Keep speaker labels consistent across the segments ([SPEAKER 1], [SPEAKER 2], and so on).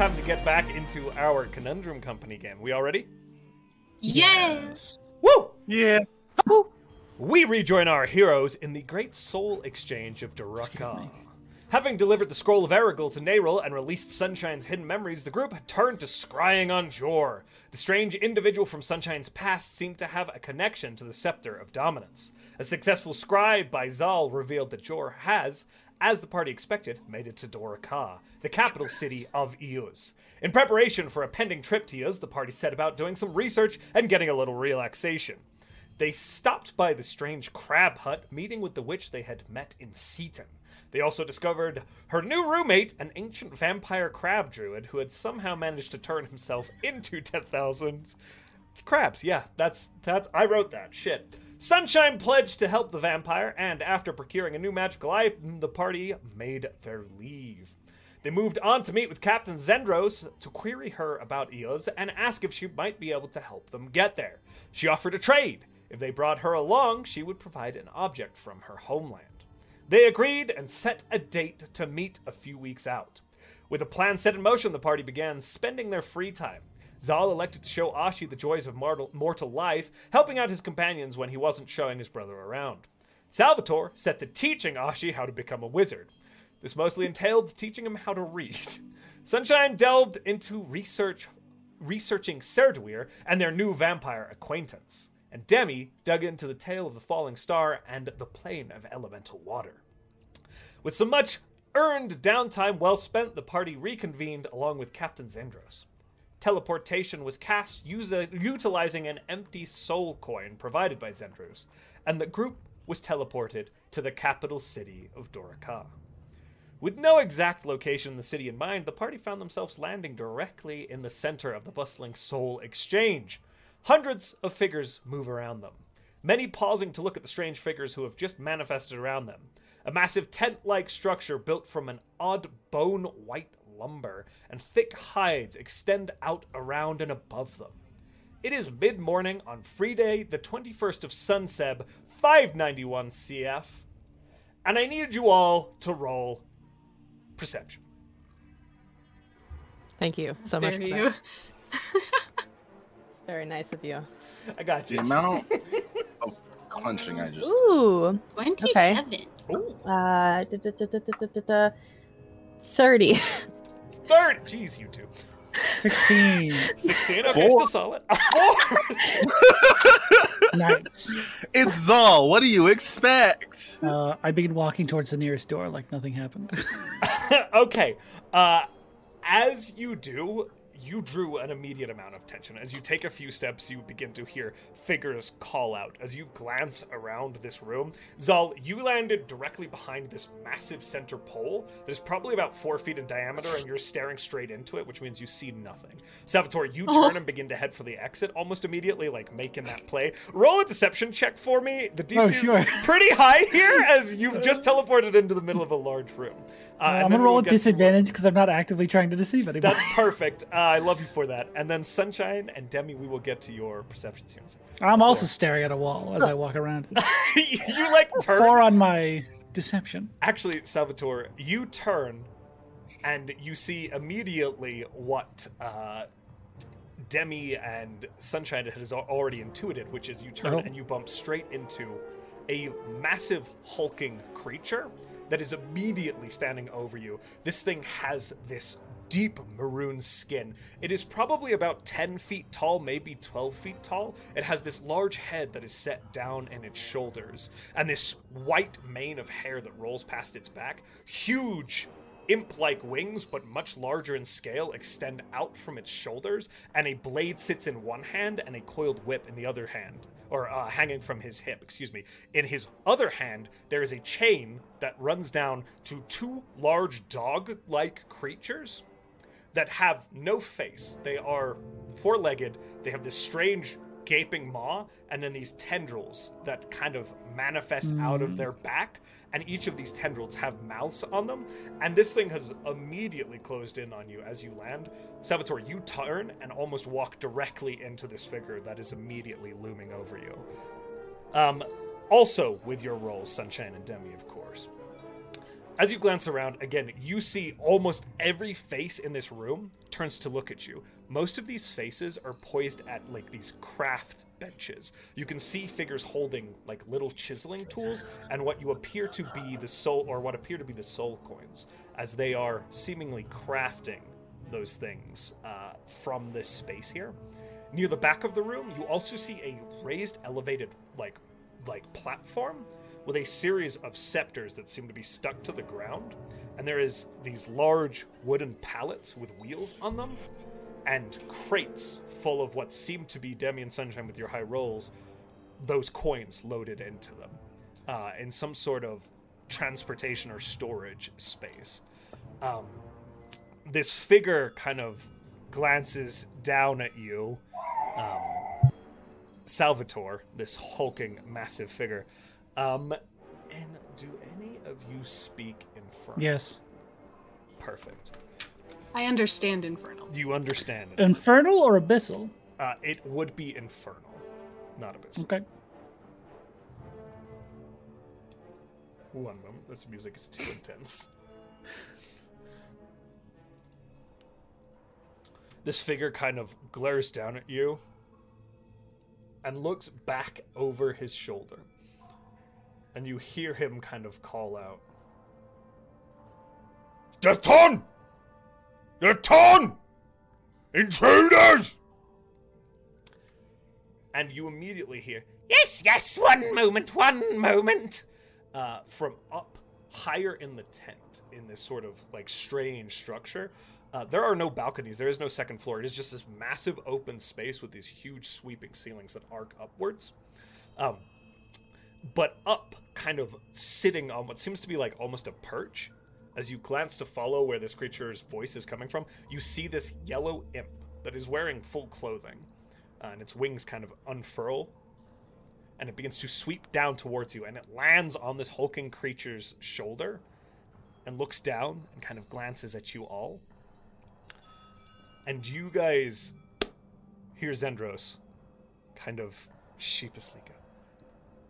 [SPEAKER 1] time to get back into our Conundrum Company game. We all ready?
[SPEAKER 2] Yes.
[SPEAKER 1] Woo!
[SPEAKER 3] Yeah.
[SPEAKER 1] We rejoin our heroes in the Great Soul Exchange of Duraka. Having delivered the Scroll of Erigel to Neril and released Sunshine's hidden memories, the group turned to scrying on Jor. The strange individual from Sunshine's past seemed to have a connection to the Scepter of Dominance. A successful scry by Zal revealed that Jor has, as the party expected, made it to Doraka, the capital city of Eos. In preparation for a pending trip to Eos, the party set about doing some research and getting a little relaxation. They stopped by the strange crab hut, meeting with the witch they had met in Seaton. They also discovered her new roommate, an ancient vampire crab druid who had somehow managed to turn himself into 10,000 crabs. Yeah, that's that's I wrote that. Shit. Sunshine pledged to help the vampire, and after procuring a new magical item, the party made their leave. They moved on to meet with Captain Zendros to query her about Eos and ask if she might be able to help them get there. She offered a trade. If they brought her along, she would provide an object from her homeland. They agreed and set a date to meet a few weeks out. With a plan set in motion, the party began spending their free time. Zal elected to show Ashi the joys of mortal, mortal life, helping out his companions when he wasn't showing his brother around. Salvatore set to teaching Ashi how to become a wizard. This mostly entailed teaching him how to read. Sunshine delved into research, researching Serduir and their new vampire acquaintance, and Demi dug into the tale of the falling star and the plane of elemental water. With so much earned downtime well spent, the party reconvened along with Captain Zendros. Teleportation was cast usa- utilizing an empty soul coin provided by Zendros, and the group was teleported to the capital city of Doraka. With no exact location in the city in mind, the party found themselves landing directly in the center of the bustling Soul Exchange. Hundreds of figures move around them, many pausing to look at the strange figures who have just manifested around them. A massive tent like structure built from an odd bone white lumber, and thick hides extend out around and above them. It is mid morning on Friday, the 21st of Sunseb, 591 CF, and I need you all to roll perception.
[SPEAKER 4] Thank you so much.
[SPEAKER 2] Dare
[SPEAKER 4] For
[SPEAKER 2] you.
[SPEAKER 4] that. It's very nice of you.
[SPEAKER 1] I got
[SPEAKER 3] The
[SPEAKER 1] you.
[SPEAKER 3] amount of clenching I just.
[SPEAKER 4] Ooh,
[SPEAKER 2] 27.
[SPEAKER 1] Ooh,
[SPEAKER 4] uh, da, da, da, da, da, da, da, thirty.
[SPEAKER 1] third. Jeez, you two.
[SPEAKER 5] 16.
[SPEAKER 1] 16. Okay,
[SPEAKER 3] Four.
[SPEAKER 1] still solid. A four.
[SPEAKER 5] nice.
[SPEAKER 3] It's Zal. What do you expect?
[SPEAKER 5] Uh, I begin walking towards the nearest door like nothing happened.
[SPEAKER 1] Uh, okay. Uh, as you do, you drew an immediate amount of tension. As you take a few steps, you begin to hear figures call out. As you glance around this room, Zal, you landed directly behind this massive center pole that is probably about four feet in diameter, and you're staring straight into it, which means you see nothing. Salvatore, you
[SPEAKER 2] Oh.
[SPEAKER 1] turn and begin to head for the exit, almost immediately, like making that play. Roll a deception check for me. The DC
[SPEAKER 5] Oh,
[SPEAKER 1] is
[SPEAKER 5] sure.
[SPEAKER 1] pretty high here, as you've just teleported into the middle of a large room. Uh, and
[SPEAKER 5] I'm
[SPEAKER 1] then
[SPEAKER 5] gonna roll
[SPEAKER 1] we'll
[SPEAKER 5] at
[SPEAKER 1] get to-
[SPEAKER 5] disadvantage because I'm not actively trying to deceive anybody.
[SPEAKER 1] That's perfect. Uh, I love you for that. And then Sunshine and Demi, we will get to your perceptions here. in a second.
[SPEAKER 5] I'm also staring at a wall as I walk around.
[SPEAKER 1] you like turn.
[SPEAKER 5] Four on my deception.
[SPEAKER 1] Actually, Salvatore, you turn, and you see immediately what uh, Demi and Sunshine has al- already intuited, which is you turn
[SPEAKER 5] Oh.
[SPEAKER 1] and you bump straight into a massive hulking creature that is immediately standing over you. This thing has this deep maroon skin. It is probably about 10 feet tall, maybe 12 feet tall. It has this large head that is set down in its shoulders, and this white mane of hair that rolls past its back. Huge imp like wings, but much larger in scale, extend out from its shoulders, and a blade sits in one hand and a coiled whip in the other hand, or uh, hanging from his hip, excuse me. In his other hand, there is a chain that runs down to two large dog like creatures that have no face. They are four legged, they have this strange gaping maw, and then these tendrils that kind of manifest out of their back. And each of these tendrils have mouths on them. And this thing has immediately closed in on you as you land. Salvatore, you turn and almost walk directly into this figure that is immediately looming over you. Um, also, with your rolls, Sunshine and Demi, of course. As you glance around, again, you see almost every face in this room turns to look at you. Most of these faces are poised at like these craft benches. You can see figures holding like little chiseling tools and what you appear to be the soul or what appear to be the soul coins as they are seemingly crafting those things uh, from this space here. Near the back of the room, you also see a raised, elevated, like, like platform with a series of scepters that seem to be stuck to the ground, and there is these large wooden pallets with wheels on them, and crates full of what seem to be Demi and Sunshine with your high rolls, those coins loaded into them, uh, in some sort of transportation or storage space. Um, this figure kind of glances down at you. Um, Salvatore, this hulking, massive figure. Um, and do any of you speak Infernal?
[SPEAKER 5] Yes.
[SPEAKER 1] Perfect.
[SPEAKER 6] I understand Infernal.
[SPEAKER 1] You understand. it.
[SPEAKER 5] Infernal or abyssal?
[SPEAKER 1] Uh, it would be Infernal, not Abyss.
[SPEAKER 5] Okay.
[SPEAKER 1] One moment. This music is too intense. This figure kind of glares down at you and looks back over his shoulder. And you hear him kind of call out Deathton! Deathton! Intruders! And you immediately hear, Yes, yes, one moment, one moment! uh, from up higher in the tent in this sort of like strange structure. Uh, there are no balconies. There is no second floor. It is just this massive open space with these huge sweeping ceilings that arc upwards. Um, but up, kind of sitting on what seems to be like almost a perch, as you glance to follow where this creature's voice is coming from, you see this yellow imp that is wearing full clothing, uh, and its wings kind of unfurl and it begins to sweep down towards you and it lands on this hulking creature's shoulder and looks down and kind of glances at you all and you guys hear zendros kind of sheepishly go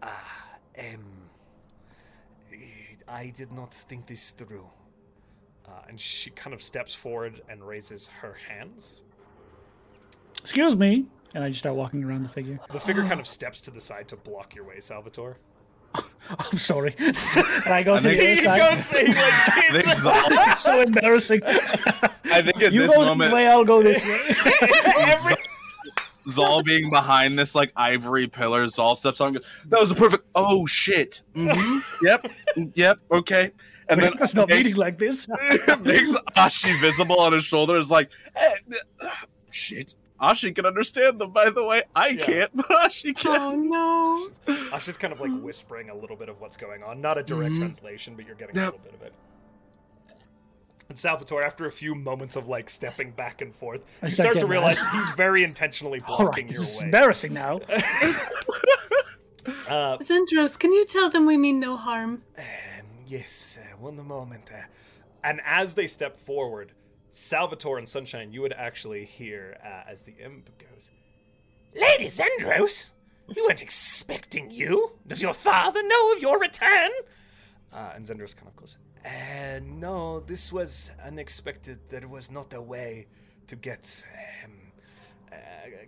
[SPEAKER 1] ah um i did not think this through uh, and she kind of steps forward and raises her hands
[SPEAKER 5] Excuse me. And I just start walking around the figure.
[SPEAKER 1] the figure kind of steps to the side to block your way salvatore
[SPEAKER 5] I'm sorry. and I go
[SPEAKER 3] I
[SPEAKER 5] through
[SPEAKER 3] think-
[SPEAKER 5] the
[SPEAKER 1] he
[SPEAKER 5] other
[SPEAKER 1] goes
[SPEAKER 5] side.
[SPEAKER 1] he like
[SPEAKER 3] I think Zal-
[SPEAKER 5] It's so embarrassing.
[SPEAKER 3] I think at
[SPEAKER 5] you
[SPEAKER 3] this
[SPEAKER 5] go
[SPEAKER 3] moment,
[SPEAKER 5] this way, I'll go this way.
[SPEAKER 1] Every-
[SPEAKER 3] Zal being behind this like ivory pillar, Zal steps on. and goes, That was a perfect. Oh shit. hmm yep. Yep. Okay. And then
[SPEAKER 5] That's not
[SPEAKER 3] makes,
[SPEAKER 5] meeting like this.
[SPEAKER 3] makes Ashi visible on his shoulder. Is like, eh, eh, shit. Ashi can understand them. By the way, I
[SPEAKER 1] Yeah.
[SPEAKER 3] can't, but Ashi can.
[SPEAKER 6] Oh no.
[SPEAKER 1] Ash is kind of like whispering a little bit of what's going on. Not a direct
[SPEAKER 5] Mm-hmm.
[SPEAKER 3] Mhm.
[SPEAKER 1] translation, but you're getting a
[SPEAKER 3] Yep.
[SPEAKER 1] little bit of it. And Salvatore, after a few moments of like stepping back and forth,
[SPEAKER 5] I
[SPEAKER 1] you
[SPEAKER 5] start
[SPEAKER 1] start to
[SPEAKER 5] getting
[SPEAKER 1] realize
[SPEAKER 5] mad.
[SPEAKER 1] he's very intentionally
[SPEAKER 5] All
[SPEAKER 1] blocking
[SPEAKER 5] right, this
[SPEAKER 1] your
[SPEAKER 5] is
[SPEAKER 1] way.
[SPEAKER 5] embarrassing now.
[SPEAKER 1] uh,
[SPEAKER 6] Zendros, can you tell them we mean no harm?
[SPEAKER 1] Um, yes, uh, one moment. Uh, and as they step forward, Salvatore and Sunshine, you would actually hear uh, as the imp goes, Lady Zendros, we weren't expecting you. Does your father know of your return? Uh, and Zendros kind of goes, uh, No, this was unexpected. There was not a way to get um, uh,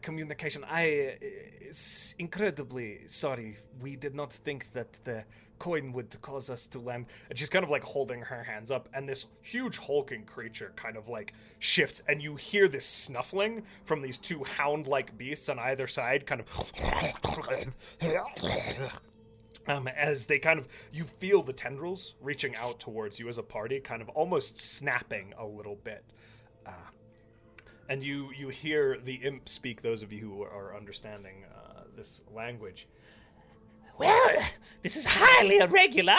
[SPEAKER 1] communication. I uh, is incredibly sorry. We did not think that the coin would cause us to land. And she's kind of like holding her hands up, and this huge hulking creature kind of like shifts, and you hear this snuffling from these two hound-like beasts on either side, kind of. Um, as they kind of, you feel the tendrils reaching out towards you as a party, kind of almost snapping a little bit and you you hear the imp speak those of you who are understanding uh, this language well this is highly irregular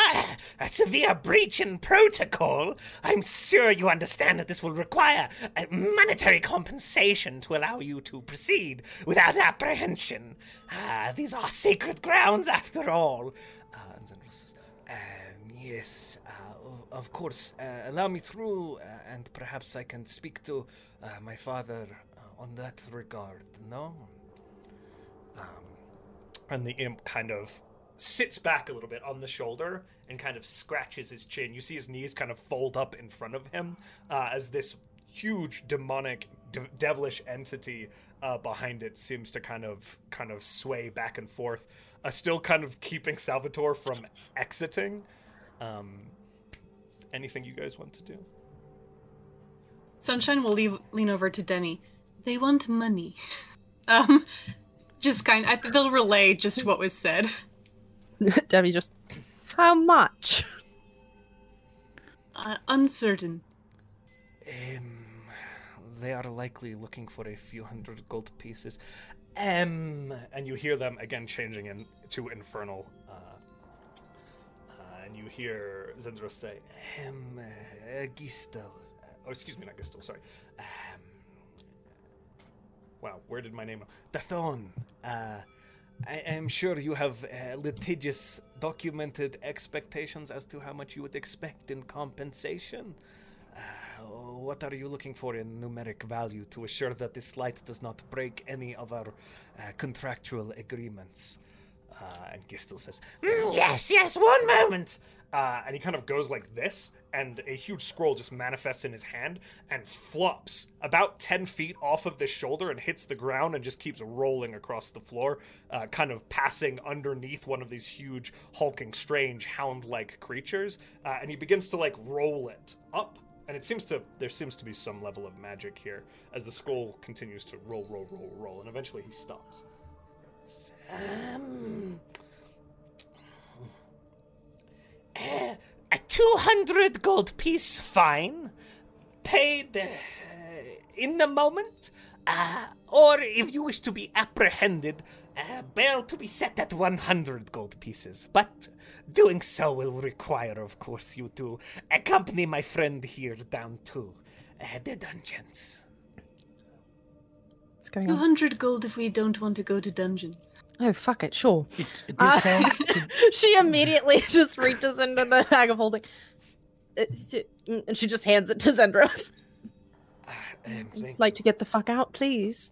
[SPEAKER 1] a severe breach in protocol i'm sure you understand that this will require a monetary compensation to allow you to proceed without apprehension ah these are sacred grounds after all uh, and Zendros says, um, yes, uh, of, of course. Uh, allow me through, uh, and perhaps I can speak to uh, my father uh, on that regard. No. Um, and the imp kind of sits back a little bit on the shoulder and kind of scratches his chin. You see his knees kind of fold up in front of him uh, as this huge demonic, de- devilish entity uh, behind it seems to kind of kind of sway back and forth, uh, still kind of keeping Salvatore from exiting. Um, anything you guys want to do?
[SPEAKER 6] Sunshine will leave, lean over to Demi. They want money. um, just kind. I, they'll relay just what was said.
[SPEAKER 4] Debbie just, how much?
[SPEAKER 6] Uh, uncertain.
[SPEAKER 1] Um, they are likely looking for a few hundred gold pieces. Um, and you hear them again changing in, to infernal. Uh, uh, and you hear Zendros say, um, uh, Gistel. Uh, oh, excuse me, not Gistel, sorry. Um, wow, where did my name go? Dathon. Uh, I am sure you have uh, litigious documented expectations as to how much you would expect in compensation. What are you looking for in numeric value to assure that this light does not break any of our uh, contractual agreements? Uh, and Gistel says, "Mm, Yes, yes, one moment. Uh, and he kind of goes like this, and a huge scroll just manifests in his hand and flops about 10 feet off of this shoulder and hits the ground and just keeps rolling across the floor, uh, kind of passing underneath one of these huge, hulking, strange, hound like creatures. Uh, and he begins to like roll it up and it seems to there seems to be some level of magic here as the scroll continues to roll roll roll roll and eventually he stops um, uh, a 200 gold piece fine paid uh, in the moment uh, or if you wish to be apprehended uh, bail to be set at 100 gold pieces but doing so will require of course you to accompany my friend here down to uh, the dungeons
[SPEAKER 4] What's going
[SPEAKER 6] Two
[SPEAKER 4] on?
[SPEAKER 6] hundred gold if we don't want to go to dungeons.
[SPEAKER 4] Oh, fuck it, sure.
[SPEAKER 5] It's a
[SPEAKER 4] Uh,
[SPEAKER 5] discount to-
[SPEAKER 4] she immediately just reaches into the bag of holding. It's- And she just hands it to Zendros.
[SPEAKER 1] uh, um, thank
[SPEAKER 4] Like to get the fuck out, please.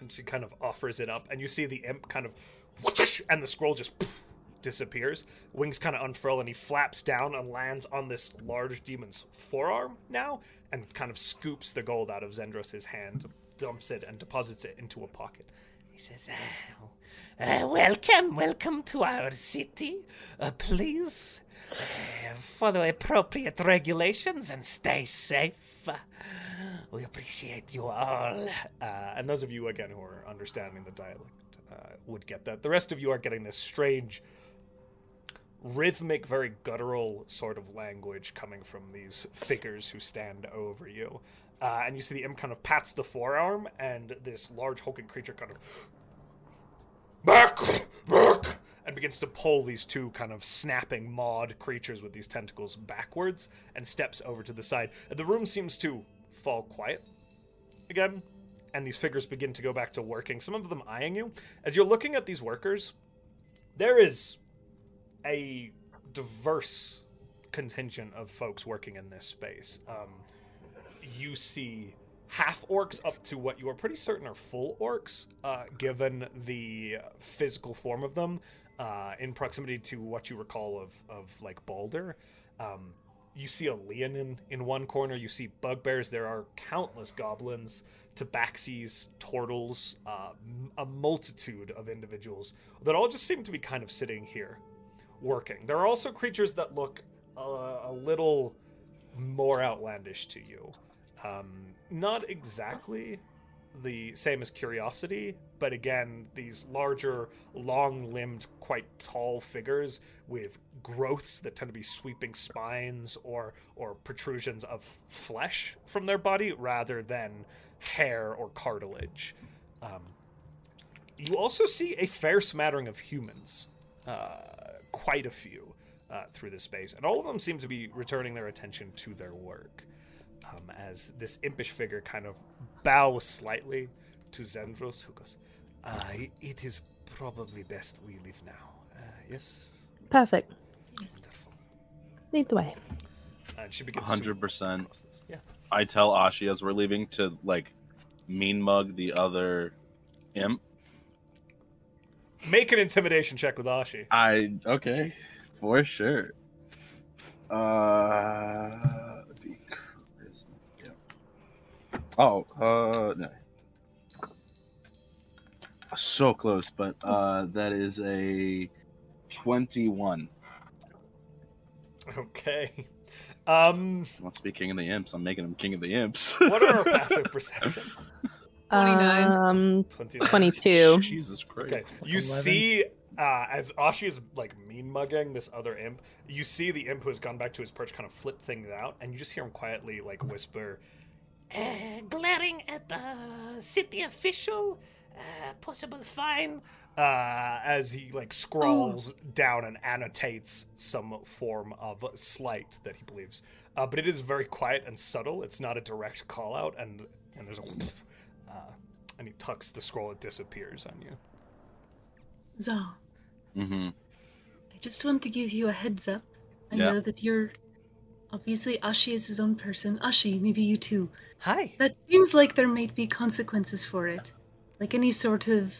[SPEAKER 1] and she kind of offers it up and you see the imp kind of whoosh, and the scroll just disappears wings kind of unfurl and he flaps down and lands on this large demon's forearm now and kind of scoops the gold out of zendros's hand dumps it and deposits it into a pocket he says "Oh, uh, welcome welcome to our city uh, please uh, follow appropriate regulations and stay safe we appreciate you all. Uh, and those of you, again, who are understanding the dialect uh, would get that. The rest of you are getting this strange, rhythmic, very guttural sort of language coming from these figures who stand over you. Uh, and you see the imp kind of pats the forearm, and this large hulking creature kind of back, back, and begins to pull these two kind of snapping, mawed creatures with these tentacles backwards and steps over to the side. And the room seems to fall quiet again, and these figures begin to go back to working, some of them eyeing you. As you're looking at these workers, there is a diverse contingent of folks working in this space. Um, you see half orcs up to what you are pretty certain are full orcs, uh, given the physical form of them uh, in proximity to what you recall of, of like Balder. Um, you see a Leonin in one corner, you see bugbears, there are countless goblins, tabaxis, turtles, uh, m- a multitude of individuals that all just seem to be kind of sitting here working. There are also creatures that look uh, a little more outlandish to you. Um, not exactly the same as curiosity, but again, these larger, long limbed, quite tall figures with growths that tend to be sweeping spines or, or protrusions of flesh from their body rather than hair or cartilage. Um, you also see a fair smattering of humans, uh, quite a few uh, through this space, and all of them seem to be returning their attention to their work um, as this impish figure kind of bows slightly to Zendros, who goes, uh, i- It is probably best we leave now. Uh, yes?
[SPEAKER 4] Perfect.
[SPEAKER 6] Yes.
[SPEAKER 1] Wonderful.
[SPEAKER 4] Lead the way.
[SPEAKER 1] And she begins to
[SPEAKER 3] 100%.
[SPEAKER 1] cross this. Yeah.
[SPEAKER 3] I tell Ashi as we're leaving to like mean mug the other imp.
[SPEAKER 1] Make an intimidation check with Ashi.
[SPEAKER 3] I okay, for sure. Uh, the charisma, yeah. Oh, uh, no. So close, but uh, that is a twenty-one.
[SPEAKER 1] Okay. Um,
[SPEAKER 3] I want to be king of the imps. I'm making him king of the imps.
[SPEAKER 1] what are our passive perceptions?
[SPEAKER 6] 29.
[SPEAKER 4] Um,
[SPEAKER 1] 29.
[SPEAKER 4] 22.
[SPEAKER 3] Jesus Christ.
[SPEAKER 1] Okay. You
[SPEAKER 5] 11.
[SPEAKER 1] see, uh, as Ashi is like mean mugging this other imp, you see the imp who has gone back to his perch kind of flip things out, and you just hear him quietly like whisper, "Eh,
[SPEAKER 7] uh, glaring at the city official, uh, possible fine.
[SPEAKER 1] uh, as he like scrawls down and annotates some form of slight that he believes. Uh, but it is very quiet and subtle. It's not a direct call out, and and there's a whoof, uh, and he tucks the scroll. It disappears on you.
[SPEAKER 6] So, I
[SPEAKER 3] Mm-hmm.
[SPEAKER 6] just want to give you a heads up. I
[SPEAKER 3] Yeah.
[SPEAKER 6] know that you're. Obviously, Ashi is his own person. Ashi, maybe you too.
[SPEAKER 7] Hi.
[SPEAKER 6] That seems like there might be consequences for it. Like any sort of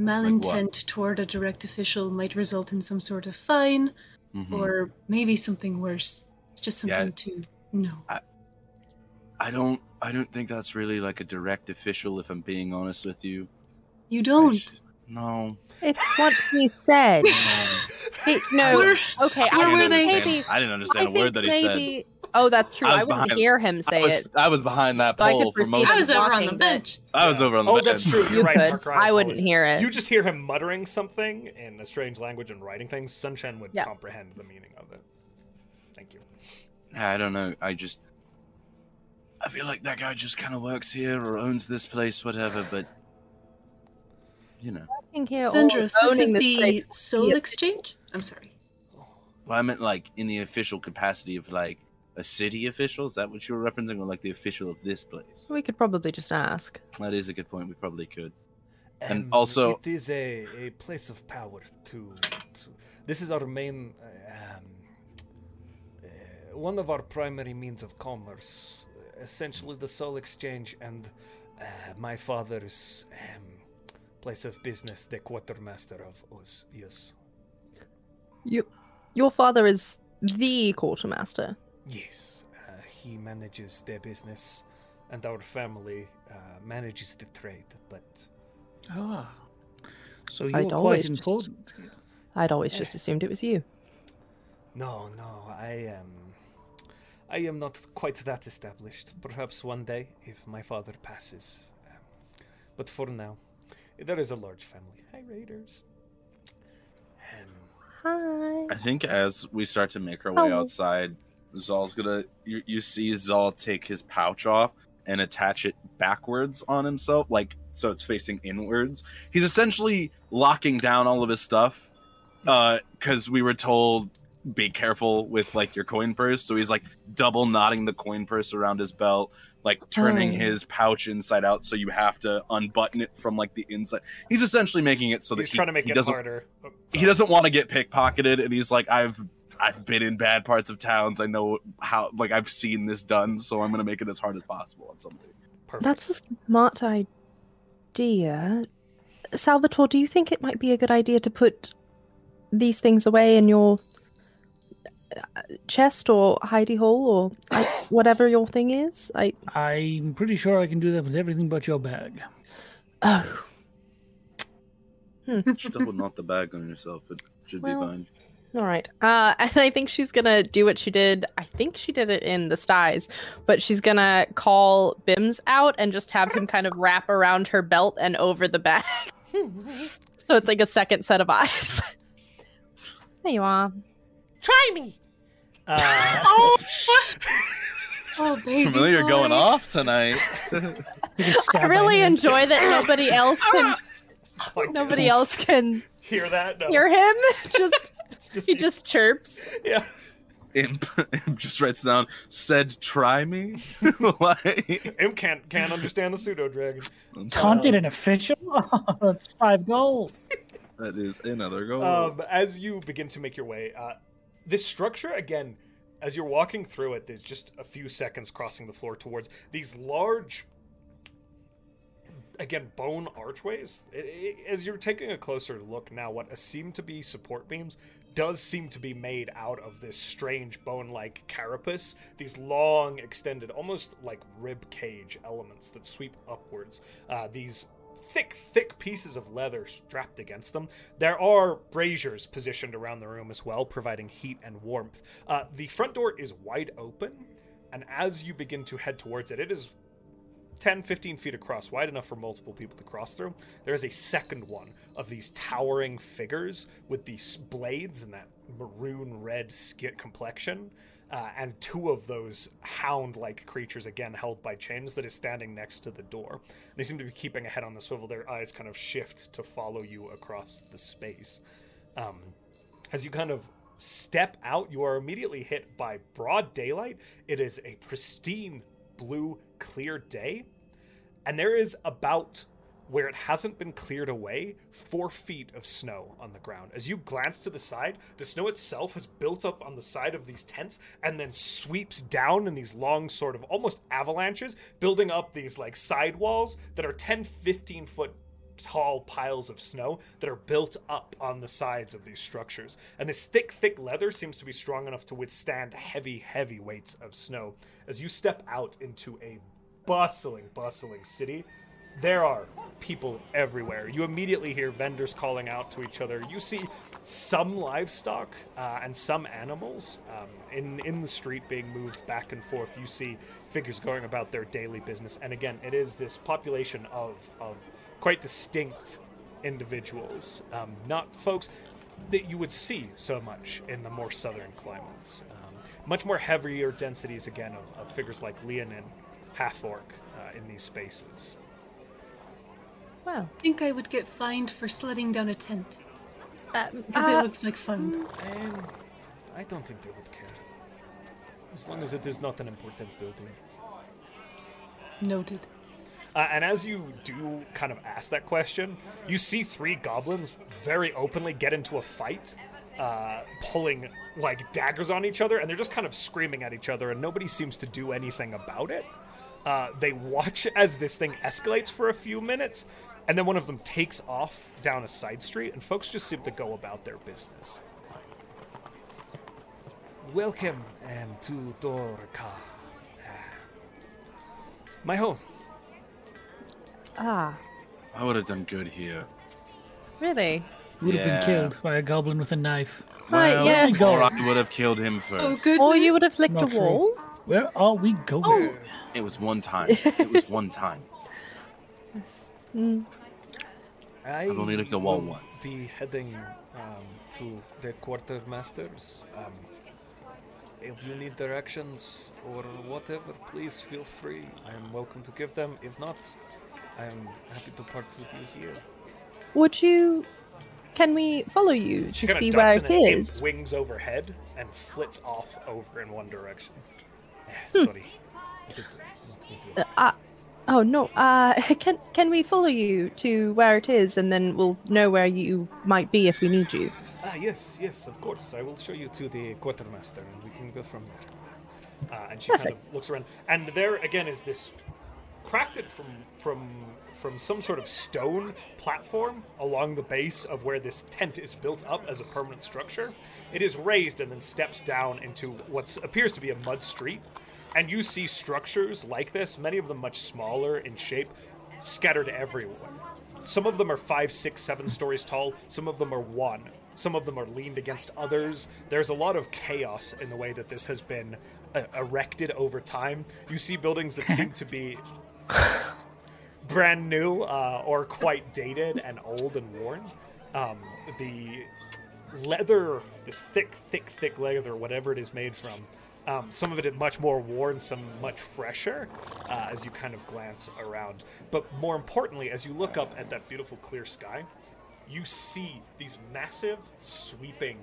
[SPEAKER 6] malintent toward a direct official might result in some sort of fine
[SPEAKER 3] Mm-hmm.
[SPEAKER 6] or maybe something worse. It's just
[SPEAKER 3] Hmm. Yeah.
[SPEAKER 6] something to know.
[SPEAKER 3] I don't. I don't think that's really like a direct official. If I'm being honest with you.
[SPEAKER 6] You
[SPEAKER 3] I
[SPEAKER 6] don't.
[SPEAKER 3] sh- no.
[SPEAKER 4] It's what he said.
[SPEAKER 3] no.
[SPEAKER 4] Hey, no.
[SPEAKER 6] We're-
[SPEAKER 4] Okay,
[SPEAKER 3] I
[SPEAKER 4] I
[SPEAKER 3] didn't
[SPEAKER 6] were they-
[SPEAKER 3] understand-
[SPEAKER 4] maybe-
[SPEAKER 3] I didn't
[SPEAKER 4] I
[SPEAKER 3] understand a
[SPEAKER 4] think
[SPEAKER 3] word that he said.
[SPEAKER 4] maybe. Oh, that's true.
[SPEAKER 3] I
[SPEAKER 4] I,
[SPEAKER 3] was
[SPEAKER 4] wouldn't
[SPEAKER 3] behind-
[SPEAKER 4] hear him
[SPEAKER 3] I
[SPEAKER 4] say
[SPEAKER 3] was,
[SPEAKER 4] it.
[SPEAKER 3] I was behind that
[SPEAKER 4] So I
[SPEAKER 3] pole
[SPEAKER 4] could
[SPEAKER 3] for
[SPEAKER 4] perceive
[SPEAKER 3] most.
[SPEAKER 6] I
[SPEAKER 4] Even
[SPEAKER 6] was over on the
[SPEAKER 4] walking the-
[SPEAKER 6] bench.
[SPEAKER 3] I was over on the.
[SPEAKER 1] Oh,
[SPEAKER 3] bench.
[SPEAKER 1] that's true. You're
[SPEAKER 4] You
[SPEAKER 1] right.
[SPEAKER 4] could.
[SPEAKER 1] Parker,
[SPEAKER 4] I wouldn't
[SPEAKER 1] apologize.
[SPEAKER 4] hear it.
[SPEAKER 1] You just hear him muttering something in a strange language and writing things. Sunshine would
[SPEAKER 4] Yeah.
[SPEAKER 1] comprehend the meaning of it. Thank you.
[SPEAKER 3] I don't know. I just. I feel like that guy just kind of works here or owns this place, whatever. But you know,
[SPEAKER 4] Fucking hear all
[SPEAKER 6] Zendros, this is
[SPEAKER 4] owning this
[SPEAKER 6] the
[SPEAKER 4] place.
[SPEAKER 6] soul exchange? I'm sorry.
[SPEAKER 3] well, I meant like in the official capacity of like a city official. Is that what you were referencing, or like the official of this place?
[SPEAKER 4] We could probably just ask.
[SPEAKER 3] That is a good point. We probably could. And also-
[SPEAKER 1] it is a, a place of power to, to. This is our main, uh, um, uh, one of our primary means of commerce. Essentially, the soul exchange and uh, my father's um, place of business, the quartermaster of us. Yes,
[SPEAKER 4] You, your father is the quartermaster.
[SPEAKER 1] yes. Uh, he manages their business, and our family uh, manages the trade. But
[SPEAKER 5] Ah. So
[SPEAKER 4] I'd
[SPEAKER 5] you're quite
[SPEAKER 4] always just-
[SPEAKER 5] important.
[SPEAKER 4] I'd always just assumed it was you.
[SPEAKER 1] No, no, I am. I am not quite that established. Perhaps one day, if my father passes. Um, but for now, there is a large family. Hi, Raiders. Um,
[SPEAKER 4] Hi.
[SPEAKER 3] I think as we start to make our way
[SPEAKER 4] Oh.
[SPEAKER 3] outside, Zal's gonna. You, you see Zal take his pouch off and attach it backwards on himself, like so it's facing inwards. He's essentially locking down all of his stuff, because we were told be careful with like your coin purse. So he's like double knotting the coin purse around his belt, like turning
[SPEAKER 4] Oh.
[SPEAKER 3] his pouch inside out, so you have to unbutton it from like the inside. He's essentially making it so that
[SPEAKER 1] he's
[SPEAKER 3] he-
[SPEAKER 1] trying to make
[SPEAKER 3] he
[SPEAKER 1] it
[SPEAKER 3] doesn't
[SPEAKER 1] harder. Oh,
[SPEAKER 3] he doesn't want to get pickpocketed and he's like i've i've been in bad parts of towns i know how like i've seen this done so i'm gonna make it as hard as possible on somebody
[SPEAKER 1] perfect.
[SPEAKER 4] That's a smart idea. Salvatore, do you think it might be a good idea to put these things away in your uh, chest or hidey hole or I, whatever your thing is? I
[SPEAKER 5] I'm pretty sure I can do that with everything but your bag.
[SPEAKER 4] oh,
[SPEAKER 3] just double knot the bag on yourself it should
[SPEAKER 4] Well-
[SPEAKER 3] be fine
[SPEAKER 4] all right. Uh, and I think she's gonna do what she did. I think she did it in the styes, but she's gonna call Bims out and just have him kind of wrap around her belt and over the back, so it's like a second set of eyes. there you are.
[SPEAKER 7] Try me.
[SPEAKER 1] Uh,
[SPEAKER 6] Oh, oh baby.
[SPEAKER 3] familiar
[SPEAKER 6] boy.
[SPEAKER 3] going off tonight
[SPEAKER 5] You can stab
[SPEAKER 4] Oh, I
[SPEAKER 5] my
[SPEAKER 4] really
[SPEAKER 5] hand.
[SPEAKER 4] enjoy that nobody else can
[SPEAKER 1] like,
[SPEAKER 4] nobody else can
[SPEAKER 1] hear that? No,
[SPEAKER 4] hear him. Just
[SPEAKER 1] it's just,
[SPEAKER 4] he just chirps.
[SPEAKER 1] yeah.
[SPEAKER 3] imp, imp just writes down said try me Like-
[SPEAKER 1] Imp can't can't understand the pseudo dragon.
[SPEAKER 5] Taunted an official? that's five gold.
[SPEAKER 3] that is another goal
[SPEAKER 1] um, as you begin to make your way, uh, this structure again, as you're walking through it, there's just a few seconds crossing the floor towards these large again bone archways. I- I- as you're taking a closer look now, what seem to be support beams does seem to be made out of this strange bone-like carapace. These long, extended, almost like rib cage elements that sweep upwards. Uh, these thick, thick pieces of leather strapped against them. There are braziers positioned around the room as well, providing heat and warmth. Uh, the front door is wide open, and as you begin to head towards it, it is 10, 15 feet across, wide enough for multiple people to cross through. There is a second one of these towering figures with these blades and that maroon red skin complexion. Uh, and two of those hound like creatures, again held by chains, that is standing next to the door. They seem to be keeping a head on the swivel. Their eyes kind of shift to follow you across the space. Um, as you kind of step out, you are immediately hit by broad daylight. It is a pristine blue, clear day. And there is about where it hasn't been cleared away, four feet of snow on the ground. As you glance to the side, the snow itself has built up on the side of these tents and then sweeps down in these long, sort of almost avalanches, building up these like sidewalls that are 10, 15 foot tall piles of snow that are built up on the sides of these structures. And this thick, thick leather seems to be strong enough to withstand heavy, heavy weights of snow. As you step out into a bustling, bustling city, there are people everywhere. You immediately hear vendors calling out to each other. You see some livestock uh, and some animals um, in in the street being moved back and forth. You see figures going about their daily business, and again, it is this population of of quite distinct individuals, um, not folks that you would see so much in the more southern climates. Um, much more heavier densities again of, of figures like Leonin, half orc uh, in these spaces.
[SPEAKER 4] Well,
[SPEAKER 6] I think I would get fined for sledding down a tent
[SPEAKER 4] Uh,
[SPEAKER 6] because it looks like fun.
[SPEAKER 1] Um, I don't think they would care. As long as it is not an important building.
[SPEAKER 6] Noted.
[SPEAKER 1] Uh, and as you do kind of ask that question, you see three goblins very openly get into a fight, uh, pulling like daggers on each other, and they're just kind of screaming at each other, and nobody seems to do anything about it. Uh, they watch as this thing escalates for a few minutes, and then one of them takes off down a side street, and folks just seem to go about their business. Welcome um, to Dorka, uh, my home.
[SPEAKER 4] ah,
[SPEAKER 3] I would have done good here.
[SPEAKER 4] really?
[SPEAKER 5] Would have
[SPEAKER 3] Yeah.
[SPEAKER 5] been killed by a goblin with a knife.
[SPEAKER 4] Right,
[SPEAKER 3] Well,
[SPEAKER 4] yes.
[SPEAKER 5] go.
[SPEAKER 3] or I would have killed him first.
[SPEAKER 6] Oh, good.
[SPEAKER 4] Or you would have licked
[SPEAKER 5] Not
[SPEAKER 4] a
[SPEAKER 5] true.
[SPEAKER 4] wall?
[SPEAKER 5] Where are we going?
[SPEAKER 4] Oh,
[SPEAKER 3] It was one time. It was one time.
[SPEAKER 1] I
[SPEAKER 3] I've only looked at wall
[SPEAKER 1] will
[SPEAKER 3] once.
[SPEAKER 1] Be heading um, to the quartermasters. Um, if you need directions or whatever, please feel free. I am welcome to give them. If not, I am happy to part with you here.
[SPEAKER 4] Would you? Can we follow you to see where it is?
[SPEAKER 1] wings overhead and flits off over in one direction. Eh,
[SPEAKER 4] Hmm.
[SPEAKER 1] Sorry.
[SPEAKER 4] Oh no. Uh, can can we follow you to where it is, and then we'll know where you might be if we need you.
[SPEAKER 1] Ah, yes, yes, of course. I will show you to the quartermaster, and we can go from there. Uh, and she kind of looks around, and there again is this crafted from from from some sort of stone platform along the base of where this tent is built up as a permanent structure. It is raised and then steps down into what appears to be a mud street, and you see structures like this, many of them much smaller in shape, scattered everywhere. Some of them are five, six, seven stories tall. Some of them are one. Some of them are leaned against others. There's a lot of chaos in the way that this has been uh, erected over time. You see buildings that seem to be brand new uh, or quite dated and old and worn. Um, the leather, this thick, thick, thick leather, whatever it is made from. Um, some of it is much more worn, some much fresher, uh, as you kind of glance around. But more importantly, as you look up at that beautiful clear sky, you see these massive, sweeping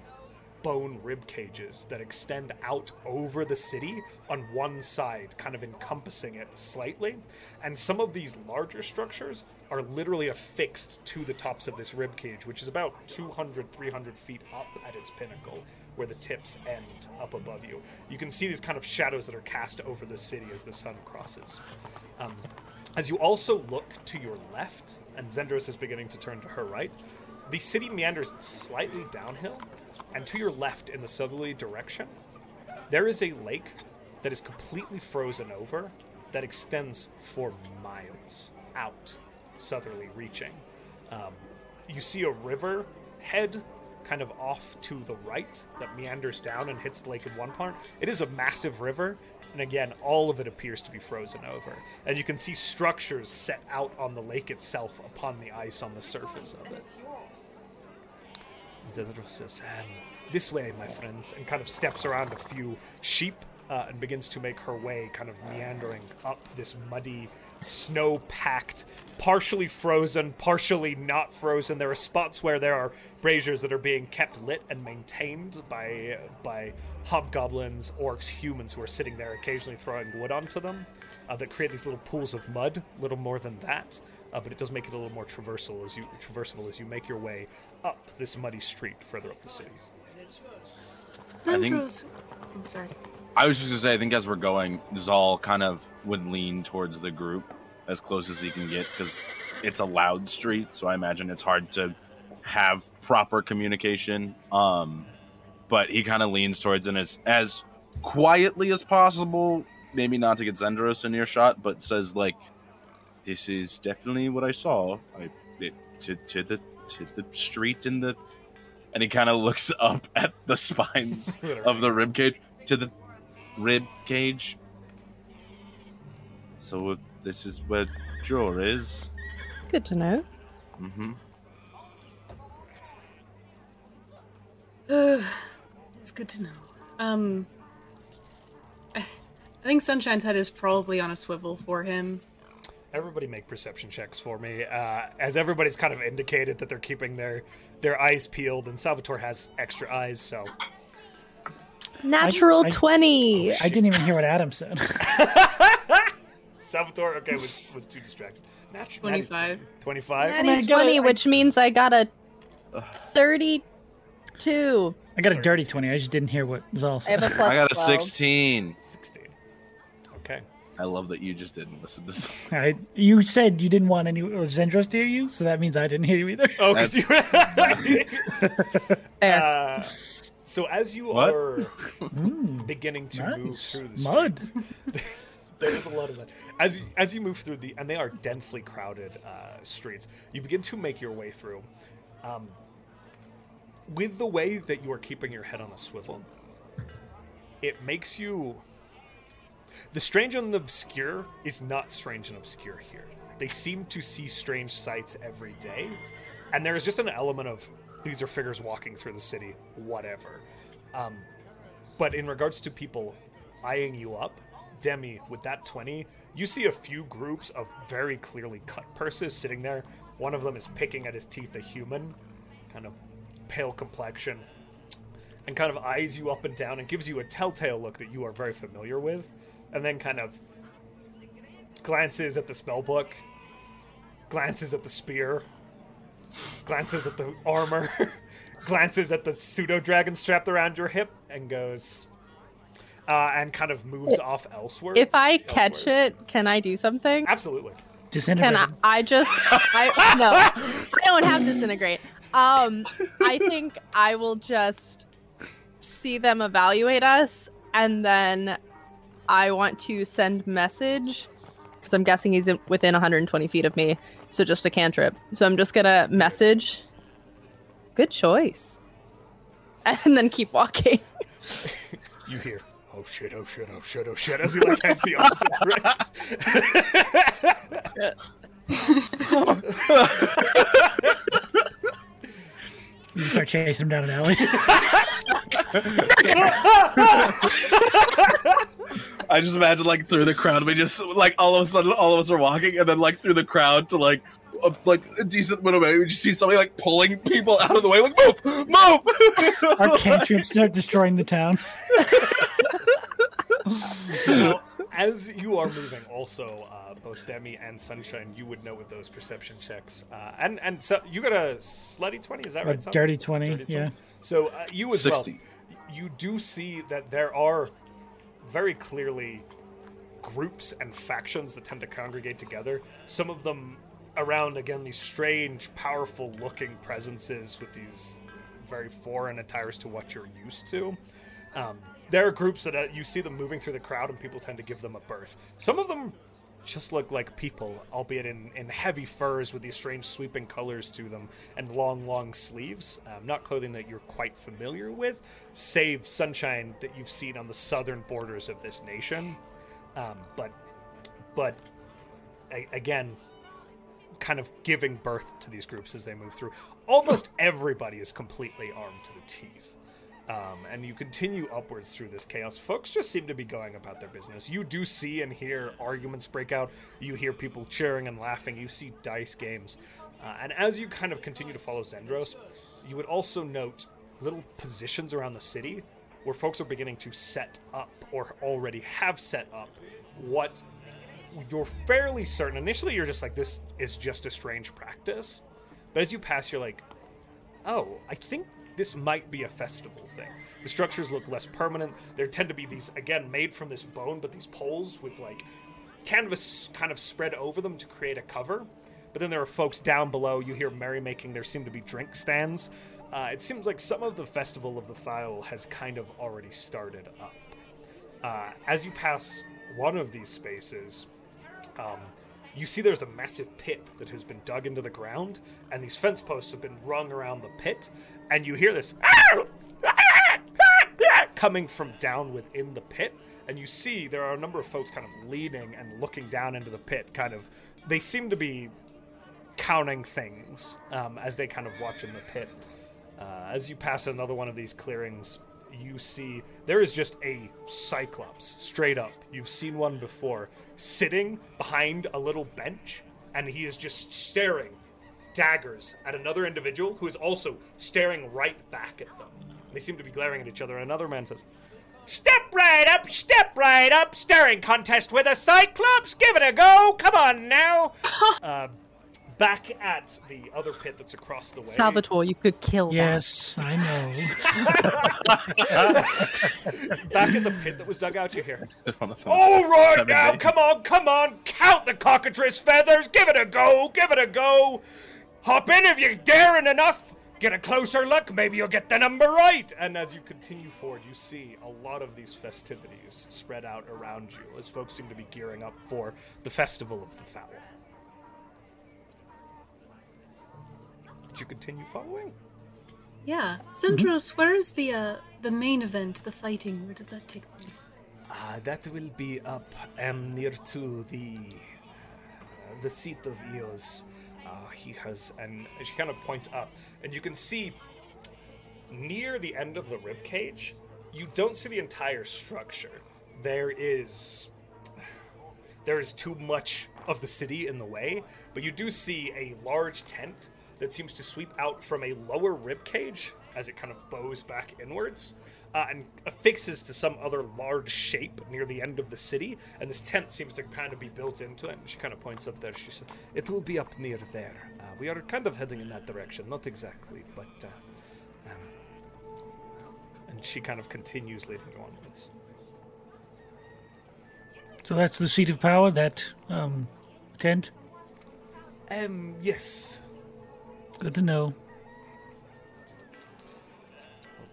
[SPEAKER 1] bone rib cages that extend out over the city on one side, kind of encompassing it slightly. And some of these larger structures are literally affixed to the tops of this rib cage, which is about 200, 300 feet up at its pinnacle, where the tips end up above you. You can see these kind of shadows that are cast over the city as the sun crosses. Um, As you also look to your left, and Zendros is beginning to turn to her right, the city meanders slightly downhill, and to your left in the southerly direction, there is a lake that is completely frozen over that extends for miles out, southerly reaching. Um, you see a river head kind of off to the right that meanders down and hits the lake in one part. It is a massive river, and again, all of it appears to be frozen over. And you can see structures set out on the lake itself upon the ice on the surface of it. Zedros says, um, This way, my friends, and kind of steps around a few sheep uh, and begins to make her way, kind of meandering up this muddy, snow packed, partially frozen, partially not frozen. There are spots where there are braziers that are being kept lit and maintained by, by hobgoblins, orcs, humans who are sitting there occasionally throwing wood onto them uh, that create these little pools of mud, little more than that, uh, but it does make it a little more traversal as you traversable as you make your way up this muddy street further up the city.
[SPEAKER 3] I think-
[SPEAKER 6] Zendros. I'm sorry.
[SPEAKER 3] I was just gonna say, I think as we're going, Zal kind of would lean towards the group as close as he can get because it's a loud street, so I imagine it's hard to have proper communication. Um, but he kind of leans towards and as as quietly as possible, maybe not to get Zendros in earshot, but says like, "This is definitely what I saw. I it, to to the to the street in the." And he kind of looks up at the spines of the rib cage to the rib cage. So uh, this is where Jor is.
[SPEAKER 4] Good to know.
[SPEAKER 3] hmm
[SPEAKER 6] Ugh, it's good to know. Um, I think Sunshine's head is probably on a swivel for him.
[SPEAKER 1] Everybody make perception checks for me, uh, as everybody's kind of indicated that they're keeping their their eyes peeled, and Salvatore has extra eyes, so
[SPEAKER 4] Natural
[SPEAKER 5] I- I-
[SPEAKER 4] 20.
[SPEAKER 5] I didn't even hear what Adam said.
[SPEAKER 1] Salvatore okay was was too distracted. Natu-
[SPEAKER 6] 25.
[SPEAKER 1] Twenty five.
[SPEAKER 5] mean, I
[SPEAKER 4] Natty
[SPEAKER 5] got a-
[SPEAKER 4] 20,
[SPEAKER 5] I-
[SPEAKER 4] which means I got a 32.
[SPEAKER 5] I got a dirty 20. I just didn't hear what Zal
[SPEAKER 4] I have
[SPEAKER 5] said.
[SPEAKER 4] a plus
[SPEAKER 3] I got a
[SPEAKER 4] 12.
[SPEAKER 3] 16.
[SPEAKER 1] Sixteen. Okay.
[SPEAKER 3] I love that you just didn't listen to Zal.
[SPEAKER 5] I, you said you didn't want any or Zendros to hear you, so that means I didn't hear you either.
[SPEAKER 1] Oh, 'cause you.
[SPEAKER 4] There.
[SPEAKER 1] uh, so as you
[SPEAKER 3] What?
[SPEAKER 1] are
[SPEAKER 5] Mm,
[SPEAKER 1] beginning to move
[SPEAKER 5] nice.
[SPEAKER 1] through the street,
[SPEAKER 5] Mud.
[SPEAKER 1] there is a lot of that. As as you move through the and they are densely crowded uh, streets, you begin to make your way through. Um, with the way that you are keeping your head on a swivel, it makes you. The strange and the obscure is not strange and obscure here. They seem to see strange sights every day, and there is just an element of these are figures walking through the city, whatever. Um, but in regards to people eyeing you up, Demi, with that 20, you see a few groups of very clearly cut purses sitting there. One of them is picking at his teeth a human, kind of pale complexion, and kind of eyes you up and down and gives you a telltale look that you are very familiar with, and then kind of glances at the spell book, glances at the spear, glances at the armor, glances at the pseudo dragon strapped around your hip, and goes, uh, and kind of moves off elsewhere.
[SPEAKER 4] If I catch it, can I do something?
[SPEAKER 1] absolutely.
[SPEAKER 5] Disintegrated.
[SPEAKER 4] Can I, I just I no I don't have disintegrate. Um I think I will just see them evaluate us and then I want to send message because I'm guessing he's in, within 120 feet of me. So just a cantrip. So I'm just gonna message. Good choice. And then keep walking.
[SPEAKER 1] You hear, oh shit, oh shit, oh shit, oh shit, as he like heads the opposite direction.
[SPEAKER 5] You start chasing him down an alley.
[SPEAKER 3] I just imagine like through the crowd, we just like all of a sudden all of us are walking, and then like through the crowd to like a, like a decent bit away, we just see somebody like pulling people out of the way, like move, move.
[SPEAKER 5] Our cantrips start destroying the town.
[SPEAKER 1] now, as you are moving, also uh, both Demi and Sunshine, you would know with those perception checks, uh, and and so you got a slutty twenty, is that
[SPEAKER 5] A
[SPEAKER 1] right? Sun?
[SPEAKER 5] dirty 20, yeah.
[SPEAKER 1] So uh, you as well.
[SPEAKER 3] 60.
[SPEAKER 1] You do see that there are very clearly groups and factions that tend to congregate together. Some of them around again these strange, powerful-looking presences with these very foreign attires to what you're used to. Um, there are groups that uh, you see them moving through the crowd, and people tend to give them a berth. Some of them just look like people, albeit in, in heavy furs with these strange sweeping colors to them and long, long sleeves. Um, not clothing that you're quite familiar with, save sunshine that you've seen on the southern borders of this nation. Um, but, but a- again, kind of giving birth to these groups as they move through. Almost everybody is completely armed to the teeth. Um, and you continue upwards through this chaos. Folks just seem to be going about their business. You do see and hear arguments break out. You hear people cheering and laughing. You see dice games. Uh, and as you kind of continue to follow Zendros, you would also note little positions around the city where folks are beginning to set up or already have set up what you're fairly certain. Initially, you're just like, this is just a strange practice. But as you pass, you're like, oh, I think this might be a festival thing. The structures look less permanent. There tend to be these, again, made from this bone, but these poles with like canvas kind of spread over them to create a cover. But then there are folks down below. You hear merrymaking. There seem to be drink stands. Uh, it seems like some of the festival of the Thyle has kind of already started up. Uh, as you pass one of these spaces, um, you see there's a massive pit that has been dug into the ground, and these fence posts have been rung around the pit, and you hear this "Ah! coming from down within the pit. And you see there are a number of folks kind of leaning and looking down into the pit, kind of. They seem to be counting things um, as they kind of watch in the pit. Uh, as you pass another one of these clearings, you see there is just a cyclops straight up. You've seen one before, sitting behind a little bench, and he is just staring daggers at another individual who is also staring right back at them. They seem to be glaring at each other. Another man says, "Step right up, step right up, staring contest with a cyclops. Give it a go. Come on now." uh, back at the other pit that's across the way.
[SPEAKER 4] Salvatore, you could kill
[SPEAKER 5] Yes, I know.
[SPEAKER 1] back at the pit that was dug out, you hear.
[SPEAKER 3] On the phone.
[SPEAKER 1] All right
[SPEAKER 3] Seven
[SPEAKER 1] now,
[SPEAKER 3] days.
[SPEAKER 1] come on, come on, count the cockatrice feathers, give it a go, give it a go. Hop in if you're daring enough. Get a closer look, maybe you'll get the number right. And as you continue forward, you see a lot of these festivities spread out around you as folks seem to be gearing up for the festival of the fowl. Did you continue following?
[SPEAKER 6] Yeah, Zendros, where is the uh, the main event, the fighting? Where does that take place?
[SPEAKER 1] Uh, that will be up um, near to the uh, the seat of Eos. Uh, he has, and she kind of points up, and you can see near the end of the rib cage. You don't see the entire structure. There is there is too much of the city in the way, but you do see a large tent that seems to sweep out from a lower rib cage as it kind of bows back inwards uh, and affixes to some other large shape near the end of the city. And this tent seems to kind of be built into it. And she kind of points up there. She says, "It will be up near there. Uh, we are kind of heading in that direction, not exactly, but." Uh, um, and she kind of continues leading you onwards.
[SPEAKER 5] So that's the seat of power, that um, tent.
[SPEAKER 1] Um, yes.
[SPEAKER 5] Good to know.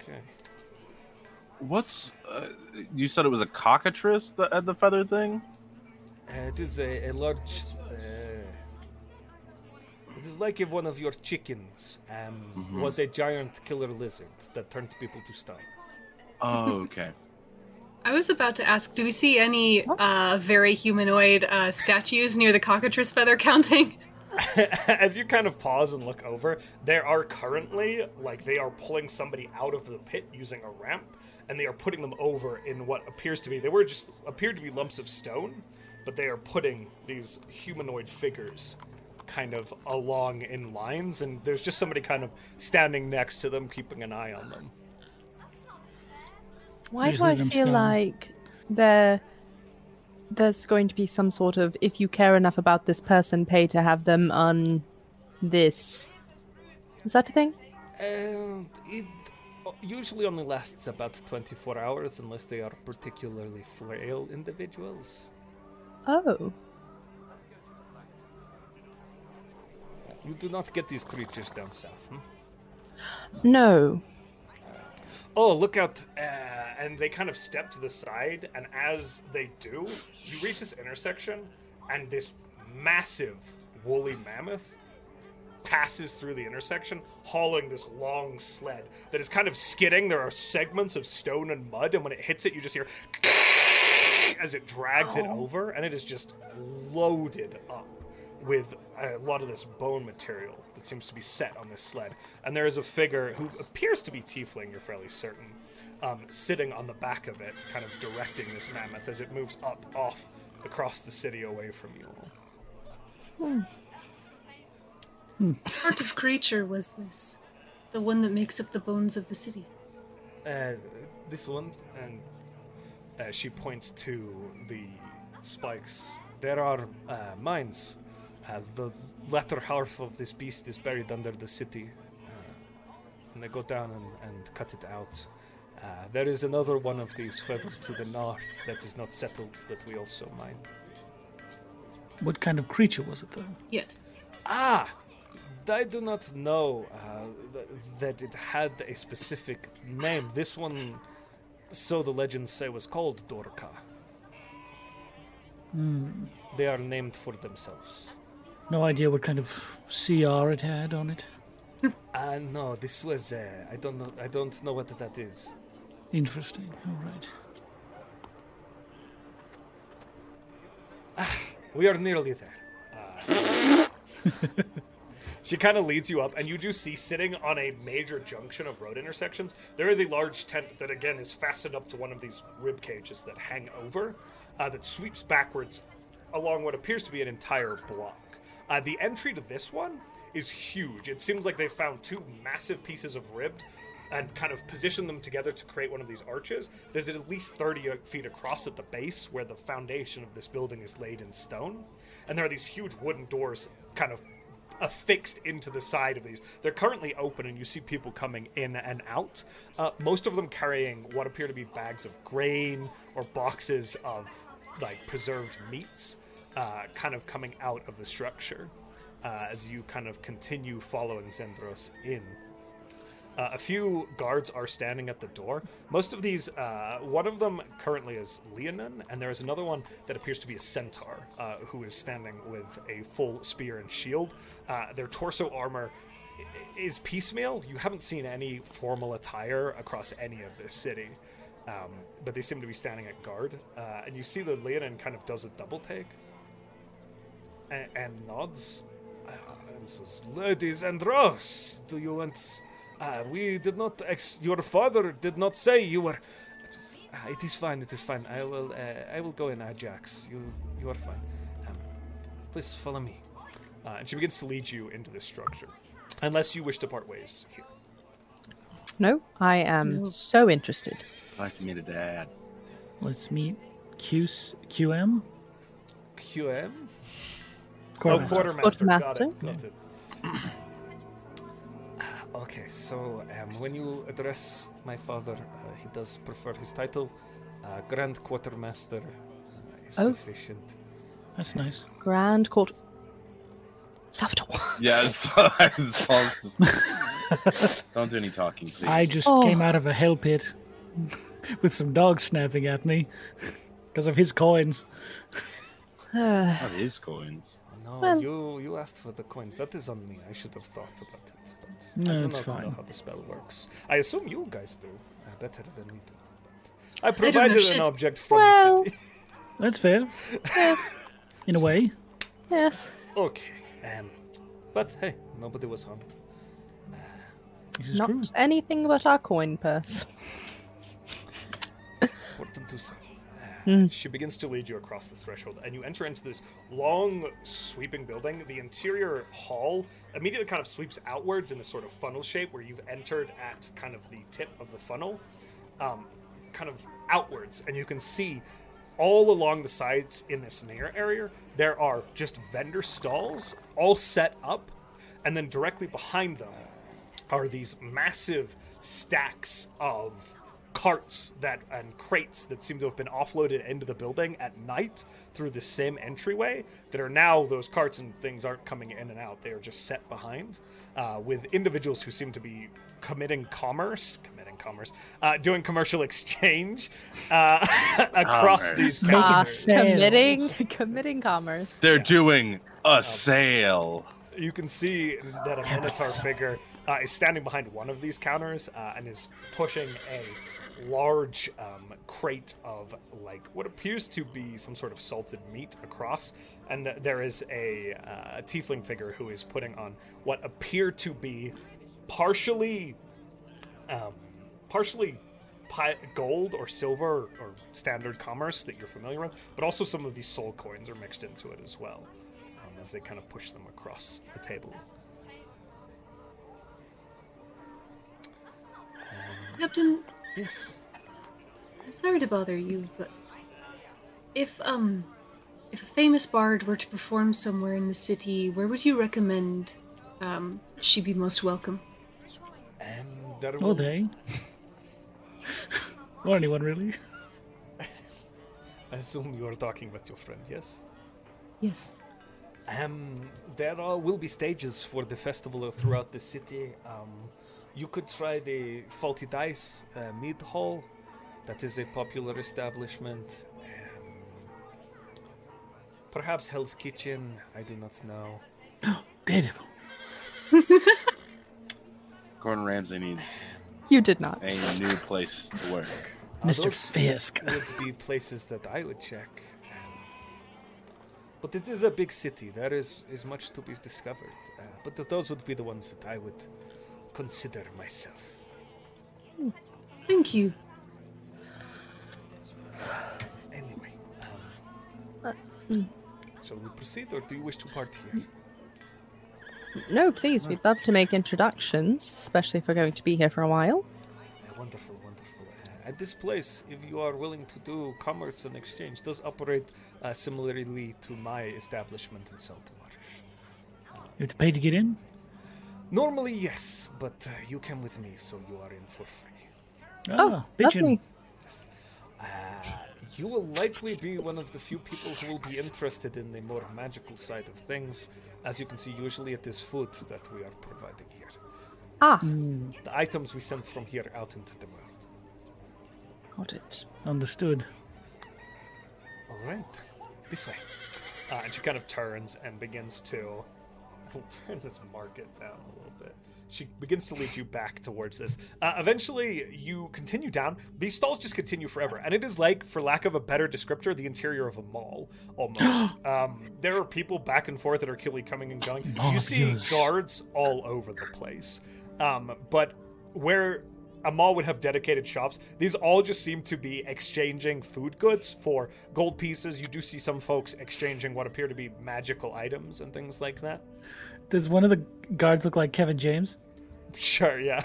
[SPEAKER 1] Okay.
[SPEAKER 3] What's uh, you said it was a cockatrice that had the feather thing?
[SPEAKER 1] Uh, it is a, a large. Uh, it is like if one of your chickens um, was a giant killer lizard that turned people to stone.
[SPEAKER 3] Oh, okay.
[SPEAKER 6] I was about to ask, do we see any uh, very humanoid uh, statues near the cockatrice feather counting?
[SPEAKER 1] As you kind of pause and look over, there are currently, like, they are pulling somebody out of the pit using a ramp, and they are putting them over in what appears to be, they were just, appeared to be lumps of stone, but they are putting these humanoid figures kind of along in lines, and there's just somebody kind of standing next to them, keeping an eye on them.
[SPEAKER 4] Why
[SPEAKER 5] just
[SPEAKER 4] do I
[SPEAKER 5] let 'em
[SPEAKER 4] feel
[SPEAKER 5] stand.
[SPEAKER 4] like there there's going to be some sort of if you care enough about this person, pay to have them on this? Is that a thing?
[SPEAKER 1] Um, it usually only lasts about 24 hours unless they are particularly frail individuals.
[SPEAKER 4] Oh.
[SPEAKER 1] You do not get these creatures down south. Hmm?
[SPEAKER 4] No.
[SPEAKER 1] Oh, look out. Uh, and they kind of step to the side, and as they do, you reach this intersection, and this massive woolly mammoth passes through the intersection, hauling this long sled that is kind of skidding. There are segments of stone and mud, and when it hits it, you just hear as it drags it over, and it is just loaded up with a lot of this bone material that seems to be set on this sled. And there is a figure who appears to be Tiefling, you're fairly certain, um, sitting on the back of it, kind of directing this mammoth as it moves up, off, across the city away from you all.
[SPEAKER 6] What sort of creature was this? The one that makes up the bones of the city.
[SPEAKER 1] Uh, this one, and uh, she points to the spikes. There are uh, mines. Uh, the latter half of this beast is buried under the city. Uh, and they go down and, and cut it out. Uh, there is another one of these further to the north that is not settled that we also mine.
[SPEAKER 5] What kind of creature was it, though?
[SPEAKER 6] Yes.
[SPEAKER 1] Ah! I do not know uh, th- that it had a specific name. This one, so the legends say, was called Dorka. They are named for themselves.
[SPEAKER 5] No idea what kind of CR it had on it.
[SPEAKER 1] Uh, no, this was. Uh, I don't know. I don't know what that is.
[SPEAKER 5] Interesting. All right.
[SPEAKER 1] We are nearly there. Uh, she kind of leads you up, and you do see sitting on a major junction of road intersections, there is a large tent that, again, is fastened up to one of these rib cages that hang over, uh, that sweeps backwards along what appears to be an entire block. Uh, the entry to this one is huge. It seems like they found two massive pieces of ribbed. And kind of positioned them together to create one of these arches. There's at least 30 feet across at the base where the foundation of this building is laid in stone and there are these huge wooden doors kind of affixed into the side of these. They're currently open, and you see people coming in and out. Uh, most of them carrying what appear to be bags of grain or boxes of like preserved meats, uh, kind of coming out of the structure uh, as you kind of continue following Zendros in. Uh, a few guards are standing at the door. Most of these, uh, one of them currently is Leonin, and there is another one that appears to be a centaur uh, who is standing with a full spear and shield. Uh, their torso armor i- i- is piecemeal. You haven't seen any formal attire across any of this city, um, but they seem to be standing at guard. Uh, and you see that Leonin kind of does a double take and, and nods. Uh, and says, Ladies and Ross, do you want. Uh, we did not. Ex- your father did not say you were. Just- ah, It is fine. It is fine. I will. Uh, I will go in Ajax. You. You are fine. Um, please follow me. Uh, and she begins to lead you into this structure, unless you wish to part ways here.
[SPEAKER 4] No, I am so interested.
[SPEAKER 3] Like to meet a dad.
[SPEAKER 5] Let's meet Qs, QM?
[SPEAKER 1] QM. oh,
[SPEAKER 5] Quartermaster.
[SPEAKER 1] quartermaster. Got it.
[SPEAKER 5] Quartermaster.
[SPEAKER 1] Got it. Ah, okay, so um, when you address my father, uh, he does prefer his title. Uh, Grand Quartermaster uh, is
[SPEAKER 4] Oh.
[SPEAKER 1] sufficient.
[SPEAKER 5] That's nice.
[SPEAKER 4] Grand Court. Salvatore.
[SPEAKER 3] Yes. Yeah, Saul's just- don't do any talking, please.
[SPEAKER 5] I just
[SPEAKER 4] Oh.
[SPEAKER 5] came out of a hell pit with some dogs snapping at me because of his coins.
[SPEAKER 4] Uh,
[SPEAKER 3] That is coins.
[SPEAKER 1] No,
[SPEAKER 4] Well-
[SPEAKER 1] you you asked for the coins. That is on me. I should have thought about it. But
[SPEAKER 5] No,
[SPEAKER 1] I do not
[SPEAKER 5] it's
[SPEAKER 1] know
[SPEAKER 5] fine.
[SPEAKER 1] how the spell works. I assume you guys do uh, better than me. Do, but I
[SPEAKER 6] know
[SPEAKER 1] provided an
[SPEAKER 6] shit.
[SPEAKER 1] object from
[SPEAKER 4] Well.
[SPEAKER 1] the city.
[SPEAKER 5] That's fair,
[SPEAKER 4] yes.
[SPEAKER 5] in a way.
[SPEAKER 4] Yes.
[SPEAKER 1] okay. Um, but hey, nobody was harmed.
[SPEAKER 5] This is
[SPEAKER 4] Not
[SPEAKER 5] true.
[SPEAKER 4] anything but our coin purse.
[SPEAKER 1] Important to say. She begins to lead you across the threshold, and you enter into this long, sweeping building. The interior hall immediately kind of sweeps outwards in this sort of funnel shape where you've entered at kind of the tip of the funnel, um, kind of outwards, and you can see all along the sides in this near area there are just vendor stalls all set up, and then directly behind them are these massive stacks of carts that and crates that seem to have been offloaded into the building at night through the same entryway that are now those carts and things aren't coming in and out they are just set behind uh, with individuals who seem to be committing commerce committing commerce uh, doing commercial exchange uh, across
[SPEAKER 3] Commerce.
[SPEAKER 1] these
[SPEAKER 5] Making
[SPEAKER 4] Ah,
[SPEAKER 1] counters.
[SPEAKER 5] sales.
[SPEAKER 4] committing committing commerce.
[SPEAKER 3] They're doing a sale.
[SPEAKER 1] you can see that a minotaur figure uh, is standing behind one of these counters uh, and is pushing a large um, crate of like what appears to be some sort of salted meat across and there is a, uh, a tiefling figure who is putting on what appear to be partially um, partially pi- gold or silver or, or standard commerce that you're familiar with, but also some of these soul coins are mixed into it as well um, as they kind of push them across the table.
[SPEAKER 6] Captain,
[SPEAKER 1] Yes.
[SPEAKER 6] I'm sorry to bother you, but if um if a famous bard were to perform somewhere in the city, where would you recommend um she be most welcome?
[SPEAKER 1] And that
[SPEAKER 5] Oh, they. or anyone really?
[SPEAKER 1] I assume you are talking with your friend, yes?
[SPEAKER 6] Yes.
[SPEAKER 1] Um, there are, will be stages for the festival throughout the city. Um, you could try the Faulty Dice uh, Mead Hall. That is a popular establishment. Um, perhaps Hell's Kitchen. I do not know.
[SPEAKER 5] Daredevil.
[SPEAKER 3] Gordon Ramsay needs
[SPEAKER 4] You did not.
[SPEAKER 3] a new place to work.
[SPEAKER 1] Uh,
[SPEAKER 5] Mr.
[SPEAKER 1] those
[SPEAKER 5] Fisk.
[SPEAKER 1] would be places that I would check. Um, But it is a big city. There is, is much to be discovered. Uh, but th- those would be the ones that I would consider myself.
[SPEAKER 6] Thank you.
[SPEAKER 1] Anyway, um,
[SPEAKER 4] Uh, mm.
[SPEAKER 1] shall we proceed, or do you wish to part here?
[SPEAKER 4] No, please. We'd love to make introductions, especially if we're going to be here for a while.
[SPEAKER 1] Uh, wonderful, wonderful. Uh, at this place, if you are willing to do commerce and exchange, does operate uh, similarly to my establishment in Saltamarsh.
[SPEAKER 5] You have to pay to get in?
[SPEAKER 1] Normally, yes, but uh, you came with me, so you are in for free.
[SPEAKER 5] Ah,
[SPEAKER 4] Oh,
[SPEAKER 5] pigeon.
[SPEAKER 4] lovely.
[SPEAKER 1] You will likely be one of the few people who will be interested in the more magical side of things. As you can see, usually it is food that we are providing here.
[SPEAKER 4] Ah,
[SPEAKER 1] The items we send from here out into the world.
[SPEAKER 4] got it.
[SPEAKER 5] Understood.
[SPEAKER 1] All right, this way. Uh, and she kind of turns and begins to We'll turn this market down a little bit. She begins to lead you back towards this. Uh, eventually, you continue down. These stalls just continue forever, and it is like, for lack of a better descriptor, the interior of a mall almost. um, there are people back and forth that are killy coming and going. You see
[SPEAKER 5] Marvelous.
[SPEAKER 1] guards all over the place, um, but where. A mall would have dedicated shops. These all just seem to be exchanging food goods for gold pieces. You do see some folks exchanging what appear to be magical items and things like that.
[SPEAKER 5] Does one of the guards look like Kevin James?
[SPEAKER 1] Sure, yeah.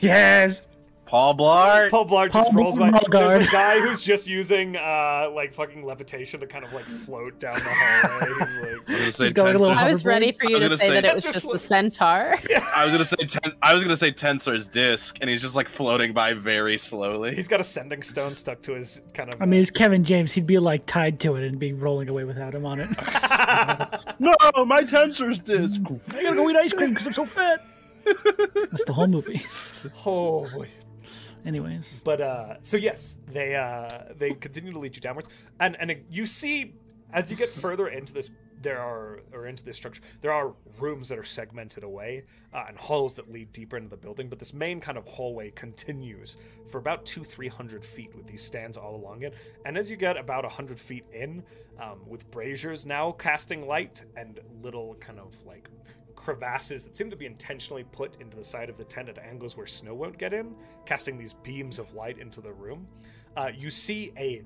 [SPEAKER 5] Yes.
[SPEAKER 3] Paul Blart.
[SPEAKER 1] Paul Blart just
[SPEAKER 5] Paul
[SPEAKER 1] rolls by.
[SPEAKER 5] Blart.
[SPEAKER 1] There's a guy who's just using uh like fucking levitation to kind of like float down the hallway. He's like,
[SPEAKER 3] I was gonna say
[SPEAKER 5] He's got like a
[SPEAKER 3] 10
[SPEAKER 5] little
[SPEAKER 3] cents.
[SPEAKER 4] I was
[SPEAKER 5] Hoverboard?
[SPEAKER 4] ready for
[SPEAKER 3] I
[SPEAKER 4] you
[SPEAKER 3] was
[SPEAKER 4] to
[SPEAKER 3] gonna
[SPEAKER 4] say,
[SPEAKER 3] say-
[SPEAKER 4] that it was
[SPEAKER 1] Just
[SPEAKER 4] just the
[SPEAKER 1] like-
[SPEAKER 4] centaur.
[SPEAKER 3] I was gonna say ten, I was gonna say Tensor's disc, and he's just like floating by very slowly.
[SPEAKER 1] he's got a sending stone stuck to his kind of.
[SPEAKER 5] I mean, it's Kevin James. He'd be like tied to it and be rolling away without him on it.
[SPEAKER 3] No, my Tensor's disc.
[SPEAKER 5] I gotta go eat ice cream because I'm so fat. That's the whole movie.
[SPEAKER 1] oh boy.
[SPEAKER 5] Anyways,
[SPEAKER 1] But uh, so yes, they uh, they continue to lead you downwards, and and you see as you get further into this, there are or into this structure, there are rooms that are segmented away uh, and halls that lead deeper into the building. But this main kind of hallway continues for about two three hundred feet with these stands all along it, and as you get about hundred feet in, um, with braziers now casting light and little kind of like crevasses that seem to be intentionally put into the side of the tent at angles where snow won't get in, casting these beams of light into the room. Uh, you see a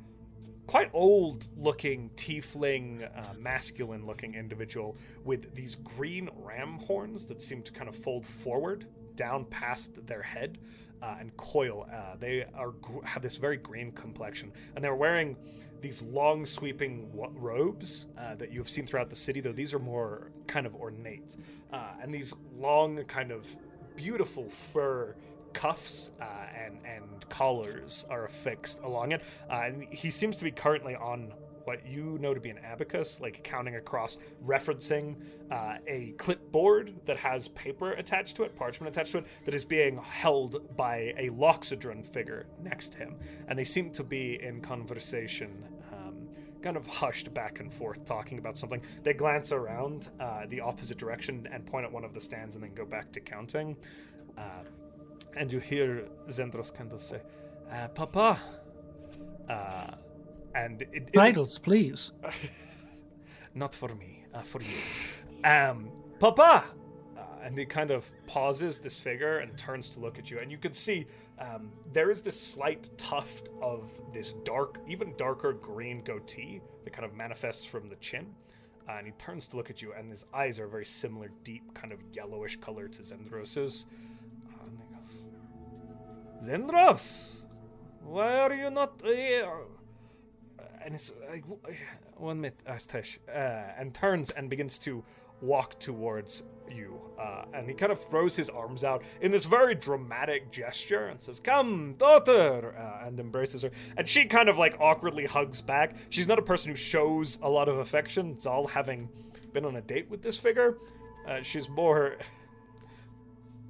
[SPEAKER 1] quite old looking tiefling, uh, masculine looking individual with these green ram horns that seem to kind of fold forward down past their head. Uh, and coil. Uh, they are gr- have this very green complexion, and they're wearing these long sweeping wa- robes uh, that you have seen throughout the city. Though these are more kind of ornate, uh, and these long kind of beautiful fur cuffs uh, and and collars are affixed along it. Uh, and he seems to be currently on what you know to be an abacus, like counting across, referencing uh, a clipboard that has paper attached to it, parchment attached to it, that is being held by a loxodron figure next to him. And they seem to be in conversation. Um, Kind of hushed back and forth, talking about something. They glance around uh, the opposite direction and point at one of the stands, and then go back to counting. Uh, and you hear Zendros kind of say, uh, "Papa," uh, and it isn't-
[SPEAKER 5] Titles, please.
[SPEAKER 1] not for me, uh, for you, um, Papa. Uh, and he kind of pauses this figure and turns to look at you, and you can see um, there is this slight tuft of this dark, even darker green goatee that kind of manifests from the chin. Uh, and he turns to look at you, and his eyes are a very similar, deep, kind of yellowish color to Zendros's. Uh, and he goes, Zendros, why are you not here? Uh, And it's like, w- one minute, Astesh, uh, and turns and begins to walk towards you. Uh, and he kind of throws his arms out in this very dramatic gesture and says, Come, daughter, uh, and embraces her. And she kind of like awkwardly hugs back. She's not a person who shows a lot of affection. Zal, having been on a date with this figure, uh, she's more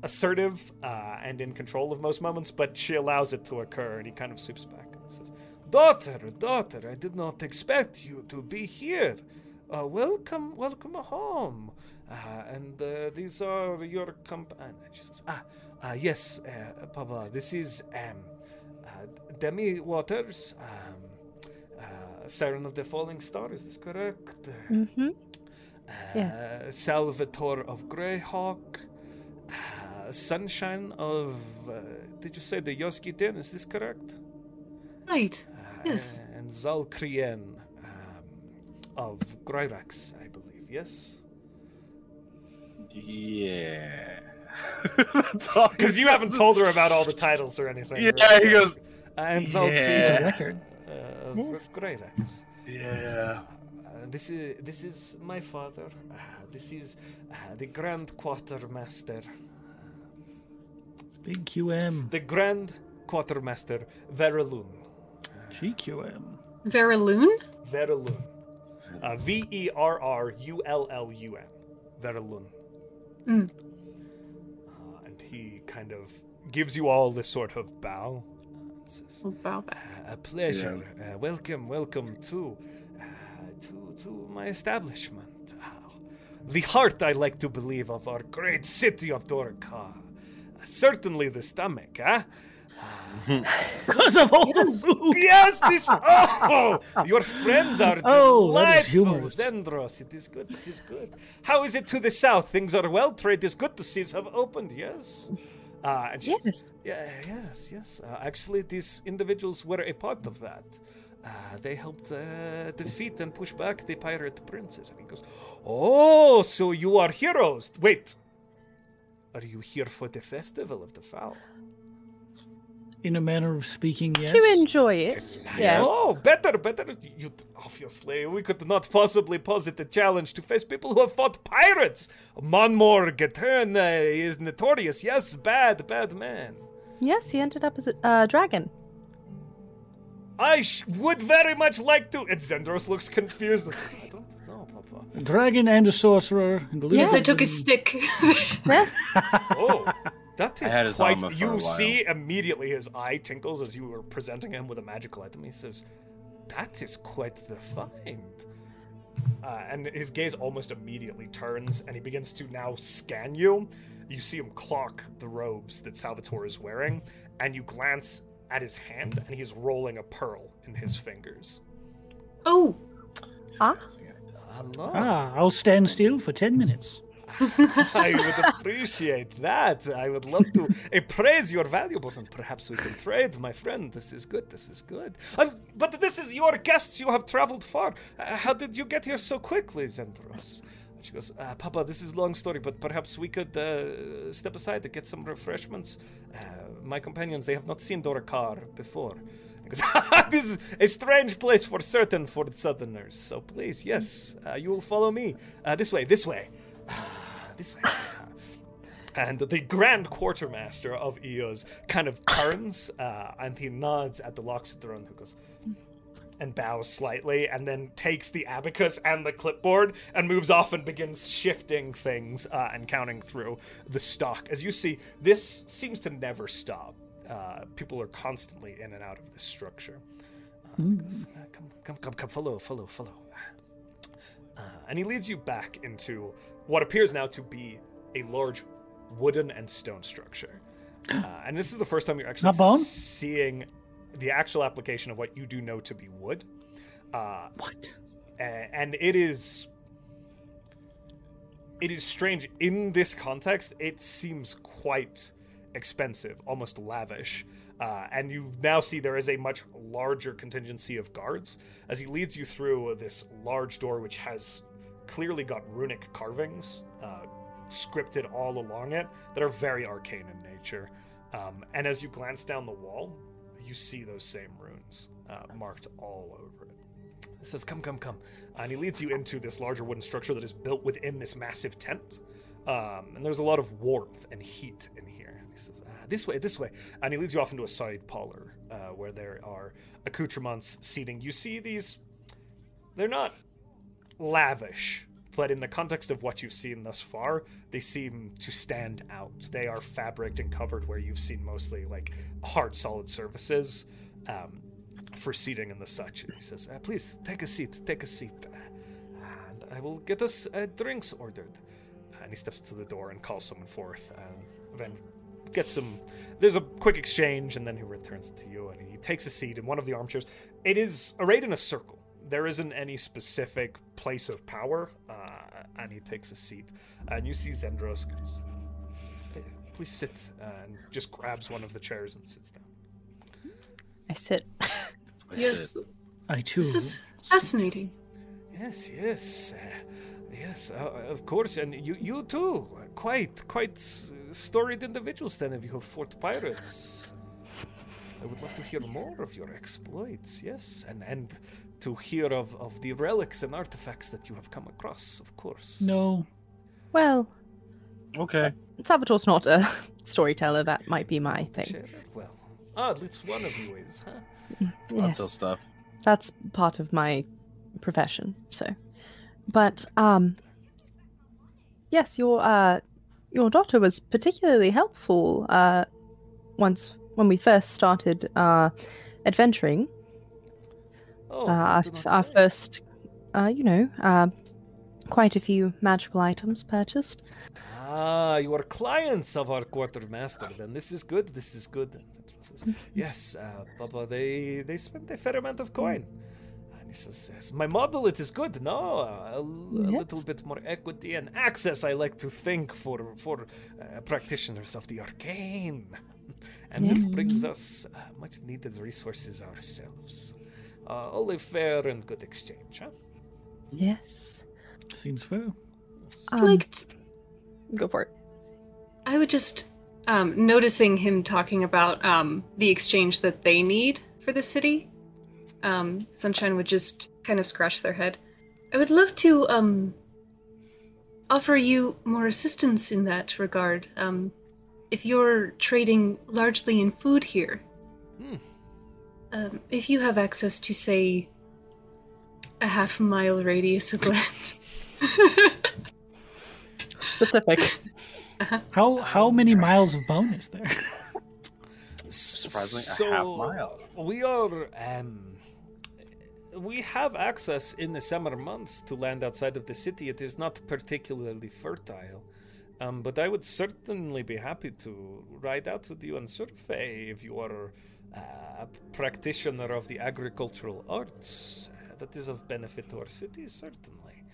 [SPEAKER 1] assertive uh, and in control of most moments, but she allows it to occur, and he kind of swoops back and says, "Daughter, daughter, I did not expect you to be here. Uh, welcome, welcome home. Uh, and uh, these are your comp." And she says, "Ah, uh, yes, uh, Papa. This is um, uh, Demi Waters, um, uh, Siren of the Falling Star. Is this correct?"
[SPEAKER 4] Mm-hmm.
[SPEAKER 1] Uh,
[SPEAKER 4] Yeah.
[SPEAKER 1] Salvatore of Greyhawk. Uh, Sunshine of. Uh, did you say the Yoski Den? Is this correct?
[SPEAKER 6] Right.
[SPEAKER 1] Uh,
[SPEAKER 6] Yes.
[SPEAKER 1] And Zalkrien um, of Gryrax, I believe. Yes?
[SPEAKER 3] Yeah. That's all he
[SPEAKER 1] Because you
[SPEAKER 3] says
[SPEAKER 1] haven't
[SPEAKER 3] is-
[SPEAKER 1] told her about all the titles or anything.
[SPEAKER 3] Yeah,
[SPEAKER 1] right?
[SPEAKER 3] he goes,
[SPEAKER 1] Uh, and
[SPEAKER 3] Yeah.
[SPEAKER 1] Zalkrien
[SPEAKER 5] It's a record.
[SPEAKER 1] uh, of
[SPEAKER 5] Yes.
[SPEAKER 1] Gryrax.
[SPEAKER 3] Yeah.
[SPEAKER 1] Uh, this is this is my father. Uh, this is uh, the Grand Quartermaster.
[SPEAKER 5] It's big QM.
[SPEAKER 1] The Grand Quartermaster Veraloon.
[SPEAKER 5] GQM.
[SPEAKER 6] Veraloon?
[SPEAKER 1] Verulun. Uh, v E R R U L L U N. Verulun.
[SPEAKER 6] Mm.
[SPEAKER 1] Uh, and he kind of gives you all this sort of bow. and says,
[SPEAKER 6] Oh, wow.
[SPEAKER 1] "Uh, a pleasure. Uh, welcome, welcome to, uh, to to my establishment. Uh, the heart, I like to believe, of our great city of Dorka. Uh, certainly the stomach, huh?
[SPEAKER 5] Because of all the food.
[SPEAKER 1] Yes, this. Oh, your friends are
[SPEAKER 5] Oh, that
[SPEAKER 1] delightful,
[SPEAKER 5] is humorous.
[SPEAKER 1] Zendros. It is good. It is good. How is it to the south? Things are well. Trade is good. The seas have opened. Yes. Uh, and she-
[SPEAKER 4] Yes.
[SPEAKER 1] yeah, yes, yes. Uh, actually, these individuals were a part of that. Uh, they helped uh, defeat and push back the pirate princes. And he goes, "Oh, so you are heroes? Wait, are you here for the festival of the fowl?"
[SPEAKER 5] In a manner of speaking, yes.
[SPEAKER 4] To enjoy it. Yeah.
[SPEAKER 1] Oh, better, better. You obviously we could not possibly posit a challenge to face people who have fought pirates. Monmor Gatern uh, is notorious. Yes, bad, bad man.
[SPEAKER 4] Yes, he ended up as a uh, dragon.
[SPEAKER 1] I sh- would very much like to. And Zendros looks confused. It's like, I don't know, Papa.
[SPEAKER 5] A dragon and a sorcerer. And believe
[SPEAKER 6] Yes,
[SPEAKER 5] it
[SPEAKER 6] I took a
[SPEAKER 5] was in-
[SPEAKER 6] stick.
[SPEAKER 4] Yes.
[SPEAKER 1] Oh, that
[SPEAKER 3] I had
[SPEAKER 1] is
[SPEAKER 3] his
[SPEAKER 1] quite.
[SPEAKER 3] armor for a
[SPEAKER 1] You
[SPEAKER 3] while.
[SPEAKER 1] see immediately his eye tinkles as you were presenting him with a magical item. He says, "That is quite the find." Uh, and his gaze almost immediately turns, and he begins to now scan you. You see him clock the robes that Salvatore is wearing, and you glance at his hand, and he's rolling a pearl in his fingers.
[SPEAKER 6] oh,
[SPEAKER 4] Ah.
[SPEAKER 1] Hello.
[SPEAKER 5] Ah, I'll stand still for 10 minutes.
[SPEAKER 1] I would appreciate that. I would love to appraise your valuables, and perhaps we can trade, my friend. This is good. This is good. Uh, but this is your guests. You have traveled far. Uh, how did you get here so quickly, Zendros? And She goes, uh, Papa, this is long story, but perhaps we could uh, step aside to get some refreshments. Uh, my companions, they have not seen Dorakar before. He goes, this is a strange place for certain for the southerners. So please, yes, uh, you will follow me. Uh, this way, this way. Ah, this way. And the Grand Quartermaster of Eos kind of turns uh, and he nods at the Loxodron who goes and bows slightly and then takes the abacus and the clipboard and moves off and begins shifting things uh, and counting through the stock. As you see, this seems to never stop. Uh, people are constantly in and out of this structure. Uh, he goes, "Uh, come, come, come, come, follow, follow, follow. Uh, and he leads you back into what appears now to be a large wooden and stone structure. Uh, and this is the first time you're actually
[SPEAKER 5] Not bone?
[SPEAKER 1] seeing the actual application of what you do know to be wood. Uh,
[SPEAKER 5] What?
[SPEAKER 1] a- and it is it is strange in this context it seems quite expensive almost lavish uh, and you now see there is a much larger contingency of guards as he leads you through this large door which has clearly got runic carvings uh, scripted all along it that are very arcane in nature um, and as you glance down the wall you see those same runes uh, marked all over it it says, "Come, come, come," and he leads you into this larger wooden structure that is built within this massive tent. Um, and there's a lot of warmth and heat in here. And he says, ah, "This way, this way," and he leads you off into a side parlor uh, where there are accoutrements, seating. You see these; they're not lavish, but in the context of what you've seen thus far, they seem to stand out. They are fabricked and covered where you've seen mostly like hard, solid surfaces. Um, for seating and the such. And he says, uh, "Please take a seat. Take a seat, uh, and I will get us uh, drinks ordered." And he steps to the door and calls someone forth. And then gets some. There's a quick exchange, and then he returns to you, and he takes a seat in one of the armchairs. It is arrayed in a circle. There isn't any specific place of power, uh, and he takes a seat. And you see Zendros goes, "Hey, "Please sit," and just grabs one of the chairs and sits down.
[SPEAKER 4] I sit.
[SPEAKER 3] I
[SPEAKER 6] Yes,
[SPEAKER 3] said,
[SPEAKER 5] I too.
[SPEAKER 6] this is fascinating.
[SPEAKER 1] Yes, yes, uh, yes, uh, of course, and you, you too. Quite, quite s- storied individuals, then, of you Fort Pirates. I would love to hear more of your exploits, yes, and and to hear of, of the relics and artifacts that you have come across, of course.
[SPEAKER 5] No.
[SPEAKER 4] Well,
[SPEAKER 3] Okay.
[SPEAKER 4] Salvatore's not a storyteller. That might be my thing.
[SPEAKER 1] Sure, Well, ah, it's one of you is, huh?
[SPEAKER 3] I'll
[SPEAKER 4] Yes.
[SPEAKER 3] tell stuff.
[SPEAKER 4] that's part of my profession so but um yes your uh your daughter was particularly helpful uh once when we first started uh adventuring
[SPEAKER 1] Oh,
[SPEAKER 4] uh, our,
[SPEAKER 1] you do not
[SPEAKER 4] our
[SPEAKER 1] say.
[SPEAKER 4] first uh you know uh quite a few magical items purchased
[SPEAKER 1] Ah, you are clients of our quartermaster. Then this is good. This is good. And Zendros says, yes, uh, Papa. They they spent a fair amount of coin. And he says, yes, my model. It is good. No, a, l- a
[SPEAKER 4] Yes.
[SPEAKER 1] little bit more equity and access. I like to think for for uh, practitioners of the arcane, and it brings us uh, much needed resources ourselves. Uh, all a fair and good exchange, huh?
[SPEAKER 6] Mm-hmm.
[SPEAKER 4] yes
[SPEAKER 5] Seems fair.
[SPEAKER 4] um,
[SPEAKER 6] like t-
[SPEAKER 4] go for it
[SPEAKER 6] I would just um, noticing him talking about um, the exchange that they need for the city. Um, Sunshine would just kind of scratch their head. I would love to um, offer you more assistance in that regard. Um, if you're trading largely in food here,
[SPEAKER 1] Hmm.
[SPEAKER 6] um, if you have access to, say, a half mile radius of land.
[SPEAKER 4] specific
[SPEAKER 5] How how
[SPEAKER 4] Um,
[SPEAKER 5] many miles of bone is there?
[SPEAKER 3] Surprisingly, a half mile.
[SPEAKER 1] We are um, we have access in the summer months to land outside of the city. It is not particularly fertile, um, but I would certainly be happy to ride out with you and survey if you are uh, a practitioner of the agricultural arts. Uh, that is of benefit to our city, certainly.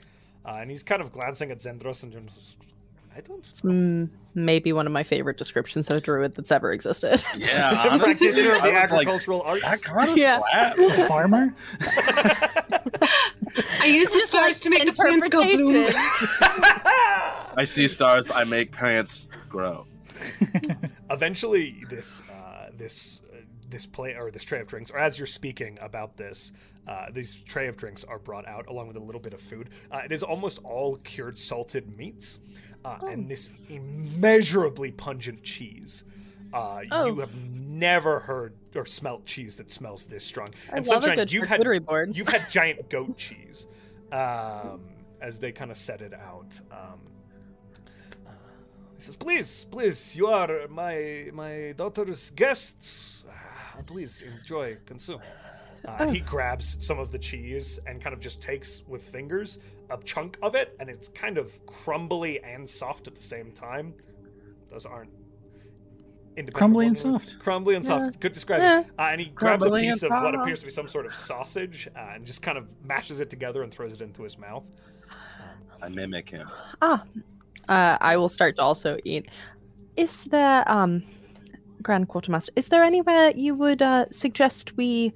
[SPEAKER 1] Uh, and he's kind of glancing at Zendros and Jonas. I don't.
[SPEAKER 4] mm, maybe one of my favorite descriptions of a druid that's ever existed
[SPEAKER 3] Yeah,
[SPEAKER 1] The
[SPEAKER 3] honestly,
[SPEAKER 1] practitioner of
[SPEAKER 3] I
[SPEAKER 1] the
[SPEAKER 3] was like,
[SPEAKER 1] agricultural
[SPEAKER 3] that
[SPEAKER 1] arts.
[SPEAKER 3] kind of
[SPEAKER 4] Yeah.
[SPEAKER 3] slaps.
[SPEAKER 5] A farmer?
[SPEAKER 6] I use the stars to make the plants go bloom.
[SPEAKER 3] I see stars. I make plants grow.
[SPEAKER 1] eventually this uh, this uh, this play or this tray of drinks or as you're speaking about this uh, these tray of drinks are brought out along with a little bit of food uh, it is almost all cured salted meats uh,
[SPEAKER 4] Oh.
[SPEAKER 1] and this immeasurably pungent cheese. Uh,
[SPEAKER 4] Oh.
[SPEAKER 1] You have never heard or smelt cheese that smells this strong.
[SPEAKER 4] I
[SPEAKER 1] And
[SPEAKER 4] love a
[SPEAKER 1] Sunshine,
[SPEAKER 4] good
[SPEAKER 1] you've had
[SPEAKER 4] charcuterie board.
[SPEAKER 1] you've had giant goat cheese um, as they kind of set it out. Um, uh, he says, "Please, please, you are my my daughter's guests. Ah, Please enjoy, consume." Uh, and
[SPEAKER 4] Oh.
[SPEAKER 1] He grabs some of the cheese and kind of just takes with fingers a chunk of it, and it's kind of crumbly and soft at the same time. Those aren't independent
[SPEAKER 5] Crumbly and
[SPEAKER 1] formula.
[SPEAKER 5] soft.
[SPEAKER 1] Crumbly and soft.
[SPEAKER 4] Yeah.
[SPEAKER 1] Good description.
[SPEAKER 4] Yeah.
[SPEAKER 1] Uh, and he grabs a
[SPEAKER 5] Crumbly
[SPEAKER 1] piece of
[SPEAKER 5] and
[SPEAKER 1] what
[SPEAKER 5] soft.
[SPEAKER 1] appears to be some sort of sausage uh, and just kind of mashes it together and throws it into his mouth.
[SPEAKER 3] I mimic him.
[SPEAKER 4] Ah, uh, I will start to also eat. Is there, um, Grand Quartermaster, is there anywhere you would uh, suggest we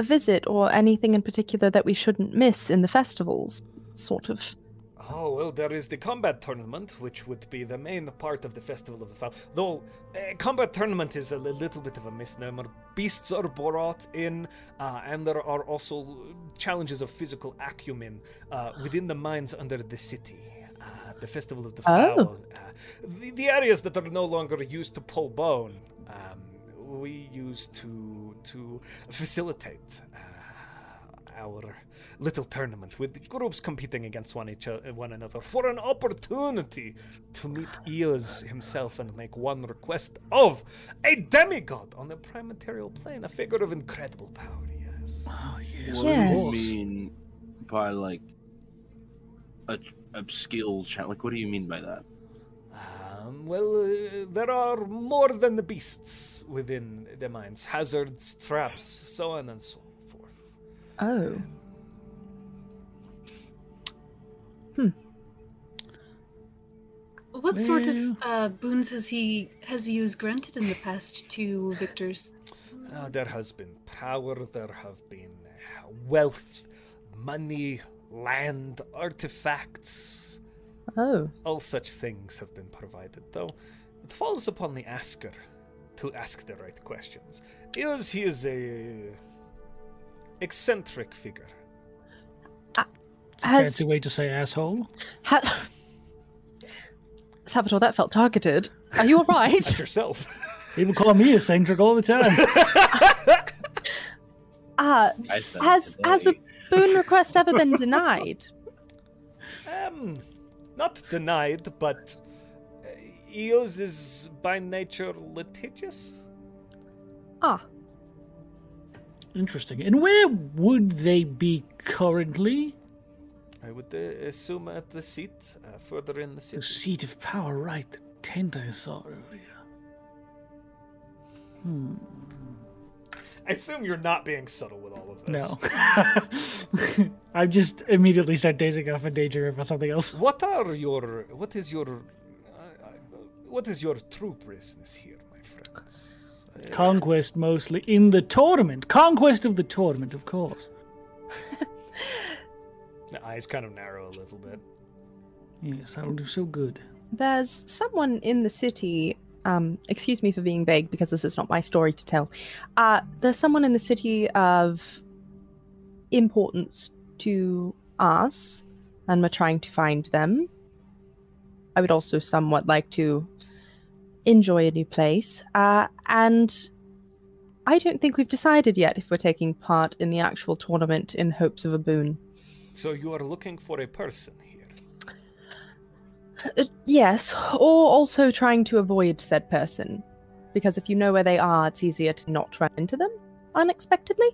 [SPEAKER 4] visit or anything in particular that we shouldn't miss in the festivals? Sort of.
[SPEAKER 1] Oh, well, there is the combat tournament, which would be the main part of the Festival of the Fowl. Though, uh, combat tournament is a li- little bit of a misnomer. Beasts are brought in, uh, and there are also challenges of physical acumen uh, within the mines under the city. Uh, the Festival of the
[SPEAKER 4] Oh.
[SPEAKER 1] Fowl. Uh, the, the areas that are no longer used to pull bone, um, we use to, to facilitate. Uh, our little tournament with the groups competing against one each o- one another for an opportunity to meet Eos himself and make one request of a demigod on the primaterial plane, a figure of incredible power. Yes.
[SPEAKER 5] Oh, yes.
[SPEAKER 3] What
[SPEAKER 4] Yes.
[SPEAKER 3] do you mean by like a, a skill challenge? Like, what do you mean by that?
[SPEAKER 1] Um, well, uh, there are more than the beasts within the mines, hazards, traps, so on and so forth.
[SPEAKER 4] Oh.
[SPEAKER 6] What sort of
[SPEAKER 5] Well.
[SPEAKER 6] uh, boons has he has he used granted in the past to victors?
[SPEAKER 1] Uh, there has been power, there have been uh, wealth, money, land, artifacts.
[SPEAKER 4] Oh.
[SPEAKER 1] All such things have been provided, though it falls upon the asker to ask the right questions. Is he is a eccentric figure?
[SPEAKER 5] It's a
[SPEAKER 4] Has-
[SPEAKER 5] fancy way to say asshole.
[SPEAKER 4] Ha- Salvatore, that felt targeted. Are you
[SPEAKER 1] At
[SPEAKER 4] alright?
[SPEAKER 1] yourself.
[SPEAKER 5] People call me eccentric all the time.
[SPEAKER 4] uh,
[SPEAKER 3] I said
[SPEAKER 4] has,
[SPEAKER 3] today.
[SPEAKER 4] has a boon request ever been denied?
[SPEAKER 1] um, not denied, but uh, Eos is by nature litigious.
[SPEAKER 4] Ah,
[SPEAKER 5] Interesting. And where would they be currently?
[SPEAKER 1] I would uh, assume at the seat, uh, further in the
[SPEAKER 5] The
[SPEAKER 1] city.
[SPEAKER 5] seat of power, right? The tent I saw earlier.
[SPEAKER 1] I assume you're not being subtle with all of this.
[SPEAKER 5] No. I just immediately start dazing off and daydreaming about something else.
[SPEAKER 1] What are your? What is your? Uh, uh, what is your true business here, my friends? Uh,
[SPEAKER 5] Conquest mostly in the tournament. Conquest of the tournament, of course.
[SPEAKER 1] The eyes kind of narrow a little bit.
[SPEAKER 5] Yes, that'll do so good.
[SPEAKER 4] There's someone in the city. Um, excuse me for being vague because this is not my story to tell. Uh, there's someone in the city of importance to us, and we're trying to find them. I would also somewhat like to enjoy a new place. Uh, and I don't think we've decided yet if we're taking part in the actual tournament in hopes of a boon.
[SPEAKER 1] So you are looking for a person here.
[SPEAKER 4] Uh, yes, or also trying to avoid said person. Because if you know where they are, it's easier to not run into them unexpectedly.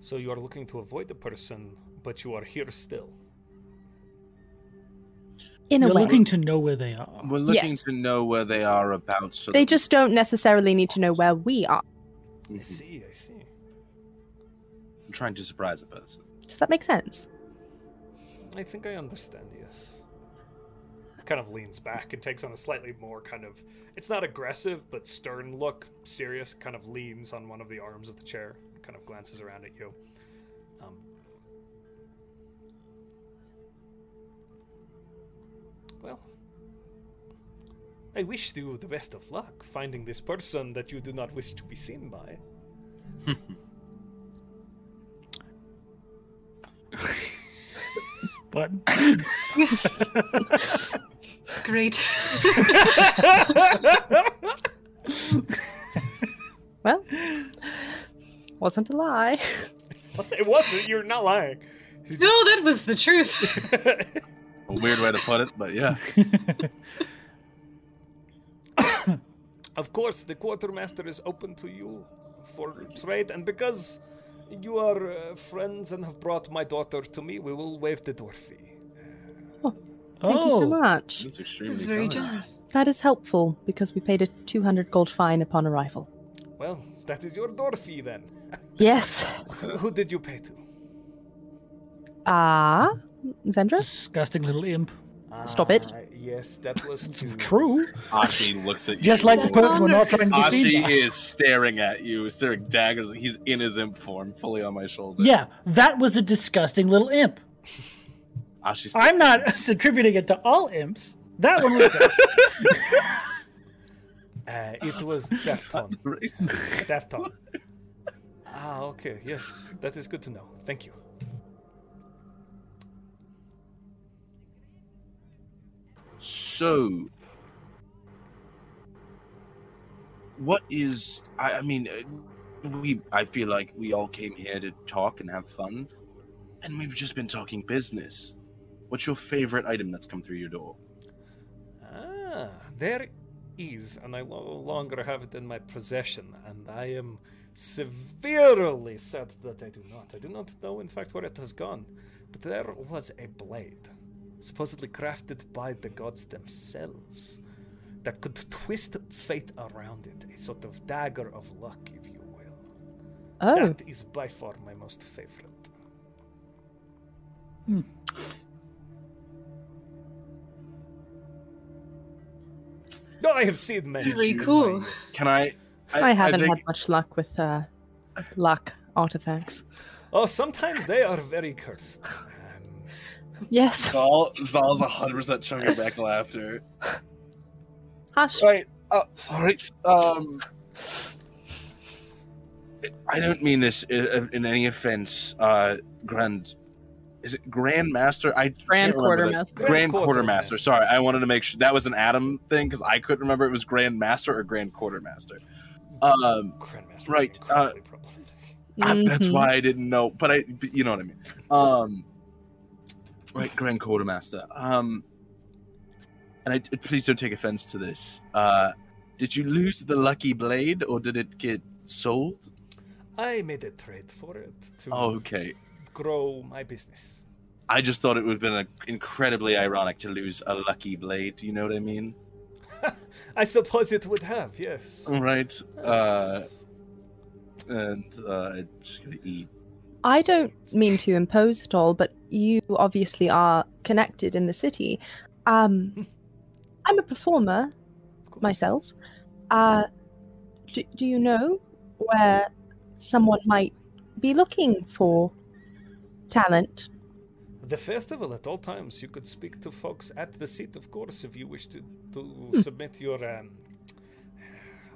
[SPEAKER 1] So you are looking to avoid the person, but you are here still.
[SPEAKER 4] In
[SPEAKER 5] You're
[SPEAKER 4] a way.
[SPEAKER 5] looking to know where they are.
[SPEAKER 3] We're looking
[SPEAKER 4] Yes.
[SPEAKER 3] to know where they are about. So
[SPEAKER 4] They
[SPEAKER 3] that-
[SPEAKER 4] just don't necessarily need to know where we are.
[SPEAKER 1] I
[SPEAKER 3] Mhm.
[SPEAKER 1] see. I see.
[SPEAKER 3] I'm trying to surprise a person.
[SPEAKER 4] Does that make sense?
[SPEAKER 1] I think I understand. Yes. Kind of leans back and takes on a slightly more kind of it's not aggressive but stern look, serious. Kind of leans on one of the arms of the chair, kind of glances around at you. Um, well, I wish you the best of luck finding this person that you do not wish to be seen by.
[SPEAKER 5] button.
[SPEAKER 6] Great.
[SPEAKER 4] Well, wasn't a lie.
[SPEAKER 1] it wasn't. You're not lying.
[SPEAKER 6] no, that was the truth.
[SPEAKER 3] A weird way to put it, but yeah.
[SPEAKER 1] Of course, the quartermaster is open to you for trade, and because you are uh, friends and have brought my daughter to me, we will waive the door fee.
[SPEAKER 4] Thank you so
[SPEAKER 5] oh,
[SPEAKER 4] much.
[SPEAKER 3] It's
[SPEAKER 6] It
[SPEAKER 3] extremely
[SPEAKER 6] was very
[SPEAKER 3] kind.
[SPEAKER 6] generous.
[SPEAKER 4] That is helpful because we paid a 200 gold fine upon arrival.
[SPEAKER 1] Well, that is your door fee then.
[SPEAKER 4] Yes.
[SPEAKER 1] Who who did you pay to?
[SPEAKER 4] Ah, Zendra?
[SPEAKER 5] disgusting little imp.
[SPEAKER 4] Stop it.
[SPEAKER 1] Ah, yes, that was to-
[SPEAKER 5] True.
[SPEAKER 3] Ashi looks at you.
[SPEAKER 5] Just like the person we're not trying to see.
[SPEAKER 3] Ashi is staring at you, staring daggers. He's in his imp form, fully on my shoulder.
[SPEAKER 5] Yeah, that was a disgusting little imp.
[SPEAKER 3] Ashi's
[SPEAKER 5] I'm not attributing it to all imps. That one was
[SPEAKER 1] Uh, it was Defton.
[SPEAKER 3] Race.
[SPEAKER 1] Defton. Ah, okay. Yes, that is good to know. Thank you.
[SPEAKER 3] So, what is? I, I mean, uh, we. I feel like we all came here to talk and have fun, and we've just been talking business. What's your favorite item that's come through your door?
[SPEAKER 1] Ah, there is, and I no longer have it in my possession, and I am severely sad that I do not. I do not know, in fact, where it has gone, but there was a blade, supposedly crafted by the gods themselves, that could twist fate around it, a sort of dagger of luck, if you will.
[SPEAKER 4] Oh,
[SPEAKER 1] That is by far my most favorite.
[SPEAKER 4] Hmm.
[SPEAKER 1] No, I have seen many.
[SPEAKER 6] Really cool.
[SPEAKER 3] Can I?
[SPEAKER 4] I, haven't
[SPEAKER 3] think,
[SPEAKER 4] had much luck with uh, luck artifacts.
[SPEAKER 1] Oh, sometimes they are very cursed. Um,
[SPEAKER 4] Yes.
[SPEAKER 3] Zal, Zal's 100% chugging back laughter.
[SPEAKER 4] Hush.
[SPEAKER 3] Right. Oh, sorry. Um, I don't mean this in, in any offense. Uh, grand, is it Grand Master? I can't
[SPEAKER 4] Grand
[SPEAKER 3] remember the-
[SPEAKER 4] Quartermaster.
[SPEAKER 3] Grand
[SPEAKER 1] Grand Quartermaster.
[SPEAKER 3] Quartermaster. Sorry, I wanted to make sure that was an Adam thing because I couldn't remember it was Grand Master or Grand Quartermaster. Um,
[SPEAKER 1] Grandmaster.
[SPEAKER 3] Right, uh,
[SPEAKER 1] incredibly problematic.
[SPEAKER 3] I- that's
[SPEAKER 4] Mhm.
[SPEAKER 3] why I didn't know. But I, but you know what I mean. Um, right, Grand Quartermaster. Um, and I please don't take offense to this. Uh, did you lose the lucky blade, or did it get sold?
[SPEAKER 1] I made a trade for it to
[SPEAKER 3] Oh, okay.
[SPEAKER 1] grow my business.
[SPEAKER 3] I just thought it would have been uh incredibly ironic to lose a lucky blade. You know what I mean?
[SPEAKER 1] I suppose it would have, yes.
[SPEAKER 3] All right.
[SPEAKER 1] Yes,
[SPEAKER 3] Uh,
[SPEAKER 1] yes.
[SPEAKER 3] and uh, I'm just gonna eat.
[SPEAKER 4] I don't mean to impose at all, but you obviously are connected in the city. Um, I'm a performer
[SPEAKER 1] Of course.
[SPEAKER 4] myself. Uh, do, do you know where someone might be looking for talent?
[SPEAKER 1] The festival at all times. You could speak to folks at the seat, of course, if you wish to, to submit your um,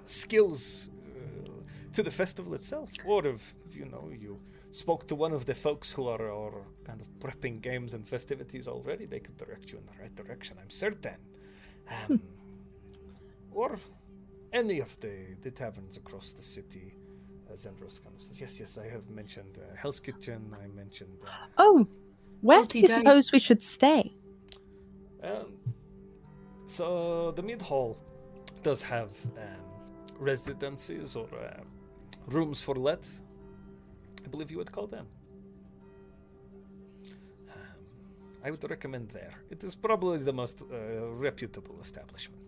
[SPEAKER 1] skills uh, to the festival itself. Or if, if, you know, you spoke to one of the folks who are, are kind of prepping games and festivities already, they could direct you in the right direction, I'm certain. Um, or any of the, the taverns across the city. Uh, Zendros kind of says, yes, yes, I have mentioned uh, Hell's Kitchen, I mentioned. Uh,
[SPEAKER 4] Oh, where do you
[SPEAKER 6] Multi-dice.
[SPEAKER 4] suppose we should stay?
[SPEAKER 1] Um, so the mid hall does have um, residences or uh, rooms for let. I believe you would call them. Um, I would recommend there. It is probably the most uh, reputable establishment.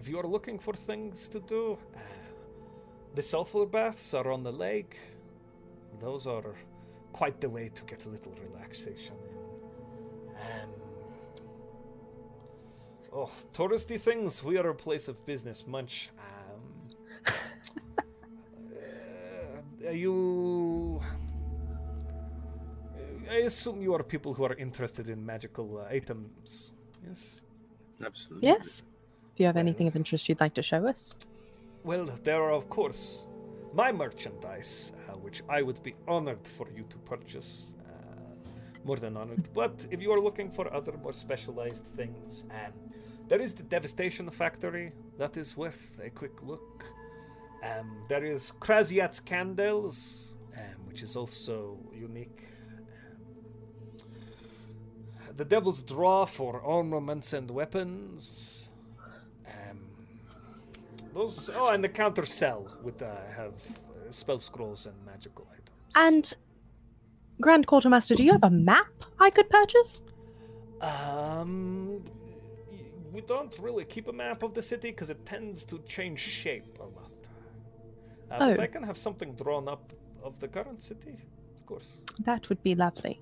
[SPEAKER 1] If you are looking for things to do, uh, the sulfur baths are on the lake. Those are quite the way to get a little relaxation in. Um, oh, touristy things. We are a place of business, Munch. Um, uh, are you. I assume you are people who are interested in magical uh, items. Yes?
[SPEAKER 3] Absolutely.
[SPEAKER 4] Yes. If you have anything of interest you'd like to show us.
[SPEAKER 1] Well, there are, of course, my merchandise. uh, which I would be honored for you to purchase. Uh, more than honored. But if you are looking for other more specialized things, um, there is the Devastation Factory. That is worth a quick look. Um, there is Krasiat's Candles, um, which is also unique. Um, the Devil's Draw for ornaments and weapons. Um, those. Oh, and the Counter Cell with uh, have uh, spell scrolls and magical items.
[SPEAKER 4] And Grand Quartermaster, do you have a map I could purchase?
[SPEAKER 1] Um, y- we don't really keep a map of the city because it tends to change shape a lot. Uh, But
[SPEAKER 4] Oh.
[SPEAKER 1] I can have something drawn up of the current city, of course.
[SPEAKER 4] That would be lovely.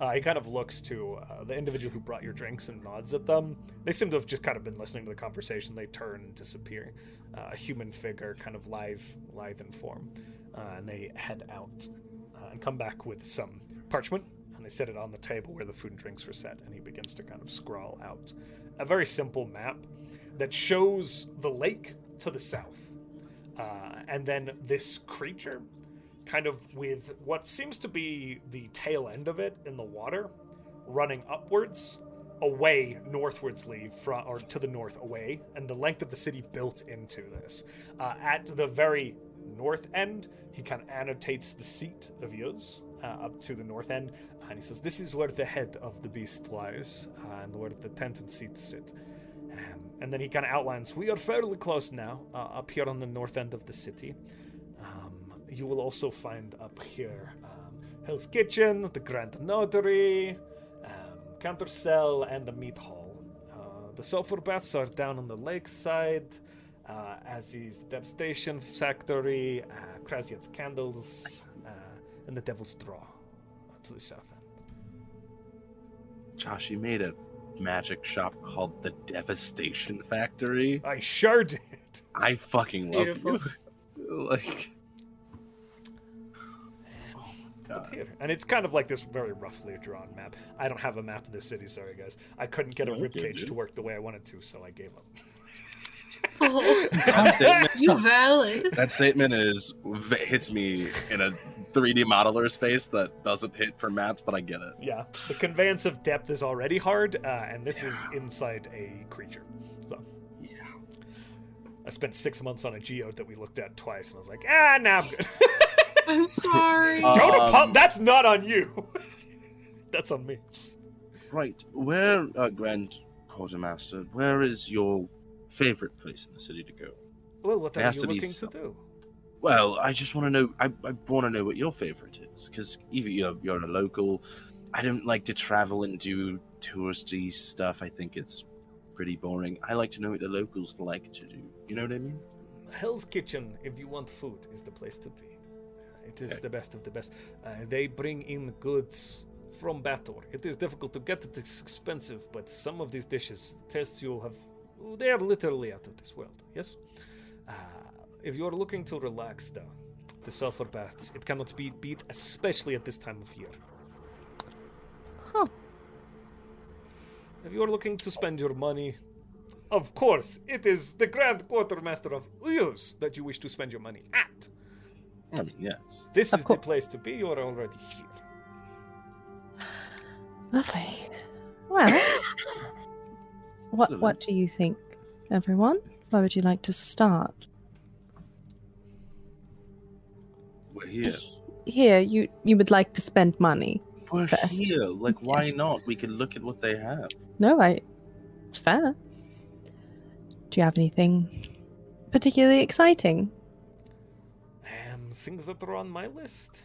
[SPEAKER 1] Uh, he kind of looks to uh, the individual who brought your drinks and nods at them. They seem to have just kind of been listening to the conversation. They turn and disappear. Uh, a human figure, kind of lithe, lithe in form, uh, and they head out uh, and come back with some parchment. And they set it on the table where the food and drinks were set. And he begins to kind of scrawl out a very simple map that shows the lake to the south, uh, and then this creature kind of with what seems to be the tail end of it in the water, running upwards, away northwardsly from or to the north away, and the length of the city built into this. Uh, at the very north end, he kind of annotates the seat of Yuz uh, up to the north end, and he says, "This is where the head of the beast lies, uh, and where the tent and seat sit." Um, and then he kind of outlines, "We are fairly close now, uh, up here on the north end of the city." Um, you will also find up here um, Hell's Kitchen, the Grand Notary, um, Counter Cell, and the Meat Hall. Uh, the sulfur baths are down on the lakeside, uh, as is the Devastation Factory, uh, Krasiat's Candles, uh, and the Devil's Draw uh, to the south end.
[SPEAKER 3] Josh, you made a magic shop called the Devastation Factory.
[SPEAKER 1] I sure did.
[SPEAKER 3] I fucking love
[SPEAKER 6] Beautiful.
[SPEAKER 3] you. like,
[SPEAKER 1] But here- And it's kind of like this very roughly drawn map. I don't have a map of the city, sorry guys. I couldn't get a
[SPEAKER 3] No, you did,
[SPEAKER 1] ribcage
[SPEAKER 3] dude.
[SPEAKER 1] to work the way I wanted to, so I gave up.
[SPEAKER 6] Oh,
[SPEAKER 3] that statement,
[SPEAKER 6] you valid.
[SPEAKER 3] that statement is v- hits me in a 3D modeler space that doesn't hit for maps, but I get it.
[SPEAKER 1] Yeah, the conveyance of depth is already hard, uh, and this is inside a creature. So,
[SPEAKER 3] Yeah.
[SPEAKER 1] I spent six months on a geode that we looked at twice, and I was like, ah, now I'm good.
[SPEAKER 6] I'm sorry.
[SPEAKER 3] Uh,
[SPEAKER 1] Don't
[SPEAKER 3] Um,
[SPEAKER 1] apo- That's not on you. That's on me.
[SPEAKER 3] Right, where, uh, Grand Quartermaster, where is your favorite place in the city to go?
[SPEAKER 1] Well, what
[SPEAKER 3] There
[SPEAKER 1] are
[SPEAKER 3] has
[SPEAKER 1] you
[SPEAKER 3] to be
[SPEAKER 1] looking to
[SPEAKER 3] some-
[SPEAKER 1] do?
[SPEAKER 3] Well, I just want to know. I, I want to know what your favorite is, because either you're, you're a local. I don't like to travel and do touristy stuff. I think it's pretty boring. I like to know what the locals like to do. You know what I mean?
[SPEAKER 1] Hell's Kitchen, if you want food, is the place to be. Uh, It is
[SPEAKER 3] Okay.
[SPEAKER 1] the best of the best. Uh, they bring in goods from Bator. It is difficult to get, it is expensive, but some of these dishes, tests you have, they are literally out of this world, yes? Uh, if you are looking to relax, though, the sulfur baths, it cannot be beat, especially at this time of year.
[SPEAKER 4] Huh.
[SPEAKER 1] If you are looking to spend your money, of course, it is the Grand Quartermaster of Uyus that you wish to spend your money at.
[SPEAKER 3] I mean, yes.
[SPEAKER 1] This
[SPEAKER 4] Of
[SPEAKER 1] is
[SPEAKER 4] cour-
[SPEAKER 1] the place to be. You are already here.
[SPEAKER 4] Lovely. Well, what what do you think, everyone? Where would you like to start?
[SPEAKER 3] We're here.
[SPEAKER 4] Here, you you would like to spend money.
[SPEAKER 3] We're
[SPEAKER 4] Best.
[SPEAKER 3] here. Like, why
[SPEAKER 4] Yes.
[SPEAKER 3] not? We can look at what they have.
[SPEAKER 4] No, I. It's fair. Do you have anything particularly exciting?
[SPEAKER 1] Um, things that are on my list.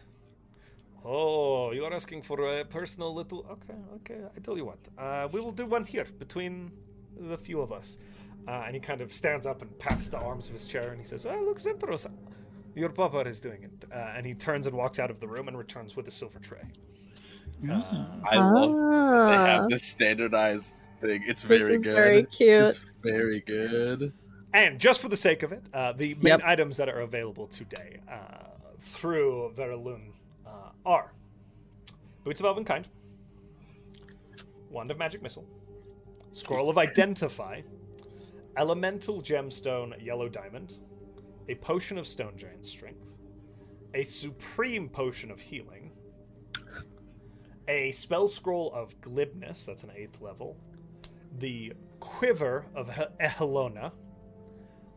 [SPEAKER 1] Oh, you are asking for a personal little. Okay, okay. I tell you what. Uh, we will do one here between the few of us. Uh, and he kind of stands up and pats the arms of his chair and he says, "Ah, looks interesting. Your papa is doing it." Uh, and he turns and walks out of the room and returns with a silver tray.
[SPEAKER 3] I love. They have this standardized thing. It's
[SPEAKER 4] Ah, This
[SPEAKER 3] very
[SPEAKER 4] is
[SPEAKER 3] good.
[SPEAKER 4] very cute.
[SPEAKER 3] It's very good.
[SPEAKER 1] And just for the sake of it, uh, the main
[SPEAKER 4] Yep.
[SPEAKER 1] items that are available today uh, through Verilun uh, are Boots of Elven Kind, Wand of Magic Missile, Scroll of Identify, Elemental Gemstone Yellow Diamond, a Potion of Stone Giant Strength, a supreme potion of healing, a spell scroll of glibness, that's an eighth level, the quiver of He- Ehelona,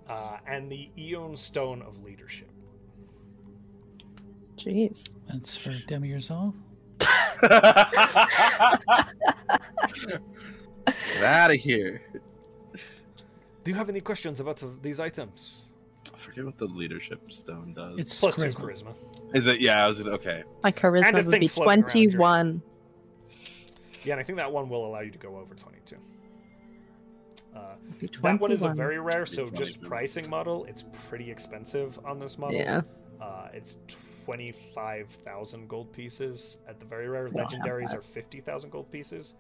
[SPEAKER 1] uh, and the Eon Stone of Leadership.
[SPEAKER 4] Jeez.
[SPEAKER 5] That's for Demiurge off.
[SPEAKER 3] Get out of here.
[SPEAKER 1] Do you have any questions about th- these items?
[SPEAKER 3] I forget what the leadership stone does.
[SPEAKER 5] It's
[SPEAKER 1] Plus
[SPEAKER 5] charisma.
[SPEAKER 1] two charisma.
[SPEAKER 3] Is it? Yeah, I was gonna, okay.
[SPEAKER 4] My
[SPEAKER 1] And a
[SPEAKER 4] charisma would
[SPEAKER 1] thing
[SPEAKER 4] be
[SPEAKER 1] floating around here.
[SPEAKER 4] 21.
[SPEAKER 1] Yeah, and I think that one will allow you to go over 22. Uh,
[SPEAKER 4] Would be 21.
[SPEAKER 1] that one is a very rare, so
[SPEAKER 3] It's
[SPEAKER 1] just
[SPEAKER 3] like-
[SPEAKER 1] pricing model, it's pretty expensive on this model.
[SPEAKER 4] Yeah.
[SPEAKER 1] Uh, it's 25,000 gold pieces at the very rare. Legendaries are 50,000 gold pieces.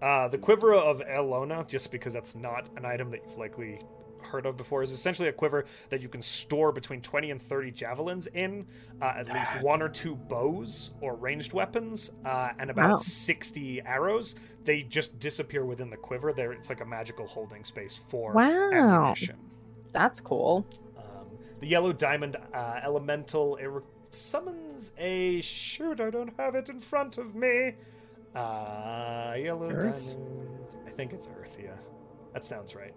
[SPEAKER 1] Uh, the Quiver of Elona, just because that's not an item that you've likely heard of before, is essentially a quiver that you can store between 20 and 30 javelins in, uh, at least one or two bows or ranged weapons, uh, and about
[SPEAKER 4] Wow.
[SPEAKER 1] 60 arrows. They just disappear within the quiver. There, It's like a magical holding space for
[SPEAKER 4] Wow.
[SPEAKER 1] ammunition.
[SPEAKER 4] That's cool.
[SPEAKER 1] Um, the yellow diamond uh, elemental it re- summons a shoot. I don't have it in front of me. Uh, yellow
[SPEAKER 5] Earth?
[SPEAKER 1] diamond. I think it's Earth. Yeah, that sounds right.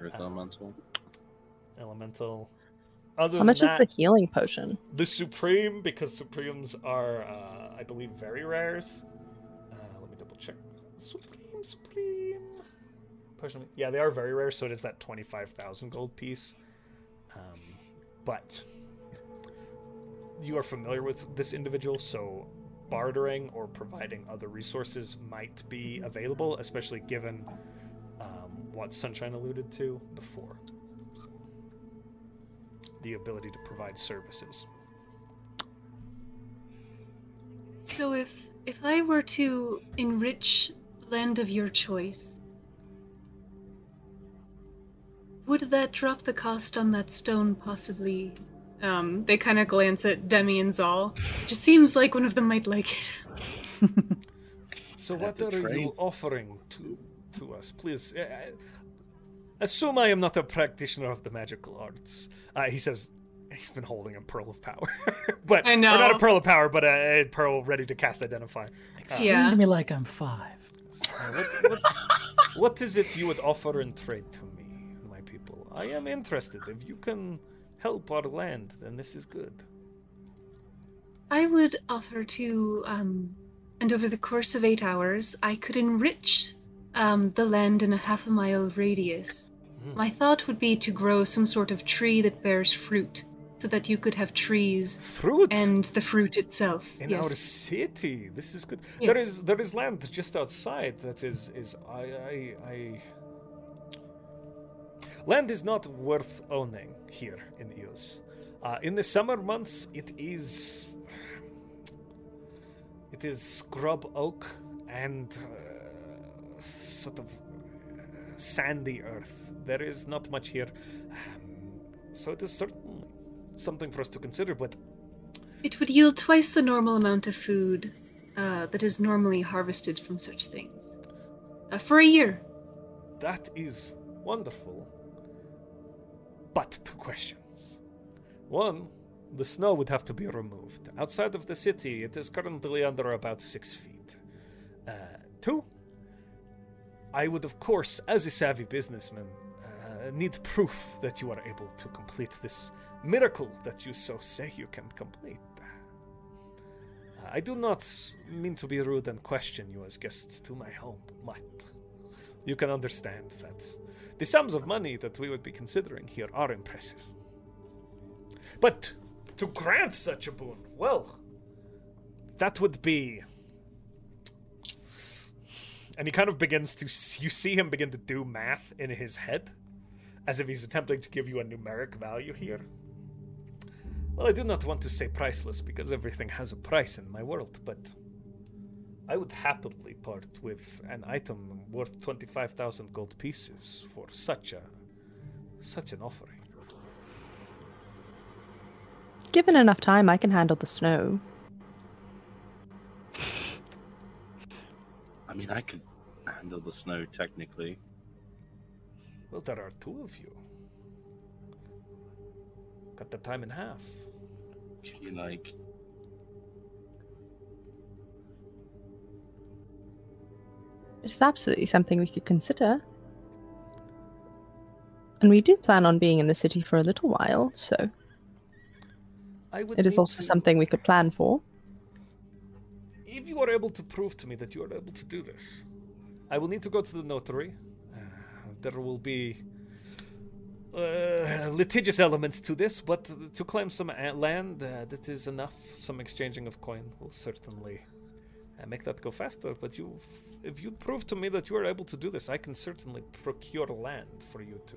[SPEAKER 3] Earth elemental.
[SPEAKER 1] Elemental. Other
[SPEAKER 4] How much
[SPEAKER 1] than
[SPEAKER 4] is
[SPEAKER 1] that,
[SPEAKER 4] the healing potion?
[SPEAKER 1] the supreme because supremes are, uh, I believe, very rares. Uh, let me double check. Supreme, supreme. Potion. Yeah, they are very rare, so it is that twenty-five thousand gold piece. Um, but you are familiar with this individual, so bartering or providing other resources might be available, especially given um, what Sunshine alluded to before. So, the ability to provide services.
[SPEAKER 6] So if if I were to enrich land of your choice, would that drop the cost on that stone possibly? Um, they kind of glance at Demi and Zal. Just seems like one of them might like it.
[SPEAKER 1] So
[SPEAKER 3] At
[SPEAKER 1] what
[SPEAKER 3] the
[SPEAKER 1] are you
[SPEAKER 3] trades.
[SPEAKER 1] offering to to us, please? Uh, I- assume I am not a practitioner of the magical arts. Uh, he says he's been holding a pearl of power, but
[SPEAKER 6] I
[SPEAKER 1] or
[SPEAKER 6] know.
[SPEAKER 1] not a pearl of power, but a, a pearl ready to cast identify. Uh,
[SPEAKER 5] Explain
[SPEAKER 6] Yeah.
[SPEAKER 5] to me like I'm five.
[SPEAKER 1] so what, what, what is it you would offer in trade to me and my people? I am interested. If you can help our land, then this is good.
[SPEAKER 6] I would offer to, um, and over the course of eight hours, I could enrich um, the land in a half a mile radius. My thought would be to grow some sort of tree that bears fruit, so that you could have trees
[SPEAKER 1] Fruits.
[SPEAKER 6] and the fruit itself.
[SPEAKER 1] in our
[SPEAKER 6] yes.
[SPEAKER 1] city. This is good. There
[SPEAKER 6] Yes.
[SPEAKER 1] is there is land just outside that is is I I, I... land is not worth owning here in Eos. Uh, in the summer months, it is it is scrub oak and uh, sort of sandy earth. There is not much here, Um, so it is certainly something for us to consider. But
[SPEAKER 6] It would yield twice the normal amount of food uh, that is normally harvested from such things. Uh, for a year.
[SPEAKER 1] That is wonderful. But two questions. One, the snow would have to be removed. Outside of the city, it is currently under about six feet. Uh, two, I would, of course, as a savvy businessman, uh, need proof that you are able to complete this miracle that you so say you can complete. Uh, I do not mean to be rude and question you as guests to my home, but you can understand that the sums of money that we would be considering here are impressive. But to grant such a boon, well, that would be. And he kind of begins to. You see him begin to do math in his head, as if he's attempting to give you a numeric value here. Well, I do not want to say priceless because everything has a price in my world, but I would happily part with an item worth twenty-five thousand gold pieces for such a such an offering.
[SPEAKER 4] Given enough time, I can handle the snow.
[SPEAKER 3] I mean, I could handle the snow technically.
[SPEAKER 1] Well, there are two of you. Cut the time in half.
[SPEAKER 3] he like
[SPEAKER 4] It's absolutely something we could consider. And we do plan on being in the city for a little while, so
[SPEAKER 1] I would
[SPEAKER 4] it is
[SPEAKER 1] need
[SPEAKER 4] also
[SPEAKER 1] to-
[SPEAKER 4] something we could plan for.
[SPEAKER 1] If you are able to prove to me that you are able to do this, I will need to go to the notary. Uh, there will be uh, litigious elements to this, but to claim some uh, land uh, that is enough, some exchanging of coin will certainly uh, make that go faster. But you, if you prove to me that you are able to do this, I can certainly procure land for you to.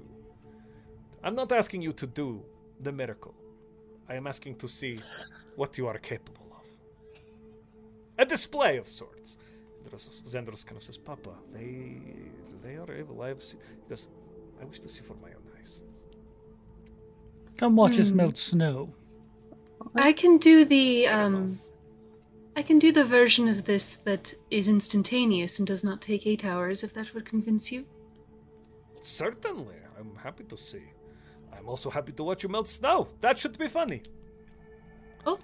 [SPEAKER 1] I'm not asking you to do the miracle. I am asking to see what you are capable of a display of sorts. Zendros- Zendros kind of says, "Papa, they they are able. I have seen." He goes, "I wish to see for my own eyes."
[SPEAKER 5] Come watch us melt snow.
[SPEAKER 6] I can do the um I can do the version of this that is instantaneous and does not take eight hours if that would convince you.
[SPEAKER 1] Certainly, I'm happy to see. I'm also happy to watch you melt snow. That should be funny.
[SPEAKER 6] Oh.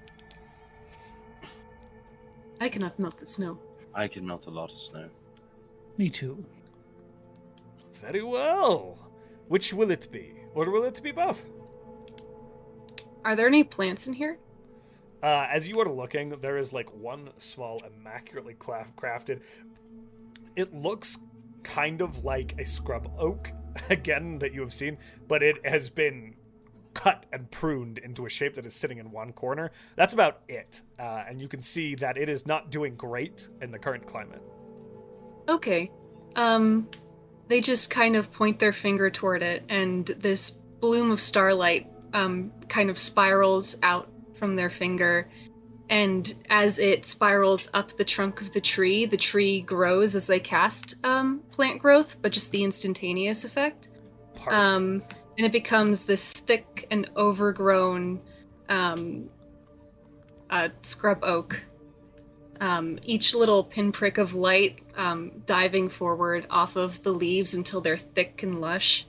[SPEAKER 6] I cannot melt the snow.
[SPEAKER 3] I can melt a lot of snow.
[SPEAKER 5] Me too.
[SPEAKER 1] Very well. Which will it be, or will it be both?
[SPEAKER 6] Are there any plants in here?
[SPEAKER 1] Uh, as you are looking, there is like one small, immaculately cla- crafted. It looks kind of like a scrub oak, again, that you have seen, but it has been cut and pruned into a shape that is sitting in one corner. That's about it. Uh, and you can see that it is not doing great in the current climate.
[SPEAKER 6] Okay. Um they just kind of point their finger toward it and this bloom of starlight um kind of spirals out from their finger and as it spirals up the trunk of the tree, the tree grows as they cast um, plant growth, but just the instantaneous effect.
[SPEAKER 1] Perfect.
[SPEAKER 6] um, and it becomes this thick and overgrown um, uh, scrub oak. Um, each little pinprick of light um, diving forward off of the leaves until they're thick and lush.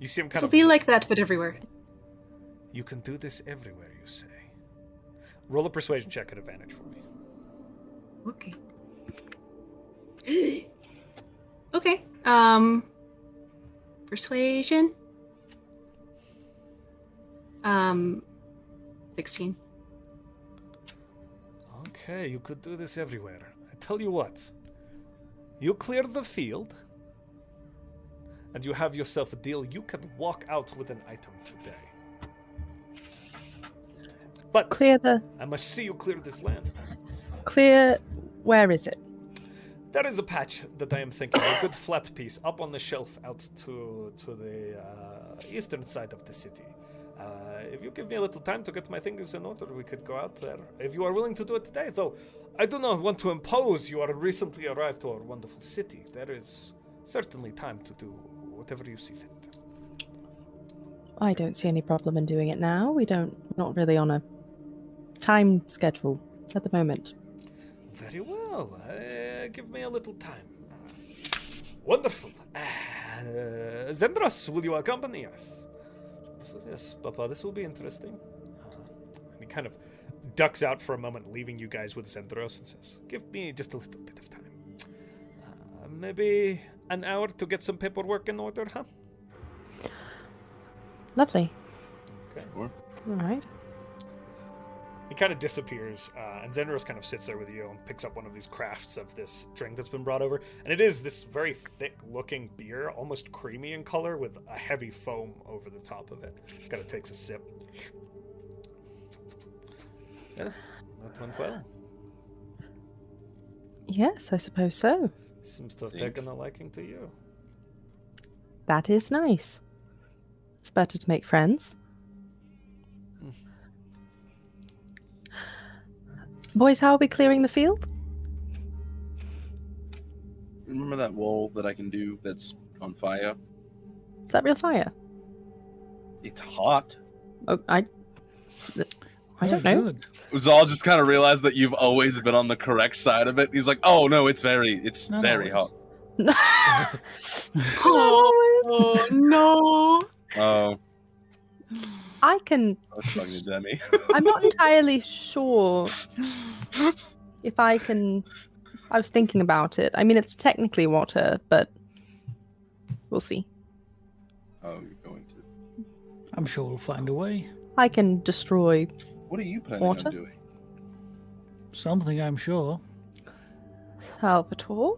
[SPEAKER 1] you see him kind
[SPEAKER 6] It'll
[SPEAKER 1] of.
[SPEAKER 6] be like that, but everywhere.
[SPEAKER 1] you can do this everywhere, you say. Roll a persuasion check at advantage for me.
[SPEAKER 6] Okay. okay. Um. Persuasion. Um. Sixteen.
[SPEAKER 1] Okay, you could do this everywhere. I tell you what. You clear the field, and you have yourself a deal. You can walk out with an item today. But
[SPEAKER 4] Clear the
[SPEAKER 1] I must see you clear this land.
[SPEAKER 4] clear where is it?
[SPEAKER 1] There is a patch that I am thinking, a good flat piece up on the shelf out to to the uh, eastern side of the city. Uh, if you give me a little time to get my fingers in order, we could go out there. If you are willing to do it today, though, I do not want to impose. You are recently arrived to our wonderful city. There is certainly time to do whatever you see fit.
[SPEAKER 4] I don't see any problem in doing it now. We don't not really on a time schedule at the moment.
[SPEAKER 1] Very well. Uh, give me a little time. Wonderful. Uh, Zendros, will you accompany us? She says, yes, Papa, this will be interesting. Uh, and he kind of ducks out for a moment, leaving you guys with Zendros and says, Give me just a little bit of time. Uh, maybe an hour to get some paperwork in order, huh?
[SPEAKER 4] Lovely.
[SPEAKER 3] Sure.
[SPEAKER 4] All right.
[SPEAKER 1] He kind of disappears, uh, and Zendros kind of sits there with you and picks up one of these crafts of this drink that's been brought over. And it is this very thick looking beer, almost creamy in color, with a heavy foam over the top of it. Kind of takes a sip. Yeah, that went well.
[SPEAKER 4] Yes, I suppose so.
[SPEAKER 1] Seems to have
[SPEAKER 3] Think.
[SPEAKER 1] taken a liking to you.
[SPEAKER 4] That is nice. It's better to make friends. Boys, how are we clearing the field?
[SPEAKER 3] Remember that wall that I can do that's on fire?
[SPEAKER 4] Is that real fire?
[SPEAKER 3] It's hot.
[SPEAKER 4] Oh, I. I don't
[SPEAKER 5] Oh,
[SPEAKER 4] know.
[SPEAKER 5] good.
[SPEAKER 3] Zal just kind of realized that you've always been on the correct side of it. He's like, "Oh no, it's very, it's
[SPEAKER 5] Not
[SPEAKER 3] very
[SPEAKER 5] always.
[SPEAKER 6] Oh, no!
[SPEAKER 3] hot." Oh,
[SPEAKER 4] I can.
[SPEAKER 3] I was talking to Demi.
[SPEAKER 4] I'm not entirely sure if I can. I was thinking about it. I mean, it's technically water, but we'll see.
[SPEAKER 3] oh, you're going to.
[SPEAKER 5] I'm sure we'll find a way.
[SPEAKER 4] I can destroy.
[SPEAKER 3] What are you planning
[SPEAKER 4] Water?
[SPEAKER 3] on doing?
[SPEAKER 5] Something, I'm sure.
[SPEAKER 4] Salvatore?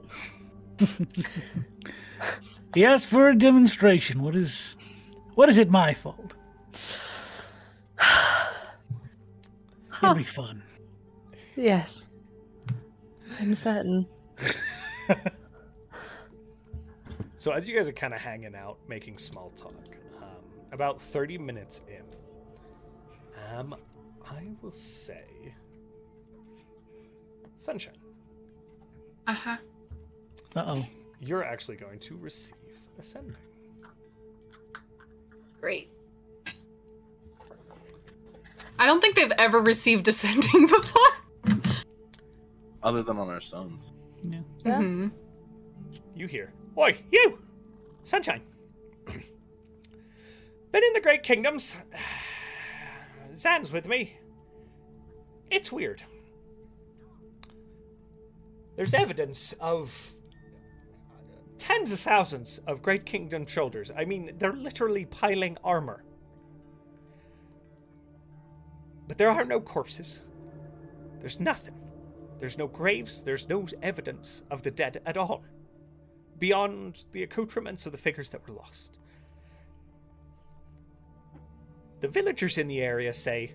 [SPEAKER 5] He asked for a demonstration. What is, what is it my fault? It'll be fun.
[SPEAKER 4] Yes. I'm certain.
[SPEAKER 1] So as you guys are kind of hanging out, making small talk, um, about thirty minutes in, um, I will say, sunshine,
[SPEAKER 6] Uh huh.
[SPEAKER 5] Uh oh.
[SPEAKER 1] you're actually going to receive ascending.
[SPEAKER 6] Great. I don't think they've ever received ascending before.
[SPEAKER 3] Other than on our sons.
[SPEAKER 5] Yeah.
[SPEAKER 4] Yeah.
[SPEAKER 6] Mhm.
[SPEAKER 1] You hear, Oi, you! Sunshine! Been in the Great Kingdoms. Zan's with me. It's weird. There's evidence of tens of thousands of Great Kingdom soldiers. I mean, they're literally piling armor. But there are no corpses. There's nothing. There's no graves. There's no evidence of the dead at all beyond the accoutrements of the figures that were lost. The villagers in the area say,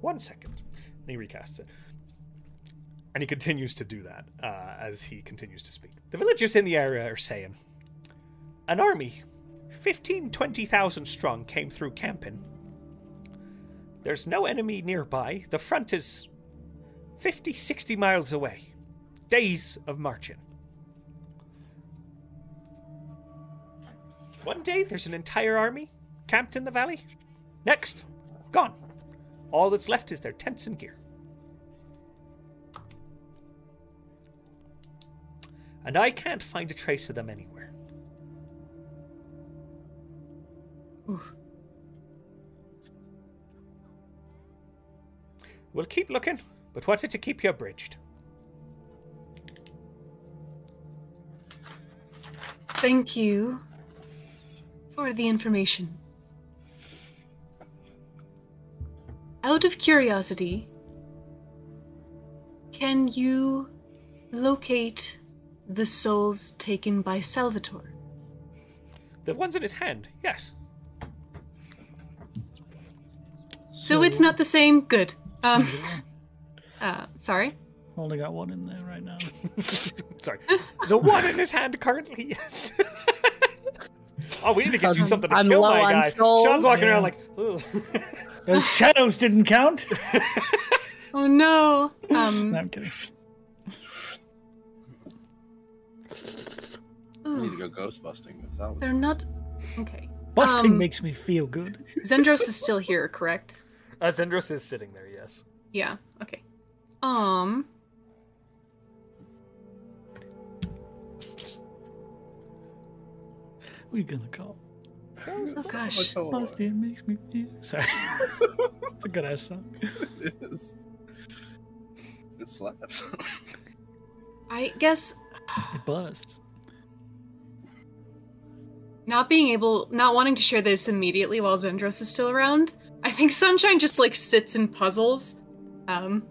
[SPEAKER 1] one second. And he recasts it. And he continues to do that uh, as he continues to speak. The villagers in the area are saying, an army, 15, 20,000 strong, came through camping. There's no enemy nearby. The front is 50, 60 miles away. Days of marching. One day there's an entire army camped in the valley. Next, gone. All that's left is their tents and gear. And I can't find a trace of them anywhere.
[SPEAKER 6] Oof.
[SPEAKER 1] We'll keep looking, but wanted to keep you abridged.
[SPEAKER 6] Thank you for the information. Out of curiosity, can you locate the souls taken by Salvatore?
[SPEAKER 1] The ones in his hand, yes.
[SPEAKER 6] So it's not the same. Good. Um, uh, sorry.
[SPEAKER 5] Only got one in there right now.
[SPEAKER 1] Sorry. The one in his hand currently, yes. oh, we need to get you something to
[SPEAKER 4] I'm
[SPEAKER 1] kill
[SPEAKER 4] low
[SPEAKER 1] my
[SPEAKER 4] on
[SPEAKER 1] guy.
[SPEAKER 4] souls.
[SPEAKER 1] Sean's walking around
[SPEAKER 5] Yeah.
[SPEAKER 1] like, "Ugh."
[SPEAKER 5] Those shadows didn't count.
[SPEAKER 6] Oh no.
[SPEAKER 5] No,
[SPEAKER 6] Um,
[SPEAKER 5] I'm kidding.
[SPEAKER 3] We need
[SPEAKER 6] ooh,
[SPEAKER 3] to go ghost busting. That's how we-
[SPEAKER 6] they're not. Okay.
[SPEAKER 5] Busting
[SPEAKER 6] Um,
[SPEAKER 5] makes me feel good.
[SPEAKER 6] Zendros is still here, correct?
[SPEAKER 1] Uh, Zendros is sitting there, yes.
[SPEAKER 6] Yeah. Okay. Um.
[SPEAKER 5] We're gonna call.
[SPEAKER 6] Oh gosh.
[SPEAKER 5] Busting makes me feel. Sorry. it's a good ass song.
[SPEAKER 3] It is. It slaps.
[SPEAKER 6] I guess
[SPEAKER 5] It busts.
[SPEAKER 6] not being able, not wanting to share this immediately while Zendros is still around, I think Sunshine just like sits and puzzles. Um,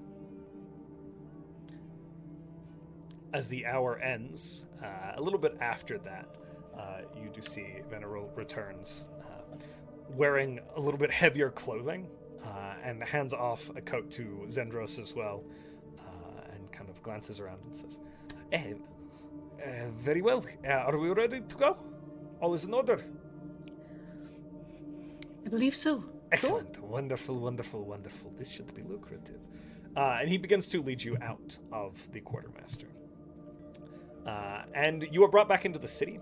[SPEAKER 1] As the hour ends, uh, a little bit after that, uh, you do see Veneral returns uh, wearing a little bit heavier clothing uh, and hands off a coat to Zendros as well uh, and kind of glances around and says, eh, uh, Very well. Uh, are we ready to go? All is in order.
[SPEAKER 6] I believe so.
[SPEAKER 1] Excellent. Wonderful, wonderful, wonderful. This should be lucrative. Uh, and he begins to lead you out of the quartermaster. Uh, and you are brought back into the city.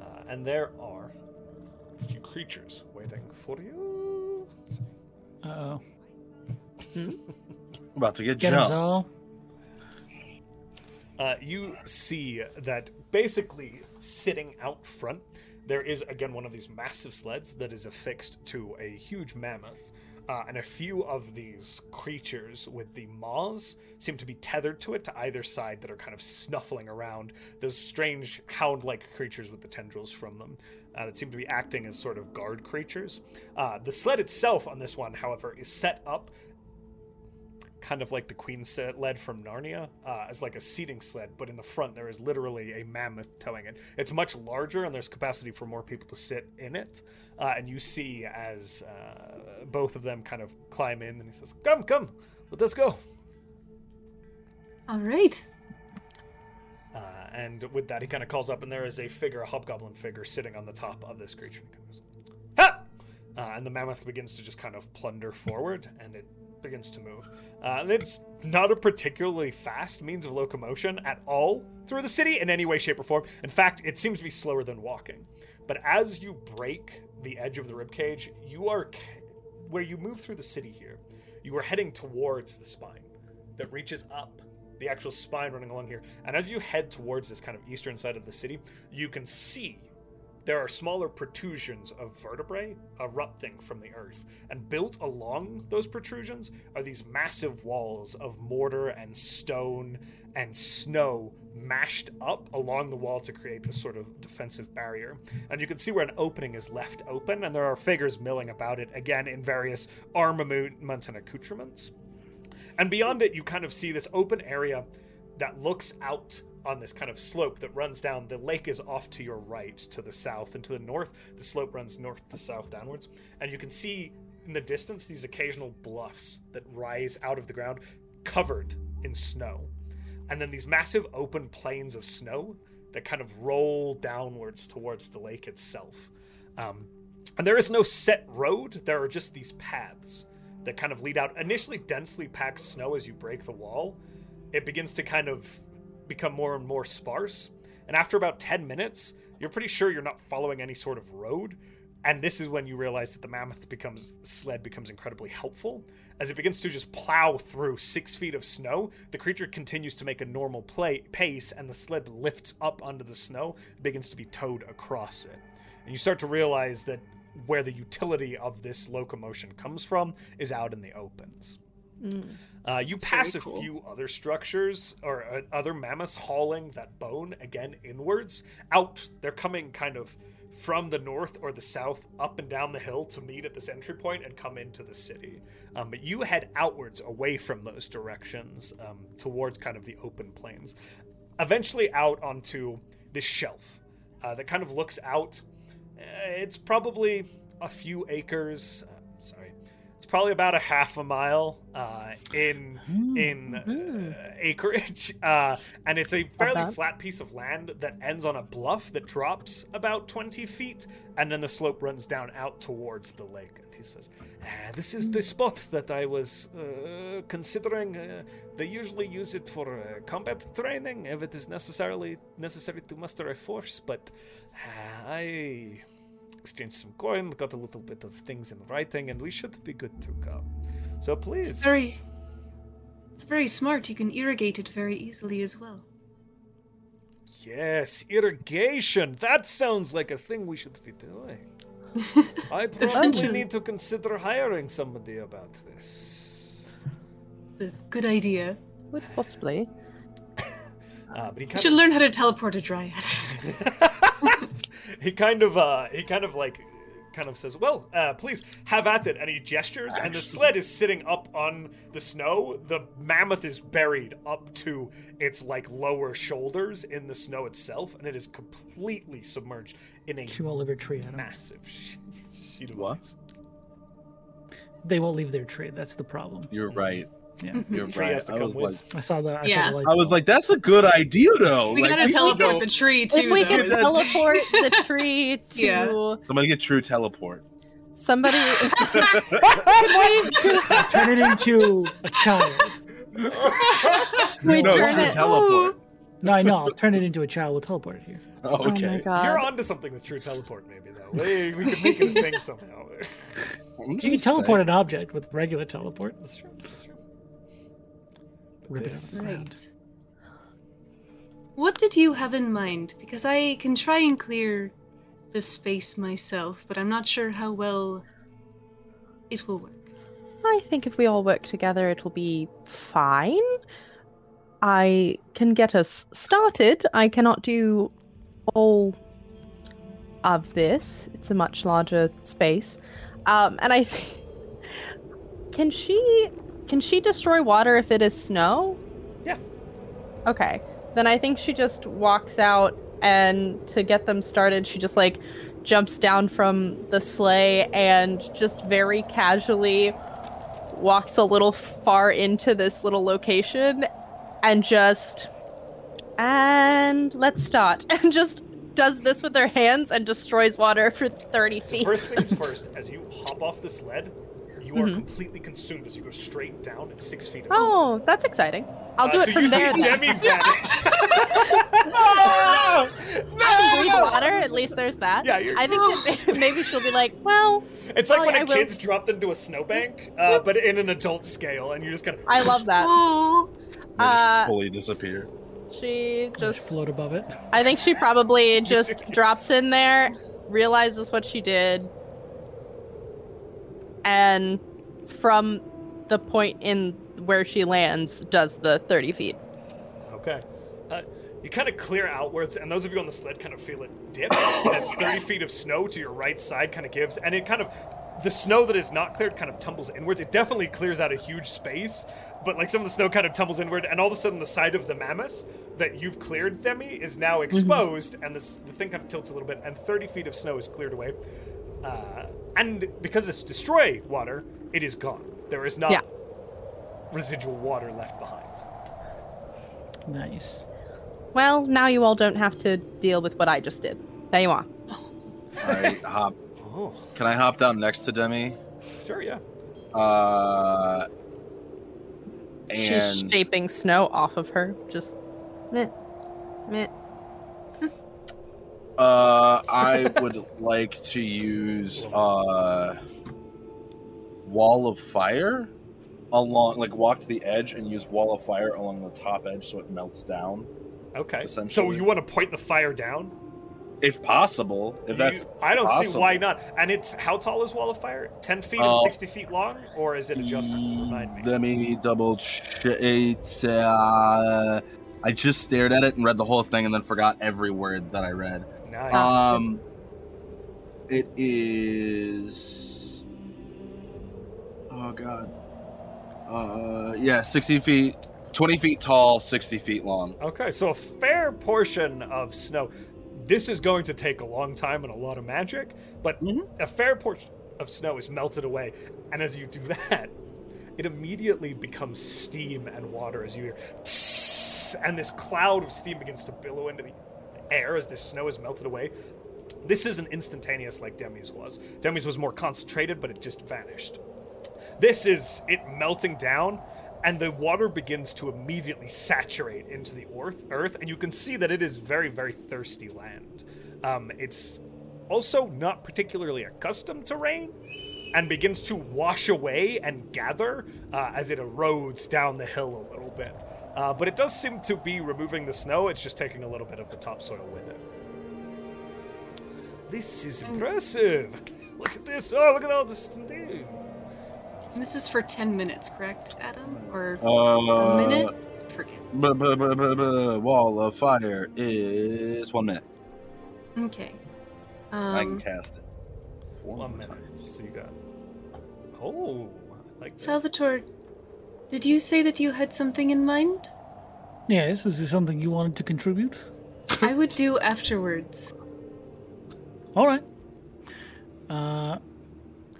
[SPEAKER 1] Uh, and there are a few creatures waiting for you.
[SPEAKER 5] Uh oh.
[SPEAKER 3] about to get,
[SPEAKER 5] Get us
[SPEAKER 3] jumped.
[SPEAKER 5] all.
[SPEAKER 1] Uh, you see that basically sitting out front There is again one of these massive sleds that is affixed to a huge mammoth, uh, and a few of these creatures with the maws seem to be tethered to it to either side that are kind of snuffling around. Those strange hound-like creatures with the tendrils from them uh, that seem to be acting as sort of guard creatures. Uh, the sled itself on this one, however, is set up kind of like the queen sled from Narnia, uh, as like a seating sled, but in the front there is literally a mammoth towing it. It's much larger, and there's capacity for more people to sit in it. Uh, and you see as uh, both of them kind of climb in, and he says, "Come, come, let us go."
[SPEAKER 6] All right.
[SPEAKER 1] Uh, and with that, he kind of calls up, and there is a figure, a hobgoblin figure, sitting on the top of this creature. And he goes, "Ha!" Uh, and the mammoth begins to just kind of plunder forward, and it begins to move. Uh, and it's not a particularly fast means of locomotion at all through the city in any way, shape, or form. In fact, it seems to be slower than walking. But as you break the edge of the ribcage, you are ca- where you move through the city here. You are heading towards the spine that reaches up the actual spine running along here. And as you head towards this kind of eastern side of the city, you can see there are smaller protrusions of vertebrae erupting from the earth, and built along those protrusions are these massive walls of mortar and stone and snow mashed up along the wall to create this sort of defensive barrier. And you can see where an opening is left open, and there are figures milling about it, again in various armaments and accoutrements. And beyond it, you kind of see this open area that looks out on this kind of slope that runs down. The lake is off to your right, to the south, and to the north. The slope runs north to south downwards. And you can see in the distance these occasional bluffs that rise out of the ground, covered in snow. And then these massive open plains of snow that kind of roll downwards towards the lake itself. Um, and there is no set road, there are just these paths that kind of lead out. Initially densely packed snow as you break the wall, it begins to kind of become more and more sparse. And after about 10 minutes, you're pretty sure you're not following any sort of road. And this is when you realize that the mammoth becomes sled becomes incredibly helpful. As it begins to just plow through six feet of snow, the creature continues to make a normal play, pace, and the sled lifts up onto the snow, begins to be towed across it. And you start to realize that where the utility of this locomotion comes from is out in the opens.
[SPEAKER 4] Mm.
[SPEAKER 1] Uh, you
[SPEAKER 6] That's very
[SPEAKER 1] pass a
[SPEAKER 6] cool.
[SPEAKER 1] few other structures or uh, other mammoths hauling that bone again inwards out. They're coming kind of from the north or the south up and down the hill to meet at this entry point and come into the city. Um, but you head outwards away from those directions um, towards kind of the open plains. Eventually out onto this shelf uh, that kind of looks out. Uh, It's probably a few acres. Uh, sorry. It's probably about a half a mile uh, in in uh, acreage, uh, and it's a fairly
[SPEAKER 4] bad.
[SPEAKER 1] flat piece of land that ends on a bluff that drops about twenty feet, and then the slope runs down out towards the lake. And he says, "Ah, "This is the spot that I was uh, considering. Uh, they usually use it for uh, combat training if it is necessarily necessary to muster a force, but uh, I." exchanged some coin, got a little bit of things in writing, and we should be good to go. So please.
[SPEAKER 6] It's very, it's very smart. You can irrigate it very easily as well.
[SPEAKER 1] Yes, irrigation. That sounds like a thing we should be doing. I probably
[SPEAKER 6] Potential.
[SPEAKER 1] need to consider hiring somebody about this.
[SPEAKER 6] It's a good idea.
[SPEAKER 4] Would possibly.
[SPEAKER 1] Uh, but he
[SPEAKER 6] You
[SPEAKER 1] kind
[SPEAKER 6] should
[SPEAKER 1] of,
[SPEAKER 6] learn how to teleport a dryad.
[SPEAKER 1] he kind of, uh, he kind of like, kind of says, "Well, uh, please have at it." And he gestures, and the sled is sitting up on the snow. The mammoth is buried up to its like lower shoulders in the snow itself, and it is completely submerged in a
[SPEAKER 5] She won't leave her tree, Adam.
[SPEAKER 1] massive sh- sheet of
[SPEAKER 3] What?
[SPEAKER 1] ice.
[SPEAKER 5] They won't leave their tree. That's the problem.
[SPEAKER 3] You're right.
[SPEAKER 5] Yeah.
[SPEAKER 3] You're
[SPEAKER 1] Tree
[SPEAKER 3] right.
[SPEAKER 1] has to
[SPEAKER 3] I
[SPEAKER 1] come
[SPEAKER 3] was,
[SPEAKER 1] with.
[SPEAKER 3] like,
[SPEAKER 5] I saw that. I
[SPEAKER 6] Yeah.
[SPEAKER 5] saw the light.
[SPEAKER 3] I was like, that's a good idea though.
[SPEAKER 6] we
[SPEAKER 3] Like,
[SPEAKER 6] gotta
[SPEAKER 3] should
[SPEAKER 6] teleport
[SPEAKER 3] go-
[SPEAKER 6] the tree too.
[SPEAKER 4] If we
[SPEAKER 6] though.
[SPEAKER 4] could
[SPEAKER 3] That's-
[SPEAKER 4] teleport the tree to
[SPEAKER 6] Yeah.
[SPEAKER 3] Somebody get true teleport.
[SPEAKER 4] somebody, Oh
[SPEAKER 5] turn it into a child.
[SPEAKER 4] we
[SPEAKER 3] no,
[SPEAKER 4] turn
[SPEAKER 3] true
[SPEAKER 4] it.
[SPEAKER 3] teleport.
[SPEAKER 5] No, I know. I'll turn it into a child. We'll teleport it here.
[SPEAKER 3] Oh,
[SPEAKER 4] Oh my
[SPEAKER 3] okay.
[SPEAKER 1] You're
[SPEAKER 4] god.
[SPEAKER 1] onto something with true teleport, maybe though. We, we could make it a thing somehow.
[SPEAKER 3] I'm
[SPEAKER 5] You can
[SPEAKER 3] just
[SPEAKER 5] teleport
[SPEAKER 3] saying.
[SPEAKER 5] an object with regular teleport.
[SPEAKER 1] that's true. That's true.
[SPEAKER 5] Rip it out of
[SPEAKER 1] This-
[SPEAKER 5] the ground.
[SPEAKER 6] What did you have in mind? Because I can try and clear the space myself, but I'm not sure how well it will work.
[SPEAKER 4] I think if we all work together, it'll be fine. I can get us started. I cannot do all of this. It's a much larger space, um, and I think can she can she destroy water if it is snow?
[SPEAKER 1] Yeah.
[SPEAKER 4] Okay. Then I think she just walks out, and to get them started, she just like jumps down from the sleigh and just very casually walks a little far into this little location and just and let's start and just does this with her hands and destroys water for 30
[SPEAKER 1] So
[SPEAKER 4] feet
[SPEAKER 1] first things first, as you hop off the sled, you are
[SPEAKER 4] Mhm.
[SPEAKER 1] completely consumed as you go straight down at six feet of snow.
[SPEAKER 4] oh that's exciting i'll
[SPEAKER 1] Uh,
[SPEAKER 4] do it
[SPEAKER 1] so
[SPEAKER 4] from
[SPEAKER 1] you
[SPEAKER 4] there
[SPEAKER 1] see
[SPEAKER 4] then.
[SPEAKER 1] Demi vanish.
[SPEAKER 4] i can breathe water at least there's that
[SPEAKER 1] Yeah, you're-
[SPEAKER 4] i think that maybe she'll be like well
[SPEAKER 1] It's like
[SPEAKER 4] Oh,
[SPEAKER 1] when a
[SPEAKER 4] I will-
[SPEAKER 1] kid's dropped into a snowbank, uh, but in an adult scale, and you're just kind of.
[SPEAKER 4] i love
[SPEAKER 3] Uh,
[SPEAKER 4] that
[SPEAKER 6] Oh,
[SPEAKER 3] They just
[SPEAKER 4] Uh,
[SPEAKER 3] fully disappear.
[SPEAKER 4] she
[SPEAKER 5] Just
[SPEAKER 4] just
[SPEAKER 5] float above it.
[SPEAKER 4] I think she probably just drops in there, realizes what she did, and from the point in where she lands, does the 30 feet.
[SPEAKER 1] Okay. Uh, you kind of clear outwards, and those of you on the sled kind of feel it dip as 30 feet of snow to your right side kind of gives, and it kind of. The snow that is not cleared kind of tumbles inwards. It definitely clears out a huge space, but like some of the snow kind of tumbles inward, and all of a sudden the side of the mammoth that you've cleared, Demi, is now exposed, and this, the thing kind of tilts a little bit, and 30 feet of snow is cleared away. Uh, and because it's destroy water, it is gone. There is not
[SPEAKER 4] Yeah.
[SPEAKER 1] residual water left behind.
[SPEAKER 5] Nice.
[SPEAKER 4] Well, now you all don't have to deal with what I just did. There you are.
[SPEAKER 3] I hop.
[SPEAKER 1] Oh,
[SPEAKER 3] Can I hop down next to Demi?
[SPEAKER 1] sure, yeah.
[SPEAKER 3] Uh,
[SPEAKER 4] She's
[SPEAKER 3] and
[SPEAKER 4] shaping snow off of her. Just meh. Meh.
[SPEAKER 3] uh, I would like to use uh, wall of fire along, like walk to the edge and use wall of fire along the top edge so it melts down,
[SPEAKER 1] Okay. So
[SPEAKER 3] Essentially.
[SPEAKER 1] you want to point the fire down?
[SPEAKER 3] if possible. If that's
[SPEAKER 1] You- I don't see
[SPEAKER 3] possible.
[SPEAKER 1] why not. And it's how tall is Wall of Fire? Ten feet and
[SPEAKER 3] Uh, e,
[SPEAKER 1] sixty feet long, or is it adjustable? Remind me.
[SPEAKER 3] Let me double check. It's, Uh, I just stared at it and read the whole thing and then forgot every word that I read.
[SPEAKER 1] Nice.
[SPEAKER 3] Um, it is. Oh god. Uh, yeah, sixty feet, twenty feet tall, sixty feet long.
[SPEAKER 1] okay, so a fair portion of snow. This is going to take a long time and a lot of magic, but
[SPEAKER 3] Mhm.
[SPEAKER 1] a fair portion of snow is melted away, and as you do that, it immediately becomes steam and water as you hear, "Tss," and this cloud of steam begins to billow into the air as this snow is melted away. This isn't instantaneous like Demi's was. Demi's was more concentrated, but it just vanished. This is it melting down, and the water begins to immediately saturate into the earth, earth and you can see that it is very, very thirsty land. Um, it's also not particularly accustomed to rain, and begins to wash away and gather uh, as it erodes down the hill a little bit. Uh, but it does seem to be removing the snow, it's just taking a little bit of the topsoil with it. This is impressive! Look at this! Oh, look at all this steam!
[SPEAKER 6] and this is for 10 minutes, correct, Adam? Or a
[SPEAKER 3] Uh,
[SPEAKER 6] minute? Forget.
[SPEAKER 3] bu- bu- bu- bu- bu- wall of fire is one minute.
[SPEAKER 6] Okay.
[SPEAKER 3] I can
[SPEAKER 6] Um,
[SPEAKER 3] cast it. Four
[SPEAKER 1] One
[SPEAKER 3] more
[SPEAKER 1] minute.
[SPEAKER 3] times.
[SPEAKER 1] So you got. Oh, I like that.
[SPEAKER 6] Salvatore, did you say that you had something in mind?
[SPEAKER 5] Yes, is there something you wanted to contribute?
[SPEAKER 6] I would do afterwards.
[SPEAKER 5] All right. Uh,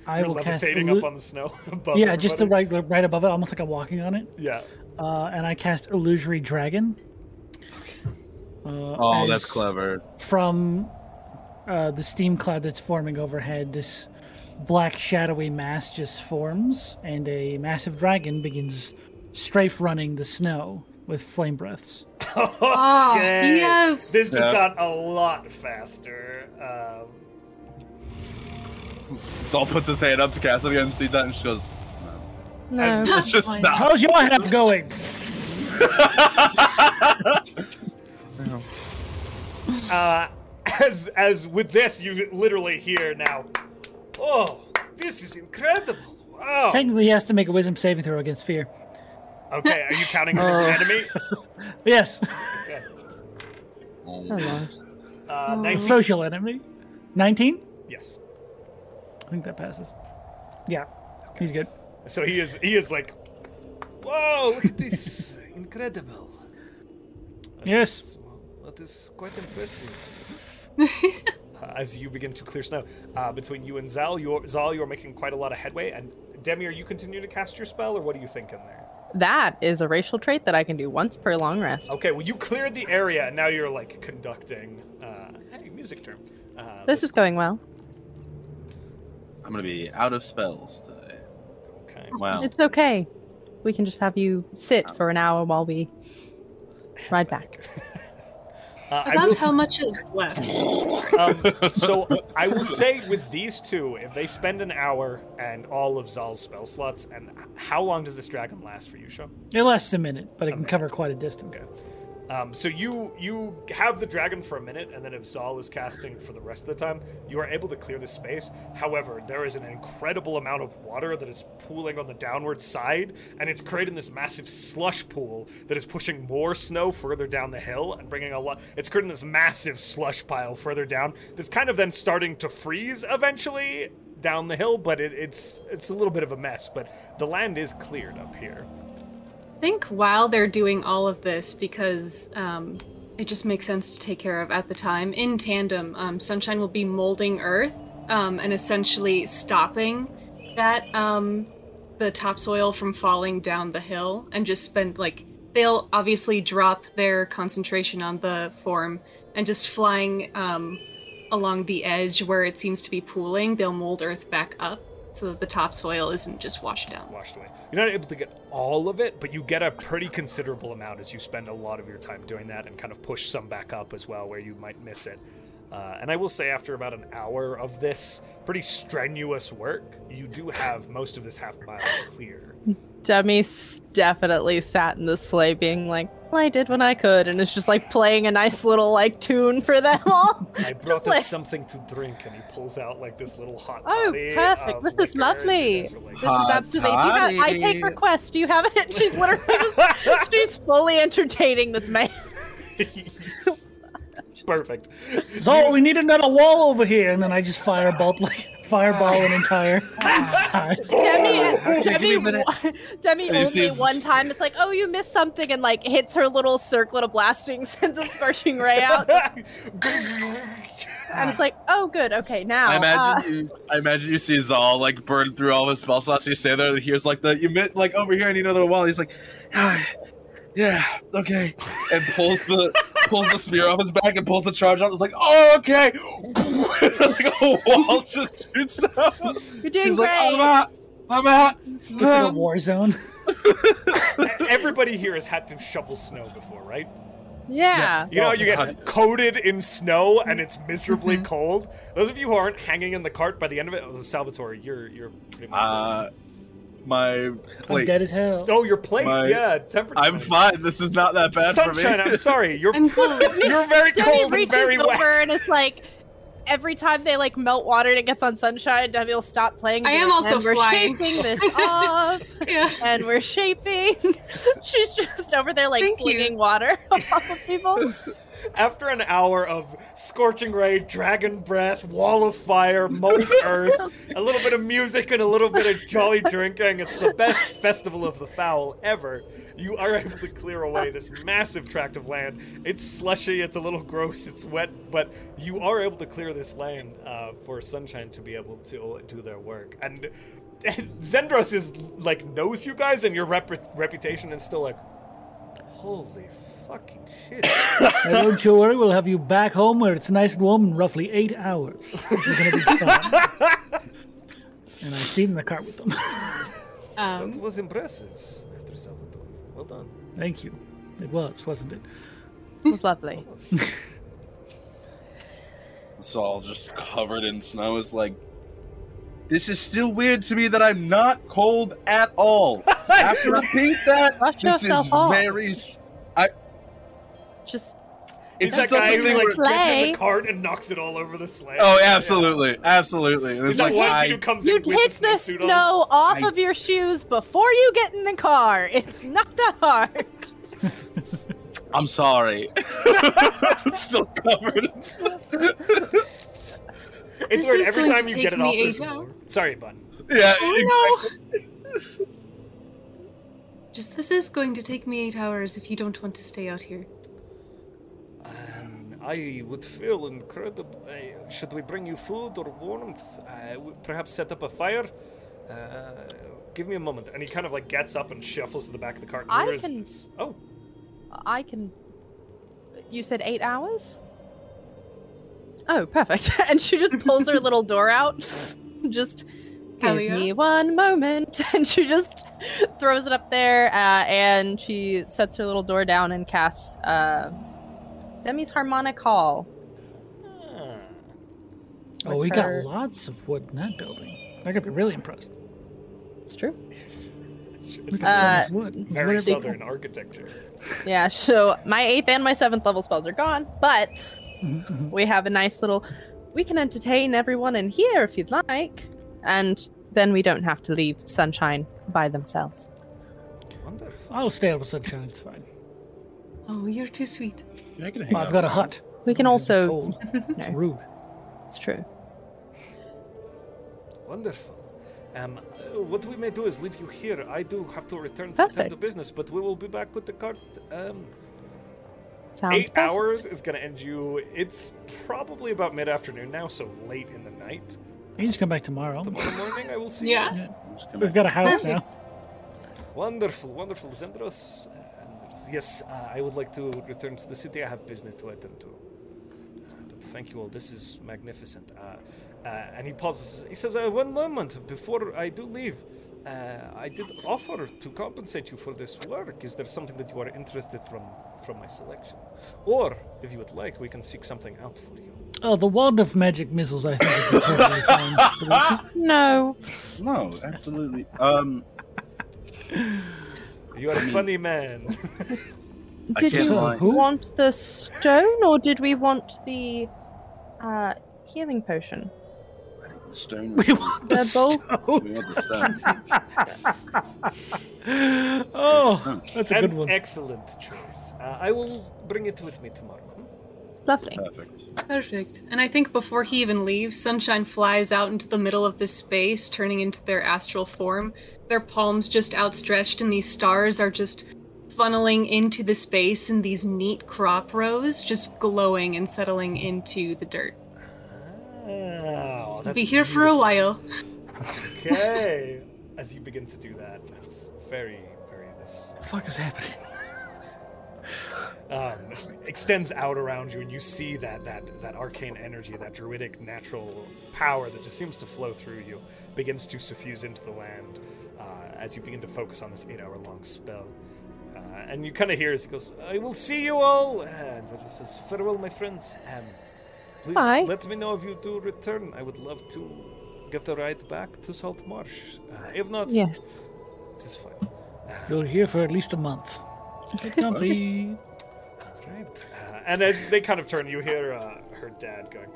[SPEAKER 5] I
[SPEAKER 1] You're
[SPEAKER 5] will cast.
[SPEAKER 1] levitating
[SPEAKER 5] illu-
[SPEAKER 1] up on the snow above.
[SPEAKER 5] yeah, just the
[SPEAKER 1] everybody.
[SPEAKER 5] right, right above it, almost like I'm walking on it.
[SPEAKER 1] Yeah.
[SPEAKER 5] Uh, and I cast Illusory Dragon. Uh,
[SPEAKER 3] Oh, that's
[SPEAKER 5] as-
[SPEAKER 3] clever.
[SPEAKER 5] From uh, the steam cloud that's forming overhead, this black shadowy mass just forms, and a massive dragon begins strafe running the snow with flame breaths.
[SPEAKER 6] Ah,
[SPEAKER 1] Okay.
[SPEAKER 6] yes!
[SPEAKER 1] This just
[SPEAKER 3] Yeah.
[SPEAKER 1] got a lot faster. Um,
[SPEAKER 3] Saul puts his hand up to cast it again, sees that, and she goes,
[SPEAKER 1] No.
[SPEAKER 3] "Let's just stop."
[SPEAKER 5] How's your half going?
[SPEAKER 1] Oh. uh, as as with this you literally hear now. Oh, this is incredible! Wow.
[SPEAKER 5] Technically, he has to make a wisdom saving throw against fear.
[SPEAKER 1] Okay, are you counting him as an enemy?
[SPEAKER 5] Yes,
[SPEAKER 1] Okay.
[SPEAKER 3] Oh,
[SPEAKER 1] Uh,
[SPEAKER 5] a
[SPEAKER 1] 19.
[SPEAKER 5] social enemy. 19?
[SPEAKER 1] Yes.
[SPEAKER 5] I think that passes. Yeah, he's good.
[SPEAKER 1] So he is he is like, whoa! Look at this, incredible.
[SPEAKER 5] Yes.
[SPEAKER 1] That is quite impressive. Uh, As you begin to clear snow, uh, between you and Zal, you're, Zal, you're making quite a lot of headway. And Demi, are you continuing to cast your spell, or what are you thinking there?
[SPEAKER 4] That is a racial trait that I can do once per long rest.
[SPEAKER 1] Okay, well, you cleared the area, and now you're like conducting. Uh, hey, music term. Uh,
[SPEAKER 4] This is going well.
[SPEAKER 3] I'm gonna be out of spells today.
[SPEAKER 1] okay.
[SPEAKER 3] Wow.
[SPEAKER 4] It's okay. We can just have you sit for an hour while we ride back.
[SPEAKER 1] Uh, I will
[SPEAKER 6] About how much is left?
[SPEAKER 1] Um, so I will say with these two, if they spend an hour and all of Zal's spell slots, and how long does this dragon last for you, Sean?
[SPEAKER 5] It lasts a minute, but it can
[SPEAKER 1] Okay.
[SPEAKER 5] cover quite a distance.
[SPEAKER 1] Okay. Um, so you you have the dragon for a minute, and then if Zal is casting for the rest of the time, you are able to clear the space. However, there is an incredible amount of water that is pooling on the downward side, and it's creating this massive slush pool that is pushing more snow further down the hill and bringing a lot. It's creating this massive slush pile further down. That's kind of then starting to freeze eventually down the hill, but it, it's it's a little bit of a mess. But the land is cleared up here.
[SPEAKER 6] think while they're doing all of this, because um, it just makes sense to take care of at the time, in tandem, um, Sunshine will be molding Earth um, and essentially stopping that um, the topsoil from falling down the hill and just spend like they'll obviously drop their concentration on the form and just flying um, along the edge where it seems to be pooling, they'll mold Earth back up so that the topsoil isn't just washed down.
[SPEAKER 1] washed away. You're not able to get all of it, but you get a pretty considerable amount as you spend a lot of your time doing that and kind of push some back up as well where you might miss it. Uh, and I will say, after about an hour of this pretty strenuous work, you do have most of this half mile clear.
[SPEAKER 4] Demi s- definitely sat in the sleigh being like, well, I did what I could, and it's just like playing a nice little like tune for them all.
[SPEAKER 1] I brought
[SPEAKER 4] Just
[SPEAKER 1] him
[SPEAKER 4] like-
[SPEAKER 1] something to drink, and he pulls out like this little hot.
[SPEAKER 4] Oh,
[SPEAKER 1] toddy
[SPEAKER 4] perfect.
[SPEAKER 1] of
[SPEAKER 4] This is
[SPEAKER 1] liquor, and you
[SPEAKER 4] lovely.
[SPEAKER 1] guys are like-
[SPEAKER 4] This is
[SPEAKER 3] Hot
[SPEAKER 4] absolutely. do you have- I
[SPEAKER 3] toddy.
[SPEAKER 4] take requests. Do you have it? She's literally just, she's fully entertaining this man.
[SPEAKER 1] perfect.
[SPEAKER 5] So we need another wall over here, and then I just firebolt like fireball an entire side.
[SPEAKER 4] Demi,
[SPEAKER 3] Oh,
[SPEAKER 4] uh,
[SPEAKER 3] give me
[SPEAKER 4] Demi,
[SPEAKER 3] a minute.
[SPEAKER 4] one- Demi
[SPEAKER 3] And you
[SPEAKER 4] only
[SPEAKER 3] see his-
[SPEAKER 4] one time. It's like, oh, you missed something, and like hits her little circlet of blasting, sends a scorching ray out, and it's like, oh, good, okay, now.
[SPEAKER 3] I
[SPEAKER 4] uh,
[SPEAKER 3] imagine you. I imagine you see Zal like burn through all his spell slots. You stand there and hears like the you met like over here and you know the wall. He's like, ah, yeah, okay, and pulls the pulls the spear off his back and pulls the charge out. It's like, oh, okay, like a wall just shoots out.
[SPEAKER 4] you're doing
[SPEAKER 3] He's
[SPEAKER 4] great.
[SPEAKER 3] like, "Oh, I'm out. I'm out.
[SPEAKER 5] It's like a war zone.
[SPEAKER 1] Everybody here has had to shovel snow before, right?
[SPEAKER 4] yeah.
[SPEAKER 1] You know, how
[SPEAKER 3] Well,
[SPEAKER 1] you
[SPEAKER 3] that's how-
[SPEAKER 1] get coated in snow
[SPEAKER 3] Mm-hmm.
[SPEAKER 1] and it's miserably cold. Those of you who aren't hanging in the cart by the end of it, oh, Salvatore, you're you're. Pretty much
[SPEAKER 3] Uh, my
[SPEAKER 5] I'm
[SPEAKER 3] plate.
[SPEAKER 5] dead as hell.
[SPEAKER 1] oh, your plate.
[SPEAKER 3] my-
[SPEAKER 1] yeah, temperature.
[SPEAKER 3] I'm fine. This is not that bad
[SPEAKER 1] Sunshine.
[SPEAKER 3] for me.
[SPEAKER 1] I'm sorry. You're
[SPEAKER 6] I'm cool.
[SPEAKER 1] you're very
[SPEAKER 4] Demi
[SPEAKER 1] cold and
[SPEAKER 4] reaches
[SPEAKER 1] very
[SPEAKER 4] over
[SPEAKER 1] wet.
[SPEAKER 4] and it's like, every time they like melt water and it gets on sunshine, Demi will stop playing.
[SPEAKER 6] I
[SPEAKER 4] and be
[SPEAKER 6] am
[SPEAKER 4] like,
[SPEAKER 6] also
[SPEAKER 4] "And we're
[SPEAKER 6] flying."
[SPEAKER 4] shaping this off,
[SPEAKER 6] Yeah.
[SPEAKER 4] and we're shaping. She's just over there like
[SPEAKER 6] Thank you.
[SPEAKER 4] flinging water off of people.
[SPEAKER 1] After an hour of scorching ray, dragon breath, wall of fire, molten earth, a little bit of music, and a little bit of jolly drinking, it's the best festival of the fowl ever. You are able to clear away this massive tract of land. It's slushy, it's a little gross, it's wet, but you are able to clear this land uh, for Sunshine to be able to do their work. And, and Zendros is like knows you guys, and your rep- reputation is still like, holy fucking shit.
[SPEAKER 5] Now, don't you worry, we'll have you back home where it's nice and warm in roughly eight hours. You're gonna be fine. and I seat in the cart with them.
[SPEAKER 1] That
[SPEAKER 6] Um,
[SPEAKER 1] was impressive, Master Salvatore. Well done.
[SPEAKER 5] Thank you. It was, wasn't it?
[SPEAKER 4] It was lovely.
[SPEAKER 3] It's all just covered in snow. It's like, this is still weird to me that I'm not cold at all. After I beat that,
[SPEAKER 4] Brush
[SPEAKER 3] this is
[SPEAKER 4] yourself off.
[SPEAKER 3] very. s-
[SPEAKER 4] Just
[SPEAKER 1] It's
[SPEAKER 3] just
[SPEAKER 1] that guy
[SPEAKER 3] doesn't
[SPEAKER 1] who like
[SPEAKER 3] look
[SPEAKER 1] gets in
[SPEAKER 4] Play.
[SPEAKER 1] the cart and knocks it all over the sleigh.
[SPEAKER 3] Oh, absolutely, absolutely. And
[SPEAKER 1] It's
[SPEAKER 3] it's
[SPEAKER 1] that
[SPEAKER 3] like
[SPEAKER 1] one
[SPEAKER 3] I,
[SPEAKER 1] kid who comes
[SPEAKER 4] You
[SPEAKER 1] in with
[SPEAKER 4] hit the
[SPEAKER 1] snowsuit
[SPEAKER 4] snow off
[SPEAKER 3] I-
[SPEAKER 4] of your shoes before you get in the car. It's not that hard.
[SPEAKER 3] I'm sorry. It's Still covered. in snow.
[SPEAKER 1] On. It's
[SPEAKER 6] This
[SPEAKER 1] weird.
[SPEAKER 6] is
[SPEAKER 1] Every
[SPEAKER 6] going
[SPEAKER 1] time
[SPEAKER 6] to
[SPEAKER 1] you
[SPEAKER 6] take
[SPEAKER 1] get it
[SPEAKER 6] me
[SPEAKER 1] off, there's
[SPEAKER 6] ages.
[SPEAKER 1] more. Sorry, bud.
[SPEAKER 3] yeah.
[SPEAKER 6] Oh no! Just this is going to take me eight hours if you don't want to stay out here.
[SPEAKER 1] Um, I would feel incredible. Uh, should we bring you food or warmth? Uh, w- perhaps set up a fire. Uh, give me a moment. And he kind of like gets up and shuffles to the back of the cart.
[SPEAKER 4] I
[SPEAKER 1] Where is
[SPEAKER 4] can-
[SPEAKER 1] this? Oh,
[SPEAKER 4] I can. You said eight hours? Oh, perfect. and she just pulls her little door out. Just give
[SPEAKER 6] Hell yeah.
[SPEAKER 4] me one moment. And she just throws it up there uh, and she sets her little door down and casts uh, Demi's Harmonic Hall.
[SPEAKER 1] Ah.
[SPEAKER 5] Oh,
[SPEAKER 4] with
[SPEAKER 5] we
[SPEAKER 4] her-
[SPEAKER 5] got lots of wood in that building. They're gonna be really impressed.
[SPEAKER 4] It's true.
[SPEAKER 1] It's-
[SPEAKER 5] Look
[SPEAKER 1] it's
[SPEAKER 4] Uh,
[SPEAKER 5] at so much wood.
[SPEAKER 1] very
[SPEAKER 5] Whatever-
[SPEAKER 1] southern architecture.
[SPEAKER 4] Yeah, so my eighth and my seventh level spells are gone, but
[SPEAKER 5] Mhm, mhm.
[SPEAKER 4] we have a nice little. We can entertain everyone in here if you'd like. And then we don't have to leave Sunshine by themselves.
[SPEAKER 1] Wonderful.
[SPEAKER 5] I'll stay out with sunshine. It's fine.
[SPEAKER 6] Oh, you're too sweet.
[SPEAKER 3] I can hang
[SPEAKER 5] Well, I've
[SPEAKER 3] out.
[SPEAKER 5] got a hut.
[SPEAKER 4] We can
[SPEAKER 5] It's
[SPEAKER 4] also.
[SPEAKER 5] cold. It's
[SPEAKER 4] No.
[SPEAKER 5] rude.
[SPEAKER 4] It's true.
[SPEAKER 1] Wonderful. Um, uh, what we may do is leave you here. I do have to return to
[SPEAKER 4] Perfect.
[SPEAKER 1] attend to business, but we will be back with the cart. Um,
[SPEAKER 4] Sounds
[SPEAKER 1] eight
[SPEAKER 4] perfect.
[SPEAKER 1] hours is going to end you. It's probably about mid afternoon now, so late in the night.
[SPEAKER 5] You just come back tomorrow.
[SPEAKER 1] Tomorrow morning, I will see you.
[SPEAKER 2] Yeah.
[SPEAKER 3] I'm just gonna-
[SPEAKER 5] We've got a house now.
[SPEAKER 6] Perfect.
[SPEAKER 1] Wonderful, wonderful, Zendros. Uh, Anders. yes, uh, I would like to return to the city. I have business to attend to. Uh, but thank you all. This is magnificent. Uh, uh, and he pauses. He says, uh, "One moment before I do leave, uh, I did offer to compensate you for this work. Is there something that you are interested from from my selection, or if you would like, we can seek something out for you."
[SPEAKER 5] Oh, the wand of magic missiles, I think, is totally fine.
[SPEAKER 4] No.
[SPEAKER 3] No, absolutely. Um,
[SPEAKER 1] You are a funny man.
[SPEAKER 3] I
[SPEAKER 4] Did
[SPEAKER 3] can't
[SPEAKER 4] you
[SPEAKER 3] lie.
[SPEAKER 5] Who?
[SPEAKER 4] want the stone or did we want the uh, healing potion?
[SPEAKER 3] stone.
[SPEAKER 5] We want the
[SPEAKER 4] They're both-
[SPEAKER 5] stone.
[SPEAKER 3] We want the stone.
[SPEAKER 5] Oh, that's a
[SPEAKER 1] An
[SPEAKER 5] good one.
[SPEAKER 1] excellent choice. Uh, I will bring it with me tomorrow. hmm?
[SPEAKER 4] Lovely.
[SPEAKER 3] Perfect.
[SPEAKER 6] Perfect. And I think before he even leaves, Sunshine flies out into the middle of this space, turning into their astral form. Their palms just outstretched, and these stars are just funneling into the space in these neat crop rows, just glowing and settling into the dirt.
[SPEAKER 1] Oh, that's
[SPEAKER 6] Be here for a while.
[SPEAKER 1] Okay. As you begin to do that, it's very, very this
[SPEAKER 5] the fuck is happening?
[SPEAKER 1] um, extends out around you, and you see that that that arcane energy, that druidic natural power that just seems to flow through you, begins to suffuse into the land uh, as you begin to focus on this eight-hour-long spell. Uh, and you kind of hear as he goes, "I will see you all," and he says, "Farewell, my friends. Um, please
[SPEAKER 4] Bye.
[SPEAKER 1] let me know if you do return. I would love to get a ride back to Salt Marsh. Uh, if not,
[SPEAKER 4] Yes.
[SPEAKER 1] it is fine."
[SPEAKER 5] You're here for at least a month. Get comfy.
[SPEAKER 1] Right. Uh, and as they kind of turn, you hear uh, her dad going,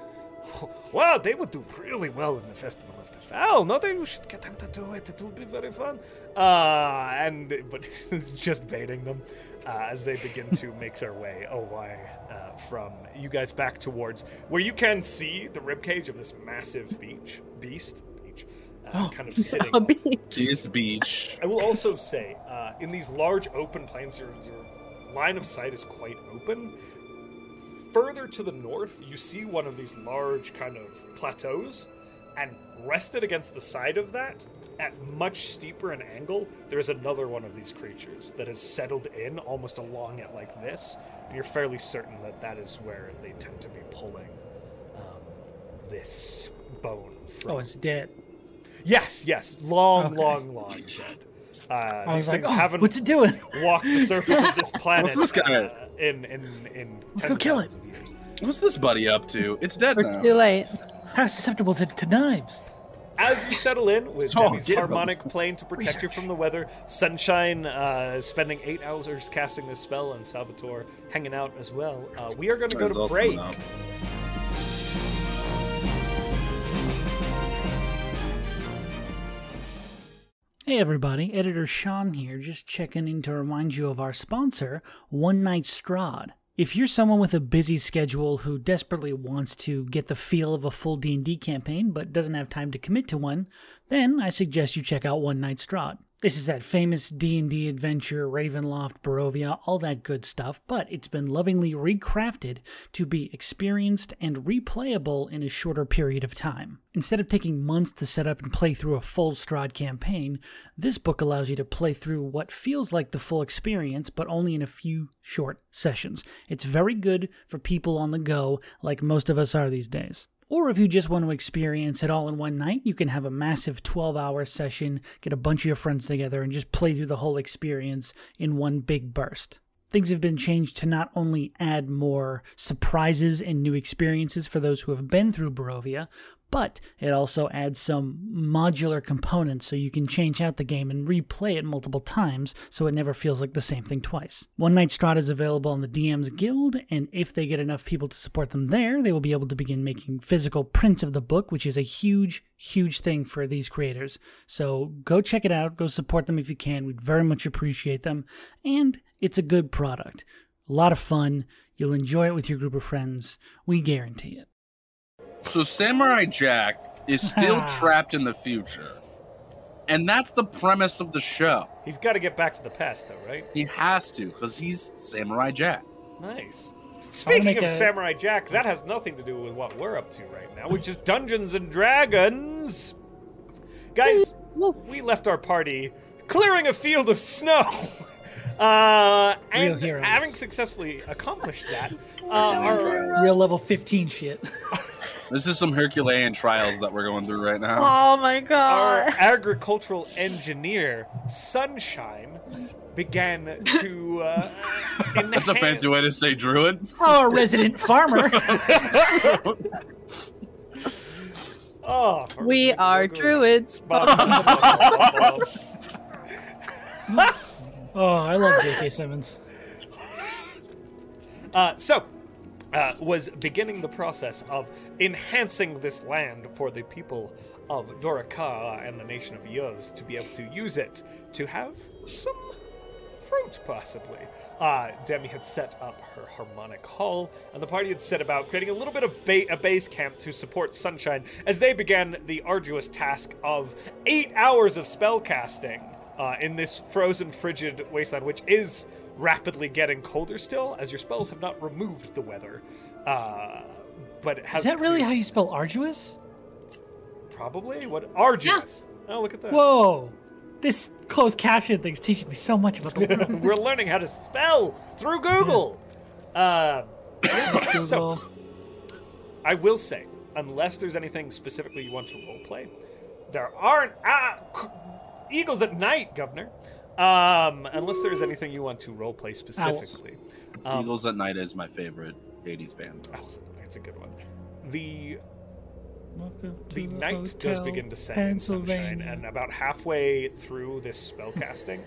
[SPEAKER 1] Wow, they would do really well in the Festival of the Fowl. No, they you should get them to do it. It will be very fun. Uh, and but it's just baiting them uh, as they begin to make their way away uh, from you guys back towards where you can see the ribcage of this massive beach beast beach
[SPEAKER 5] Oh.
[SPEAKER 1] uh, kind of sitting.
[SPEAKER 4] I'll be-
[SPEAKER 3] This beach.
[SPEAKER 1] I will also say, uh, in these large open plains, your, your line of sight is quite open. Further to the north, you see one of these large kind of plateaus, and rested against the side of that, at much steeper an angle, there is another one of these creatures that has settled in almost along it like this, and you're fairly certain that that is where they tend to be pulling um, this bone from.
[SPEAKER 5] Oh, it's dead.
[SPEAKER 1] Yes, yes. Long,
[SPEAKER 5] Okay.
[SPEAKER 1] long, long dead. Uh,
[SPEAKER 5] I
[SPEAKER 1] these
[SPEAKER 5] was
[SPEAKER 1] things
[SPEAKER 5] like, oh,
[SPEAKER 1] haven't
[SPEAKER 5] what's it doing?
[SPEAKER 1] walked the surface of this planet
[SPEAKER 3] What's this guy?
[SPEAKER 1] uh, in in in
[SPEAKER 5] Let's
[SPEAKER 1] tens
[SPEAKER 5] go kill
[SPEAKER 1] of
[SPEAKER 5] it.
[SPEAKER 1] thousands of years.
[SPEAKER 3] What's this buddy up to? It's dead
[SPEAKER 4] We're
[SPEAKER 3] now.
[SPEAKER 4] too late.
[SPEAKER 5] How susceptible is it to knives?
[SPEAKER 1] As you settle in with
[SPEAKER 3] Oh,
[SPEAKER 1] Demi's
[SPEAKER 3] get 'em.
[SPEAKER 1] harmonic plane to protect you from the weather, Sunshine uh, spending eight hours casting this spell, and Salvatore hanging out as well, uh, we are going to go to
[SPEAKER 3] Results
[SPEAKER 1] break.
[SPEAKER 3] coming up.
[SPEAKER 5] Hey everybody, editor Sean here, just checking in to remind you of our sponsor, One Night Strad. If you're someone with a busy schedule who desperately wants to get the feel of a full D&D campaign but doesn't have time to commit to one, then I suggest you check out One Night Strad. This is that famous D&D adventure, Ravenloft, Barovia, all that good stuff, but it's been lovingly recrafted to be experienced and replayable in a shorter period of time. Instead of taking months to set up and play through a full Strahd campaign, this book allows you to play through what feels like the full experience, but only in a few short sessions. It's very good for people on the go, like most of us are these days. Or if you just want to experience it all in one night, you can have a massive 12 hour session, get a bunch of your friends together, and just play through the whole experience in one big burst. Things have been changed to not only add more surprises and new experiences for those who have been through Barovia, but it also adds some modular components so you can change out the game and replay it multiple times so it never feels like the same thing twice. One Night Strata is available on the DM's Guild, and if they get enough people to support them there, they will be able to begin making physical prints of the book, which is a huge, huge thing for these creators. So go check it out, go support them if you can. We'd very much appreciate them, and it's a good product. A lot of fun. You'll enjoy it with your group of friends. We guarantee it.
[SPEAKER 3] So Samurai Jack is still trapped in the future. And that's the premise of the show.
[SPEAKER 1] He's got to get back to the past, though, right?
[SPEAKER 3] He has to, because he's Samurai Jack.
[SPEAKER 1] Nice. Speaking
[SPEAKER 5] make
[SPEAKER 1] of
[SPEAKER 5] a-
[SPEAKER 1] Samurai Jack, that has nothing to do with what we're up to right now, which is Dungeons and Dragons. Guys, we left our party clearing a field of snow. Uh, and
[SPEAKER 5] heroes.
[SPEAKER 1] having successfully accomplished that, uh,
[SPEAKER 4] Oh.
[SPEAKER 1] our,
[SPEAKER 5] Real level 15 shit.
[SPEAKER 3] This is some Herculean trials that we're going through right now.
[SPEAKER 4] Oh my
[SPEAKER 1] our
[SPEAKER 4] god.
[SPEAKER 1] agricultural engineer, Sunshine, began to. Uh,
[SPEAKER 3] That's a fancy way to say druid.
[SPEAKER 5] oh, a resident farmer.
[SPEAKER 1] Oh,
[SPEAKER 4] We are druids.
[SPEAKER 1] druids.
[SPEAKER 5] Oh, I love J.K. Simmons.
[SPEAKER 1] Uh, so, uh, was beginning the process of enhancing this land for the people of Doraka and the nation of Yuz to be able to use it to have some fruit, possibly. Uh, Demi had set up her harmonic hall, and the party had set about creating a little bit of ba- a base camp to support Sunshine as they began the arduous task of eight hours of spellcasting uh, in this frozen, frigid wasteland, which is rapidly getting colder still, as your spells have not removed the weather. Uh, but it has
[SPEAKER 5] Is that really how
[SPEAKER 1] cleared-
[SPEAKER 5] you spell arduous?
[SPEAKER 1] Probably what arduous. Oh, look at that.
[SPEAKER 5] Whoa. This closed caption thing's teaching me so much about the world.
[SPEAKER 1] We're learning how to spell through Google. Uh, so,
[SPEAKER 5] Google.
[SPEAKER 1] I will say, unless there's anything specifically you want to roleplay, there aren't ah, c- eagles at night, Governor. Um, unless there's anything you want to roleplay specifically, um,
[SPEAKER 3] Eagles at Night is my favorite 80s band.
[SPEAKER 1] Owls at Night, It's a good one. The
[SPEAKER 5] Welcome to
[SPEAKER 1] the
[SPEAKER 5] a
[SPEAKER 1] night does
[SPEAKER 5] hotel,
[SPEAKER 1] begin to set in sunshine,
[SPEAKER 5] Pennsylvania.
[SPEAKER 1] and about halfway through this spellcasting,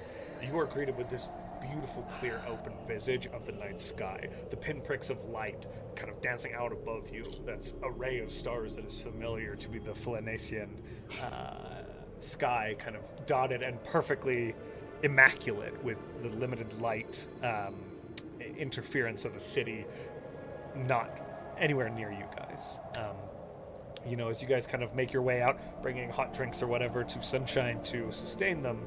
[SPEAKER 1] you are greeted with this beautiful, clear, open visage of the night sky. The pinpricks of light kind of dancing out above you. That's a ray of stars that is familiar to be the Phoenician uh, sky, kind of dotted and perfectly immaculate with the limited light um, interference of the city not anywhere near you guys. Um, you know, as you guys kind of make your way out, bringing hot drinks or whatever to sunshine to sustain them,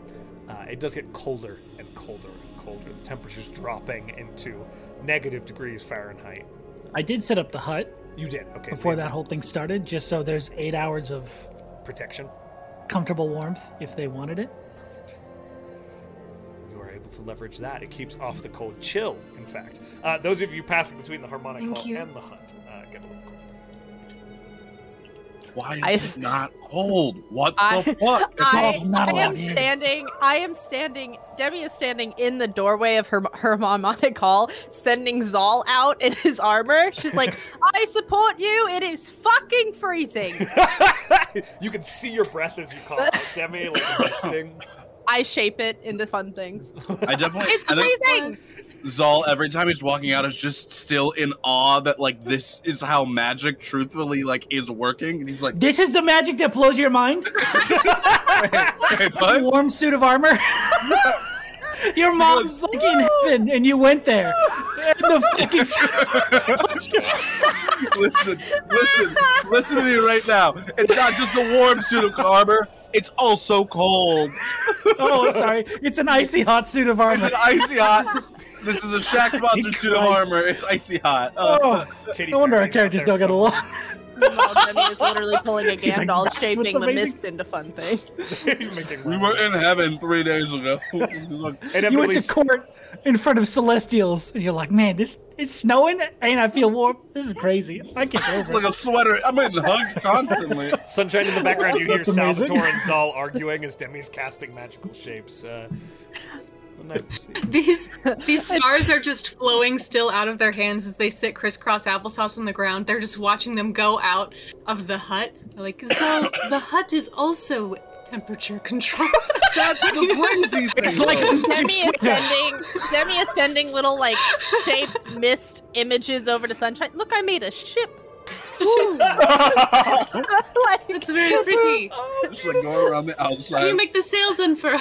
[SPEAKER 1] uh, it does get colder and colder and colder. The temperature's dropping into negative degrees Fahrenheit.
[SPEAKER 5] I did set up the hut
[SPEAKER 1] You did, okay.
[SPEAKER 5] before
[SPEAKER 1] we
[SPEAKER 5] that
[SPEAKER 1] have
[SPEAKER 5] whole thing started, just so there's eight hours of
[SPEAKER 1] protection,
[SPEAKER 5] comfortable warmth if they wanted it.
[SPEAKER 1] you are able to leverage that. It keeps off the cold chill, in fact. Uh, those of you passing between the harmonic
[SPEAKER 6] Thank
[SPEAKER 1] hall
[SPEAKER 6] you.
[SPEAKER 1] and the hunt uh, get a little cold.
[SPEAKER 3] Why is
[SPEAKER 4] I
[SPEAKER 3] it
[SPEAKER 4] s-
[SPEAKER 3] not cold? What
[SPEAKER 4] I-
[SPEAKER 3] the fuck? It's
[SPEAKER 4] I,
[SPEAKER 5] all not
[SPEAKER 4] I
[SPEAKER 5] a
[SPEAKER 4] am
[SPEAKER 5] lot.
[SPEAKER 4] standing. I am standing. Debbie is standing in the doorway of her her harmonic hall, sending Zal out in his armor. She's like, "I support you. It is fucking freezing."
[SPEAKER 1] you can see your breath as you cough, out, Demi, like misting.
[SPEAKER 4] I shape it into fun things.
[SPEAKER 3] I definitely.
[SPEAKER 4] It's
[SPEAKER 3] I think
[SPEAKER 4] freezing.
[SPEAKER 3] Zal every time he's walking out is just still in awe that like this is how magic truthfully like is working, and he's like,
[SPEAKER 5] This is the magic that blows your mind.
[SPEAKER 3] hey,
[SPEAKER 5] A
[SPEAKER 3] bud,
[SPEAKER 5] warm suit of armor. Your mom's like in heaven, and you went there. And the fucking
[SPEAKER 3] listen, listen, listen to me right now. It's not just a warm suit of armor; it's also cold.
[SPEAKER 5] oh, I'm sorry. It's an icy hot suit of
[SPEAKER 3] It's
[SPEAKER 5] armor.
[SPEAKER 3] an icy hot. This is a Shaq sponsored suit of
[SPEAKER 5] Christ.
[SPEAKER 3] armor. It's icy hot. Uh,
[SPEAKER 5] Oh,
[SPEAKER 1] Katy
[SPEAKER 5] no wonder our
[SPEAKER 1] Perry's out
[SPEAKER 5] characters
[SPEAKER 1] there
[SPEAKER 5] don't get
[SPEAKER 1] somewhere.
[SPEAKER 5] along.
[SPEAKER 4] Meanwhile, Debbie is literally pulling a
[SPEAKER 5] He's like,
[SPEAKER 4] Gandalf,
[SPEAKER 5] "That's
[SPEAKER 4] shaping
[SPEAKER 5] what's
[SPEAKER 4] the
[SPEAKER 5] amazing."
[SPEAKER 4] mist into fun things.
[SPEAKER 1] Making
[SPEAKER 3] we
[SPEAKER 1] loud
[SPEAKER 3] were
[SPEAKER 1] noise.
[SPEAKER 3] in heaven three days ago. Look,
[SPEAKER 1] And
[SPEAKER 5] You went
[SPEAKER 1] Emily's-
[SPEAKER 5] to court in front of celestials, and you're like, man, this it's snowing, and I feel warm. This is crazy. I can't get
[SPEAKER 3] it's
[SPEAKER 5] over
[SPEAKER 3] like
[SPEAKER 5] it.
[SPEAKER 3] a sweater. I'm getting hugged constantly.
[SPEAKER 1] Sunshine in the background, you hear
[SPEAKER 5] That's amazing.
[SPEAKER 1] Salvatore and Zal arguing as Demi's casting magical shapes. Uh, the night proceeds.
[SPEAKER 6] These these stars are just flowing still out of their hands as they sit crisscross applesauce on the ground. They're just watching them go out of the hut. They're like, so the hut is also temperature controlled.
[SPEAKER 3] That's the crazy thing.
[SPEAKER 5] It's like
[SPEAKER 3] though.
[SPEAKER 4] Demi is
[SPEAKER 5] sweater.
[SPEAKER 4] sending Demi is sending little like shape mist images over to Sunshine. Look, I made a ship. like,
[SPEAKER 6] it's very pretty.
[SPEAKER 3] Just like going around the outside.
[SPEAKER 6] Can you make the sails unfurl?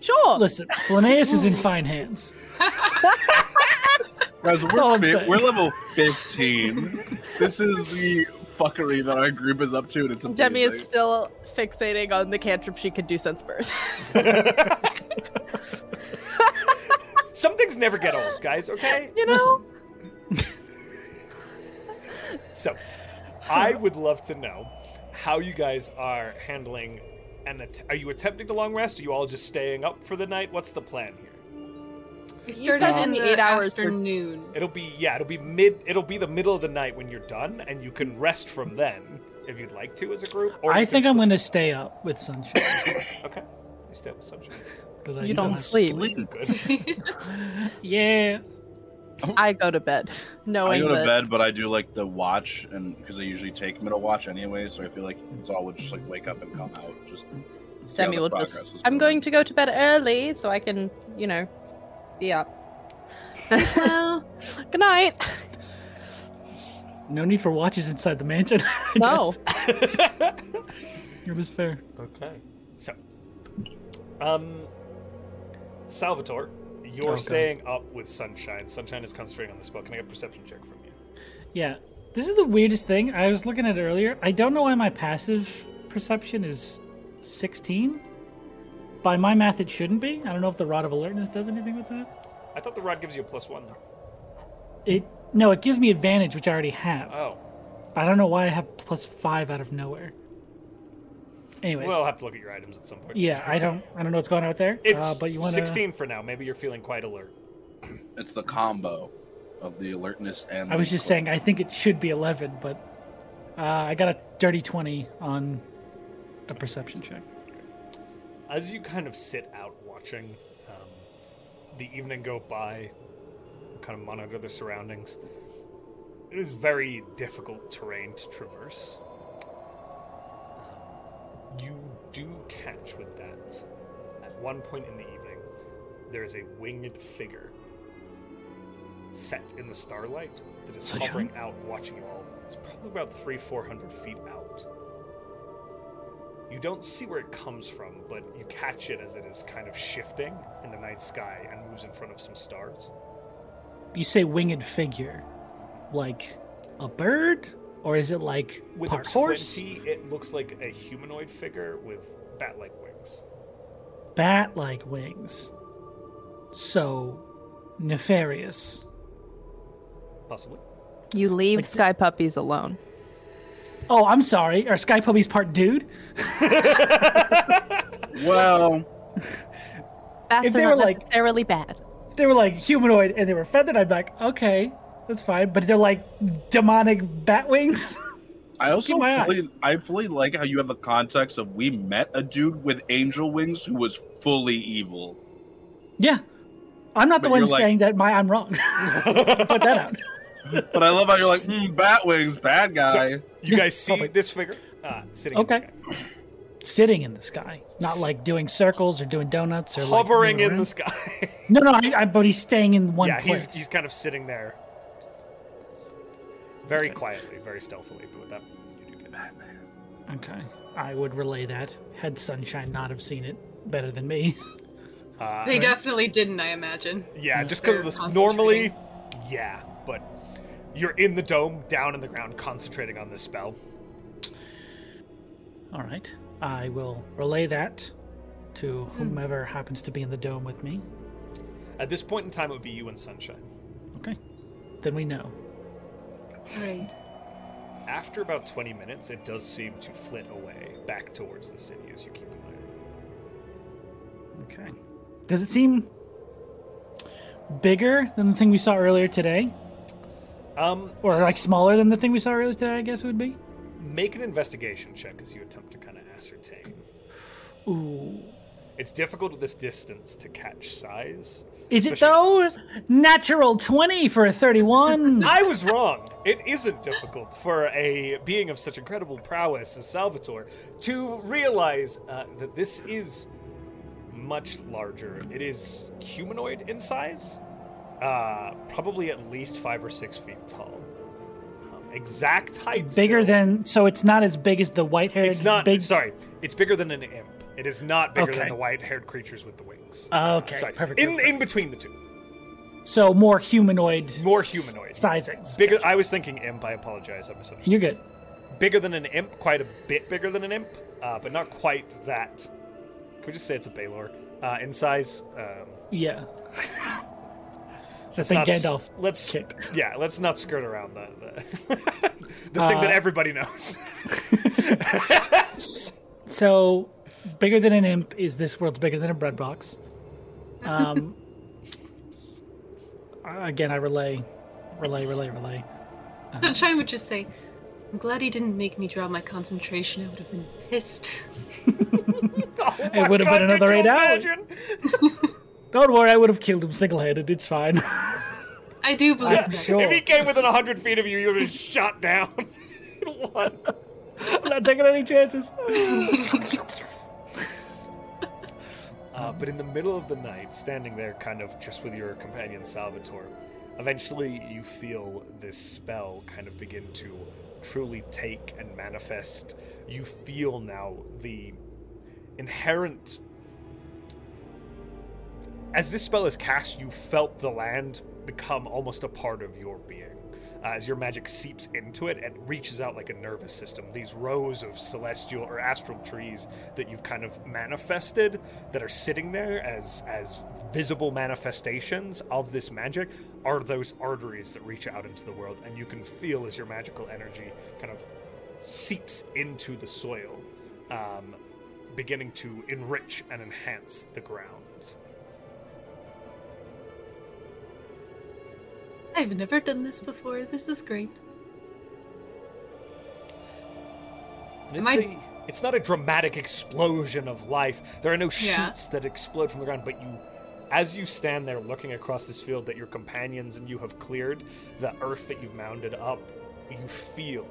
[SPEAKER 4] sure.
[SPEAKER 5] Listen, Linnaeus is in fine hands.
[SPEAKER 3] Guys,
[SPEAKER 5] all
[SPEAKER 3] we're,
[SPEAKER 5] I'm
[SPEAKER 3] fi-
[SPEAKER 5] saying.
[SPEAKER 3] we're level 15. this is the fuckery that our group is up to, and it's amazing.
[SPEAKER 4] Demi is still fixating on the cantrip she could do since birth.
[SPEAKER 1] Some things never get old, guys, okay?
[SPEAKER 4] You know,
[SPEAKER 1] So, I would love to know how you guys are handling and att- are you attempting to long rest? Are you all just staying up for the night? What's the plan here?
[SPEAKER 6] We
[SPEAKER 4] You
[SPEAKER 6] started
[SPEAKER 4] said
[SPEAKER 6] in the
[SPEAKER 4] eight hours per-
[SPEAKER 6] afternoon.
[SPEAKER 1] It'll be yeah, it'll be mid it'll be the middle of the night when you're done and you can rest from then if you'd like to as a group or
[SPEAKER 5] I
[SPEAKER 1] you can
[SPEAKER 5] think I'm
[SPEAKER 1] split-
[SPEAKER 5] going to stay up with sunshine.
[SPEAKER 1] Okay. You stay up with Sunshine.
[SPEAKER 5] 'cause I
[SPEAKER 4] You don't
[SPEAKER 5] have to
[SPEAKER 4] sleep.
[SPEAKER 1] Good.
[SPEAKER 5] Yeah.
[SPEAKER 4] I go to bed
[SPEAKER 3] I
[SPEAKER 4] knowing
[SPEAKER 3] go to
[SPEAKER 4] that
[SPEAKER 3] bed, but I do like the watch, and because I usually take middle watch anyway, so I feel like Zal would just like wake up and come out. Just see how
[SPEAKER 4] Demi
[SPEAKER 3] the
[SPEAKER 4] will
[SPEAKER 3] progress
[SPEAKER 4] just.
[SPEAKER 3] is
[SPEAKER 4] I'm
[SPEAKER 3] going.
[SPEAKER 4] going to go to bed early so I can, you know, be up.
[SPEAKER 6] well,
[SPEAKER 4] Good night.
[SPEAKER 5] No need for watches inside the mansion. I
[SPEAKER 4] No.
[SPEAKER 5] guess. It was fair.
[SPEAKER 1] Okay. So, um, Salvatore, you're
[SPEAKER 5] Okay.
[SPEAKER 1] staying up with Sunshine. Sunshine is concentrating on this spell. Can I get a perception check from you?
[SPEAKER 5] Yeah. This is the weirdest thing. I was looking at it earlier. I don't know why my passive perception is 16. By my math, it shouldn't be. I don't know if the Rod of Alertness does anything with that.
[SPEAKER 1] I thought the rod gives you a plus one, though.
[SPEAKER 5] It no, it gives me advantage, which I already have.
[SPEAKER 1] Oh,
[SPEAKER 5] I don't know why I have plus five out of nowhere. Anyways,
[SPEAKER 1] we'll have to look at your items at some point.
[SPEAKER 5] yeah, I don't, I don't know what's going on out there.
[SPEAKER 1] It's
[SPEAKER 5] uh, but you want
[SPEAKER 1] 16 for now. Maybe you're feeling quite alert.
[SPEAKER 3] It's the combo of the alertness and.
[SPEAKER 5] I was
[SPEAKER 3] the-
[SPEAKER 5] just saying, I think it should be 11, but uh, I got a dirty 20 on the perception check.
[SPEAKER 1] as you kind of sit out watching um, the evening go by, kind of monitor the surroundings, it is very difficult terrain to traverse. You do catch with that. At one point in the evening, there is a winged figure set in the starlight that is
[SPEAKER 5] Sunshine?
[SPEAKER 1] hovering out, watching you all. It's probably about three, four hundred feet out. You don't see where it comes from, but you catch it as it is kind of shifting in the night sky and moves in front of some stars.
[SPEAKER 5] You say winged figure, like a bird, or is it like
[SPEAKER 1] With
[SPEAKER 5] part
[SPEAKER 1] a
[SPEAKER 5] horse,
[SPEAKER 1] 20, it looks like a humanoid figure with bat like wings.
[SPEAKER 5] bat like wings? So nefarious.
[SPEAKER 1] Possibly.
[SPEAKER 4] You leave
[SPEAKER 5] Like-
[SPEAKER 4] Sky Puppies alone.
[SPEAKER 5] Oh, I'm sorry. Are Sky Puppies part dude?
[SPEAKER 3] Well,
[SPEAKER 4] Bats
[SPEAKER 5] If
[SPEAKER 4] are
[SPEAKER 5] they
[SPEAKER 4] not
[SPEAKER 5] were, like-
[SPEAKER 4] necessarily bad.
[SPEAKER 5] If they were like humanoid and they were feathered, I'd be like, okay, that's fine. But they're like demonic bat wings.
[SPEAKER 3] I also
[SPEAKER 5] my eye.
[SPEAKER 3] fully, I fully like how you have the context of we met a dude with angel wings who was fully evil.
[SPEAKER 5] Yeah. I'm not
[SPEAKER 3] But
[SPEAKER 5] the one
[SPEAKER 3] you're like-
[SPEAKER 5] saying that my I'm wrong. Put that out.
[SPEAKER 3] But I love how you're like, hmm, bat wings, bad guy.
[SPEAKER 1] you guys see
[SPEAKER 5] Probably.
[SPEAKER 1] this figure uh, sitting in the
[SPEAKER 5] Okay.
[SPEAKER 1] sky.
[SPEAKER 5] Sitting in the sky. Not like doing circles or doing donuts or like,
[SPEAKER 1] hovering
[SPEAKER 5] moving
[SPEAKER 1] in the
[SPEAKER 5] around.
[SPEAKER 1] sky.
[SPEAKER 5] No, no, I, I, but he's staying in one
[SPEAKER 1] yeah,
[SPEAKER 5] place.
[SPEAKER 1] he's he's kind of sitting there, very quietly, very stealthily. But with that, you do get it.
[SPEAKER 5] Okay. I would relay that. Had Sunshine not have seen it better than me.
[SPEAKER 1] Uh,
[SPEAKER 6] They definitely didn't, I imagine.
[SPEAKER 1] yeah, just because of
[SPEAKER 6] They're
[SPEAKER 1] this. Normally, yeah, but you're in the dome, down in the ground, concentrating on this spell.
[SPEAKER 5] All right. I will relay that to whomever happens to be in the dome with me.
[SPEAKER 1] At this point in time, it would be you and Sunshine.
[SPEAKER 5] Okay. Then we know.
[SPEAKER 6] Right.
[SPEAKER 1] After about 20 minutes, it does seem to flit away back towards the city as you keep an eye. on it.
[SPEAKER 5] Okay. Does it seem bigger than the thing we saw earlier today?
[SPEAKER 1] Um,
[SPEAKER 5] Or like smaller than the thing we saw earlier today, I guess it would be?
[SPEAKER 1] make an investigation check as you attempt to kind of ascertain.
[SPEAKER 5] Ooh.
[SPEAKER 1] It's difficult at this distance to catch size.
[SPEAKER 5] Is it though?
[SPEAKER 1] Especially-
[SPEAKER 5] Natural 20 for a 31.
[SPEAKER 1] I was wrong. It isn't difficult for a being of such incredible prowess as Salvatore to realize uh, that this is much larger. It is humanoid in size, uh, probably at least five or six feet tall. Um, exact height.
[SPEAKER 5] bigger
[SPEAKER 1] still-
[SPEAKER 5] than so it's not as big as the white-haired
[SPEAKER 1] It's not.
[SPEAKER 5] big
[SPEAKER 1] Sorry, it's bigger than an imp. It is not bigger than
[SPEAKER 5] Okay.
[SPEAKER 1] the white-haired creatures with the wings.
[SPEAKER 5] Okay,
[SPEAKER 1] Sorry.
[SPEAKER 5] perfect,
[SPEAKER 1] In
[SPEAKER 5] perfect.
[SPEAKER 1] in between the two,
[SPEAKER 5] So more humanoid
[SPEAKER 1] more humanoid.
[SPEAKER 5] sizings.
[SPEAKER 1] Bigger. I was thinking imp. I apologize. I misunderstood.
[SPEAKER 5] You're good.
[SPEAKER 1] bigger than an imp, quite a bit bigger than an imp, uh, but not quite that. Can we just say it's a Baylor uh, in size? Um,
[SPEAKER 5] Yeah. so I
[SPEAKER 1] not
[SPEAKER 5] think
[SPEAKER 1] s-
[SPEAKER 5] Gandalf
[SPEAKER 1] Let's
[SPEAKER 5] kicked.
[SPEAKER 1] yeah, let's not skirt around the the, the thing that
[SPEAKER 5] Uh,
[SPEAKER 1] everybody knows.
[SPEAKER 5] So, bigger than an imp is this world's bigger than a bread box. Um, I- again, I relay, relay, relay, relay.
[SPEAKER 6] Sunshine would just say, I'm glad he didn't make me draw my concentration. I would have been pissed.
[SPEAKER 1] Oh
[SPEAKER 5] It would have been another eight hours. Don't worry, I would have killed him single-handed. It's fine.
[SPEAKER 6] I do believe
[SPEAKER 5] I'm
[SPEAKER 6] that.
[SPEAKER 5] sure.
[SPEAKER 1] If he came within hundred feet of you, you would have been shot down. in one.
[SPEAKER 5] I'm not taking any chances.
[SPEAKER 1] Uh, but in the middle of the night, standing there, kind of just with your companion Salvatore, eventually you feel this spell kind of begin to truly take and manifest. You feel now the inherent. As this spell is cast, you felt the land become almost a part of your being. Uh, as your magic seeps into it and reaches out like a nervous system, these rows of celestial or astral trees that you've kind of manifested that are sitting there as as visible manifestations of this magic are those arteries that reach out into the world and you can feel as your magical energy kind of seeps into the soil um, beginning to enrich and enhance the ground
[SPEAKER 6] I've never done this before. This is great.
[SPEAKER 1] And
[SPEAKER 6] Am
[SPEAKER 1] it's,
[SPEAKER 6] I-
[SPEAKER 1] a- it's not a dramatic explosion of life. There are no
[SPEAKER 6] Yeah.
[SPEAKER 1] shoots that explode from the ground, but you, as you stand there looking across this field that your companions and you have cleared, the earth that you've mounded up, you feel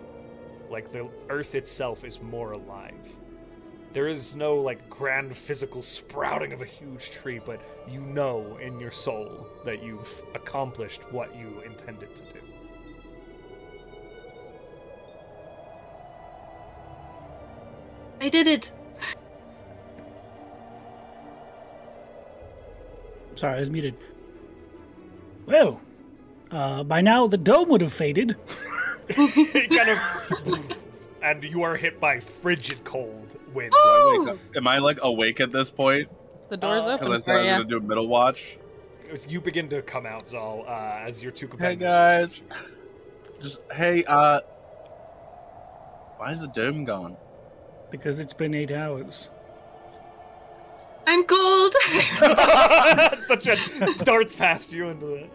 [SPEAKER 1] like the earth itself is more alive. There is no like grand physical sprouting of a huge tree, but you know in your soul that you've accomplished what you intended to do.
[SPEAKER 6] I did it.
[SPEAKER 5] Sorry, I was muted. Well, uh, by now the dome would have faded.
[SPEAKER 1] It kind of and you are hit by frigid cold wind.
[SPEAKER 3] Do I wake
[SPEAKER 6] Oh!
[SPEAKER 3] up- Am I like awake at this point?
[SPEAKER 4] The door's
[SPEAKER 1] Uh,
[SPEAKER 4] open
[SPEAKER 3] Because I
[SPEAKER 4] for
[SPEAKER 3] said I was
[SPEAKER 4] you.
[SPEAKER 3] gonna do a middle watch.
[SPEAKER 1] As you begin to come out, Zal, uh, as your two
[SPEAKER 3] Hey
[SPEAKER 1] companions.
[SPEAKER 3] guys. Just hey, uh Why is the dome gone?
[SPEAKER 5] Because it's been eight hours.
[SPEAKER 6] I'm cold.
[SPEAKER 1] Such a darts past you into the.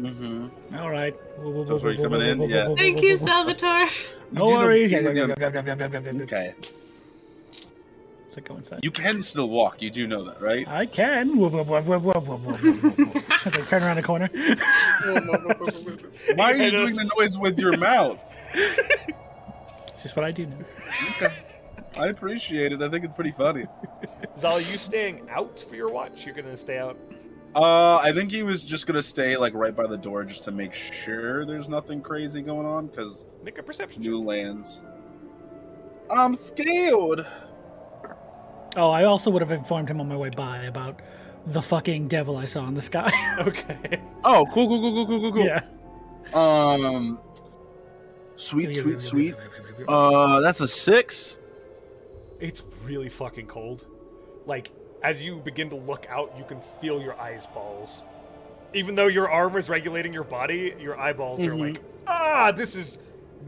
[SPEAKER 3] Mm-hmm.
[SPEAKER 5] All right.
[SPEAKER 3] That's where you're coming in? Yeah.
[SPEAKER 6] Thank you, Salvatore.
[SPEAKER 5] No
[SPEAKER 3] Do the-
[SPEAKER 5] worries.
[SPEAKER 3] do
[SPEAKER 5] Yeah,
[SPEAKER 3] the-
[SPEAKER 5] yeah, yeah, yeah, yeah, yeah, yeah, yeah, yeah.
[SPEAKER 3] Okay.
[SPEAKER 5] It's like go inside.
[SPEAKER 3] You can still walk. You do know that, right?
[SPEAKER 5] I can. Whoop, whoop, whoop, whoop, whoop, whoop, whoop, whoop, whoop. As I turn around a corner.
[SPEAKER 3] Why are
[SPEAKER 1] I
[SPEAKER 3] you
[SPEAKER 1] know.
[SPEAKER 3] doing the noise with your mouth?
[SPEAKER 5] It's just what I do now.
[SPEAKER 3] I appreciate it. I think it's pretty funny.
[SPEAKER 1] Zal, are you staying out for your watch? You're gonna stay out.
[SPEAKER 3] Uh, I think he was just gonna stay like right by the door just to make sure there's nothing crazy going on because
[SPEAKER 1] Make a perception check.
[SPEAKER 3] new lands. I'm scared.
[SPEAKER 5] Oh, I also would have informed him on my way by about the fucking devil I saw in the sky.
[SPEAKER 1] Okay.
[SPEAKER 3] Oh, cool, cool, cool, cool, cool, cool, cool.
[SPEAKER 5] yeah.
[SPEAKER 3] Um, sweet, sweet, sweet. Uh, that's a six.
[SPEAKER 1] It's really fucking cold. Like, as you begin to look out, you can feel your eyes balls. Even though your arm is regulating your body, your eyeballs are
[SPEAKER 3] Mhm.
[SPEAKER 1] like, ah, this is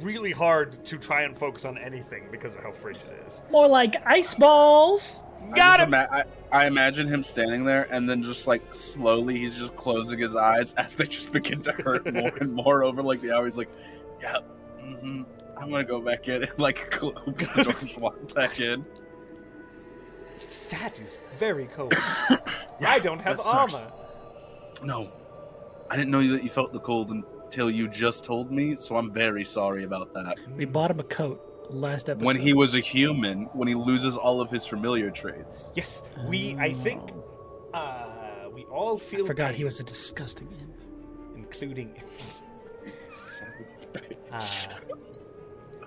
[SPEAKER 1] really hard to try and focus on anything because of how frigid it is.
[SPEAKER 5] More like ice balls.
[SPEAKER 3] I
[SPEAKER 1] Got
[SPEAKER 3] just
[SPEAKER 1] him!
[SPEAKER 3] ima- I, I imagine him standing there, and then just like slowly, he's just closing his eyes as they just begin to hurt more and more over like the hour. He's like, "Yeah, hmm I'm gonna go back in." And, like, cl- opens the door and just walks back in.
[SPEAKER 1] That is very cold.
[SPEAKER 3] Yeah,
[SPEAKER 1] I don't have
[SPEAKER 3] that
[SPEAKER 1] armor.
[SPEAKER 3] sucks. No, I didn't know that you felt the cold until you just told me. So I'm very sorry about that.
[SPEAKER 5] We bought him a coat last episode.
[SPEAKER 3] When he was a human, when he loses all of his familiar traits.
[SPEAKER 1] Yes, we, I think,
[SPEAKER 5] Oh,
[SPEAKER 1] uh, we all
[SPEAKER 5] I
[SPEAKER 1] feel.
[SPEAKER 5] forgot he
[SPEAKER 1] pain,
[SPEAKER 5] was a disgusting imp.
[SPEAKER 1] Including imps. Uh,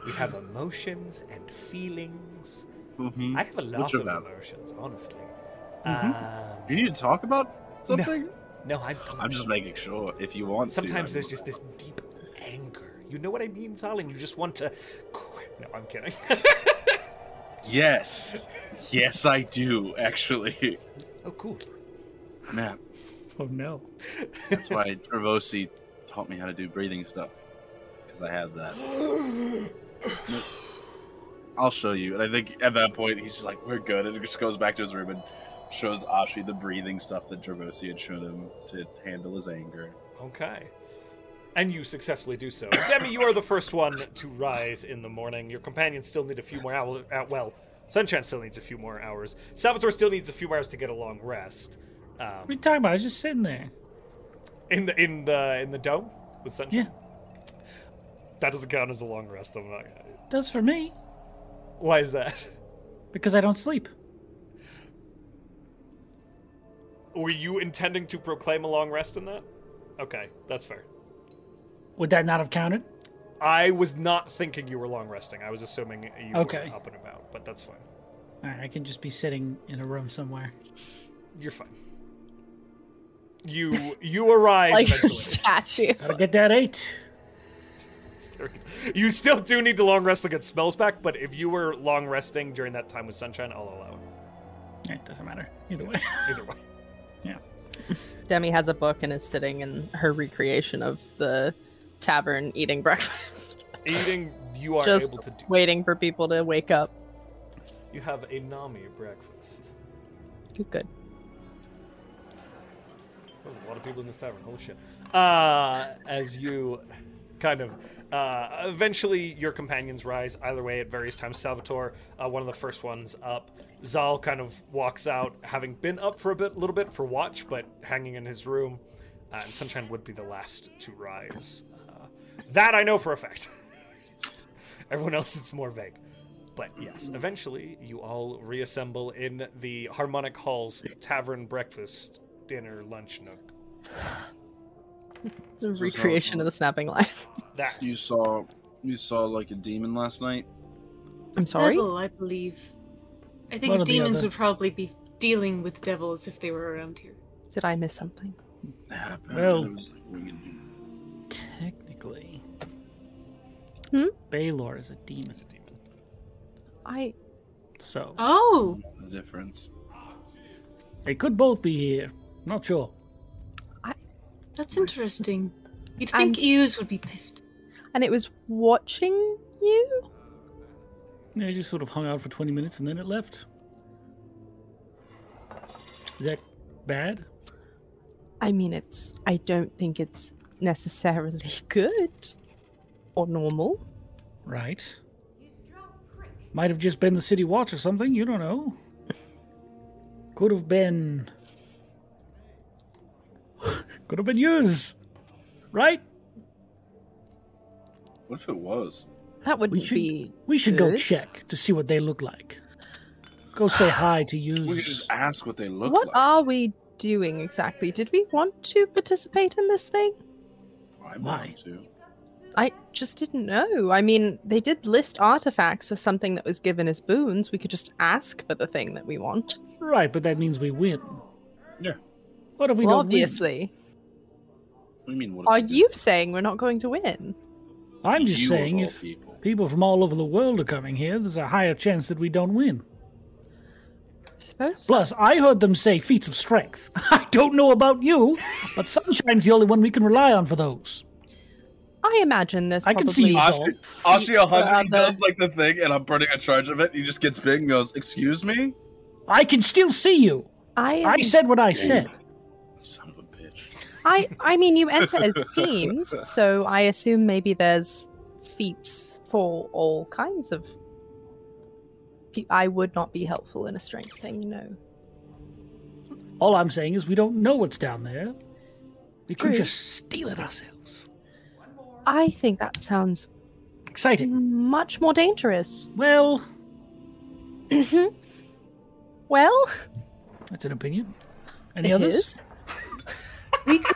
[SPEAKER 1] we have emotions and feelings.
[SPEAKER 3] Mhm.
[SPEAKER 1] I have a lot
[SPEAKER 3] Which
[SPEAKER 1] of
[SPEAKER 3] of them? Mm-hmm.
[SPEAKER 1] emotions, honestly.
[SPEAKER 3] Do
[SPEAKER 1] Um,
[SPEAKER 3] you need to talk about something?
[SPEAKER 1] no, I'm,
[SPEAKER 3] I'm just making sure if you want. to,
[SPEAKER 1] Sometimes
[SPEAKER 3] I'm-
[SPEAKER 1] there's just this deep anger. You know what I mean, Zalin? You just want to. No, I'm kidding.
[SPEAKER 3] Yes, yes, I do actually.
[SPEAKER 1] oh, cool.
[SPEAKER 3] Man,
[SPEAKER 5] Oh no.
[SPEAKER 3] that's why Travosi taught me how to do breathing stuff because I had that. I'll show you. And I think at that point he's just like, "We're good," and he just goes back to his room and shows Ashi the breathing stuff that Travosi had shown him to handle his anger.
[SPEAKER 1] Okay. And you successfully do so. Demi, you are the first one to rise in the morning. Your companions still need a few more hours. Uh, well, Sunshine still needs a few more hours. Salvatore still needs a few hours to get a long rest.
[SPEAKER 5] What are
[SPEAKER 1] Um,
[SPEAKER 5] you talking about? I was just sitting there.
[SPEAKER 1] in the in the in the dome with Sunshine.
[SPEAKER 5] Yeah.
[SPEAKER 1] That doesn't count as a long rest. I'm not.
[SPEAKER 5] Does for me
[SPEAKER 1] Why is that?
[SPEAKER 5] because I don't sleep.
[SPEAKER 1] Were you intending to proclaim a long rest in that? Okay, that's fair.
[SPEAKER 5] Would that not have counted?
[SPEAKER 1] I was not thinking you were long resting. I was assuming you
[SPEAKER 5] Okay.
[SPEAKER 1] were up and about, but that's fine.
[SPEAKER 5] All right, I can just be sitting in a room somewhere.
[SPEAKER 1] You're fine. You you arrive
[SPEAKER 4] Like a
[SPEAKER 1] eventually.
[SPEAKER 4] statue.
[SPEAKER 5] Gotta get that eight.
[SPEAKER 1] You still do need to long rest to get spells back, but if you were long resting during that time with sunshine, I'll allow
[SPEAKER 5] It doesn't matter either way.
[SPEAKER 1] it. Either way.
[SPEAKER 4] Demi has a book and is sitting in her recreation of the tavern eating breakfast,
[SPEAKER 1] Eating you are
[SPEAKER 4] Just
[SPEAKER 1] able to do
[SPEAKER 4] waiting for people to wake up.
[SPEAKER 1] so. You have a Nami breakfast.
[SPEAKER 4] Good, good.
[SPEAKER 1] There's a lot of people in this tavern. Holy shit. Uh, as you kind of. Uh, eventually, your companions rise either way at various times. Salvatore, uh, one of the first ones up. Zal kind of walks out, having been up for a bit, little bit for watch, but hanging in his room. Uh, and Sunshine would be the last to rise. Uh, that I know for a fact. Everyone else, it's more vague. But yes, eventually you all reassemble in the Harmonic Hall's tavern breakfast dinner lunch nook.
[SPEAKER 4] It's a recreation of the snapping line.
[SPEAKER 1] That
[SPEAKER 3] You saw, you saw like a demon last night.
[SPEAKER 4] I'm sorry.
[SPEAKER 6] Devil, I believe. I think
[SPEAKER 5] One or the
[SPEAKER 6] demons
[SPEAKER 5] other.
[SPEAKER 6] would probably be dealing with devils if they were around here.
[SPEAKER 4] Did I miss something?
[SPEAKER 3] happened.
[SPEAKER 5] Well-
[SPEAKER 3] It was like, we can do-
[SPEAKER 5] Technically,
[SPEAKER 4] Hmm?
[SPEAKER 5] Baylor is a demon,
[SPEAKER 1] is a demon.
[SPEAKER 4] I
[SPEAKER 5] so
[SPEAKER 6] Oh,
[SPEAKER 3] the difference.
[SPEAKER 5] they could both be here. Not sure.
[SPEAKER 6] that's interesting. You'd
[SPEAKER 4] And-
[SPEAKER 6] think Eus would be pissed.
[SPEAKER 4] and it was watching you.
[SPEAKER 5] They just sort of hung out for 20 minutes and then it left. Is that bad?
[SPEAKER 4] I mean, it's. I don't think it's necessarily good or normal.
[SPEAKER 5] Right. Might have just been the city watch or something. You don't know. Could have been. Could have been yours. Right?
[SPEAKER 3] What if it was?
[SPEAKER 4] That
[SPEAKER 5] We
[SPEAKER 4] wouldn't
[SPEAKER 5] should-
[SPEAKER 4] be.
[SPEAKER 5] We should go
[SPEAKER 4] good.
[SPEAKER 5] check to see what they look like. Go say hi to
[SPEAKER 3] We could
[SPEAKER 5] you.
[SPEAKER 3] just ask what they look
[SPEAKER 4] What
[SPEAKER 3] like.
[SPEAKER 4] are we doing exactly? Did we want to participate in this thing?
[SPEAKER 3] I
[SPEAKER 5] Why?
[SPEAKER 3] want to.
[SPEAKER 4] I just didn't know. I mean, they did list artifacts as something that was given as boons. We could just ask for the thing that we want.
[SPEAKER 5] Right, but that means we win.
[SPEAKER 3] Yeah.
[SPEAKER 5] What if we
[SPEAKER 4] Well,
[SPEAKER 5] don't
[SPEAKER 4] obviously.
[SPEAKER 3] What do you mean? What if
[SPEAKER 4] Are
[SPEAKER 3] we did?
[SPEAKER 4] you saying we're not going to win?
[SPEAKER 5] win? I'm just
[SPEAKER 3] You of
[SPEAKER 5] saying
[SPEAKER 3] all
[SPEAKER 5] if
[SPEAKER 3] people.
[SPEAKER 5] people from all over the world are coming here, there's a higher chance that we don't win.
[SPEAKER 4] I suppose.
[SPEAKER 5] Plus, I heard them say feats of strength. I don't know about you, but Sunshine's the only one we can rely on for those.
[SPEAKER 4] I imagine there's
[SPEAKER 5] I
[SPEAKER 4] probably
[SPEAKER 5] can see you.
[SPEAKER 3] Ashi, Ashi
[SPEAKER 4] Yeah,
[SPEAKER 3] 100 he
[SPEAKER 4] the-
[SPEAKER 3] does like the thing, and I'm burning a charge of it. He just gets big and goes, "Excuse me."
[SPEAKER 5] I can still see you.
[SPEAKER 4] I,
[SPEAKER 5] I said what I said.
[SPEAKER 3] Son of a bitch.
[SPEAKER 4] I I mean you enter as teams, so I assume maybe there's feats for all kinds of pe- I would not be helpful in a strength thing, no.
[SPEAKER 5] All I'm saying is we don't know what's down there. We could
[SPEAKER 4] True.
[SPEAKER 5] just steal it ourselves.
[SPEAKER 4] I think that sounds
[SPEAKER 5] Exciting.
[SPEAKER 4] much more dangerous.
[SPEAKER 5] Well,
[SPEAKER 4] well,
[SPEAKER 5] that's an opinion.
[SPEAKER 4] it
[SPEAKER 5] Any
[SPEAKER 4] is.
[SPEAKER 5] others?
[SPEAKER 6] We could,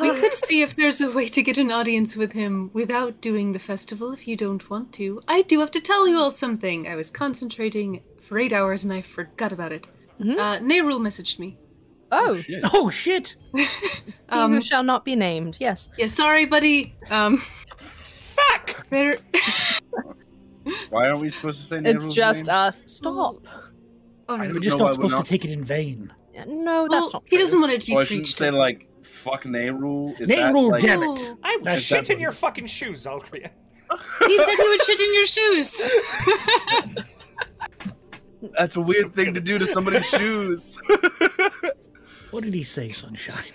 [SPEAKER 6] we could see if there's a way to get an audience with him without doing the festival if you don't want to. I do have to tell you all something. I was concentrating for eight hours and I forgot about it.
[SPEAKER 4] Mhm.
[SPEAKER 6] Uh, Nerul messaged me.
[SPEAKER 4] Oh,
[SPEAKER 3] shit.
[SPEAKER 5] Oh shit!
[SPEAKER 4] he who
[SPEAKER 6] Um,
[SPEAKER 4] shall not be named. Yes.
[SPEAKER 6] yeah, sorry, buddy. Um,
[SPEAKER 7] Fuck!
[SPEAKER 6] there,
[SPEAKER 3] Why aren't we supposed to say?
[SPEAKER 4] It's
[SPEAKER 3] Nero's
[SPEAKER 4] just
[SPEAKER 3] name?
[SPEAKER 4] us. Stop.
[SPEAKER 6] all right.
[SPEAKER 5] We're
[SPEAKER 3] don't
[SPEAKER 5] just
[SPEAKER 3] know
[SPEAKER 5] not
[SPEAKER 3] why we're
[SPEAKER 5] supposed
[SPEAKER 3] not-
[SPEAKER 5] to take it in vain.
[SPEAKER 4] No, that's
[SPEAKER 6] Well,
[SPEAKER 4] not
[SPEAKER 6] he
[SPEAKER 4] true.
[SPEAKER 6] doesn't want to
[SPEAKER 3] Or Oh, I
[SPEAKER 6] deep
[SPEAKER 3] shouldn't
[SPEAKER 6] reach.
[SPEAKER 3] say
[SPEAKER 6] them.
[SPEAKER 3] like "fuck Nerul." Is that,
[SPEAKER 5] Nerul,
[SPEAKER 3] like,
[SPEAKER 5] damn it.
[SPEAKER 7] I would
[SPEAKER 5] That's
[SPEAKER 7] shit
[SPEAKER 3] that
[SPEAKER 7] in your
[SPEAKER 3] one.
[SPEAKER 7] fucking shoes, Alcria.
[SPEAKER 6] he said he would shit in your shoes.
[SPEAKER 3] That's a weird thing to do to somebody's shoes.
[SPEAKER 5] What did he say, Sunshine?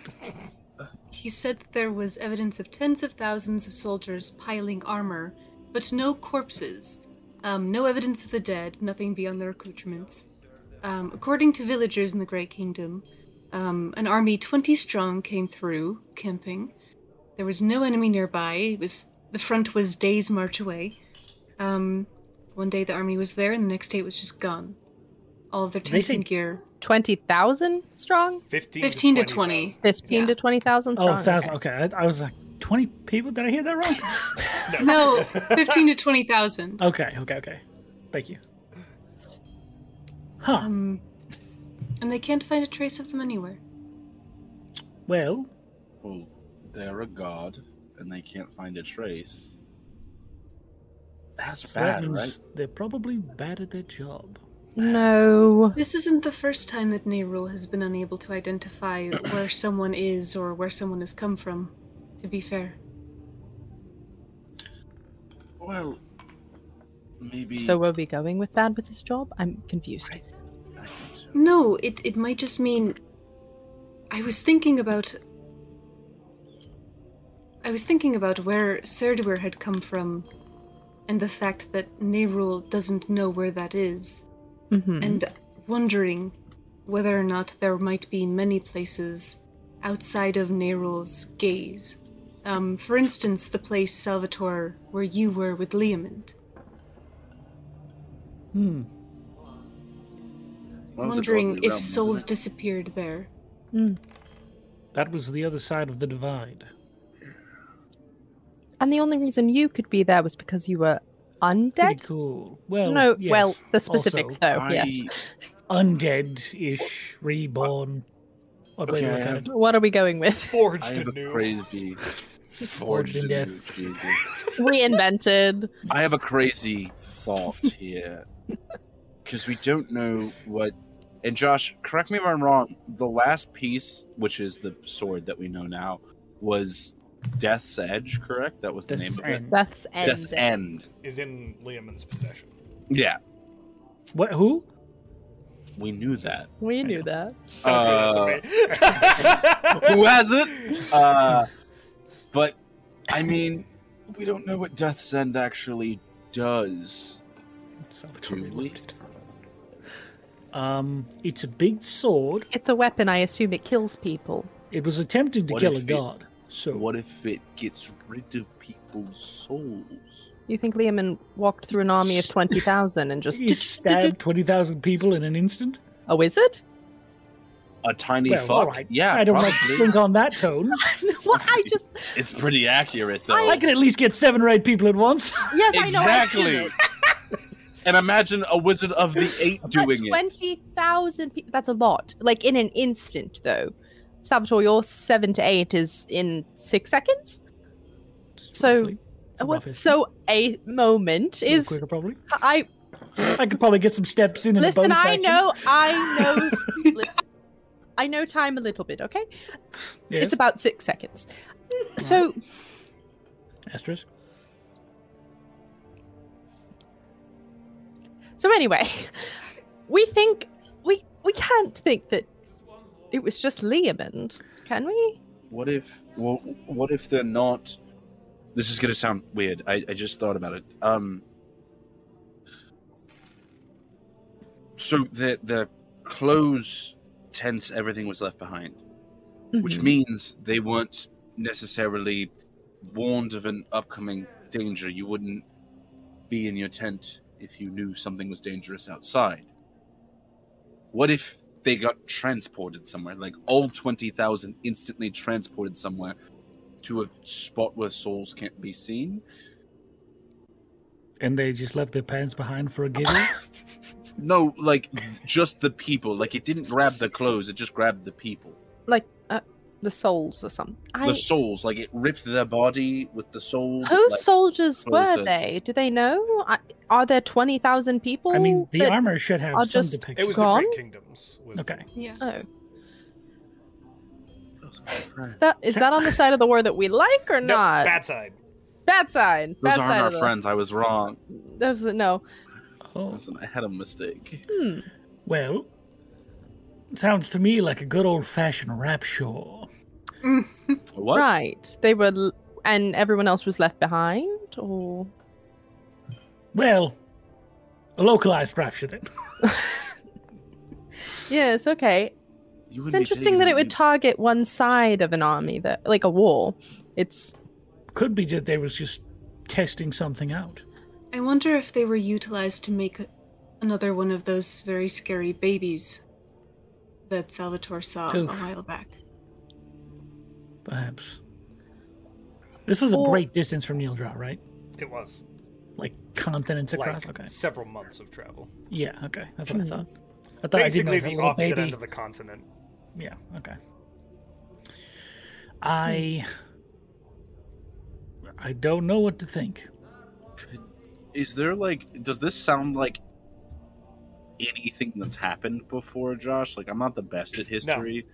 [SPEAKER 6] He said that there was evidence of tens of thousands of soldiers piling armor, but no corpses. Um, no evidence of the dead, nothing beyond their accoutrements. Um, according to villagers in the Great Kingdom, um, an army 20 strong came through, camping. There was no enemy nearby. It was The front was days' march away. Um, one day the army was there, and the next day it was just gone. All of their
[SPEAKER 5] They
[SPEAKER 6] tents
[SPEAKER 5] say-
[SPEAKER 6] and gear.
[SPEAKER 4] 20,000 strong?
[SPEAKER 1] 15,
[SPEAKER 6] 15
[SPEAKER 1] to
[SPEAKER 6] to
[SPEAKER 1] 20.
[SPEAKER 6] 20.
[SPEAKER 4] 15
[SPEAKER 6] Yeah.
[SPEAKER 4] to 20,000
[SPEAKER 5] Oh,
[SPEAKER 4] strong.
[SPEAKER 5] a thousand. Okay, I, I was like twenty people. Did I hear that wrong?
[SPEAKER 6] No, 15 to 20,000.
[SPEAKER 5] okay, okay, okay. Thank you. Huh.
[SPEAKER 6] Um, and they can't find a trace of them anywhere.
[SPEAKER 5] Well,
[SPEAKER 3] well, Oh, they're a god, and they can't find a trace. That's
[SPEAKER 5] so that
[SPEAKER 3] bad,
[SPEAKER 5] means
[SPEAKER 3] right?
[SPEAKER 5] they're probably bad at their job.
[SPEAKER 4] No.
[SPEAKER 6] This isn't the first time that Nerul has been unable to identify where someone is or where someone has come from, to be fair.
[SPEAKER 3] Well, maybe.
[SPEAKER 4] So are we going with bad with his job? I'm confused.
[SPEAKER 3] I think so.
[SPEAKER 6] No, it, it might just mean. I was thinking about. I was thinking about where Serdwer had come from and the fact that Nerul doesn't know where that is.
[SPEAKER 4] Mm-hmm.
[SPEAKER 6] and wondering whether or not there might be many places outside of Nerul's gaze. Um, for instance, the place, Salvatore, where you were with Leomond.
[SPEAKER 5] Hmm.
[SPEAKER 3] Well, it's a
[SPEAKER 6] wondering
[SPEAKER 3] godly
[SPEAKER 6] if
[SPEAKER 3] realm, isn't
[SPEAKER 6] souls
[SPEAKER 3] it?
[SPEAKER 6] disappeared there.
[SPEAKER 5] That was the other side of the divide.
[SPEAKER 4] and the only reason you could be there was because you were undead?
[SPEAKER 5] Pretty cool. Well,
[SPEAKER 4] no,
[SPEAKER 5] yes.
[SPEAKER 4] well, the specifics
[SPEAKER 5] Also,
[SPEAKER 4] though, yes.
[SPEAKER 5] undead-ish, reborn. Odd way to
[SPEAKER 3] Okay,
[SPEAKER 5] look
[SPEAKER 3] I
[SPEAKER 5] at
[SPEAKER 3] have-
[SPEAKER 5] it.
[SPEAKER 4] What are we going with?
[SPEAKER 3] I, I
[SPEAKER 1] Forged
[SPEAKER 3] have a
[SPEAKER 1] anew.
[SPEAKER 3] crazy. Forged
[SPEAKER 5] in
[SPEAKER 3] in
[SPEAKER 5] death.
[SPEAKER 3] death. Jesus.
[SPEAKER 4] Reinvented.
[SPEAKER 3] I have a crazy thought here because we don't know what. And Josh, correct me if I'm wrong. The last piece, which is the sword that we know now, was Death's Edge. Correct? That was the
[SPEAKER 5] This
[SPEAKER 3] name of
[SPEAKER 5] end.
[SPEAKER 4] That's
[SPEAKER 3] it.
[SPEAKER 4] end.
[SPEAKER 3] Death's End.
[SPEAKER 1] Is in Liam's possession.
[SPEAKER 3] Yeah,
[SPEAKER 5] What? Who?
[SPEAKER 3] we knew that.
[SPEAKER 4] We knew that.
[SPEAKER 1] Don't
[SPEAKER 3] Uh,
[SPEAKER 1] do that to me.
[SPEAKER 3] Who has it? Uh, but I mean, we don't know what Death's End actually does.
[SPEAKER 8] Salvatore
[SPEAKER 3] Really?
[SPEAKER 8] looked
[SPEAKER 5] Um, it's a big sword.
[SPEAKER 4] It's a weapon. I assume it kills people.
[SPEAKER 5] It was attempting to
[SPEAKER 3] What
[SPEAKER 5] kill a
[SPEAKER 3] if it-
[SPEAKER 5] god. So
[SPEAKER 3] What if it gets rid of people's souls?
[SPEAKER 4] You think Liaman walked through an army of twenty thousand and just
[SPEAKER 5] he stabbed twenty thousand people in an instant.
[SPEAKER 4] a wizard?
[SPEAKER 3] A tiny
[SPEAKER 5] Well,
[SPEAKER 3] fuck.
[SPEAKER 5] all right.
[SPEAKER 3] Yeah,
[SPEAKER 5] I don't
[SPEAKER 3] probably.
[SPEAKER 5] like to think on that tone.
[SPEAKER 4] well, I just
[SPEAKER 3] It's pretty accurate though.
[SPEAKER 5] I can at least get seven or eight people at once.
[SPEAKER 4] yes, I know. I
[SPEAKER 3] exactly. and imagine a wizard of the eight doing it.
[SPEAKER 4] Twenty thousand people. That's a lot. Like in an instant, though. Salvatore, your seven to eight is in six seconds. So,
[SPEAKER 5] Roughly.
[SPEAKER 4] uh, what-
[SPEAKER 5] Rough estimate.
[SPEAKER 4] so a moment
[SPEAKER 5] Even
[SPEAKER 4] is.
[SPEAKER 5] quicker probably.
[SPEAKER 4] I
[SPEAKER 5] I could probably get some steps in. in a
[SPEAKER 4] listen.
[SPEAKER 5] bonus
[SPEAKER 4] I
[SPEAKER 5] action.
[SPEAKER 4] know. I know. listen, I know time a little bit. Okay,
[SPEAKER 5] Yes.
[SPEAKER 4] it's about six seconds. So
[SPEAKER 5] asterisk.
[SPEAKER 4] So anyway, we think we we can't think that it was just Leomond, can we?
[SPEAKER 3] What if? Well, what if they're not? This is gonna sound weird. I, I just thought about it. Um. So the the clothes, tents, everything was left behind, which means they weren't necessarily warned of an upcoming danger. You wouldn't be in your tent if you knew something was dangerous outside. What if they got transported somewhere, like all 20,000 instantly transported somewhere to a spot where souls can't be seen?
[SPEAKER 5] And they just left their pants behind for a giggle.
[SPEAKER 4] Oh,
[SPEAKER 3] No, like just the people. Like it didn't grab the clothes, it just grabbed the people.
[SPEAKER 4] like uh, the souls or something. I,
[SPEAKER 3] The souls, like it ripped their body with the soul.
[SPEAKER 4] whose
[SPEAKER 3] like,
[SPEAKER 4] soldiers were
[SPEAKER 3] closer.
[SPEAKER 4] they? Do they know? I, are there twenty thousand people?
[SPEAKER 5] I mean, the
[SPEAKER 4] that-
[SPEAKER 5] armor should have
[SPEAKER 4] I'll
[SPEAKER 5] some
[SPEAKER 4] just-
[SPEAKER 5] depiction.
[SPEAKER 1] It was
[SPEAKER 4] Gone?
[SPEAKER 1] the Great Kingdoms. Was the-
[SPEAKER 5] Okay.
[SPEAKER 6] Yeah.
[SPEAKER 4] Oh, is that is that on the side of the war that we like or
[SPEAKER 1] No,
[SPEAKER 4] not?
[SPEAKER 1] bad side.
[SPEAKER 4] Bad side.
[SPEAKER 3] Those
[SPEAKER 4] bad
[SPEAKER 3] aren't
[SPEAKER 4] side
[SPEAKER 3] our
[SPEAKER 4] of the-
[SPEAKER 3] friends. I was wrong.
[SPEAKER 4] Those no.
[SPEAKER 5] Oh.
[SPEAKER 3] Listen, I had a mistake.
[SPEAKER 4] Hmm.
[SPEAKER 5] Well, sounds to me like a good old fashioned rapture.
[SPEAKER 6] Uh, mm.
[SPEAKER 3] What?
[SPEAKER 4] Right. They were, l- and everyone else was left behind, or
[SPEAKER 5] Well, a localized rapture then.
[SPEAKER 4] yes. Okay.
[SPEAKER 3] You
[SPEAKER 4] It's
[SPEAKER 3] wouldn't be
[SPEAKER 4] interesting
[SPEAKER 3] taking
[SPEAKER 4] that it
[SPEAKER 3] them,
[SPEAKER 4] would target one side of an army, that like a wall. It's
[SPEAKER 5] Could be that they was just testing something out.
[SPEAKER 6] I wonder if they were utilized to make another one of those very scary babies that Salvatore saw a
[SPEAKER 5] Oof.
[SPEAKER 6] while back.
[SPEAKER 5] Perhaps. This was a
[SPEAKER 4] Or-
[SPEAKER 5] great distance from Neildra, right?
[SPEAKER 1] It was
[SPEAKER 5] Like continents across.
[SPEAKER 1] like
[SPEAKER 5] okay.
[SPEAKER 1] several months of travel.
[SPEAKER 5] Yeah. Okay. That's
[SPEAKER 4] Hmm.
[SPEAKER 5] what I thought. I thought I
[SPEAKER 1] Basically,
[SPEAKER 5] didn't know that
[SPEAKER 1] the
[SPEAKER 5] little
[SPEAKER 1] opposite
[SPEAKER 5] baby.
[SPEAKER 1] end of the continent.
[SPEAKER 5] Yeah. Okay. I. I don't know what to think.
[SPEAKER 3] Is there like does this sound like anything that's happened before, Josh? Like I'm not the best at history.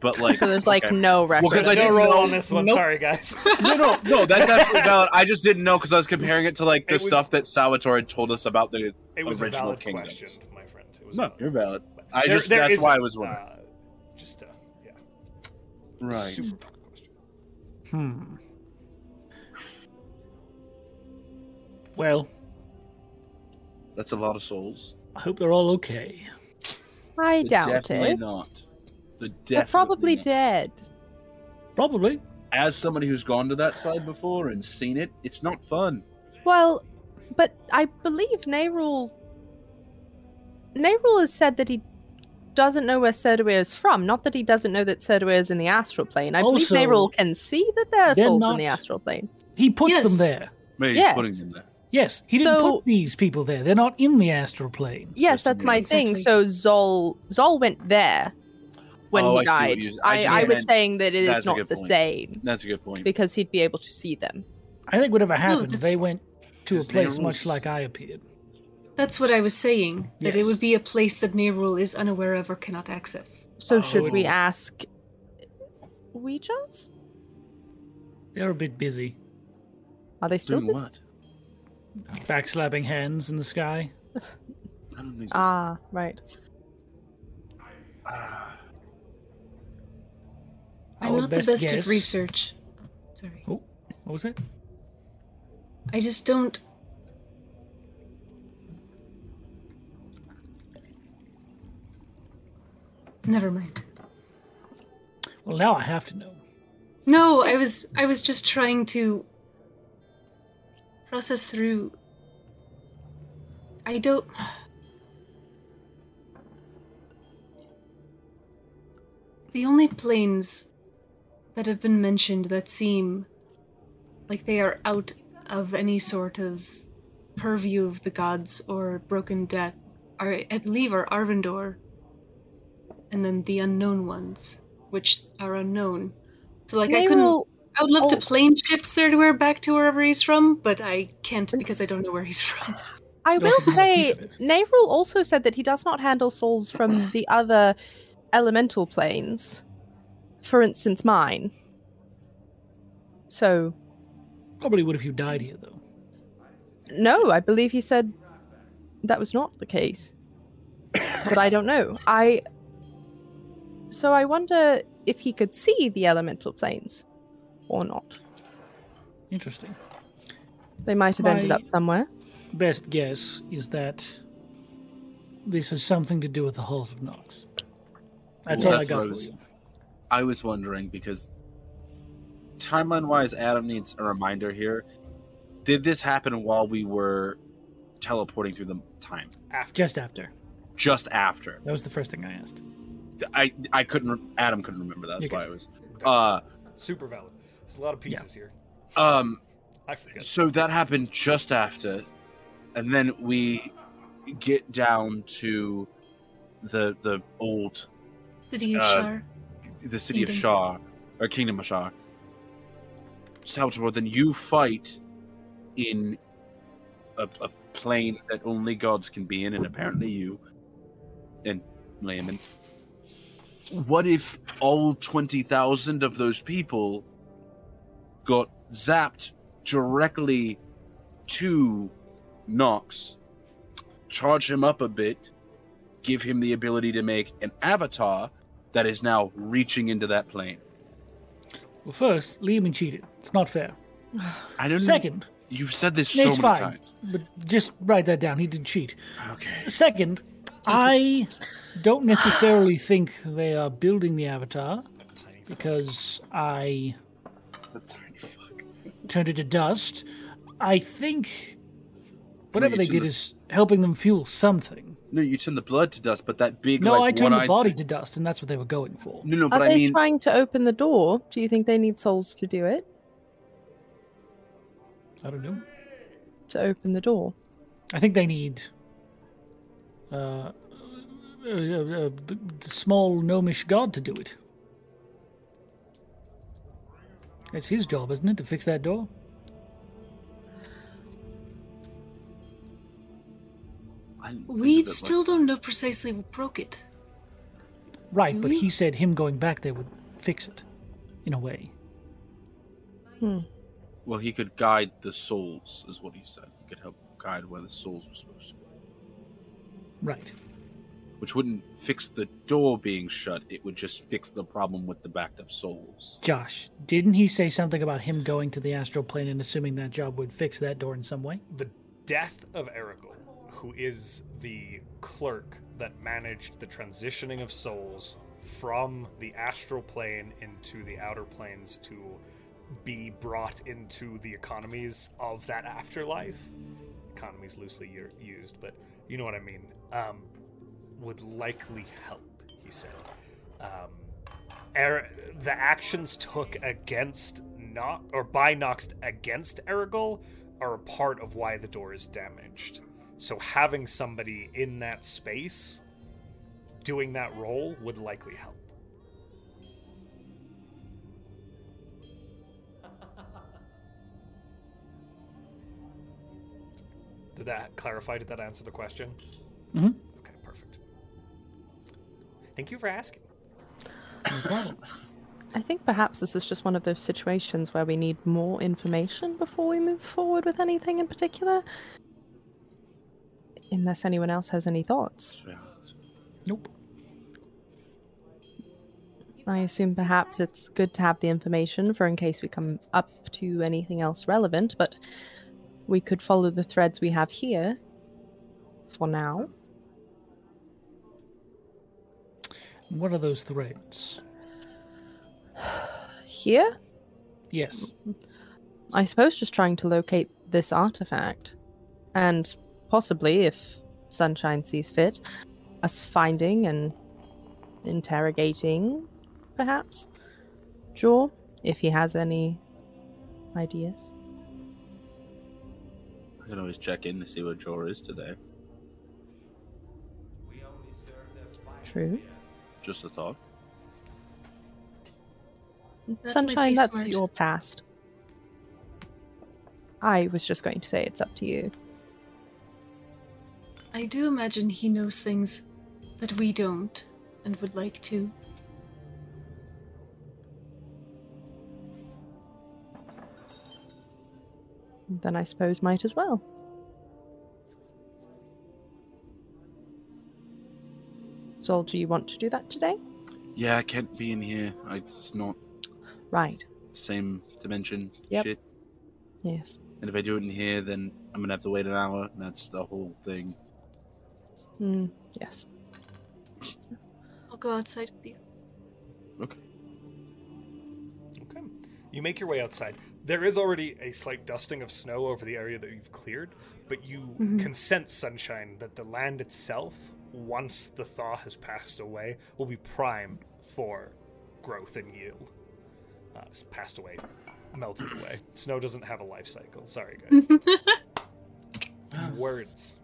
[SPEAKER 3] But like
[SPEAKER 4] so there's like
[SPEAKER 3] okay.
[SPEAKER 4] no record.
[SPEAKER 3] 'cause I
[SPEAKER 1] no
[SPEAKER 3] didn't
[SPEAKER 1] roll
[SPEAKER 3] know-
[SPEAKER 1] on this one.
[SPEAKER 3] Nope.
[SPEAKER 1] Sorry, guys.
[SPEAKER 3] No no no, that's absolutely valid. I just didn't know because I was comparing it to like the
[SPEAKER 1] It was-
[SPEAKER 3] stuff that Salvatore had told us about the
[SPEAKER 1] It was a
[SPEAKER 3] Original
[SPEAKER 1] valid
[SPEAKER 3] Kingdoms.
[SPEAKER 1] question, my friend. It was
[SPEAKER 3] No,
[SPEAKER 1] valid.
[SPEAKER 3] you're valid. I
[SPEAKER 1] There-
[SPEAKER 3] just
[SPEAKER 1] there
[SPEAKER 3] that's
[SPEAKER 1] is-
[SPEAKER 3] why I was wondering.
[SPEAKER 1] Uh, just uh, yeah.
[SPEAKER 3] right.
[SPEAKER 1] Super valid question.
[SPEAKER 5] Hmm. Well,
[SPEAKER 3] That's a lot of souls.
[SPEAKER 5] I hope they're all okay.
[SPEAKER 4] I
[SPEAKER 3] They're
[SPEAKER 4] doubt
[SPEAKER 3] definitely
[SPEAKER 4] it.
[SPEAKER 3] not. They're
[SPEAKER 4] They're
[SPEAKER 3] definitely
[SPEAKER 4] probably
[SPEAKER 3] not.
[SPEAKER 4] dead.
[SPEAKER 5] Probably.
[SPEAKER 3] As somebody who's gone to that side before and seen it, it's not fun.
[SPEAKER 4] Well, but I believe Nerul. Nerul has said that he doesn't know where Serduir is from. Not that he doesn't know that Serduir is in the astral plane. I
[SPEAKER 5] Also,
[SPEAKER 4] believe Nerul can see that there are
[SPEAKER 5] they're
[SPEAKER 4] souls in
[SPEAKER 5] not-
[SPEAKER 4] the astral plane.
[SPEAKER 5] He puts
[SPEAKER 6] Yes.
[SPEAKER 5] them there.
[SPEAKER 3] Maybe he's
[SPEAKER 4] Yes.
[SPEAKER 3] putting them there.
[SPEAKER 5] Yes, he didn't
[SPEAKER 4] So-
[SPEAKER 5] put these people there. They're not in the astral plane.
[SPEAKER 4] Yes,
[SPEAKER 3] Yes,
[SPEAKER 4] that's
[SPEAKER 3] indeed.
[SPEAKER 4] my thing.
[SPEAKER 6] Exactly.
[SPEAKER 4] So Zol Zol went there when
[SPEAKER 3] Oh, I see
[SPEAKER 4] he
[SPEAKER 3] what
[SPEAKER 4] died.
[SPEAKER 3] you- I
[SPEAKER 4] I,
[SPEAKER 3] just
[SPEAKER 4] I, was
[SPEAKER 3] meant-
[SPEAKER 4] saying that it is
[SPEAKER 3] That's a
[SPEAKER 4] not
[SPEAKER 3] good
[SPEAKER 4] the
[SPEAKER 3] point.
[SPEAKER 4] same
[SPEAKER 3] That's a good point.
[SPEAKER 4] because he'd be able to see them.
[SPEAKER 5] I think whatever happened,
[SPEAKER 6] that's-
[SPEAKER 5] they went to a
[SPEAKER 3] There's no
[SPEAKER 5] place much
[SPEAKER 3] rules.
[SPEAKER 5] like I appeared.
[SPEAKER 6] That's what I was saying, that it
[SPEAKER 5] Yes.
[SPEAKER 6] would be a place that Nerul is unaware of or cannot access.
[SPEAKER 4] So should we
[SPEAKER 5] Oh.
[SPEAKER 4] ask Ouija's?
[SPEAKER 5] They're a bit busy,
[SPEAKER 4] Are they still
[SPEAKER 3] Doing
[SPEAKER 4] busy?
[SPEAKER 3] what?
[SPEAKER 5] backslapping hands in the sky.
[SPEAKER 3] I don't think so.
[SPEAKER 4] Ah, right.
[SPEAKER 5] Our
[SPEAKER 6] I'm not the best
[SPEAKER 5] guess.
[SPEAKER 6] at research. Sorry.
[SPEAKER 5] Oh, what was it?
[SPEAKER 6] I just don't. Never mind.
[SPEAKER 5] Well, now I have to know.
[SPEAKER 6] No, I was I was just trying to process through I don't The only planes that have been mentioned that seem like they are out of any sort of purview of the gods or broken death are I believe are Arvindor and then the unknown ones, which are unknown. So like I couldn't
[SPEAKER 4] Nayril-
[SPEAKER 6] I would love to
[SPEAKER 4] Oh.
[SPEAKER 6] plane shift Serdware back to wherever he's from, but I can't because I don't know where he's from.
[SPEAKER 4] I
[SPEAKER 5] You
[SPEAKER 4] will
[SPEAKER 5] also have a piece
[SPEAKER 4] say,
[SPEAKER 5] of it.
[SPEAKER 4] Nayrul also said that he does not handle souls from the other elemental planes. For instance, mine. So,
[SPEAKER 5] Probably would if you died here, though.
[SPEAKER 4] no, I believe he said that was not the case. but I don't know. I. So I wonder if he could see the elemental planes or not.
[SPEAKER 5] Interesting.
[SPEAKER 4] They might have ended
[SPEAKER 5] My-
[SPEAKER 4] up somewhere.
[SPEAKER 5] Best guess is that this has something to do with the halls of Nox. That's
[SPEAKER 3] Well,
[SPEAKER 5] all
[SPEAKER 3] that's
[SPEAKER 5] I
[SPEAKER 3] what
[SPEAKER 5] got
[SPEAKER 3] I
[SPEAKER 5] for
[SPEAKER 3] was-
[SPEAKER 5] you.
[SPEAKER 3] I was wondering because timeline wise, Adam needs a reminder here. Did this happen while we were teleporting through the time?
[SPEAKER 1] After.
[SPEAKER 5] Just after.
[SPEAKER 3] Just after.
[SPEAKER 5] That was the first thing I asked.
[SPEAKER 3] I I couldn't. Re- Adam couldn't remember that. That's
[SPEAKER 5] Okay.
[SPEAKER 3] why I was. Uh,
[SPEAKER 1] Super valid. There's a lot of
[SPEAKER 5] Yeah.
[SPEAKER 1] pieces here.
[SPEAKER 3] um.
[SPEAKER 1] I forget.
[SPEAKER 3] So that happened just after, and then we get down to the the old
[SPEAKER 6] City of
[SPEAKER 3] Uh,
[SPEAKER 6] Shar.
[SPEAKER 3] the city of
[SPEAKER 6] Kingdom.
[SPEAKER 3] Shah, or Kingdom of Shah. Salvatore, then you fight in a, a plane that only gods can be in, and apparently you and Layman. What if all 20,000 of those people got zapped directly to Nox, charge him up a bit, give him the ability to make an avatar that is now reaching into that plane.
[SPEAKER 5] Well, first, Lehman cheated. It's not fair.
[SPEAKER 3] I don't
[SPEAKER 5] Second,
[SPEAKER 3] know. You've said this so
[SPEAKER 5] it's
[SPEAKER 3] Mm. many
[SPEAKER 5] fine.
[SPEAKER 3] times.
[SPEAKER 5] But just write that down. He did cheat.
[SPEAKER 3] Okay.
[SPEAKER 5] Second, I don't necessarily think they are building the avatar
[SPEAKER 1] Tiny
[SPEAKER 5] because I
[SPEAKER 3] The tiny fuck.
[SPEAKER 5] turned it to dust. I think whatever
[SPEAKER 3] you
[SPEAKER 5] they
[SPEAKER 3] turn
[SPEAKER 5] did
[SPEAKER 3] the-
[SPEAKER 5] is helping them fuel something.
[SPEAKER 3] No, you turn the blood to dust, but that big
[SPEAKER 5] No,
[SPEAKER 3] like
[SPEAKER 5] I turned the
[SPEAKER 3] one-eyed
[SPEAKER 5] body
[SPEAKER 3] thing-
[SPEAKER 5] to dust, and that's what they were going for.
[SPEAKER 3] No, no,
[SPEAKER 4] Are
[SPEAKER 3] but
[SPEAKER 4] they
[SPEAKER 3] I mean,
[SPEAKER 4] trying to open the door? Do you think they need souls to do it?
[SPEAKER 5] I don't know.
[SPEAKER 4] To open the door?
[SPEAKER 5] I think they need uh, uh, uh, uh, the, the small gnomish god to do it. It's his job, isn't it, to fix that door?
[SPEAKER 3] I didn't think
[SPEAKER 6] We
[SPEAKER 3] of it like-
[SPEAKER 6] still don't know precisely what broke it.
[SPEAKER 5] Right, but
[SPEAKER 6] Really?
[SPEAKER 5] he said him going back there would fix it, in a way.
[SPEAKER 4] Hmm.
[SPEAKER 3] Well, he could guide the souls, is what he said. He could help guide where the souls were supposed to go,
[SPEAKER 5] Right.
[SPEAKER 3] which wouldn't fix the door being shut. It would just fix the problem with the backed up souls.
[SPEAKER 5] Josh, didn't he say something about him going to the astral plane and assuming that job would fix that door in some way?
[SPEAKER 1] the death of Erigal, who is the clerk that managed the transitioning of souls from the astral plane into the outer planes to be brought into the economies of that afterlife. Economies loosely u- used, but you know what I mean. Um, would likely help, he said. Um, Er- the actions took against Nox or by Nox against Erigol are a part of why the door is damaged. So having somebody in that space doing that role would likely help. Did that clarify? Did that answer the question?
[SPEAKER 5] Mhm.
[SPEAKER 1] Okay, perfect. Thank you for asking.
[SPEAKER 4] I think perhaps this is just one of those situations where we need more information before we move forward with anything in particular. Unless anyone else has any thoughts.
[SPEAKER 3] So, yeah.
[SPEAKER 5] Nope.
[SPEAKER 4] I assume perhaps it's good to have the information for in case we come up to anything else relevant, but We could follow the threads we have here for now.
[SPEAKER 5] What are those threads?
[SPEAKER 4] Here?
[SPEAKER 5] Yes.
[SPEAKER 4] I suppose just trying to locate this artifact. And possibly, if Sunshine sees fit, us finding and interrogating, perhaps. Jaw, if he has any ideas.
[SPEAKER 3] I can always check in to see what Jor is today.
[SPEAKER 4] True.
[SPEAKER 3] Just a thought.
[SPEAKER 6] might
[SPEAKER 4] Sunshine,
[SPEAKER 6] be
[SPEAKER 4] that's
[SPEAKER 6] smart.
[SPEAKER 4] your past. I was just going to say it's up to you.
[SPEAKER 6] I do imagine he knows things that we don't and would like to.
[SPEAKER 4] Then I suppose might as well. Sol, do you want to do that today?
[SPEAKER 3] Yeah, I can't be in here. I- It's not
[SPEAKER 4] Right.
[SPEAKER 3] same dimension
[SPEAKER 4] Yep.
[SPEAKER 3] shit.
[SPEAKER 4] Yes.
[SPEAKER 3] And if I do it in here, then I'm gonna have to wait an hour, and that's the whole thing.
[SPEAKER 4] Mm, yes.
[SPEAKER 6] I'll go outside with you.
[SPEAKER 1] Okay. You make your way outside. There is already a slight dusting of snow over the area that you've cleared, but you
[SPEAKER 6] Mhm.
[SPEAKER 1] can sense, Sunshine, that the land itself, once the thaw has passed away, will be prime for growth and yield. Uh, it's passed away, melted away. Snow doesn't have a life cycle. Sorry, guys. Words.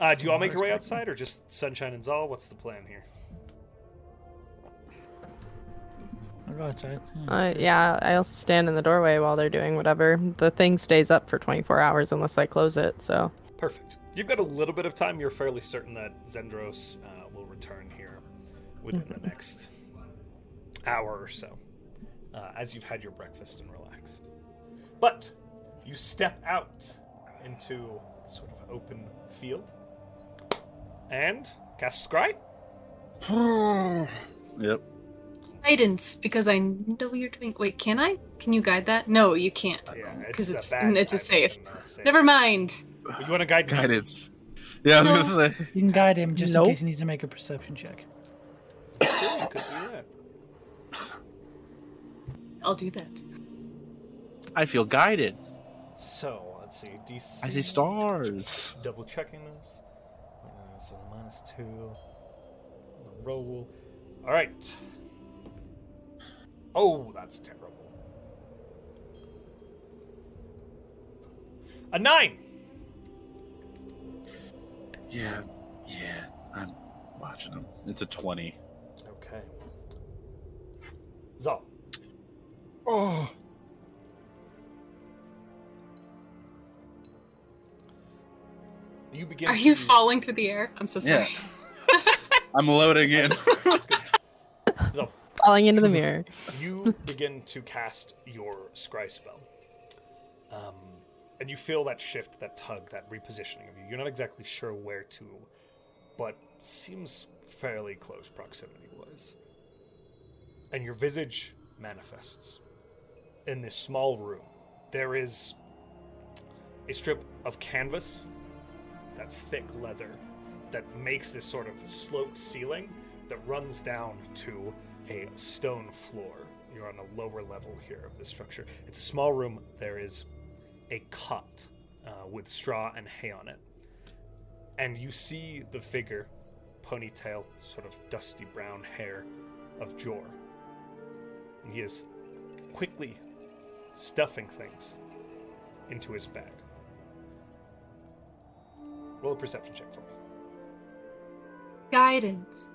[SPEAKER 1] Uh, do you all make your way outside, or just Sunshine and Zal? What's the plan here?
[SPEAKER 5] I'll go outside. Yeah.
[SPEAKER 4] Uh, yeah, I also stand in the doorway while they're doing whatever. The thing stays up for 24 hours unless I close it, so.
[SPEAKER 1] Perfect. You've got a little bit of time. You're fairly certain that Zendros uh, will return here within
[SPEAKER 6] Mm-hmm.
[SPEAKER 1] the next hour or so, uh, as you've had your breakfast and relaxed. But you step out into sort of open field and cast Scry.
[SPEAKER 3] Yep.
[SPEAKER 6] Guidance, because I know you're doing. Wait, can I? Can you guide that? No, you can't.
[SPEAKER 1] Yeah,
[SPEAKER 6] 'Cause
[SPEAKER 1] the
[SPEAKER 6] it's-
[SPEAKER 1] bad
[SPEAKER 6] it's a
[SPEAKER 1] type
[SPEAKER 6] safe.
[SPEAKER 1] and not safe.
[SPEAKER 6] Never mind.
[SPEAKER 1] You want to guide?
[SPEAKER 3] Guidance. Yeah, I was gonna say.
[SPEAKER 5] You can guide him just
[SPEAKER 4] Nope.
[SPEAKER 5] in case he needs to make a perception check.
[SPEAKER 1] Sure, you could do that.
[SPEAKER 6] I'll do that.
[SPEAKER 3] I feel guided.
[SPEAKER 1] So let's see. DC.
[SPEAKER 3] I see stars.
[SPEAKER 1] double checking this. Uh, so minus two. The roll. All right. Oh, that's terrible. A nine.
[SPEAKER 3] Yeah, yeah. I'm watching them. It's a twenty.
[SPEAKER 1] Okay. Zal.
[SPEAKER 3] Oh.
[SPEAKER 1] You begin.
[SPEAKER 6] Are you
[SPEAKER 1] to-
[SPEAKER 6] falling through the air? I'm so
[SPEAKER 3] Yeah.
[SPEAKER 6] sorry.
[SPEAKER 3] I'm loading in.
[SPEAKER 1] Zal,
[SPEAKER 4] Falling into the mirror.
[SPEAKER 1] you begin to cast your scry spell. Um, and you feel that shift, that tug, that repositioning of you. You're not exactly sure where to, but seems fairly close proximity wise. And your visage manifests. In this small room, there is a strip of canvas, that thick leather, that makes this sort of sloped ceiling that runs down to a stone floor. You're on a lower level here of this structure. It's a small room. There is a cot uh, with straw and hay on it. And you see the figure, ponytail, sort of dusty brown hair of Jor. And he is quickly stuffing things into his bag. Roll a perception check for me.
[SPEAKER 6] Guidance.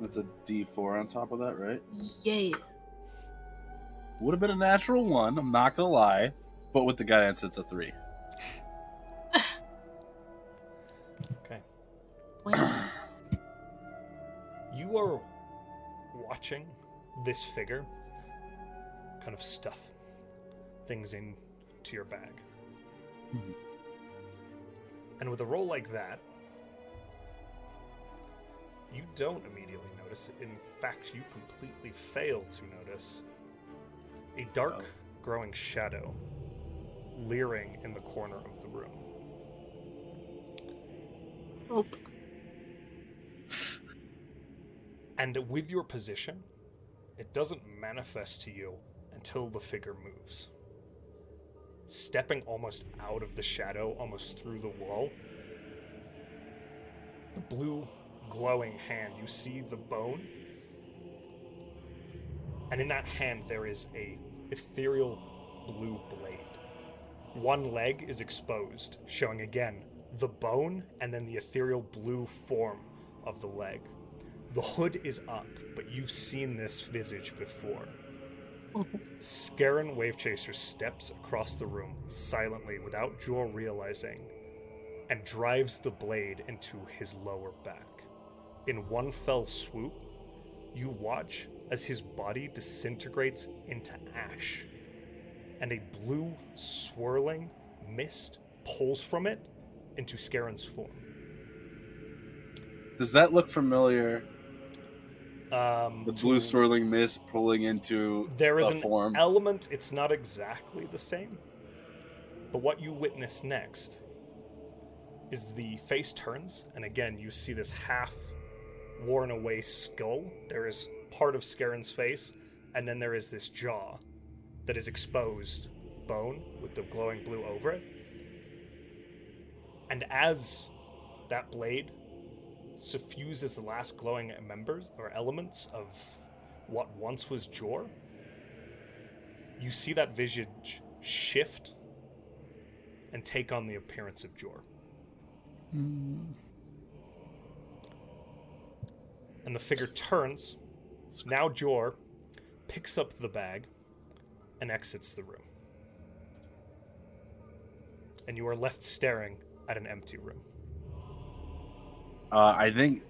[SPEAKER 3] That's a D four on top of that, right?
[SPEAKER 6] Yeah.
[SPEAKER 3] Would have been a natural one. I'm not gonna lie, but with the guidance, it's a three.
[SPEAKER 1] Okay.
[SPEAKER 6] Wow.
[SPEAKER 1] You are watching this figure kind of stuff things into your bag.
[SPEAKER 3] Mhm.
[SPEAKER 1] And with a roll like that, you don't immediately notice. In fact, you completely fail to notice a dark, growing shadow leering in the corner of the room.
[SPEAKER 2] Nope.
[SPEAKER 1] And with your position, it doesn't manifest to you until the figure moves. Stepping almost out of the shadow, almost through the wall, the blue glowing hand, you see the bone. And in that hand, there is a ethereal blue blade. One leg is exposed, showing again the bone and then the ethereal blue form of the leg. The hood is up, but you've seen this visage before. Scaran Wavechaser steps across the room silently without Jor realizing and drives the blade into his lower back. In one fell swoop, you watch as his body disintegrates into ash, and a blue, swirling mist pulls from it into Scaran's form.
[SPEAKER 3] Does that look familiar?
[SPEAKER 1] Um,
[SPEAKER 3] The blue
[SPEAKER 1] to-
[SPEAKER 3] swirling mist pulling into
[SPEAKER 1] There is
[SPEAKER 3] a
[SPEAKER 1] an
[SPEAKER 3] form.
[SPEAKER 1] element, it's not exactly the same. But what you witness next is the face turns, and again, you see this half worn away skull. There is part of Scarin's face, and then there is this jaw that is exposed bone with the glowing blue over it. And as that blade suffuses the last glowing members or elements of what once was Jor, you see that visage shift and take on the appearance of Jor. And the figure turns. Now Jor picks up the bag and exits the room. And you are left staring at an empty room.
[SPEAKER 3] Uh, I think.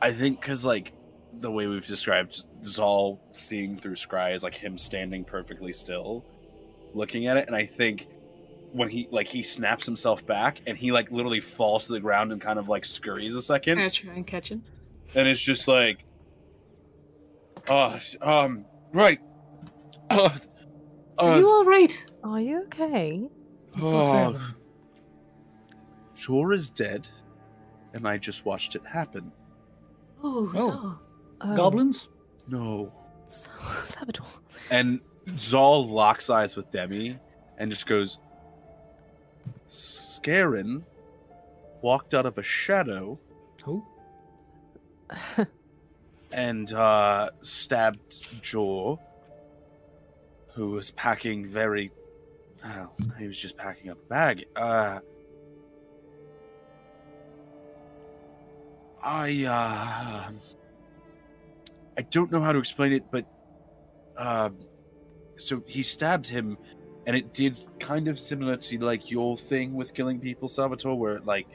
[SPEAKER 3] I think because like the way we've described Zal seeing through Scry is like him standing perfectly still, looking at it, and I think when he like he snaps himself back and he like literally falls to the ground and kind of like scurries a
[SPEAKER 6] I'm
[SPEAKER 3] second,
[SPEAKER 6] gonna try and catch him.
[SPEAKER 3] and it's just like, oh, s- um, right, uh,
[SPEAKER 6] Are you
[SPEAKER 3] uh,
[SPEAKER 6] all right?
[SPEAKER 4] Are you okay?
[SPEAKER 3] oh, Jor is dead, and I just watched it happen.
[SPEAKER 6] Oh,
[SPEAKER 5] Oh.
[SPEAKER 6] Zal.
[SPEAKER 4] Um,
[SPEAKER 5] Goblins?
[SPEAKER 3] No.
[SPEAKER 4] So, Salvador.
[SPEAKER 3] And Zal locks eyes with Demi and just goes, Scarin walked out of a shadow
[SPEAKER 5] Who?
[SPEAKER 3] and uh, stabbed Jor, who was packing very. Well, he was just packing up a bag. Uh, I. Uh, I don't know how to explain it, but. Uh, so he stabbed him, and it did kind of similar to like your thing with killing people, Salvatore, where it like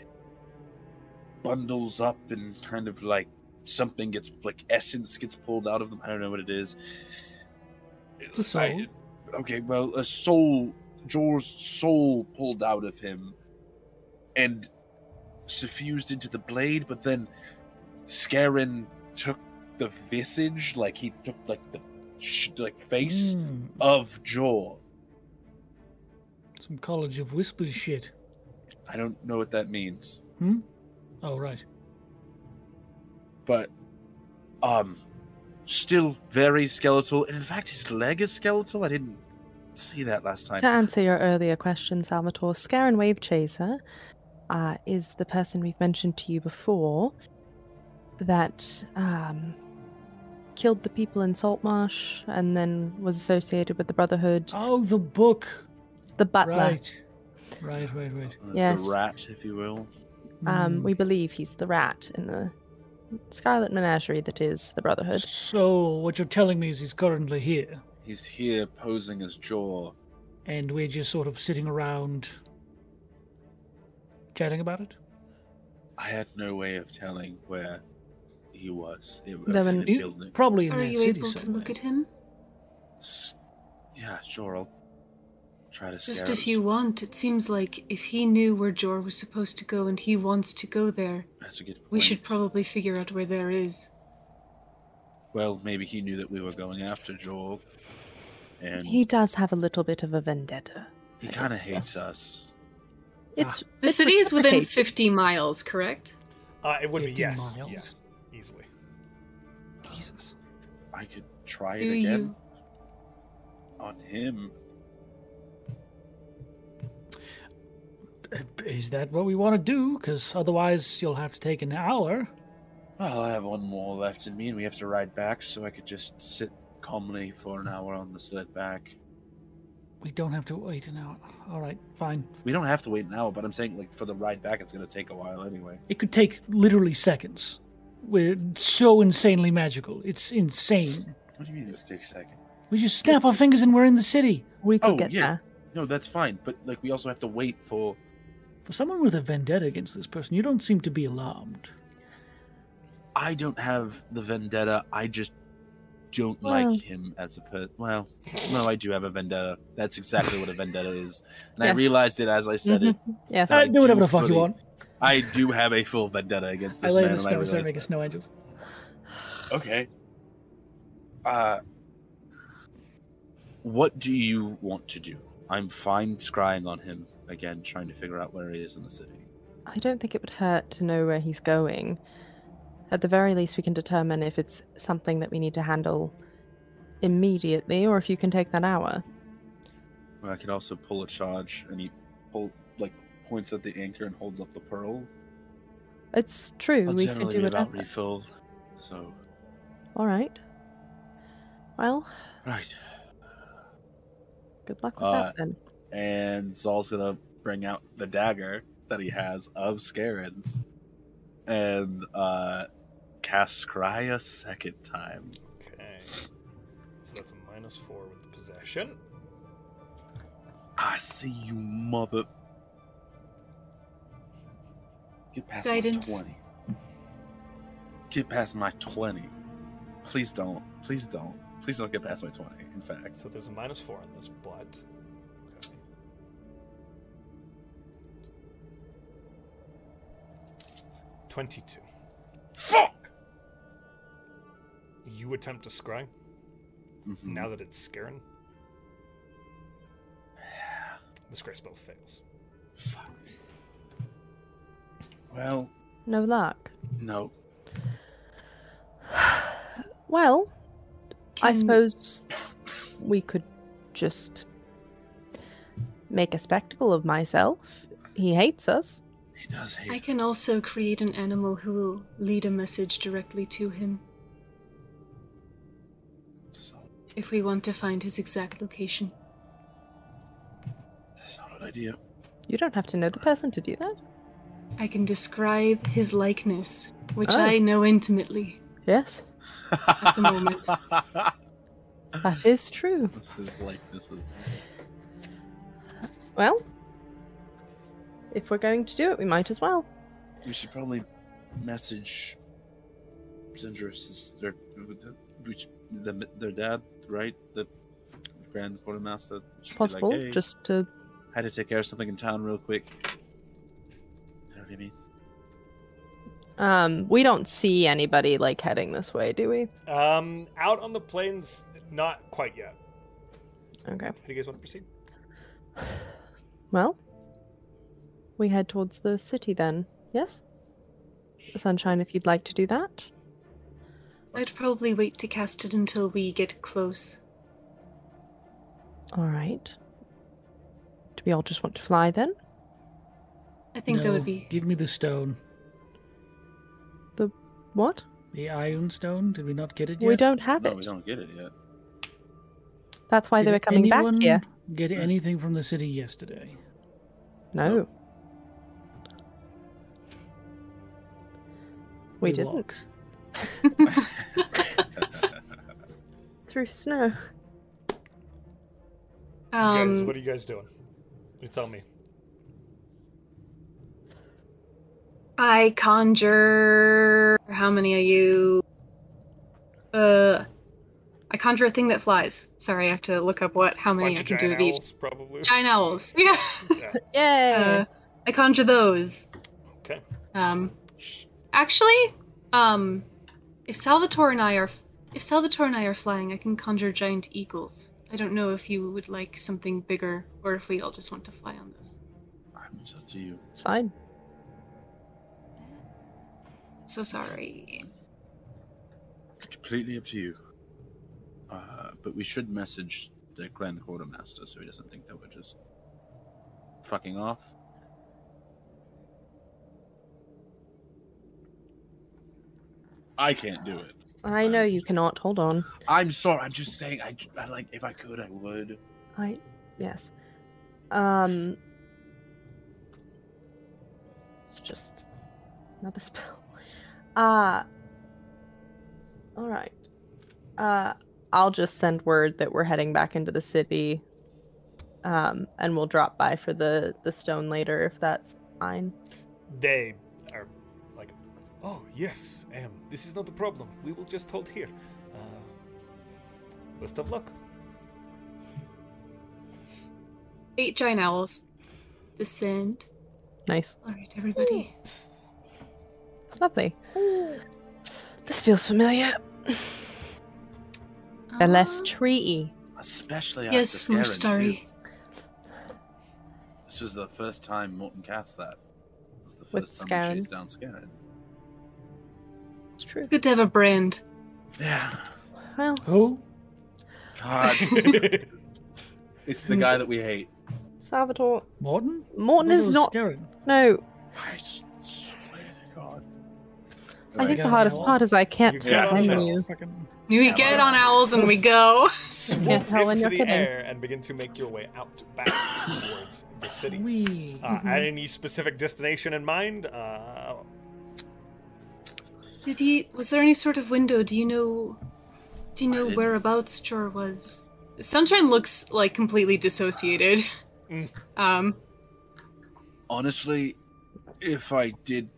[SPEAKER 3] bundles up and kind of like something gets like essence gets pulled out of them. I don't know what it is.
[SPEAKER 5] It's a soul.
[SPEAKER 3] I- okay, well, a soul, Jor's soul pulled out of him and suffused into the blade, but then Scarin took the visage, like he took like the sh- like face
[SPEAKER 5] Mm,
[SPEAKER 3] of Jor.
[SPEAKER 5] some College of Whispers shit.
[SPEAKER 3] I don't know what that means,
[SPEAKER 5] Oh, right.
[SPEAKER 3] but um, still very skeletal. And in fact, his leg is skeletal. I didn't see that last time.
[SPEAKER 4] To answer your earlier question, Salvatore, Scaran Wave Chaser uh, is the person we've mentioned to you before that um, killed the people in Saltmarsh and then was associated with the Brotherhood,
[SPEAKER 5] Oh, the book.
[SPEAKER 4] the Butler.
[SPEAKER 5] Right. Right, right, right.
[SPEAKER 4] Yes.
[SPEAKER 3] The rat, if you will.
[SPEAKER 4] Um,
[SPEAKER 5] Mm.
[SPEAKER 4] we believe he's the rat in the Scarlet Menagerie that is the Brotherhood.
[SPEAKER 5] So, what you're telling me is he's currently here,
[SPEAKER 3] He's here posing as Jor.
[SPEAKER 5] and we're just sort of sitting around chatting about it?
[SPEAKER 3] I had no way of telling where he was. It was
[SPEAKER 4] There
[SPEAKER 3] in
[SPEAKER 4] were-
[SPEAKER 3] a
[SPEAKER 5] You-
[SPEAKER 3] building.
[SPEAKER 5] probably in
[SPEAKER 6] Are
[SPEAKER 5] their
[SPEAKER 6] you
[SPEAKER 5] city
[SPEAKER 6] able to
[SPEAKER 5] somewhere.
[SPEAKER 6] look at him?
[SPEAKER 3] S- yeah, sure. I'll try to
[SPEAKER 6] Just
[SPEAKER 3] scare
[SPEAKER 6] if
[SPEAKER 3] him.
[SPEAKER 6] you want, it seems like if he knew where Jor was supposed to go and he wants to go there,
[SPEAKER 3] That's a good point.
[SPEAKER 6] we should probably figure out where there is.
[SPEAKER 3] Well, maybe he knew that we were going after Jor. and
[SPEAKER 4] He does have a little bit of a vendetta.
[SPEAKER 3] he kind of hates us.
[SPEAKER 4] It's
[SPEAKER 6] Ah, The
[SPEAKER 4] it's
[SPEAKER 6] city is within
[SPEAKER 4] reciprocated.
[SPEAKER 6] 50 miles, correct?
[SPEAKER 1] Uh, it would be
[SPEAKER 5] 50
[SPEAKER 1] yes,
[SPEAKER 5] miles?
[SPEAKER 1] yes, easily.
[SPEAKER 5] Jesus.
[SPEAKER 3] I could try
[SPEAKER 6] Do
[SPEAKER 3] it
[SPEAKER 6] you-
[SPEAKER 3] again on him.
[SPEAKER 5] Uh, Is that what we want to do? Because otherwise, you'll have to take an hour.
[SPEAKER 3] Well, I have one more left in me, and we have to ride back, so I could just sit calmly for
[SPEAKER 6] Mm.
[SPEAKER 3] an hour on the sled back.
[SPEAKER 5] We don't have to wait an hour. All right, fine.
[SPEAKER 3] We don't have to wait an hour, but I'm saying like for the ride back, it's gonna take a while anyway.
[SPEAKER 5] It could take literally seconds. We're so insanely magical. It's insane.
[SPEAKER 3] What do you mean it takes a second?
[SPEAKER 5] We just snap our fingers and we're in the city.
[SPEAKER 4] We could
[SPEAKER 3] Oh,
[SPEAKER 4] get
[SPEAKER 3] yeah.
[SPEAKER 4] there.
[SPEAKER 3] No, that's fine, but like we also have to wait for.
[SPEAKER 5] For someone with a vendetta against this person, you don't seem to be alarmed.
[SPEAKER 3] I don't have the vendetta. I just don't
[SPEAKER 4] Well.
[SPEAKER 3] like him as a per. Well, no, I do have a vendetta. That's exactly what a vendetta is, and I
[SPEAKER 4] Yes.
[SPEAKER 3] realized it as I said it.
[SPEAKER 4] Mhm. Yes.
[SPEAKER 3] I
[SPEAKER 5] Uh, do
[SPEAKER 3] do
[SPEAKER 5] whatever the fuck you
[SPEAKER 3] fully
[SPEAKER 5] want.
[SPEAKER 3] I do have a full vendetta against
[SPEAKER 5] I
[SPEAKER 3] this
[SPEAKER 5] lay in
[SPEAKER 3] man,
[SPEAKER 5] the
[SPEAKER 3] and I
[SPEAKER 5] snow, so I
[SPEAKER 3] realized
[SPEAKER 5] make a
[SPEAKER 3] that.
[SPEAKER 5] snow angels.
[SPEAKER 3] Okay. Uh, what do you want to do? I'm fine scrying on him again, trying to figure out where he is in the city.
[SPEAKER 4] I don't think it would hurt to know where he's going. At the very least, we can determine if it's something that we need to handle immediately, or if you can take that hour.
[SPEAKER 3] Well, I could also pull a charge, and he pull like points at the anchor and holds up the pearl.
[SPEAKER 4] It's true.
[SPEAKER 3] I'll
[SPEAKER 4] we can
[SPEAKER 3] generally
[SPEAKER 4] do
[SPEAKER 3] be
[SPEAKER 4] it.
[SPEAKER 3] about refill. So
[SPEAKER 4] All right. Well,
[SPEAKER 3] right,
[SPEAKER 4] good luck with
[SPEAKER 3] Uh,
[SPEAKER 4] that then.
[SPEAKER 3] and Zal's gonna bring out the dagger that he has of Scarens, and uh, cast scry a second time.
[SPEAKER 1] Okay. So that's a minus four with the possession.
[SPEAKER 3] I see you, mother. Get past
[SPEAKER 6] Guidance.
[SPEAKER 3] my 20. Get past my 20. Please don't. Please don't. Please don't get past my 20, in fact.
[SPEAKER 1] So there's a minus four on this, but okay. twenty-two.
[SPEAKER 3] Fuck!
[SPEAKER 1] You attempt to scry
[SPEAKER 3] Mhm.
[SPEAKER 1] now that it's scaring. The scry spell fails.
[SPEAKER 3] Fuck. Well,
[SPEAKER 4] No luck.
[SPEAKER 3] no.
[SPEAKER 4] Well, I
[SPEAKER 6] Can-
[SPEAKER 4] suppose we could just make a spectacle of myself. He hates us.
[SPEAKER 3] He does hate
[SPEAKER 6] I can
[SPEAKER 3] us.
[SPEAKER 6] also create an animal who will lead a message directly to him
[SPEAKER 3] That's not,
[SPEAKER 6] if we want to find his exact location.
[SPEAKER 3] that's not an idea.
[SPEAKER 4] You don't have to know the person to do that.
[SPEAKER 6] I can describe his likeness, which
[SPEAKER 4] Oh.
[SPEAKER 6] I know intimately.
[SPEAKER 4] Yes,
[SPEAKER 6] the moment.
[SPEAKER 4] that is true.
[SPEAKER 3] this is like, this is.
[SPEAKER 4] Well, if we're going to do it, we might as well.
[SPEAKER 3] We should probably message Cindrus, their, which, the, their dad, right? The Grand Quartermaster. Should be
[SPEAKER 4] Possible,
[SPEAKER 3] Like, hey,
[SPEAKER 4] just to.
[SPEAKER 3] had to take care of something in town real quick. You know what I mean?
[SPEAKER 4] Um, we don't see anybody like heading this way, do we?
[SPEAKER 1] Um, out on the plains, not quite yet.
[SPEAKER 4] Okay.
[SPEAKER 1] How do you guys want to proceed?
[SPEAKER 4] Well, we head towards the city then. Yes. Sunshine, if you'd like to do that.
[SPEAKER 6] I'd probably wait to cast it until we get close.
[SPEAKER 4] All right. Do we all just want to fly then?
[SPEAKER 6] I think that
[SPEAKER 5] No,
[SPEAKER 6] would be.
[SPEAKER 5] Give me the stone.
[SPEAKER 4] What?
[SPEAKER 5] The iron stone? Did we not get it yet?
[SPEAKER 4] We don't have
[SPEAKER 3] No,
[SPEAKER 4] it.
[SPEAKER 3] we don't get it yet.
[SPEAKER 4] That's why
[SPEAKER 5] Did
[SPEAKER 4] they were coming
[SPEAKER 5] anyone
[SPEAKER 4] back here.
[SPEAKER 5] Get anything from the city yesterday?
[SPEAKER 4] No. We, didn't.
[SPEAKER 5] walk.
[SPEAKER 4] Through snow.
[SPEAKER 1] you guys,
[SPEAKER 6] Um,
[SPEAKER 1] what are you guys doing? You tell me.
[SPEAKER 6] I conjure. How many are you? Uh, I conjure a thing that flies. Sorry, I have to look up what how many
[SPEAKER 1] Bunch
[SPEAKER 6] I
[SPEAKER 1] of
[SPEAKER 6] can do
[SPEAKER 1] giant
[SPEAKER 6] of each.
[SPEAKER 1] owls, probably.
[SPEAKER 6] Giant owls. Yeah.
[SPEAKER 1] Yeah.
[SPEAKER 6] Uh,
[SPEAKER 4] Yay!
[SPEAKER 6] I conjure those.
[SPEAKER 1] Okay.
[SPEAKER 6] Um, actually, um, if Salvatore and I are if Salvatore and I are flying, I can conjure giant eagles. I I don't know if you would like something bigger or if we all just want to fly on those.
[SPEAKER 3] I'm it's up to you.
[SPEAKER 4] It's fine.
[SPEAKER 6] I'm so sorry.
[SPEAKER 3] Completely up to you. Uh, but we should message the Grand Quartermaster so he doesn't think that we're just fucking off. I can't do it.
[SPEAKER 4] I know you cannot. Hold on.
[SPEAKER 3] I'm sorry. I'm just saying. I, j- I like if I could, I would.
[SPEAKER 4] I yes. Um It's just another spell. Uh All right. Uh I'll just send word that we're heading back into the city. Um and we'll drop by for the the stone later if that's fine.
[SPEAKER 1] They are like, oh, yes, um, this is not a problem. We will just hold here. Uh, best of luck.
[SPEAKER 6] Eight giant owls descend.
[SPEAKER 4] Nice.
[SPEAKER 6] All right, everybody.
[SPEAKER 4] Lovely. This feels familiar. They're less
[SPEAKER 6] Ah,
[SPEAKER 4] treey.
[SPEAKER 3] Especially
[SPEAKER 6] yes,
[SPEAKER 3] after
[SPEAKER 6] more
[SPEAKER 3] Garen, too.
[SPEAKER 6] starry.
[SPEAKER 3] This was the first time Morton cast that. It was the
[SPEAKER 4] With
[SPEAKER 3] first time
[SPEAKER 4] Scarron.
[SPEAKER 3] we chased down Scarron.
[SPEAKER 4] It's true.
[SPEAKER 6] It's good to have a brand.
[SPEAKER 3] Yeah.
[SPEAKER 4] Well,
[SPEAKER 5] Who?
[SPEAKER 3] God. it's the guy that we hate.
[SPEAKER 4] Salvatore
[SPEAKER 5] Morton?
[SPEAKER 4] Morton is not no
[SPEAKER 3] I s- swear to God.
[SPEAKER 4] I think
[SPEAKER 5] go
[SPEAKER 4] the hardest
[SPEAKER 5] now.
[SPEAKER 4] part is I
[SPEAKER 1] You
[SPEAKER 4] can't
[SPEAKER 1] can't
[SPEAKER 4] tell when
[SPEAKER 1] tell.
[SPEAKER 4] you.
[SPEAKER 6] We
[SPEAKER 3] Yeah,
[SPEAKER 6] get
[SPEAKER 3] well.
[SPEAKER 6] on owls and we go.
[SPEAKER 4] Yeah,
[SPEAKER 1] Swoop
[SPEAKER 4] throw in
[SPEAKER 1] into
[SPEAKER 4] your
[SPEAKER 1] the
[SPEAKER 4] pudding.
[SPEAKER 1] air and begin to make your way out back towards the city.
[SPEAKER 5] Mm-hmm. We.
[SPEAKER 3] Ah,
[SPEAKER 1] Uh, Any specific destination in mind? Uh,
[SPEAKER 6] Did he? Was there any sort of window? Do you know? Do you
[SPEAKER 3] I
[SPEAKER 6] know
[SPEAKER 3] didn't-
[SPEAKER 6] whereabouts Jor was? Sunshine looks like completely dissociated.
[SPEAKER 1] Mm.
[SPEAKER 6] Um,
[SPEAKER 3] Honestly, if I did,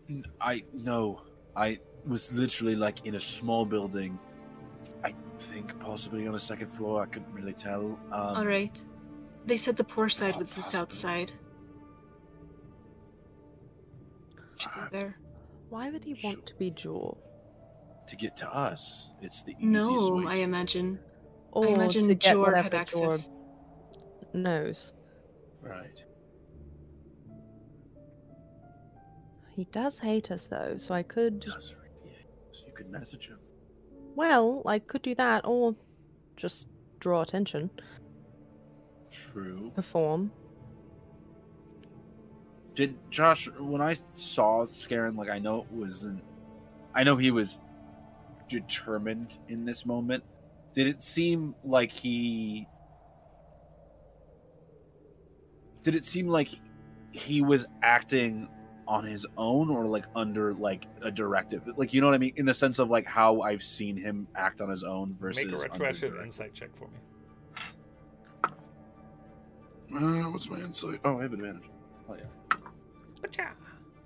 [SPEAKER 3] I no, I was literally like in a small building. I think possibly on a second floor. I couldn't really tell. Um,
[SPEAKER 6] all right. They said the poor side
[SPEAKER 3] uh,
[SPEAKER 6] was the south
[SPEAKER 3] possibly.
[SPEAKER 6] side. Should go
[SPEAKER 3] Uh,
[SPEAKER 6] there.
[SPEAKER 4] Why would he want to be Jewel?
[SPEAKER 3] To get to us, it's the easiest way.
[SPEAKER 6] No,
[SPEAKER 3] to-
[SPEAKER 6] I imagine.
[SPEAKER 4] Or
[SPEAKER 6] I
[SPEAKER 4] to
[SPEAKER 6] imagine
[SPEAKER 4] get
[SPEAKER 6] Jor had
[SPEAKER 4] whatever Jor
[SPEAKER 6] access.
[SPEAKER 4] knows.
[SPEAKER 3] right.
[SPEAKER 4] He does hate us though, so I could
[SPEAKER 3] Does really, yeah. E So you could message him.
[SPEAKER 4] well, I could do that or just draw attention,
[SPEAKER 3] True.
[SPEAKER 4] perform.
[SPEAKER 3] Did Josh when I saw Scarin, like I know it wasn't I know he was determined in this moment. Did it seem like he Did it seem like he was acting on his own or like under like a directive? Like you know what I mean? In the sense of like how I've seen him act on his own versus
[SPEAKER 1] make a
[SPEAKER 3] under
[SPEAKER 1] retroactive
[SPEAKER 3] direct-
[SPEAKER 1] insight check for me.
[SPEAKER 3] Uh, what's my insight? Oh I have advantage.
[SPEAKER 7] Pacha.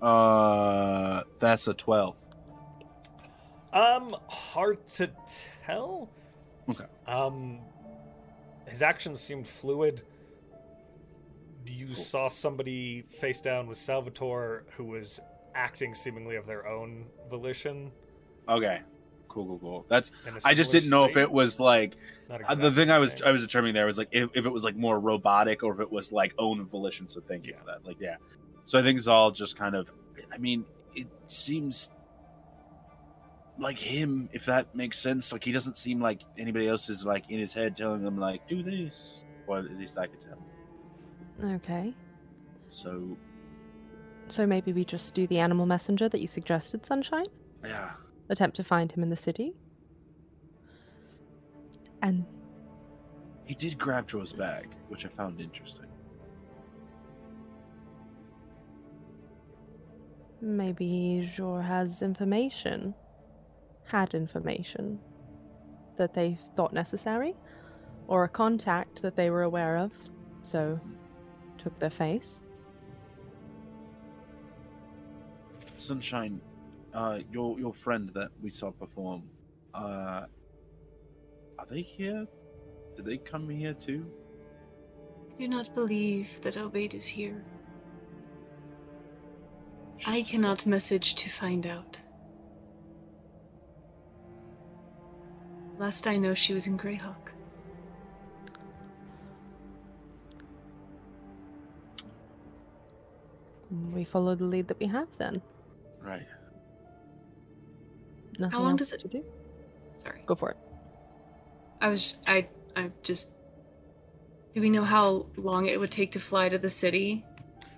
[SPEAKER 3] Uh that's a twelve.
[SPEAKER 1] Um, hard to tell.
[SPEAKER 3] Okay.
[SPEAKER 1] Um, his actions seemed fluid. You
[SPEAKER 3] Cool.
[SPEAKER 1] saw somebody face down with Salvatore, who was acting seemingly of their own volition.
[SPEAKER 3] Okay. Cool, cool, cool. That's.
[SPEAKER 1] In a
[SPEAKER 3] I
[SPEAKER 1] similar
[SPEAKER 3] just didn't know if
[SPEAKER 1] state.
[SPEAKER 3] it was like
[SPEAKER 1] Not
[SPEAKER 3] uh,
[SPEAKER 1] exactly
[SPEAKER 3] the thing I was
[SPEAKER 1] same.
[SPEAKER 3] I was determining there was like if, if it was like more robotic or if it was like own volition. So thank you for that. Like yeah. So I think Zal just kind of. I mean, it seems like him, if that makes sense. Like he doesn't seem like anybody else is like in his head telling him like do this. Well, at least I could tell.
[SPEAKER 4] Okay.
[SPEAKER 3] So
[SPEAKER 4] So maybe we just do the animal messenger that you suggested, Sunshine?
[SPEAKER 3] yeah,
[SPEAKER 4] Attempt to find him in the city. And
[SPEAKER 3] he did grab Joe's bag, which I found interesting.
[SPEAKER 4] Maybe Jor has information, had information that they thought necessary, or a contact that they were aware of, so took their face.
[SPEAKER 3] Sunshine, uh, your your friend that we saw perform, uh, are they here? Did they come here too?
[SPEAKER 6] I do not believe that Obeid is here. I
[SPEAKER 3] Just-
[SPEAKER 6] cannot message to find out. Last I know, she was in Greyhawk.
[SPEAKER 4] We follow the lead that we have then.
[SPEAKER 3] Right.
[SPEAKER 4] Nothing
[SPEAKER 6] long
[SPEAKER 4] else
[SPEAKER 6] does it-
[SPEAKER 4] to do?
[SPEAKER 6] Sorry.
[SPEAKER 4] Go for it.
[SPEAKER 6] I was I I just do we know how long it would take to fly to the city?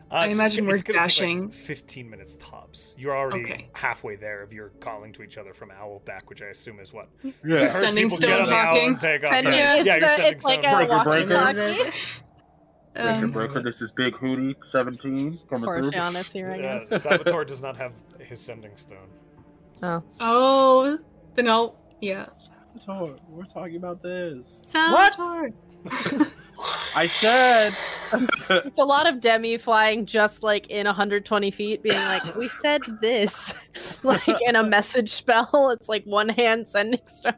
[SPEAKER 1] Uh,
[SPEAKER 6] I
[SPEAKER 1] it's
[SPEAKER 6] imagine
[SPEAKER 1] go-
[SPEAKER 6] we're
[SPEAKER 1] it's gonna take, like,
[SPEAKER 6] dashing.
[SPEAKER 1] Fifteen minutes tops. You're already
[SPEAKER 6] Okay.
[SPEAKER 1] halfway there if you're calling to each other from Owlback, which I assume is what.
[SPEAKER 3] Yeah.
[SPEAKER 1] I
[SPEAKER 6] You're
[SPEAKER 1] heard
[SPEAKER 6] sending
[SPEAKER 1] people get
[SPEAKER 6] stone
[SPEAKER 1] on the owl
[SPEAKER 6] talking.
[SPEAKER 1] and take off.
[SPEAKER 4] Sending-
[SPEAKER 1] yeah,
[SPEAKER 4] it's
[SPEAKER 1] you're
[SPEAKER 4] the-
[SPEAKER 1] sending
[SPEAKER 4] it's like
[SPEAKER 1] stone.
[SPEAKER 4] a
[SPEAKER 3] Breaker,
[SPEAKER 4] walkie
[SPEAKER 3] breaker.
[SPEAKER 4] talkie.
[SPEAKER 3] Breaker,
[SPEAKER 6] Um,
[SPEAKER 3] broker, this is Big Hootie, 17, coming through.
[SPEAKER 4] Porcian is here, I guess.
[SPEAKER 1] Yeah, Salvatore does not have his sending stone.
[SPEAKER 4] Oh.
[SPEAKER 6] oh, then I'll yeah.
[SPEAKER 3] Salvatore, we're talking about this.
[SPEAKER 5] What?
[SPEAKER 6] Salvatore.
[SPEAKER 3] I said.
[SPEAKER 4] It's a lot of Demi flying just like in 120 feet, being like, "We said this," like in a message spell. It's like one hand sending stone,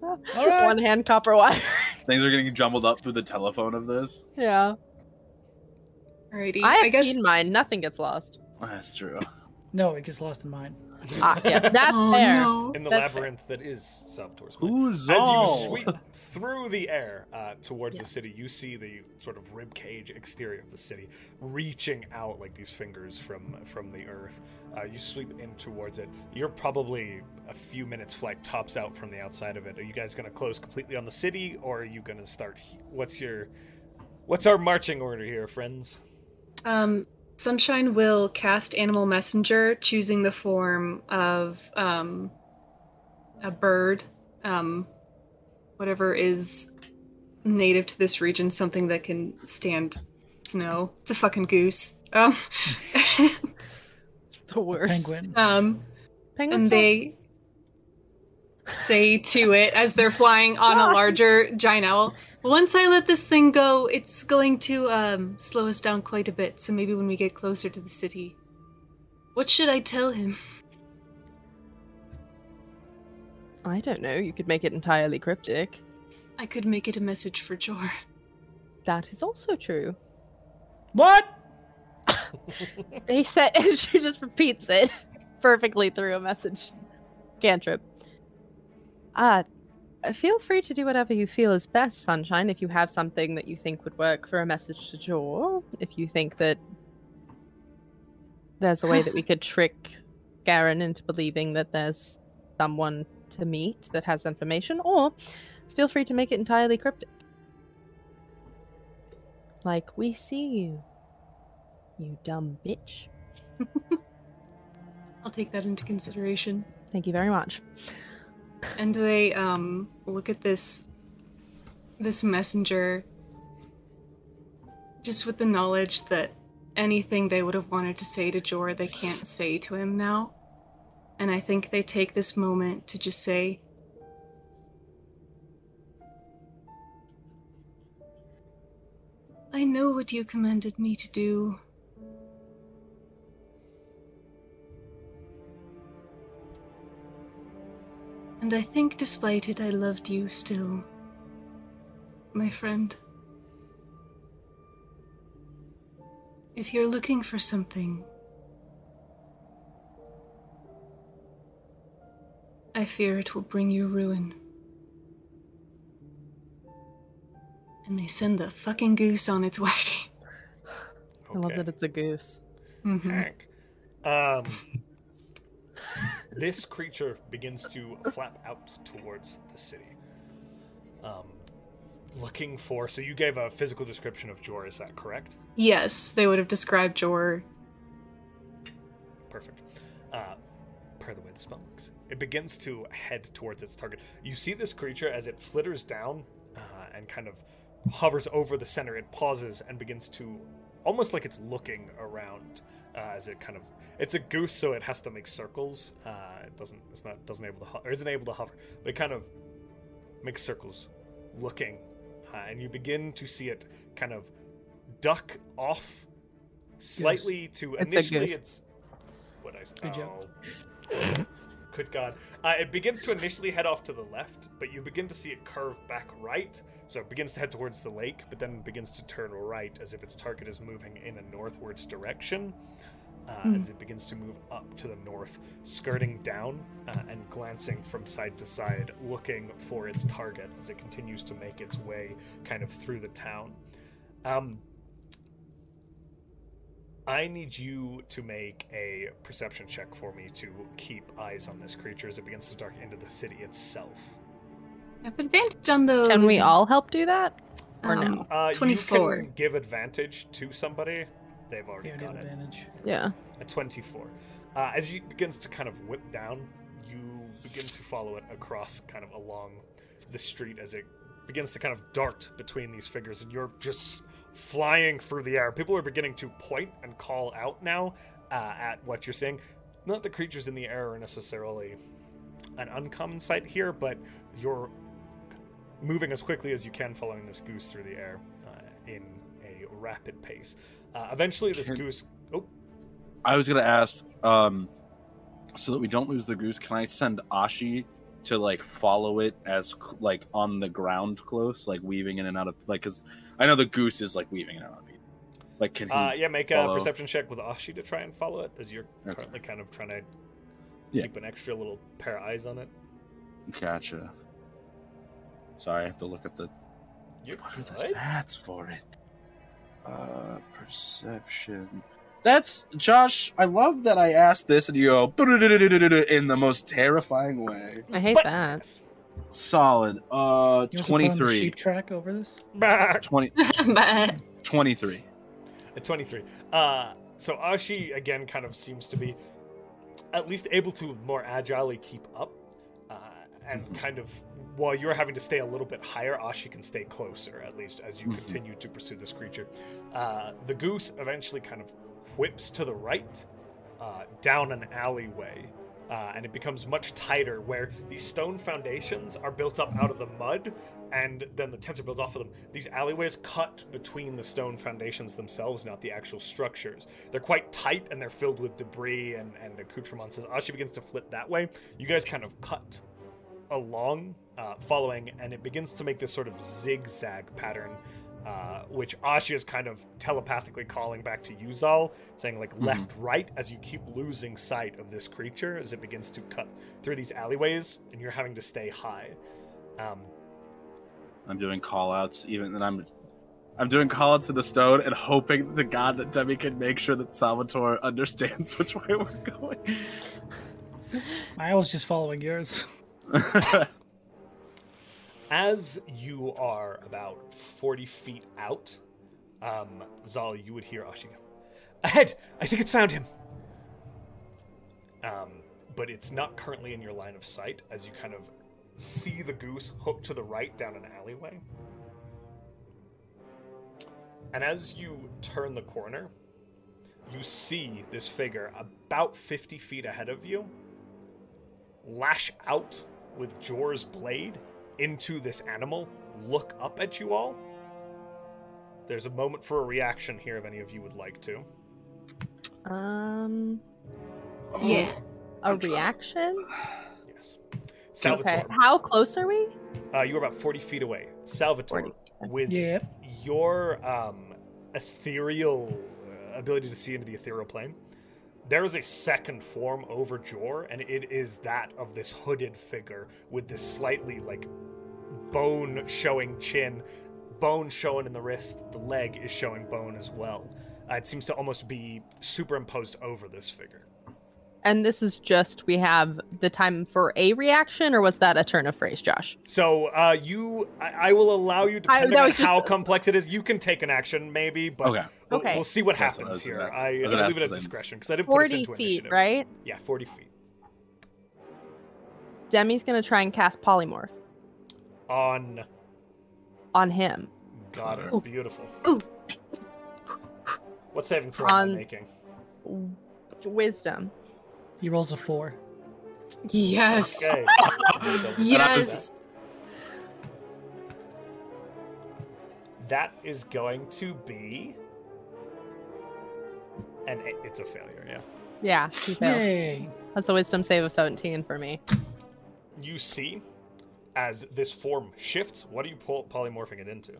[SPEAKER 4] one hand copper wire.
[SPEAKER 3] Things are getting jumbled up through the telephone of this.
[SPEAKER 4] yeah,
[SPEAKER 6] Alrighty. I,
[SPEAKER 4] I have
[SPEAKER 6] guess
[SPEAKER 4] seen mine. Nothing gets lost.
[SPEAKER 3] That's true.
[SPEAKER 5] No, it gets lost in mine.
[SPEAKER 4] Ah, yeah, that's
[SPEAKER 6] oh,
[SPEAKER 4] fair.
[SPEAKER 6] No.
[SPEAKER 1] In the
[SPEAKER 4] That's-
[SPEAKER 1] labyrinth that is Salvatore's. mind.
[SPEAKER 3] Who's
[SPEAKER 1] As you sweep through the air uh, towards the city, you see the sort of ribcage exterior of the city reaching out like these fingers from from the earth. Uh, you sweep in towards it. You're probably a few minutes flight tops out from the outside of it. Are you guys going to close completely on the city, or are you going to start? he- What's your What's our marching order here, friends?
[SPEAKER 6] Um, Sunshine will cast Animal Messenger, choosing the form of um, a bird, um, whatever is native to this region, something that can stand snow. It's a fucking goose. Um,
[SPEAKER 4] The worst.
[SPEAKER 5] Penguin.
[SPEAKER 6] um,
[SPEAKER 4] Penguins.
[SPEAKER 6] and they say to it as they're flying on a larger giant owl. Once I let this thing go, it's going to um, slow us down quite a bit. So maybe when we get closer to the city, what should I tell him?
[SPEAKER 4] don't- I don't know. You could make it entirely cryptic.
[SPEAKER 6] I could make it a message for Jor.
[SPEAKER 4] That is also true.
[SPEAKER 5] What?
[SPEAKER 4] They said, and she just repeats it perfectly through a message. Cantrip. Ah, feel free to do whatever you feel is best, Sunshine. If you have something that you think would work for a message to Jaw, if you think that there's a way that we could trick Garen into believing that there's someone to meet that has information, or feel free to make it entirely cryptic. Like, we see you, you dumb bitch.
[SPEAKER 6] I'll take that into consideration.
[SPEAKER 4] Thank you very much.
[SPEAKER 6] And they um look at this this messenger just with the knowledge that anything they would have wanted to say to Jor they can't say to him now. And I think they take this moment to just say I know what you commanded me to do. And I think despite it, I loved you still. My friend. If you're looking for something, I fear it will bring you ruin. And they send the fucking goose on its way.
[SPEAKER 4] I love that it's a goose.
[SPEAKER 6] Mhm.
[SPEAKER 1] Hank. Um, this creature begins to flap out towards the city. Um, looking for. So you gave a physical description of Jor, is that correct?
[SPEAKER 6] Yes, they would have described Jor.
[SPEAKER 1] Perfect. Uh, per the way the spell works, it begins to head towards its target. You see this creature as it flitters down uh, and kind of hovers over the center. It pauses and begins to, almost like it's looking around uh, as it kind of. It's a goose, so it has to make circles. Uh, it doesn't. It's not. Doesn't able to. Ho- or isn't able to hover. But it kind of makes circles, looking, uh, and you begin to see it kind of duck off slightly to
[SPEAKER 4] It's a
[SPEAKER 1] initially
[SPEAKER 4] goose.
[SPEAKER 1] it's what I said.
[SPEAKER 5] Good job.
[SPEAKER 1] Oh. Good God. Uh, it begins to initially head off to the left, but you begin to see it curve back right. So it begins to head towards the lake, but then begins to turn right as if its target is moving in a northwards direction. Uh,
[SPEAKER 5] Hmm.
[SPEAKER 1] As it begins to move up to the north, skirting down uh, and glancing from side to side, looking for its target as it continues to make its way kind of through the town. Um, I need you to make a perception check for me to keep eyes on this creature as it begins to dark into the city itself.
[SPEAKER 6] I have advantage on those.
[SPEAKER 4] Can we all help do that? Or
[SPEAKER 6] um,
[SPEAKER 4] no?
[SPEAKER 1] Uh, You
[SPEAKER 6] 24.
[SPEAKER 1] can give advantage to somebody. They've already
[SPEAKER 5] Yeah,
[SPEAKER 1] got it.
[SPEAKER 5] advantage.
[SPEAKER 4] Yeah.
[SPEAKER 1] A 24. Uh, as it begins to kind of whip down, you begin to follow it across kind of along the street as it begins to kind of dart between these figures, and you're just flying through the air. People are beginning to point and call out now uh, at what you're seeing. Not the creatures in the air are necessarily an uncommon sight here, but you're moving as quickly as you can following this goose through the air uh, in a rapid pace. Uh, eventually, this
[SPEAKER 3] Can-
[SPEAKER 1] goose. Oh,
[SPEAKER 3] I was gonna ask, um, so that we don't lose the goose. Can I send Ashi to like follow it as c- like on the ground close, like weaving in and out of like? Because I know the goose is like weaving in and out of people. Like, can he?
[SPEAKER 1] Uh, yeah, make a
[SPEAKER 3] follow.
[SPEAKER 1] perception check with Ashi to try and follow it, as you're
[SPEAKER 3] Okay.
[SPEAKER 1] currently kind of trying to
[SPEAKER 3] Yeah.
[SPEAKER 1] keep an extra little pair of eyes on it.
[SPEAKER 3] Gotcha. Sorry, I have to look at the.
[SPEAKER 1] You
[SPEAKER 3] What are the
[SPEAKER 1] good?
[SPEAKER 3] stats for it? Uh, perception. That's Josh. I love that I asked this, and you go in the most terrifying way.
[SPEAKER 4] I hate
[SPEAKER 1] But-
[SPEAKER 4] that.
[SPEAKER 3] Solid. Uh,
[SPEAKER 5] You want us to put on the
[SPEAKER 3] twenty-three.
[SPEAKER 5] Sheep track over this.
[SPEAKER 1] Bah!
[SPEAKER 3] 20,
[SPEAKER 6] but
[SPEAKER 3] 23.
[SPEAKER 1] At 23. Uh, so Ashi, again, kind of seems to be at least able to more agilely keep up. Uh, and
[SPEAKER 3] Mhm.
[SPEAKER 1] kind of, while you're having to stay a little bit higher, Ashi can stay closer, at least, as you
[SPEAKER 3] Mhm.
[SPEAKER 1] continue to pursue this creature. Uh, the goose eventually kind of whips to the right, uh, down an alleyway. Uh, and it becomes much tighter where these stone foundations are built up out of the mud and then the tents are built off of them. These alleyways cut between the stone foundations themselves, not the actual structures. They're quite tight and they're filled with debris and, and accoutrements. As Ashi begins to flit that way, you guys kind of cut along, uh, following, and it begins to make this sort of zigzag pattern, uh, which Ashi is kind of telepathically calling back to Yuzal, saying, like,
[SPEAKER 3] Mhm.
[SPEAKER 1] left, right, as you keep losing sight of this creature as it begins to cut through these alleyways, and you're having to stay high. Um,
[SPEAKER 3] I'm doing call outs even and I'm I'm doing call outs to the stone and hoping to God that Demi can make sure that Salvatore understands which way we're going.
[SPEAKER 5] I was just following yours.
[SPEAKER 1] As you are about 40 feet out, um, Zal, you would hear Ashiga. Ahead! I think it's found him! Um, but it's not currently in your line of sight as you kind of see the goose hooked to the right down an alleyway. And as you turn the corner, you see this figure about 50 feet ahead of you lash out with Jor's blade into this animal, look up at you all. There's a moment for a reaction here if any of you would like to.
[SPEAKER 4] Um,
[SPEAKER 6] yeah,
[SPEAKER 4] a
[SPEAKER 3] I'm trying.
[SPEAKER 4] reaction?
[SPEAKER 1] Yes. Salvatore,
[SPEAKER 4] Okay. How close are we?
[SPEAKER 1] uh, you're about 40 feet away. Salvatore,
[SPEAKER 4] 40,
[SPEAKER 1] with
[SPEAKER 5] Yeah.
[SPEAKER 1] your um, ethereal uh, ability to see into the ethereal plane, there is a second form over Jor, and it is that of this hooded figure with this slightly like bone showing chin, bone showing in the wrist, the leg is showing bone as well. Uh, it seems to almost be superimposed over this figure.
[SPEAKER 4] And this is just we have the time for a reaction, or was that a turn of phrase, Josh?
[SPEAKER 1] So uh, you, I, I will allow you, depending
[SPEAKER 4] that
[SPEAKER 1] on
[SPEAKER 4] was just-
[SPEAKER 1] how complex it is, you can take an action maybe, but
[SPEAKER 3] Oh, okay.
[SPEAKER 1] We'll,
[SPEAKER 4] Okay.
[SPEAKER 1] we'll see what
[SPEAKER 3] That's what I
[SPEAKER 1] happens
[SPEAKER 3] was
[SPEAKER 1] here.
[SPEAKER 3] gonna-
[SPEAKER 1] I,
[SPEAKER 3] I was
[SPEAKER 1] I
[SPEAKER 3] gonna
[SPEAKER 1] leave it
[SPEAKER 3] ask
[SPEAKER 1] at
[SPEAKER 3] the same.
[SPEAKER 1] discretion because I didn't put this
[SPEAKER 4] Forty
[SPEAKER 1] into
[SPEAKER 4] feet,
[SPEAKER 1] initiative.
[SPEAKER 4] right?
[SPEAKER 1] Yeah, forty feet
[SPEAKER 4] Demi's gonna try and cast polymorph
[SPEAKER 1] on.
[SPEAKER 4] on him.
[SPEAKER 1] Got it.
[SPEAKER 6] Ooh.
[SPEAKER 1] Beautiful.
[SPEAKER 6] Ooh.
[SPEAKER 1] What saving throw am I
[SPEAKER 4] On-
[SPEAKER 1] making?
[SPEAKER 4] W- Wisdom.
[SPEAKER 5] He rolls a four.
[SPEAKER 6] yes,
[SPEAKER 1] Okay. Uh,
[SPEAKER 6] yes.
[SPEAKER 1] That is going to be. And it's a failure. Yeah.
[SPEAKER 4] Yeah, he fails.
[SPEAKER 5] Yay!
[SPEAKER 4] That's a wisdom save of 17 for me.
[SPEAKER 1] You see, as this form shifts, what are you pol- polymorphing it into?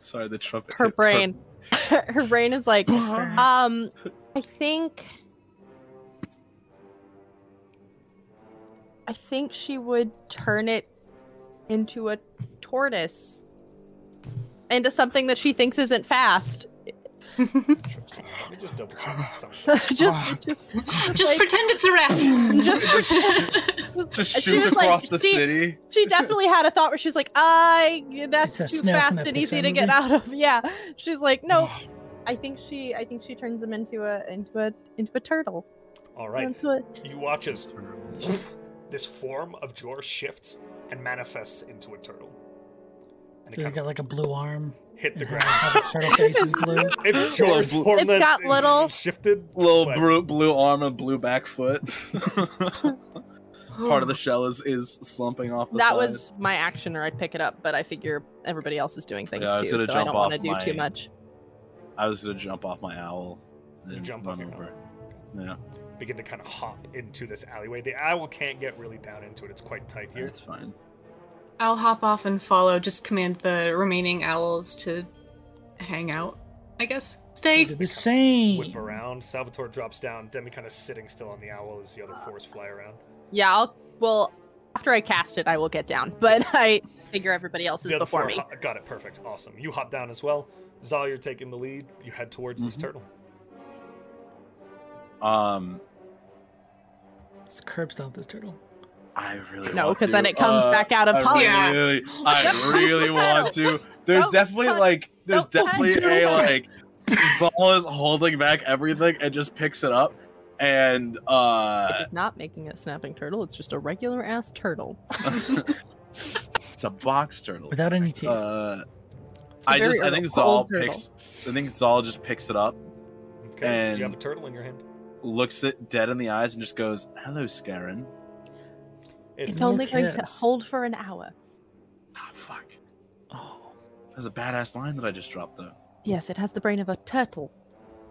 [SPEAKER 3] Sorry, the trumpet.
[SPEAKER 4] Her
[SPEAKER 3] hit
[SPEAKER 4] brain. Her brain is like, um, I think. I think she would turn it into a tortoise. into something that she thinks isn't fast.
[SPEAKER 1] Interesting. Let me just double check something.
[SPEAKER 4] just,
[SPEAKER 5] Ah.
[SPEAKER 4] just,
[SPEAKER 6] Just
[SPEAKER 4] like-
[SPEAKER 6] pretend it's a rat.
[SPEAKER 4] just,
[SPEAKER 3] Just
[SPEAKER 4] she
[SPEAKER 3] shoots
[SPEAKER 4] was like,
[SPEAKER 3] across the
[SPEAKER 4] she-
[SPEAKER 3] city.
[SPEAKER 4] She definitely had a thought where she's like, "I that's
[SPEAKER 5] It's a
[SPEAKER 4] too
[SPEAKER 5] snail from
[SPEAKER 4] fast
[SPEAKER 5] that
[SPEAKER 4] and
[SPEAKER 5] Pixar
[SPEAKER 4] easy to get
[SPEAKER 5] movie. Ah.
[SPEAKER 4] out of." Yeah, she's like, "No, I think she, I think she turns him into a into a into a turtle."
[SPEAKER 1] All right.
[SPEAKER 4] Into a-
[SPEAKER 1] You watch as this form of Jor shifts and manifests into a turtle. And it
[SPEAKER 5] He's
[SPEAKER 1] kind
[SPEAKER 5] got
[SPEAKER 1] of
[SPEAKER 5] like a blue arm.
[SPEAKER 1] hit the
[SPEAKER 5] and
[SPEAKER 1] ground.
[SPEAKER 5] half his turtle face is blue.
[SPEAKER 1] It's Jor's
[SPEAKER 3] Little
[SPEAKER 1] form
[SPEAKER 4] It's
[SPEAKER 1] that
[SPEAKER 4] got little-
[SPEAKER 1] shifted.
[SPEAKER 3] Little
[SPEAKER 1] What?
[SPEAKER 3] blue, blue arm and blue back foot. Part of the shell is, is slumping off the
[SPEAKER 4] that
[SPEAKER 3] side.
[SPEAKER 4] was my action, or I'd pick it up, but I figure everybody else is doing things
[SPEAKER 3] Yeah, I was
[SPEAKER 4] too, so
[SPEAKER 3] gonna
[SPEAKER 4] I
[SPEAKER 3] jump
[SPEAKER 4] don't want to
[SPEAKER 3] off
[SPEAKER 4] do too
[SPEAKER 3] my-
[SPEAKER 4] much.
[SPEAKER 3] I was gonna jump off my owl.
[SPEAKER 1] You
[SPEAKER 3] and
[SPEAKER 1] jump
[SPEAKER 3] run
[SPEAKER 1] off your
[SPEAKER 3] over. Yeah,
[SPEAKER 1] Begin to kind of hop into this alleyway. The owl can't get really down into it. It's quite tight here.
[SPEAKER 3] it's fine.
[SPEAKER 6] I'll hop off and follow. Just command the remaining owls to hang out. I guess
[SPEAKER 5] They
[SPEAKER 6] stay.
[SPEAKER 5] did The same.
[SPEAKER 1] Whip around. Salvatore drops down. Demi kind of sitting still on the owl as the other fours fly around.
[SPEAKER 4] Yeah, I'll well after I cast it, I will get down, but I figure everybody else is
[SPEAKER 1] the other
[SPEAKER 4] before
[SPEAKER 1] four
[SPEAKER 4] me.
[SPEAKER 1] ho- got it. Perfect. Awesome. You hop down as well. Zal, you're taking the lead. You head towards this
[SPEAKER 3] Mhm.
[SPEAKER 1] turtle.
[SPEAKER 3] Um,
[SPEAKER 5] Let's curb stomp this turtle.
[SPEAKER 3] I really
[SPEAKER 4] No,
[SPEAKER 3] want
[SPEAKER 4] because then
[SPEAKER 3] to.
[SPEAKER 4] it comes
[SPEAKER 3] Uh,
[SPEAKER 4] back out of
[SPEAKER 3] I
[SPEAKER 4] poly.
[SPEAKER 6] Yeah.
[SPEAKER 3] really, I
[SPEAKER 4] Yep.
[SPEAKER 3] really want to. There's
[SPEAKER 4] Don't
[SPEAKER 3] definitely
[SPEAKER 4] touch-
[SPEAKER 3] like, there's
[SPEAKER 4] don't touch
[SPEAKER 3] definitely
[SPEAKER 4] it.
[SPEAKER 3] a like, Zal is holding back everything and just picks it up, and uh,
[SPEAKER 4] It's not making a snapping turtle; it's just a regular ass turtle.
[SPEAKER 3] it's a box turtle.
[SPEAKER 5] Without any teeth.
[SPEAKER 3] Uh,
[SPEAKER 4] a
[SPEAKER 3] I just,
[SPEAKER 4] very
[SPEAKER 3] I think
[SPEAKER 4] old
[SPEAKER 3] Zal
[SPEAKER 4] turtle.
[SPEAKER 3] picks, I think Zal just picks it up,
[SPEAKER 1] Okay.
[SPEAKER 3] And-
[SPEAKER 1] You have a turtle in your hand.
[SPEAKER 3] looks it dead in the eyes, and just goes, "Hello, Scarron."
[SPEAKER 1] It's,
[SPEAKER 4] It's only going to
[SPEAKER 5] kiss.
[SPEAKER 4] hold for an hour.
[SPEAKER 3] Ah, fuck.
[SPEAKER 5] oh.
[SPEAKER 3] That was a badass line that I just dropped, though.
[SPEAKER 4] Yes, it has the brain of a turtle.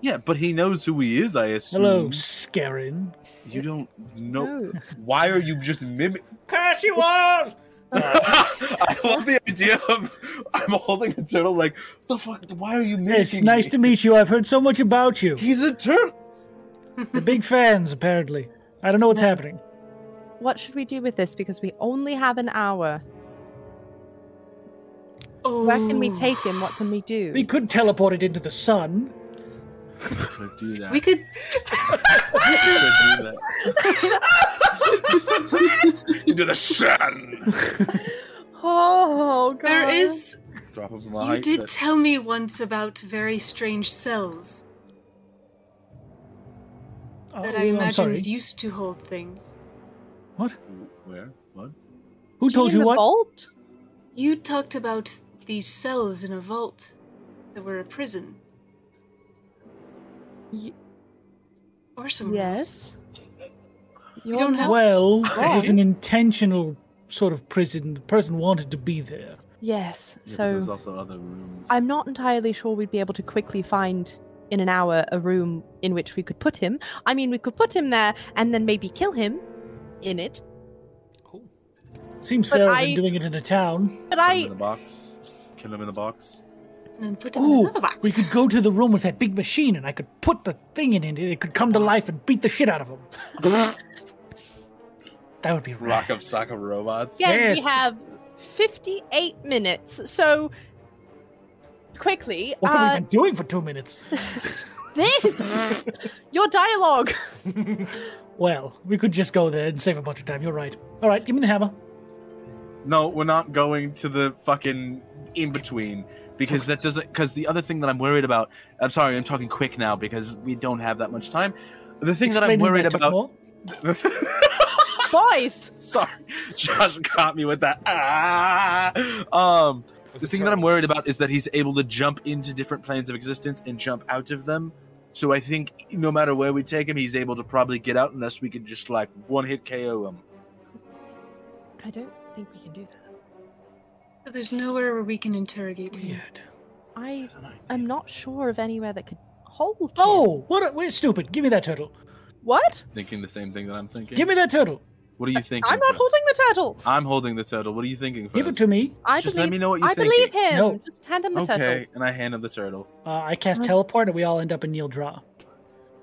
[SPEAKER 3] Yeah, but he knows who he is, I assume.
[SPEAKER 5] Hello, Scarin.
[SPEAKER 3] You don't know. Why are you just mimic?
[SPEAKER 1] Curse you all! Uh,
[SPEAKER 3] I love the idea of I'm holding a turtle. Like what the fuck? Why are you mimicking?
[SPEAKER 5] Yes, nice
[SPEAKER 3] me?
[SPEAKER 5] to meet you. I've heard so much about you.
[SPEAKER 3] He's a turtle.
[SPEAKER 5] They're big fans, apparently. I don't know what's
[SPEAKER 4] Yeah.
[SPEAKER 5] happening.
[SPEAKER 4] What should we do with this? Because we only have an hour.
[SPEAKER 6] Oh.
[SPEAKER 4] Where can we take him? What can we do?
[SPEAKER 5] We could teleport it into the sun.
[SPEAKER 3] Could do that.
[SPEAKER 6] We could.
[SPEAKER 3] could do that. Into the sun.
[SPEAKER 4] oh, God.
[SPEAKER 6] There is.
[SPEAKER 3] Drop him a
[SPEAKER 6] You
[SPEAKER 3] height
[SPEAKER 6] did
[SPEAKER 3] that-
[SPEAKER 6] tell me once about very strange cells
[SPEAKER 5] Oh,
[SPEAKER 6] that I
[SPEAKER 5] I'm sorry.
[SPEAKER 6] imagined used to hold things.
[SPEAKER 5] What?
[SPEAKER 3] Where? What?
[SPEAKER 5] Who told you what?
[SPEAKER 4] Vault?
[SPEAKER 6] You talked about these cells in a vault that were a prison
[SPEAKER 4] Y-
[SPEAKER 6] or somewhere. else.
[SPEAKER 4] yes.
[SPEAKER 6] We don't have.
[SPEAKER 5] Well, it was
[SPEAKER 4] Wrong.
[SPEAKER 5] an intentional sort of prison. The person wanted to be there.
[SPEAKER 3] Yeah, uh,
[SPEAKER 4] Yes.
[SPEAKER 3] but
[SPEAKER 4] So
[SPEAKER 3] there's also other rooms.
[SPEAKER 4] I'm not entirely sure we'd be able to quickly find in an hour a room in which we could put him. I mean, we could put him there and then maybe kill him in it.
[SPEAKER 5] Seems
[SPEAKER 4] But
[SPEAKER 5] fairer
[SPEAKER 4] I-
[SPEAKER 5] than doing it in a town.
[SPEAKER 3] Put
[SPEAKER 4] But
[SPEAKER 3] him
[SPEAKER 4] I
[SPEAKER 3] in the box. Kill him in the box.
[SPEAKER 6] And then put it in
[SPEAKER 5] Ooh,
[SPEAKER 6] another box.
[SPEAKER 5] we could go to the room with that big machine, and I could put the thing in it. It could come
[SPEAKER 4] Ah.
[SPEAKER 5] to life and beat the shit out of him. That would be
[SPEAKER 3] Rock
[SPEAKER 5] right.
[SPEAKER 3] up, sock up robots.
[SPEAKER 4] Again, we
[SPEAKER 5] Yes.
[SPEAKER 4] have 58 minutes, so quickly.
[SPEAKER 5] What have we
[SPEAKER 4] Uh,
[SPEAKER 5] been doing for two minutes?
[SPEAKER 4] this! Your dialogue!
[SPEAKER 5] Well, we could just go there and save a bunch of time. You're right. All right, give me the hammer.
[SPEAKER 3] No, we're not going to the fucking in between because that doesn't. Because the other thing that I'm worried about. I'm sorry, I'm talking quick now because we don't have that much time. The thing that I'm
[SPEAKER 5] Explain
[SPEAKER 3] worried
[SPEAKER 5] that took
[SPEAKER 3] about.
[SPEAKER 5] more.
[SPEAKER 4] Boys!
[SPEAKER 3] sorry, Josh caught me with that. Ah! Um,
[SPEAKER 1] it's
[SPEAKER 3] the
[SPEAKER 1] a
[SPEAKER 3] thing that I'm
[SPEAKER 1] turtle.
[SPEAKER 3] worried about is that he's able to jump into different planes of existence and jump out of them. So I think no matter where we take him, he's able to probably get out unless we can just like one hit KO him.
[SPEAKER 4] I don't think we can do that.
[SPEAKER 6] There's nowhere where we can interrogate him.
[SPEAKER 5] Weird.
[SPEAKER 4] I am not sure of anywhere that could hold. him.
[SPEAKER 5] Oh, what? A, we're stupid. Give me that turtle.
[SPEAKER 4] What?
[SPEAKER 3] Thinking the same thing that I'm thinking.
[SPEAKER 5] Give me that turtle.
[SPEAKER 3] What are you thinking?
[SPEAKER 4] I'm not
[SPEAKER 3] Fritz?
[SPEAKER 4] holding the turtle!
[SPEAKER 3] I'm holding the turtle. What are you thinking? First?
[SPEAKER 5] Give it to me.
[SPEAKER 4] I
[SPEAKER 3] Just
[SPEAKER 4] believe,
[SPEAKER 3] let me know what you
[SPEAKER 4] I
[SPEAKER 3] think.
[SPEAKER 4] believe him!
[SPEAKER 5] No.
[SPEAKER 4] Just hand him the
[SPEAKER 3] Okay,
[SPEAKER 4] turtle.
[SPEAKER 3] and I hand him the turtle.
[SPEAKER 5] Uh, I cast
[SPEAKER 4] What?
[SPEAKER 5] teleport, and we all end up in Neil Draw,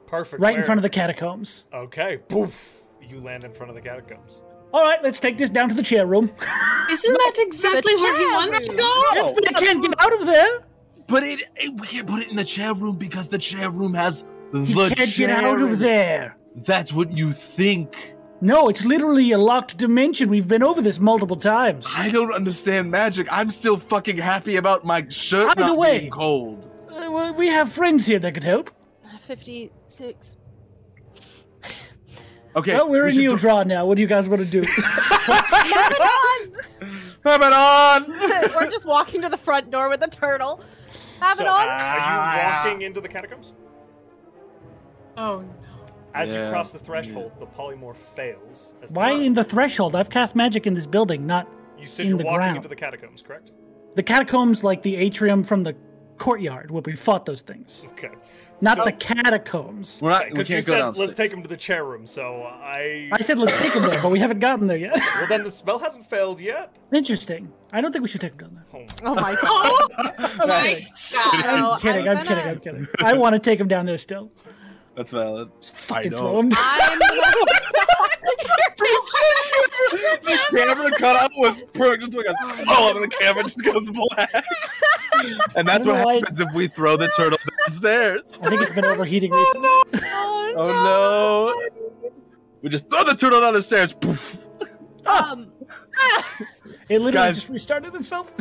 [SPEAKER 1] Perfect.
[SPEAKER 5] right in front of the catacombs.
[SPEAKER 1] Okay. Poof. You land in front of the catacombs.
[SPEAKER 5] All right, let's take this down to the chair room.
[SPEAKER 2] Isn't that exactly where he wants to go?
[SPEAKER 5] yes, but I can't get out of there.
[SPEAKER 3] But it, it- we can't put it in the chair room because the chair room has
[SPEAKER 5] He
[SPEAKER 3] the
[SPEAKER 5] can't
[SPEAKER 3] chair.
[SPEAKER 5] get out
[SPEAKER 3] in
[SPEAKER 5] of
[SPEAKER 3] it.
[SPEAKER 5] there.
[SPEAKER 3] That's what you think.
[SPEAKER 5] No, it's literally a locked dimension. We've been over this multiple times.
[SPEAKER 3] I don't understand magic. I'm still fucking happy about my shirt
[SPEAKER 5] Either
[SPEAKER 3] not
[SPEAKER 5] way.
[SPEAKER 3] being cold.
[SPEAKER 5] Uh, well, we have friends here that could help.
[SPEAKER 4] 56.
[SPEAKER 3] Okay.
[SPEAKER 5] well, we're
[SPEAKER 3] we
[SPEAKER 5] in
[SPEAKER 3] should put-
[SPEAKER 5] Neodra now. What do you guys want to do?
[SPEAKER 3] Have it on.
[SPEAKER 4] We're just walking to the front door with the turtle. Have
[SPEAKER 1] so, uh,
[SPEAKER 4] it on.
[SPEAKER 3] uh,
[SPEAKER 1] Are
[SPEAKER 3] Ah.
[SPEAKER 1] you walking into the catacombs?
[SPEAKER 6] Oh no.
[SPEAKER 1] As
[SPEAKER 3] Yeah.
[SPEAKER 1] you cross the threshold, the polymorph fails. As the
[SPEAKER 5] Why
[SPEAKER 1] sun-
[SPEAKER 5] in the threshold? I've cast magic in this building, not
[SPEAKER 1] You said
[SPEAKER 5] in
[SPEAKER 1] you're
[SPEAKER 5] the
[SPEAKER 1] walking
[SPEAKER 5] ground?
[SPEAKER 1] into the catacombs, correct?
[SPEAKER 5] the catacombs like the atrium from the courtyard where we fought those things.
[SPEAKER 1] Okay.
[SPEAKER 5] Not
[SPEAKER 1] So-
[SPEAKER 5] the catacombs.
[SPEAKER 3] We're not. We
[SPEAKER 1] Because you
[SPEAKER 3] Uh, can't go
[SPEAKER 1] said
[SPEAKER 3] downstairs.
[SPEAKER 1] let's take him to the chair room, so I.
[SPEAKER 5] I said let's take them there, but we haven't gotten there yet.
[SPEAKER 1] Well, then the spell hasn't failed yet.
[SPEAKER 5] Interesting. I don't think we should take them down there.
[SPEAKER 1] Oh my
[SPEAKER 4] Oh my god.
[SPEAKER 2] Oh
[SPEAKER 5] I'm
[SPEAKER 2] my
[SPEAKER 5] kidding.
[SPEAKER 2] god.
[SPEAKER 4] No,
[SPEAKER 5] I'm kidding. I'm
[SPEAKER 4] gonna-
[SPEAKER 5] kidding. I'm kidding. I want to take them down there still.
[SPEAKER 3] That's valid.
[SPEAKER 5] Just fucking
[SPEAKER 3] know.
[SPEAKER 5] throw them.
[SPEAKER 4] I'm gonna-
[SPEAKER 3] the camera cut off was perfect. Just like a oh, and the camera just goes black. And that's what
[SPEAKER 5] I don't know why-
[SPEAKER 3] happens if we throw the turtle downstairs.
[SPEAKER 5] I think it's been overheating recently.
[SPEAKER 4] Oh,
[SPEAKER 3] Oh no! We just throw the turtle down the stairs. Poof.
[SPEAKER 4] Um,
[SPEAKER 5] It literally
[SPEAKER 3] Guys.
[SPEAKER 5] just restarted itself.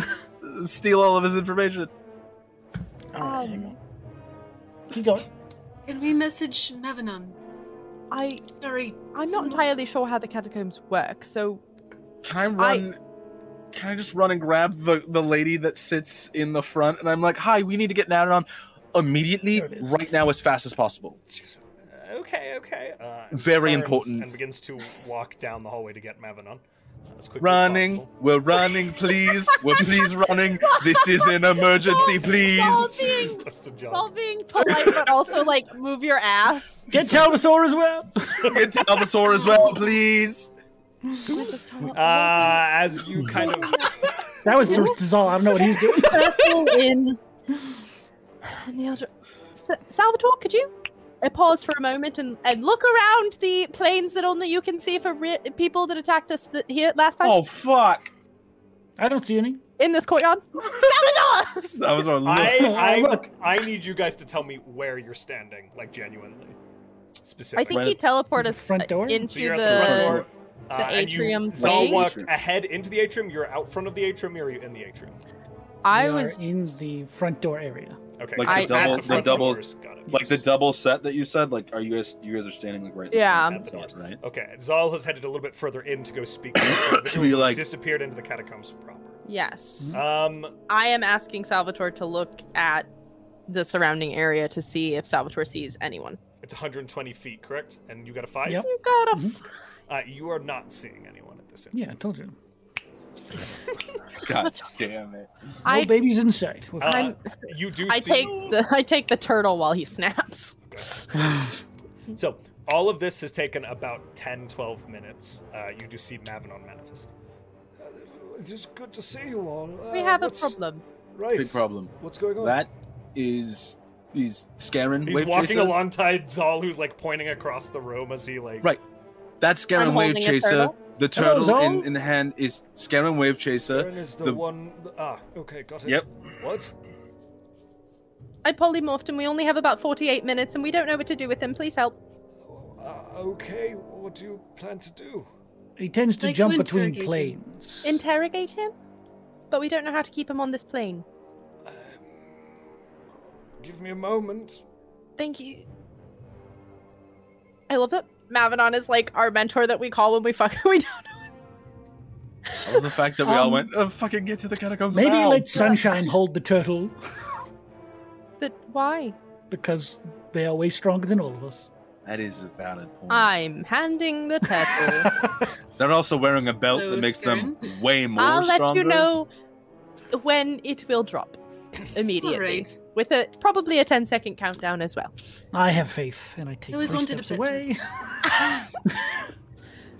[SPEAKER 3] Steal all of his information.
[SPEAKER 5] All right,
[SPEAKER 4] Um.
[SPEAKER 5] hang on. Keep going.
[SPEAKER 6] Can we message Mevanon?
[SPEAKER 4] I
[SPEAKER 6] Sorry.
[SPEAKER 4] I'm not
[SPEAKER 6] Someone-
[SPEAKER 4] entirely sure how the catacombs work. So
[SPEAKER 3] Can I run? Can I just run and grab the the lady that sits in the front? And I'm like, "Hi, we need to get Nadaron immediately,
[SPEAKER 5] There it is.
[SPEAKER 3] right now, as fast as possible."
[SPEAKER 1] Jeez. Okay, okay. Uh, and
[SPEAKER 3] Very
[SPEAKER 1] turns
[SPEAKER 3] important.
[SPEAKER 1] And begins to walk down the hallway to get Mavanon. As quickly as
[SPEAKER 3] Running,
[SPEAKER 1] possible.
[SPEAKER 3] we're running, please, we're please running. This is an emergency,
[SPEAKER 4] Y'all
[SPEAKER 3] please.
[SPEAKER 4] being,
[SPEAKER 1] That's the
[SPEAKER 4] y'all
[SPEAKER 1] job.
[SPEAKER 4] being polite, but also like move your ass.
[SPEAKER 5] Get Talbasaur as well.
[SPEAKER 3] Get Talbasaur as well, please.
[SPEAKER 4] Can I just tell-
[SPEAKER 1] Uh, as you kind of
[SPEAKER 5] That was Zal. I don't know what he's doing.
[SPEAKER 4] circle in. And the other, Sa- Salvatore, could you uh, pause for a moment and, and look around the planes that only you can see for re- people that attacked us th- here last time
[SPEAKER 3] Oh fuck!
[SPEAKER 5] I don't see any.
[SPEAKER 4] in this courtyard? Salvatore!
[SPEAKER 3] That was our look.
[SPEAKER 1] I,
[SPEAKER 5] Oh, Look.
[SPEAKER 1] I, I need you guys to tell me where you're standing, like genuinely,
[SPEAKER 4] I
[SPEAKER 1] specifically.
[SPEAKER 4] think he teleported us
[SPEAKER 5] Front door?
[SPEAKER 4] into
[SPEAKER 1] so you're
[SPEAKER 4] the.
[SPEAKER 1] at the
[SPEAKER 3] door.
[SPEAKER 1] front door.
[SPEAKER 4] the
[SPEAKER 1] uh, and
[SPEAKER 4] atrium
[SPEAKER 1] You, Zal
[SPEAKER 4] thing?
[SPEAKER 1] walked ahead into the atrium. You're out front of the atrium, or are you in the atrium?
[SPEAKER 4] I
[SPEAKER 5] We are
[SPEAKER 4] was.
[SPEAKER 5] in the front door area.
[SPEAKER 1] Okay.
[SPEAKER 3] Like
[SPEAKER 4] the
[SPEAKER 1] at
[SPEAKER 4] double-
[SPEAKER 1] the,
[SPEAKER 4] the
[SPEAKER 1] front
[SPEAKER 3] double-
[SPEAKER 1] doors. Got it.
[SPEAKER 3] Like the double set that you said. Like, are you guys? You guys are standing like right.
[SPEAKER 4] Yeah.
[SPEAKER 3] At the door, right.
[SPEAKER 1] Okay, Zal has headed a little bit further in to go speak. to Sol,
[SPEAKER 3] So you're like-
[SPEAKER 1] disappeared into the catacombs proper.
[SPEAKER 4] Yes.
[SPEAKER 1] Um,
[SPEAKER 4] I am asking Salvatore to look at the surrounding area to see if Salvatore sees anyone.
[SPEAKER 1] It's 120 feet, correct? And you got a five.
[SPEAKER 5] Yep.
[SPEAKER 4] You got a.
[SPEAKER 5] Mhm.
[SPEAKER 1] Uh, you are not seeing anyone at this
[SPEAKER 5] Yeah, I
[SPEAKER 1] instant.
[SPEAKER 5] told you.
[SPEAKER 3] God damn it!
[SPEAKER 5] No
[SPEAKER 4] I-
[SPEAKER 5] babies in sight. We're
[SPEAKER 1] Uh,
[SPEAKER 5] fine.
[SPEAKER 4] I'm-
[SPEAKER 1] you do.
[SPEAKER 4] I
[SPEAKER 1] see...
[SPEAKER 4] take the I take the turtle while he snaps.
[SPEAKER 1] So all of this has taken about 10, 12 minutes. Uh, you do see Mavinon manifest. It is good to see you all.
[SPEAKER 4] We
[SPEAKER 1] Uh,
[SPEAKER 4] have a
[SPEAKER 1] what's-
[SPEAKER 4] problem.
[SPEAKER 1] Right.
[SPEAKER 3] Big problem.
[SPEAKER 1] What's going on?
[SPEAKER 3] That is he's scaring.
[SPEAKER 1] He's
[SPEAKER 3] wave
[SPEAKER 1] walking
[SPEAKER 3] chaser.
[SPEAKER 1] alongside Zal, who's like pointing across the room as he like.
[SPEAKER 3] Right. That's
[SPEAKER 4] I'm
[SPEAKER 3] scaring wave
[SPEAKER 4] holding a
[SPEAKER 3] chaser.
[SPEAKER 4] turtle.
[SPEAKER 3] The
[SPEAKER 5] Hello,
[SPEAKER 3] turtle in,
[SPEAKER 5] Zol.
[SPEAKER 3] in the hand is scaring wave chaser.
[SPEAKER 1] Aaron is the,
[SPEAKER 3] the-
[SPEAKER 1] one. Ah, okay, got it.
[SPEAKER 3] Yep.
[SPEAKER 1] What?
[SPEAKER 4] I polymorphed and we only have about 48 minutes and we don't know what to do with him. Please help.
[SPEAKER 1] Uh, okay, what do you plan to do?
[SPEAKER 5] he tends to
[SPEAKER 6] Like to
[SPEAKER 5] jump between
[SPEAKER 6] interrogate you.
[SPEAKER 5] planes.
[SPEAKER 4] Interrogate him? But we don't know how to keep him on this plane.
[SPEAKER 1] Give me a moment.
[SPEAKER 4] Thank you. I love that Mavanon is like our mentor that we call when we fuck we don't
[SPEAKER 3] I love the fact that we all
[SPEAKER 5] Um,
[SPEAKER 3] went, oh, fucking get to the catacombs
[SPEAKER 5] Maybe
[SPEAKER 3] now.
[SPEAKER 5] let Sunshine hold the turtle
[SPEAKER 4] that why.
[SPEAKER 5] because they are way stronger than all of us.
[SPEAKER 3] That is a valid point.
[SPEAKER 4] I'm handing the turtle.
[SPEAKER 3] They're also wearing a belt
[SPEAKER 6] Hello,
[SPEAKER 3] that makes them way more
[SPEAKER 4] I'll let
[SPEAKER 3] stronger.
[SPEAKER 4] you know when it will drop. Immediately.
[SPEAKER 6] Alright.
[SPEAKER 4] With a probably a 10 second countdown as well.
[SPEAKER 5] I have faith, and I take
[SPEAKER 6] always
[SPEAKER 5] three
[SPEAKER 6] wanted a pet.
[SPEAKER 5] steps away.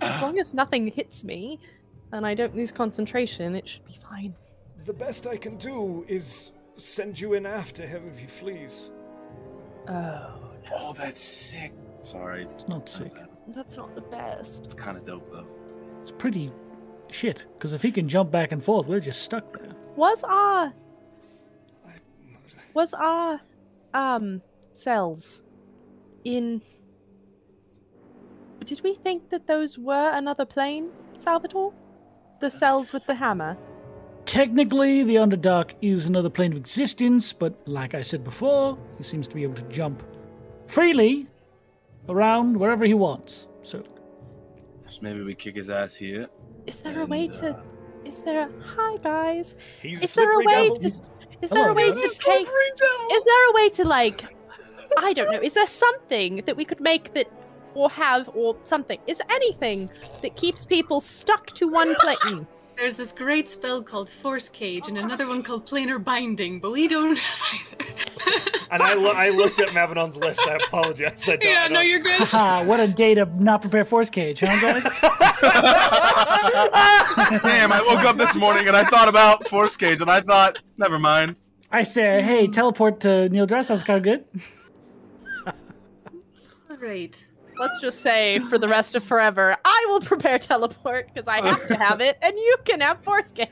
[SPEAKER 4] As long as nothing hits me and I don't lose concentration, it should be fine.
[SPEAKER 1] The best I can do is send you in after him if he flees.
[SPEAKER 4] Oh,
[SPEAKER 3] Oh, that's sick. Sorry.
[SPEAKER 5] It's not sick.
[SPEAKER 4] that's not the best.
[SPEAKER 3] It's kind of dope though.
[SPEAKER 5] It's pretty shit, because if he can jump back and forth, we're just stuck there.
[SPEAKER 4] Was ah. Was ah, um, cells in. Did we think that those were another plane, Salvatore? The cells with the hammer?
[SPEAKER 5] Technically, the Underdark is another plane of existence, but like I said before, he seems to be able to jump freely around wherever he wants. So,
[SPEAKER 3] So maybe we kick his ass here.
[SPEAKER 4] Is there a
[SPEAKER 3] And,
[SPEAKER 4] way to.
[SPEAKER 3] uh,
[SPEAKER 4] Is there a. Hi, guys.
[SPEAKER 1] He's
[SPEAKER 4] Is there a way
[SPEAKER 1] devil.
[SPEAKER 4] to. Is there a
[SPEAKER 5] Hello,
[SPEAKER 4] way
[SPEAKER 5] guys.
[SPEAKER 4] to take. Is there a way to, like. I don't know. Is there something that we could make that. Or have, or something? Is there anything that keeps people stuck to one plane?
[SPEAKER 6] There's this great spell called Force Cage and another one called Planar Binding, but we don't have either.
[SPEAKER 1] And I, lo- I looked at Mavenon's list. I apologize. I don't, I
[SPEAKER 6] yeah,
[SPEAKER 1] don't-
[SPEAKER 6] no, you're good.
[SPEAKER 5] haha, what a day to not prepare Force Cage, huh, guys?
[SPEAKER 3] Damn, I woke up this morning and I thought about Force Cage and I thought, never mind.
[SPEAKER 5] I say, hey, teleport to Neil Dress sounds kind of good.
[SPEAKER 6] All right.
[SPEAKER 4] Let's just say for the rest of forever, I will prepare teleport because I have to have it, and you can have force game.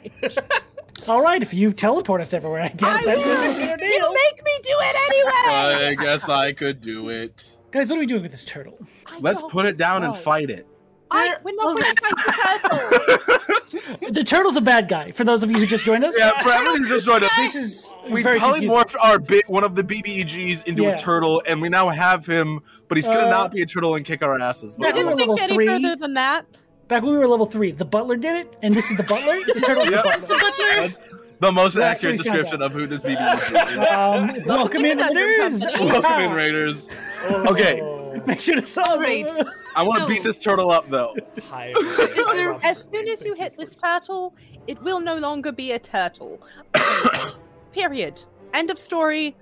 [SPEAKER 5] All right, if you teleport us everywhere, I guess
[SPEAKER 4] I
[SPEAKER 5] that's a fair
[SPEAKER 4] You
[SPEAKER 5] deal.
[SPEAKER 4] make me do it anyway.
[SPEAKER 3] I guess I could do it.
[SPEAKER 5] Guys, what are we doing with this turtle?
[SPEAKER 4] I
[SPEAKER 3] Let's
[SPEAKER 4] don't
[SPEAKER 3] put it down and
[SPEAKER 4] know.
[SPEAKER 3] fight it.
[SPEAKER 4] I, we're not going to fight the turtle.
[SPEAKER 5] The turtle's a bad guy. For those of you who just joined us,
[SPEAKER 3] Yeah, for everyone who just joined us,
[SPEAKER 5] this is
[SPEAKER 3] we
[SPEAKER 5] very confusing.
[SPEAKER 3] polymorphed our bit one of the BBEGs into
[SPEAKER 5] Yeah.
[SPEAKER 3] a turtle, and we now have him, but he's gonna
[SPEAKER 5] Uh,
[SPEAKER 3] not be a turtle and kick our asses.
[SPEAKER 5] No,
[SPEAKER 4] I
[SPEAKER 3] But
[SPEAKER 5] we're
[SPEAKER 4] didn't
[SPEAKER 5] level
[SPEAKER 4] think any
[SPEAKER 5] three.
[SPEAKER 4] further than that.
[SPEAKER 5] Back when we were level three, the butler did it, and this is the butler. The turtle's
[SPEAKER 3] Yep.
[SPEAKER 5] the butler.
[SPEAKER 3] that's the most
[SPEAKER 5] That's
[SPEAKER 3] accurate
[SPEAKER 5] what we found
[SPEAKER 3] description
[SPEAKER 5] out.
[SPEAKER 3] of who this BBEG is.
[SPEAKER 4] Oh,
[SPEAKER 5] Um, welcome in,
[SPEAKER 4] Welcome in,
[SPEAKER 5] Raiders.
[SPEAKER 4] company.
[SPEAKER 3] Welcome in, Raiders.
[SPEAKER 5] Oh.
[SPEAKER 3] Okay.
[SPEAKER 5] Make sure to celebrate.
[SPEAKER 6] All
[SPEAKER 3] I want to
[SPEAKER 6] So-
[SPEAKER 3] beat this turtle up, though.
[SPEAKER 1] Hi,
[SPEAKER 6] Is there-
[SPEAKER 4] As soon as you hit this turtle, it will no longer be a turtle. Period. End of story.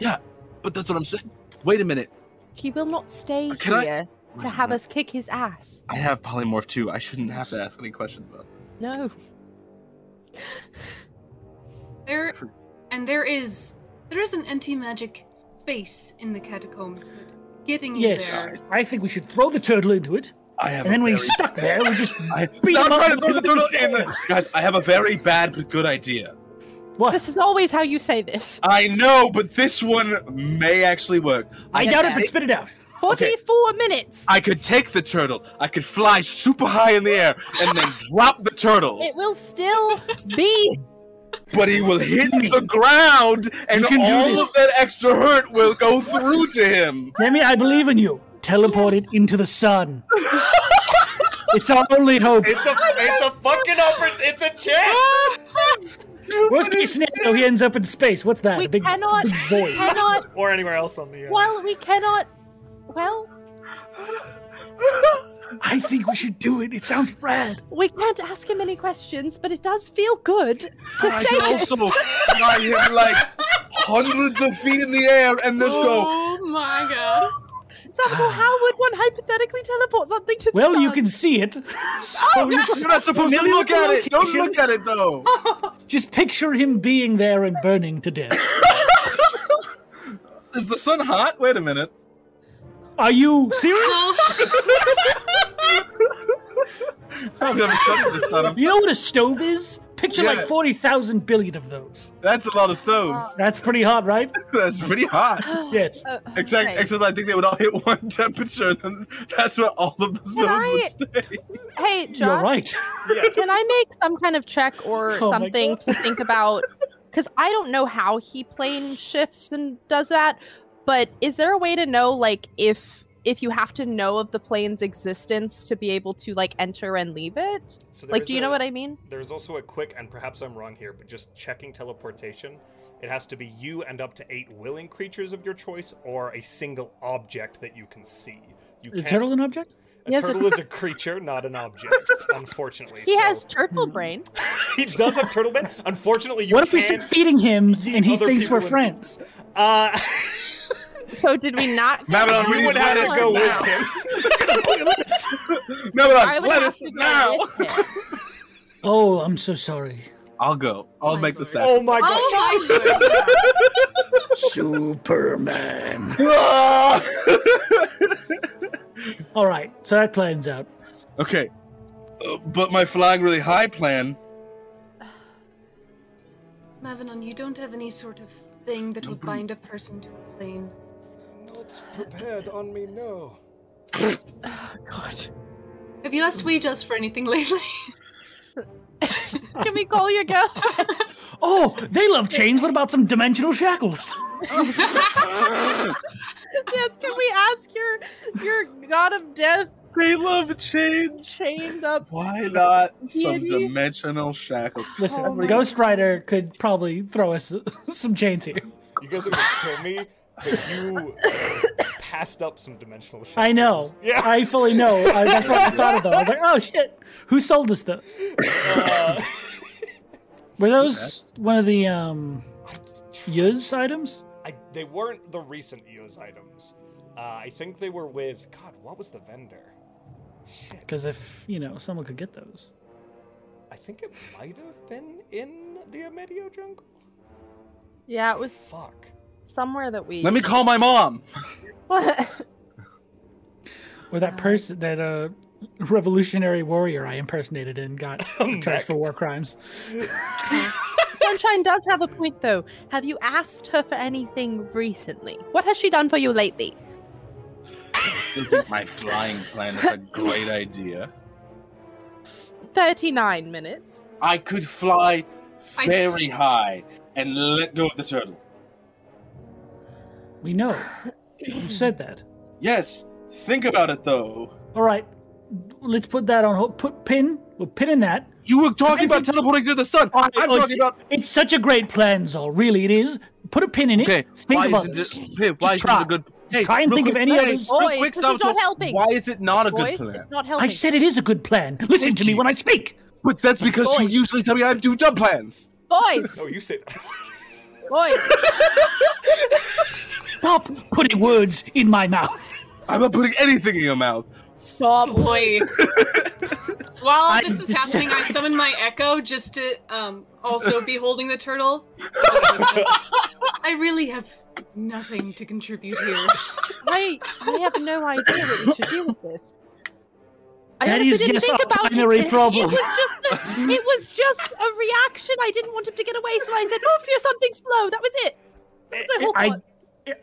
[SPEAKER 3] But that's what I'm saying. Wait a minute.
[SPEAKER 4] He will not stay
[SPEAKER 3] Uh, Can I-
[SPEAKER 4] here to have us kick his ass.
[SPEAKER 3] I have polymorph too. I shouldn't have to ask any questions about this.
[SPEAKER 4] No.
[SPEAKER 6] There, and there is there is an anti-magic space in the catacombs. But getting in
[SPEAKER 5] Yes,
[SPEAKER 6] there,
[SPEAKER 5] I think we should throw the turtle into it,
[SPEAKER 3] I have.
[SPEAKER 5] and
[SPEAKER 3] a
[SPEAKER 5] then when
[SPEAKER 3] very...
[SPEAKER 5] he's stuck there, we just
[SPEAKER 3] I...
[SPEAKER 5] beat
[SPEAKER 3] Stop
[SPEAKER 5] him up
[SPEAKER 3] trying
[SPEAKER 5] and
[SPEAKER 3] to throw the
[SPEAKER 5] throw him
[SPEAKER 3] turtle
[SPEAKER 5] in
[SPEAKER 3] in
[SPEAKER 5] the
[SPEAKER 3] there, guys. I have a very bad but good idea.
[SPEAKER 5] what?
[SPEAKER 4] This is always how you say this.
[SPEAKER 3] I know, but this one may actually work.
[SPEAKER 5] I doubt it, but spit it out.
[SPEAKER 4] 44 minutes.
[SPEAKER 3] I could take the turtle. I could fly super high in the air and then drop the turtle,
[SPEAKER 4] It will still be.
[SPEAKER 3] but he will hit the ground, and
[SPEAKER 5] You can do
[SPEAKER 3] all
[SPEAKER 5] this.
[SPEAKER 3] of that extra hurt will go through to him.
[SPEAKER 5] Demi, I believe in you. Teleport it into the sun. it's our only hope.
[SPEAKER 1] It's a it's a fucking oppor- it's a chance.
[SPEAKER 5] Worst case scenario, he ends up in space. What's that?
[SPEAKER 4] We
[SPEAKER 5] a big,
[SPEAKER 4] cannot.
[SPEAKER 5] big void.
[SPEAKER 4] cannot.
[SPEAKER 1] or anywhere else on the. Uh,
[SPEAKER 4] Well, we cannot. Well,
[SPEAKER 5] I think we should do it. It sounds rad.
[SPEAKER 4] we can't ask him any questions, but it does feel good to
[SPEAKER 3] I
[SPEAKER 4] say
[SPEAKER 3] could
[SPEAKER 4] it.
[SPEAKER 3] also fly him like hundreds of feet in the air and just go.
[SPEAKER 6] Oh my god!
[SPEAKER 4] Salvatore, how would one hypothetically teleport something to the
[SPEAKER 5] Well, you
[SPEAKER 4] sun?
[SPEAKER 5] can see it. So
[SPEAKER 3] You're not supposed to
[SPEAKER 5] Familiar
[SPEAKER 3] look at it. Don't
[SPEAKER 5] location.
[SPEAKER 3] look at it though.
[SPEAKER 5] just picture him being there and burning to death.
[SPEAKER 3] Is the sun hot? Wait a minute.
[SPEAKER 5] Are you serious?
[SPEAKER 3] I've never studied the sun.
[SPEAKER 5] You know what a stove is? Picture
[SPEAKER 3] Yeah.
[SPEAKER 5] like 40,000 billion of those.
[SPEAKER 3] That's a lot of stoves.
[SPEAKER 5] That's pretty hot, right?
[SPEAKER 3] That's pretty hot.
[SPEAKER 5] Yes.
[SPEAKER 4] Oh,
[SPEAKER 3] Except,
[SPEAKER 4] okay.
[SPEAKER 3] except I think they would all hit one temperature, and then that's where all of the stones
[SPEAKER 4] I-
[SPEAKER 3] would stay.
[SPEAKER 4] Hey,
[SPEAKER 5] You're
[SPEAKER 4] John.
[SPEAKER 5] right.
[SPEAKER 1] yes.
[SPEAKER 4] Can I make some kind of check or
[SPEAKER 5] Oh my
[SPEAKER 4] something
[SPEAKER 5] God.
[SPEAKER 4] to think about? Because I don't know how he plane shifts and does that. But is there a way to know, like, if if you have to know of the plane's existence to be able to like enter and leave it?
[SPEAKER 1] So
[SPEAKER 4] like, do you know what I mean?
[SPEAKER 1] There's also a quick, and perhaps I'm wrong here, but just checking teleportation. It has to be you and up to eight willing creatures of your choice, or a single object that you can see. You
[SPEAKER 5] Is
[SPEAKER 1] can't,
[SPEAKER 5] turtle an object?
[SPEAKER 1] a
[SPEAKER 4] Yes,
[SPEAKER 1] turtle is a creature, not an object, unfortunately.
[SPEAKER 4] He
[SPEAKER 1] so
[SPEAKER 4] has turtle brain.
[SPEAKER 1] he does have turtle bit. Unfortunately, you
[SPEAKER 5] what if we
[SPEAKER 1] can.
[SPEAKER 5] keep feeding him
[SPEAKER 1] eat
[SPEAKER 5] and he
[SPEAKER 1] other
[SPEAKER 5] thinks
[SPEAKER 1] people
[SPEAKER 5] we're
[SPEAKER 1] and-
[SPEAKER 5] friends?
[SPEAKER 1] Uh,
[SPEAKER 4] So did we not?
[SPEAKER 3] Mamadon,
[SPEAKER 1] you
[SPEAKER 3] we
[SPEAKER 1] would have to go with
[SPEAKER 3] now.
[SPEAKER 1] him.
[SPEAKER 4] I
[SPEAKER 3] Mamadon,
[SPEAKER 4] would
[SPEAKER 3] let
[SPEAKER 4] have
[SPEAKER 3] us
[SPEAKER 4] to go
[SPEAKER 3] now.
[SPEAKER 4] with him.
[SPEAKER 5] Oh, I'm so sorry.
[SPEAKER 3] I'll go. I'll
[SPEAKER 6] my
[SPEAKER 3] make the
[SPEAKER 6] God.
[SPEAKER 3] sacrifice.
[SPEAKER 1] Oh my gosh!
[SPEAKER 6] Oh my god!
[SPEAKER 5] Superman.
[SPEAKER 3] Ah!
[SPEAKER 5] All right, so that plans out.
[SPEAKER 3] okay. Uh, but my flying really high plan.
[SPEAKER 6] Mavanon, you don't have any sort of thing that would bind a person to a plane.
[SPEAKER 1] Not prepared on me, no.
[SPEAKER 4] Oh, God.
[SPEAKER 6] Have you asked Weejus for anything lately?
[SPEAKER 4] Can we call you girl?
[SPEAKER 5] Oh, they love chains. What about some dimensional shackles?
[SPEAKER 4] yes, can we ask your your god of death
[SPEAKER 3] They love change.
[SPEAKER 4] chained up?
[SPEAKER 3] Why not some
[SPEAKER 4] Deity.
[SPEAKER 3] dimensional shackles?
[SPEAKER 5] Listen,
[SPEAKER 4] Oh my
[SPEAKER 5] Ghost Rider could probably throw us some chains here.
[SPEAKER 1] You guys are gonna kill me, but you passed up some dimensional shit.
[SPEAKER 5] I know.
[SPEAKER 1] Yeah.
[SPEAKER 5] I fully know. I, that's what I thought of though. I was like, oh shit, who sold us those?
[SPEAKER 1] Uh,
[SPEAKER 5] Were those one of the um Yuz items?
[SPEAKER 1] I, they weren't the recent EOS items. Uh, I think they were with God. What was the vendor? Shit.
[SPEAKER 5] Because if you know someone could get those,
[SPEAKER 1] I think it might have been in the Amedio jungle.
[SPEAKER 4] Yeah, it was
[SPEAKER 1] Fuck.
[SPEAKER 4] somewhere that we.
[SPEAKER 3] Let me call my mom.
[SPEAKER 5] or that person that uh revolutionary warrior I impersonated and got
[SPEAKER 3] Oh,
[SPEAKER 5] charged for war crimes.
[SPEAKER 4] Sunshine does have a point, though. Have you asked her for anything recently? What has she done for you lately?
[SPEAKER 3] I still think my flying plan is a great idea.
[SPEAKER 4] Thirty-nine minutes.
[SPEAKER 3] I could fly
[SPEAKER 6] I-
[SPEAKER 3] very high and let go of the turtle.
[SPEAKER 5] We know you said that.
[SPEAKER 3] Yes, think about it though.
[SPEAKER 5] All right, let's put that on hold. Put pin. We're pinning that.
[SPEAKER 3] You were talking about teleporting to the sun. I'm
[SPEAKER 5] Oh,
[SPEAKER 3] talking
[SPEAKER 5] it's-
[SPEAKER 3] about.
[SPEAKER 5] It's such a great plan, Zol. Really, it is. Put a pin in it.
[SPEAKER 3] Okay,
[SPEAKER 5] Think
[SPEAKER 3] why
[SPEAKER 5] about
[SPEAKER 3] is it?
[SPEAKER 5] it.
[SPEAKER 3] Hey, why is
[SPEAKER 5] Just
[SPEAKER 3] it
[SPEAKER 5] try.
[SPEAKER 3] a good? Hey,
[SPEAKER 5] Try and
[SPEAKER 3] real
[SPEAKER 5] think of
[SPEAKER 3] quick-
[SPEAKER 5] any
[SPEAKER 3] hey,
[SPEAKER 5] others.
[SPEAKER 3] real
[SPEAKER 4] Boys,
[SPEAKER 3] quick,
[SPEAKER 4] this is not
[SPEAKER 3] Salvatore,
[SPEAKER 4] helping.
[SPEAKER 3] Why is it not a good
[SPEAKER 4] Boys,
[SPEAKER 3] plan?
[SPEAKER 4] it's not helping.
[SPEAKER 5] I said it is a good plan. Listen
[SPEAKER 3] Thank
[SPEAKER 5] to me
[SPEAKER 3] you.
[SPEAKER 5] when I speak.
[SPEAKER 3] But that's because you
[SPEAKER 4] Boys.
[SPEAKER 3] usually tell me I do dumb plans.
[SPEAKER 4] Boys,
[SPEAKER 1] Oh, you say
[SPEAKER 4] boys.
[SPEAKER 5] Stop putting words in my mouth.
[SPEAKER 3] I'm not putting anything in your mouth.
[SPEAKER 4] Stop.
[SPEAKER 6] Boy. While
[SPEAKER 5] I
[SPEAKER 6] this is happening, I
[SPEAKER 5] decide.
[SPEAKER 6] summon my echo just to um, also be holding the turtle. I really have nothing to contribute here.
[SPEAKER 4] I I have no idea what we should do with this. I
[SPEAKER 5] That
[SPEAKER 4] honestly
[SPEAKER 5] is,
[SPEAKER 4] didn't
[SPEAKER 5] yes,
[SPEAKER 4] think
[SPEAKER 5] our
[SPEAKER 4] about
[SPEAKER 5] primary
[SPEAKER 4] it.
[SPEAKER 5] problem.
[SPEAKER 4] It was just a, it was just a reaction. I didn't want him to get away, so I said, "Oh, for something slow." That was it. That's my whole
[SPEAKER 5] I,
[SPEAKER 4] thought.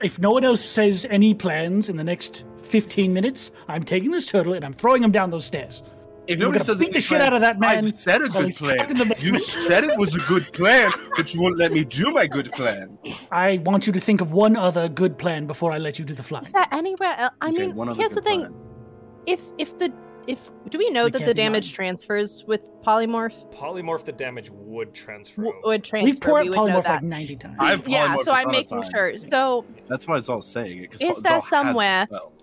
[SPEAKER 5] if no one else says any plans in the next 15 minutes, I'm taking this turtle and I'm throwing him down those stairs.
[SPEAKER 3] If
[SPEAKER 5] We're
[SPEAKER 3] nobody
[SPEAKER 5] gonna
[SPEAKER 3] says
[SPEAKER 5] beat
[SPEAKER 3] any
[SPEAKER 5] the shit
[SPEAKER 3] plans,
[SPEAKER 5] out of that man
[SPEAKER 3] I've said a
[SPEAKER 5] while
[SPEAKER 3] good
[SPEAKER 5] he's stuck in the
[SPEAKER 3] plan. You
[SPEAKER 5] basement.
[SPEAKER 3] said it was a good plan, but you won't let me do my good plan.
[SPEAKER 5] I want you to think of one other good plan before I let you do the fly.
[SPEAKER 4] Is there anywhere else? I
[SPEAKER 3] Okay,
[SPEAKER 4] mean,
[SPEAKER 3] one other
[SPEAKER 4] here's the
[SPEAKER 3] good
[SPEAKER 4] thing:
[SPEAKER 3] plan.
[SPEAKER 4] if if the if do we know
[SPEAKER 5] We
[SPEAKER 4] that the
[SPEAKER 5] can't be
[SPEAKER 4] damage
[SPEAKER 5] lying.
[SPEAKER 4] transfers with polymorph
[SPEAKER 1] polymorph the damage would transfer.
[SPEAKER 4] w-
[SPEAKER 1] over.
[SPEAKER 4] would transfer?
[SPEAKER 5] We've poured
[SPEAKER 4] we would know
[SPEAKER 5] polymorph
[SPEAKER 4] that.
[SPEAKER 5] like 90 times.
[SPEAKER 3] I've
[SPEAKER 4] yeah,
[SPEAKER 3] polymorphed
[SPEAKER 4] so
[SPEAKER 3] a ton
[SPEAKER 4] I'm
[SPEAKER 3] of
[SPEAKER 4] making
[SPEAKER 3] times.
[SPEAKER 4] sure. So
[SPEAKER 3] That's why Zol's saying it. 'cause
[SPEAKER 4] Is
[SPEAKER 3] Zol
[SPEAKER 4] there
[SPEAKER 3] has the
[SPEAKER 4] somewhere-
[SPEAKER 3] spell.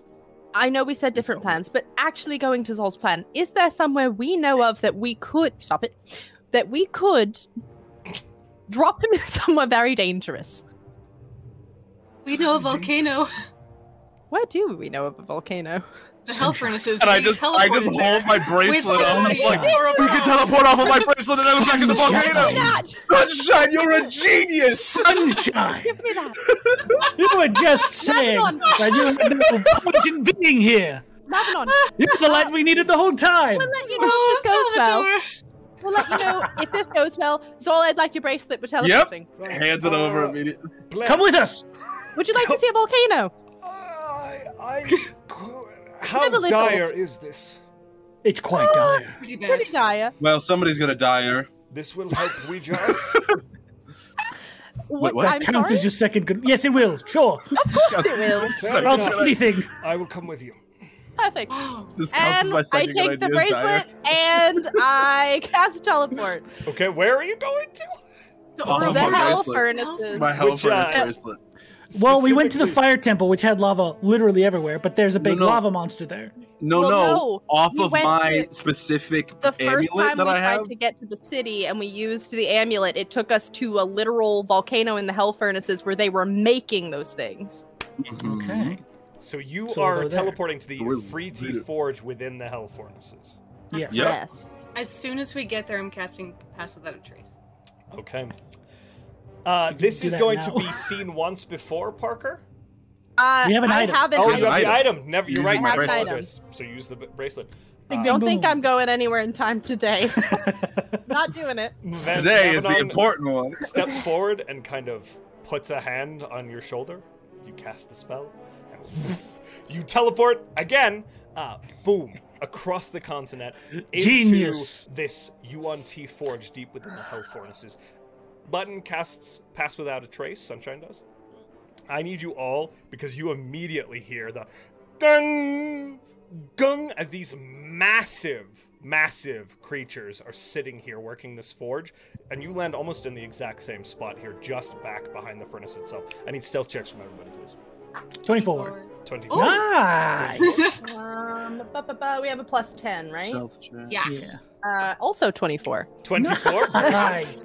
[SPEAKER 4] I know we said different
[SPEAKER 3] Probably.
[SPEAKER 4] plans, but actually going to Zol's plan, is there somewhere we know of that we could stop it? That we could drop him in somewhere very dangerous.
[SPEAKER 6] We know a volcano.
[SPEAKER 4] Where do we know of a volcano?
[SPEAKER 6] The hell furnaces.
[SPEAKER 3] And I
[SPEAKER 6] we
[SPEAKER 3] just, I just
[SPEAKER 6] teleported
[SPEAKER 3] hold
[SPEAKER 6] there.
[SPEAKER 3] my
[SPEAKER 6] With Oh,
[SPEAKER 3] bracelet up. and I'm
[SPEAKER 6] somebody
[SPEAKER 3] like,
[SPEAKER 6] or a
[SPEAKER 3] we can
[SPEAKER 6] mouse.
[SPEAKER 3] teleport off of my bracelet and I was back in the
[SPEAKER 5] Sunshine.
[SPEAKER 4] Why
[SPEAKER 3] volcano.
[SPEAKER 4] not? Oh, Just
[SPEAKER 3] Sunshine, you're a genius.
[SPEAKER 5] Sunshine!
[SPEAKER 4] give me that.
[SPEAKER 5] you were just saying
[SPEAKER 4] Lebanon.
[SPEAKER 5] that you were no point in being here.
[SPEAKER 4] Lebanon,
[SPEAKER 5] You were the light we needed the whole time.
[SPEAKER 4] we'll let you know
[SPEAKER 6] Oh,
[SPEAKER 4] if this goes well.
[SPEAKER 6] Salvatore.
[SPEAKER 4] We'll let you know if this goes well. Zol, I'd like your bracelet. We're teleporting.
[SPEAKER 3] Hands it over
[SPEAKER 1] Uh,
[SPEAKER 3] immediately.
[SPEAKER 1] bless.
[SPEAKER 5] Come with us.
[SPEAKER 4] Would you like to see a volcano?
[SPEAKER 1] I, I, how
[SPEAKER 4] Live a little.
[SPEAKER 1] dire is this?
[SPEAKER 5] It's quite dire.
[SPEAKER 6] Pretty bad.
[SPEAKER 4] Pretty dire.
[SPEAKER 3] Well, somebody's gonna die here.
[SPEAKER 1] This will help Ouija's.
[SPEAKER 4] What?
[SPEAKER 3] what?
[SPEAKER 4] I'm
[SPEAKER 5] Counts
[SPEAKER 4] sorry?
[SPEAKER 5] as your second good. Yes, it will. Sure.
[SPEAKER 1] Fair
[SPEAKER 5] I'll
[SPEAKER 1] enough.
[SPEAKER 5] say anything.
[SPEAKER 1] I will come with you.
[SPEAKER 4] Perfect.
[SPEAKER 6] Wow.
[SPEAKER 3] This counts as
[SPEAKER 4] And
[SPEAKER 3] my
[SPEAKER 4] I
[SPEAKER 3] second good
[SPEAKER 4] take the
[SPEAKER 3] idea is dire.
[SPEAKER 4] bracelet and I cast teleport.
[SPEAKER 1] Okay, where are you going to?
[SPEAKER 3] Off
[SPEAKER 4] Through
[SPEAKER 3] of
[SPEAKER 4] the
[SPEAKER 3] my
[SPEAKER 4] hell
[SPEAKER 3] bracelet.
[SPEAKER 4] furnaces.
[SPEAKER 3] My hell
[SPEAKER 1] Which,
[SPEAKER 3] furnace
[SPEAKER 1] uh,
[SPEAKER 3] bracelet.
[SPEAKER 5] Well, we went to the
[SPEAKER 1] Specifically-
[SPEAKER 5] fire temple, which had lava literally everywhere, but there's a big
[SPEAKER 3] No, no.
[SPEAKER 5] lava monster there.
[SPEAKER 3] No,
[SPEAKER 4] Well,
[SPEAKER 3] no,
[SPEAKER 4] no,
[SPEAKER 3] Off
[SPEAKER 4] we
[SPEAKER 3] of
[SPEAKER 4] went
[SPEAKER 3] my
[SPEAKER 4] to-
[SPEAKER 3] specific
[SPEAKER 4] The first
[SPEAKER 3] amulet
[SPEAKER 4] time
[SPEAKER 3] that
[SPEAKER 4] we
[SPEAKER 3] I
[SPEAKER 4] tried
[SPEAKER 3] have.
[SPEAKER 4] to get to the city and we used the amulet, it took us to a literal volcano in the hell furnaces where they were making those things.
[SPEAKER 3] Mhm.
[SPEAKER 1] So you
[SPEAKER 5] So
[SPEAKER 1] are
[SPEAKER 5] they're there.
[SPEAKER 1] teleporting to the
[SPEAKER 3] So we're
[SPEAKER 1] Freezy
[SPEAKER 3] later.
[SPEAKER 1] Forge within the Hell Furnaces.
[SPEAKER 5] Yes.
[SPEAKER 3] Yep.
[SPEAKER 4] Yes.
[SPEAKER 6] As soon as we get there, I'm casting Pass Without a Trace.
[SPEAKER 1] Okay. Uh,
[SPEAKER 5] You
[SPEAKER 1] this
[SPEAKER 5] can do
[SPEAKER 1] is
[SPEAKER 5] that
[SPEAKER 1] going
[SPEAKER 5] now.
[SPEAKER 1] to be seen once before, Parker.
[SPEAKER 4] Uh,
[SPEAKER 5] We have an
[SPEAKER 4] I
[SPEAKER 5] item.
[SPEAKER 4] Have an
[SPEAKER 1] Oh,
[SPEAKER 3] Use
[SPEAKER 1] you
[SPEAKER 4] item.
[SPEAKER 1] have
[SPEAKER 3] an
[SPEAKER 1] the item. Never. You're
[SPEAKER 3] Using
[SPEAKER 1] right.
[SPEAKER 3] my
[SPEAKER 1] I
[SPEAKER 4] bracelet.
[SPEAKER 1] apologize. So use the b- bracelet. Um,
[SPEAKER 5] Bing,
[SPEAKER 4] Don't
[SPEAKER 5] bing,
[SPEAKER 4] think
[SPEAKER 5] boom.
[SPEAKER 4] I'm going anywhere in time today. Not doing it.
[SPEAKER 1] Van
[SPEAKER 3] Today is the
[SPEAKER 1] Gavanon
[SPEAKER 3] important one.
[SPEAKER 1] steps forward and kind of puts a hand on your shoulder. You cast the spell, and you teleport again. Uh, boom across the continent into
[SPEAKER 5] Genius.
[SPEAKER 1] this Yuan T forge deep within the Hell Furnaces. Button casts Pass Without a Trace. Sunshine does. I need you all because you immediately hear the gung gung as these massive massive creatures are sitting here working this forge and you land almost in the exact same spot here just back behind the furnace itself i need stealth checks from everybody please
[SPEAKER 5] 24.
[SPEAKER 1] 24
[SPEAKER 5] Oh. Nice.
[SPEAKER 4] Um, ba, ba, ba, we have a plus 10, right?
[SPEAKER 3] Self-check.
[SPEAKER 2] Yeah.
[SPEAKER 5] yeah.
[SPEAKER 4] Uh, also 24.
[SPEAKER 1] 24
[SPEAKER 5] Nice.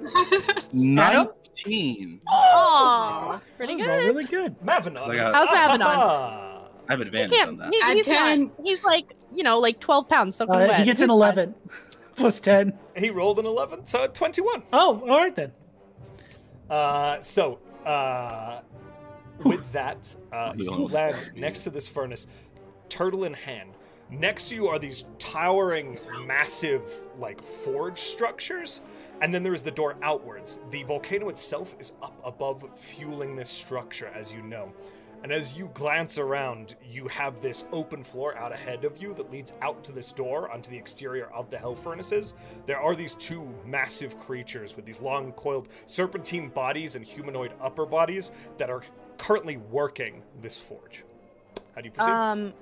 [SPEAKER 3] Nineteen.
[SPEAKER 4] Oh, pretty
[SPEAKER 5] That was all
[SPEAKER 4] good.
[SPEAKER 5] really good.
[SPEAKER 1] mavinon
[SPEAKER 3] I got-
[SPEAKER 4] How's Mavinon?
[SPEAKER 1] Ah.
[SPEAKER 3] I have advantage on
[SPEAKER 4] Can't,
[SPEAKER 3] that.
[SPEAKER 4] he-
[SPEAKER 2] I'm
[SPEAKER 4] he's, not-
[SPEAKER 2] 10.
[SPEAKER 4] he's like, you know, like 12 pounds soaking
[SPEAKER 5] Uh,
[SPEAKER 4] wet.
[SPEAKER 5] he gets an
[SPEAKER 4] He's fine.
[SPEAKER 5] 11 plus 10.
[SPEAKER 1] he rolled an 11 so 21
[SPEAKER 5] Oh, all right then.
[SPEAKER 1] Uh, so, uh, with that, uh,
[SPEAKER 3] We
[SPEAKER 1] you
[SPEAKER 3] don't-
[SPEAKER 1] land next to this furnace, turtle in hand. Next to you are these towering, massive, like forge structures, and then there is the door outwards. The volcano itself is up above, fueling this structure, as you know. And as you glance around, you have this open floor out ahead of you that leads out to this door onto the exterior of the hell furnaces. There are these two massive creatures with these long coiled serpentine bodies and humanoid upper bodies that are currently working this forge. How do you proceed?
[SPEAKER 4] Um,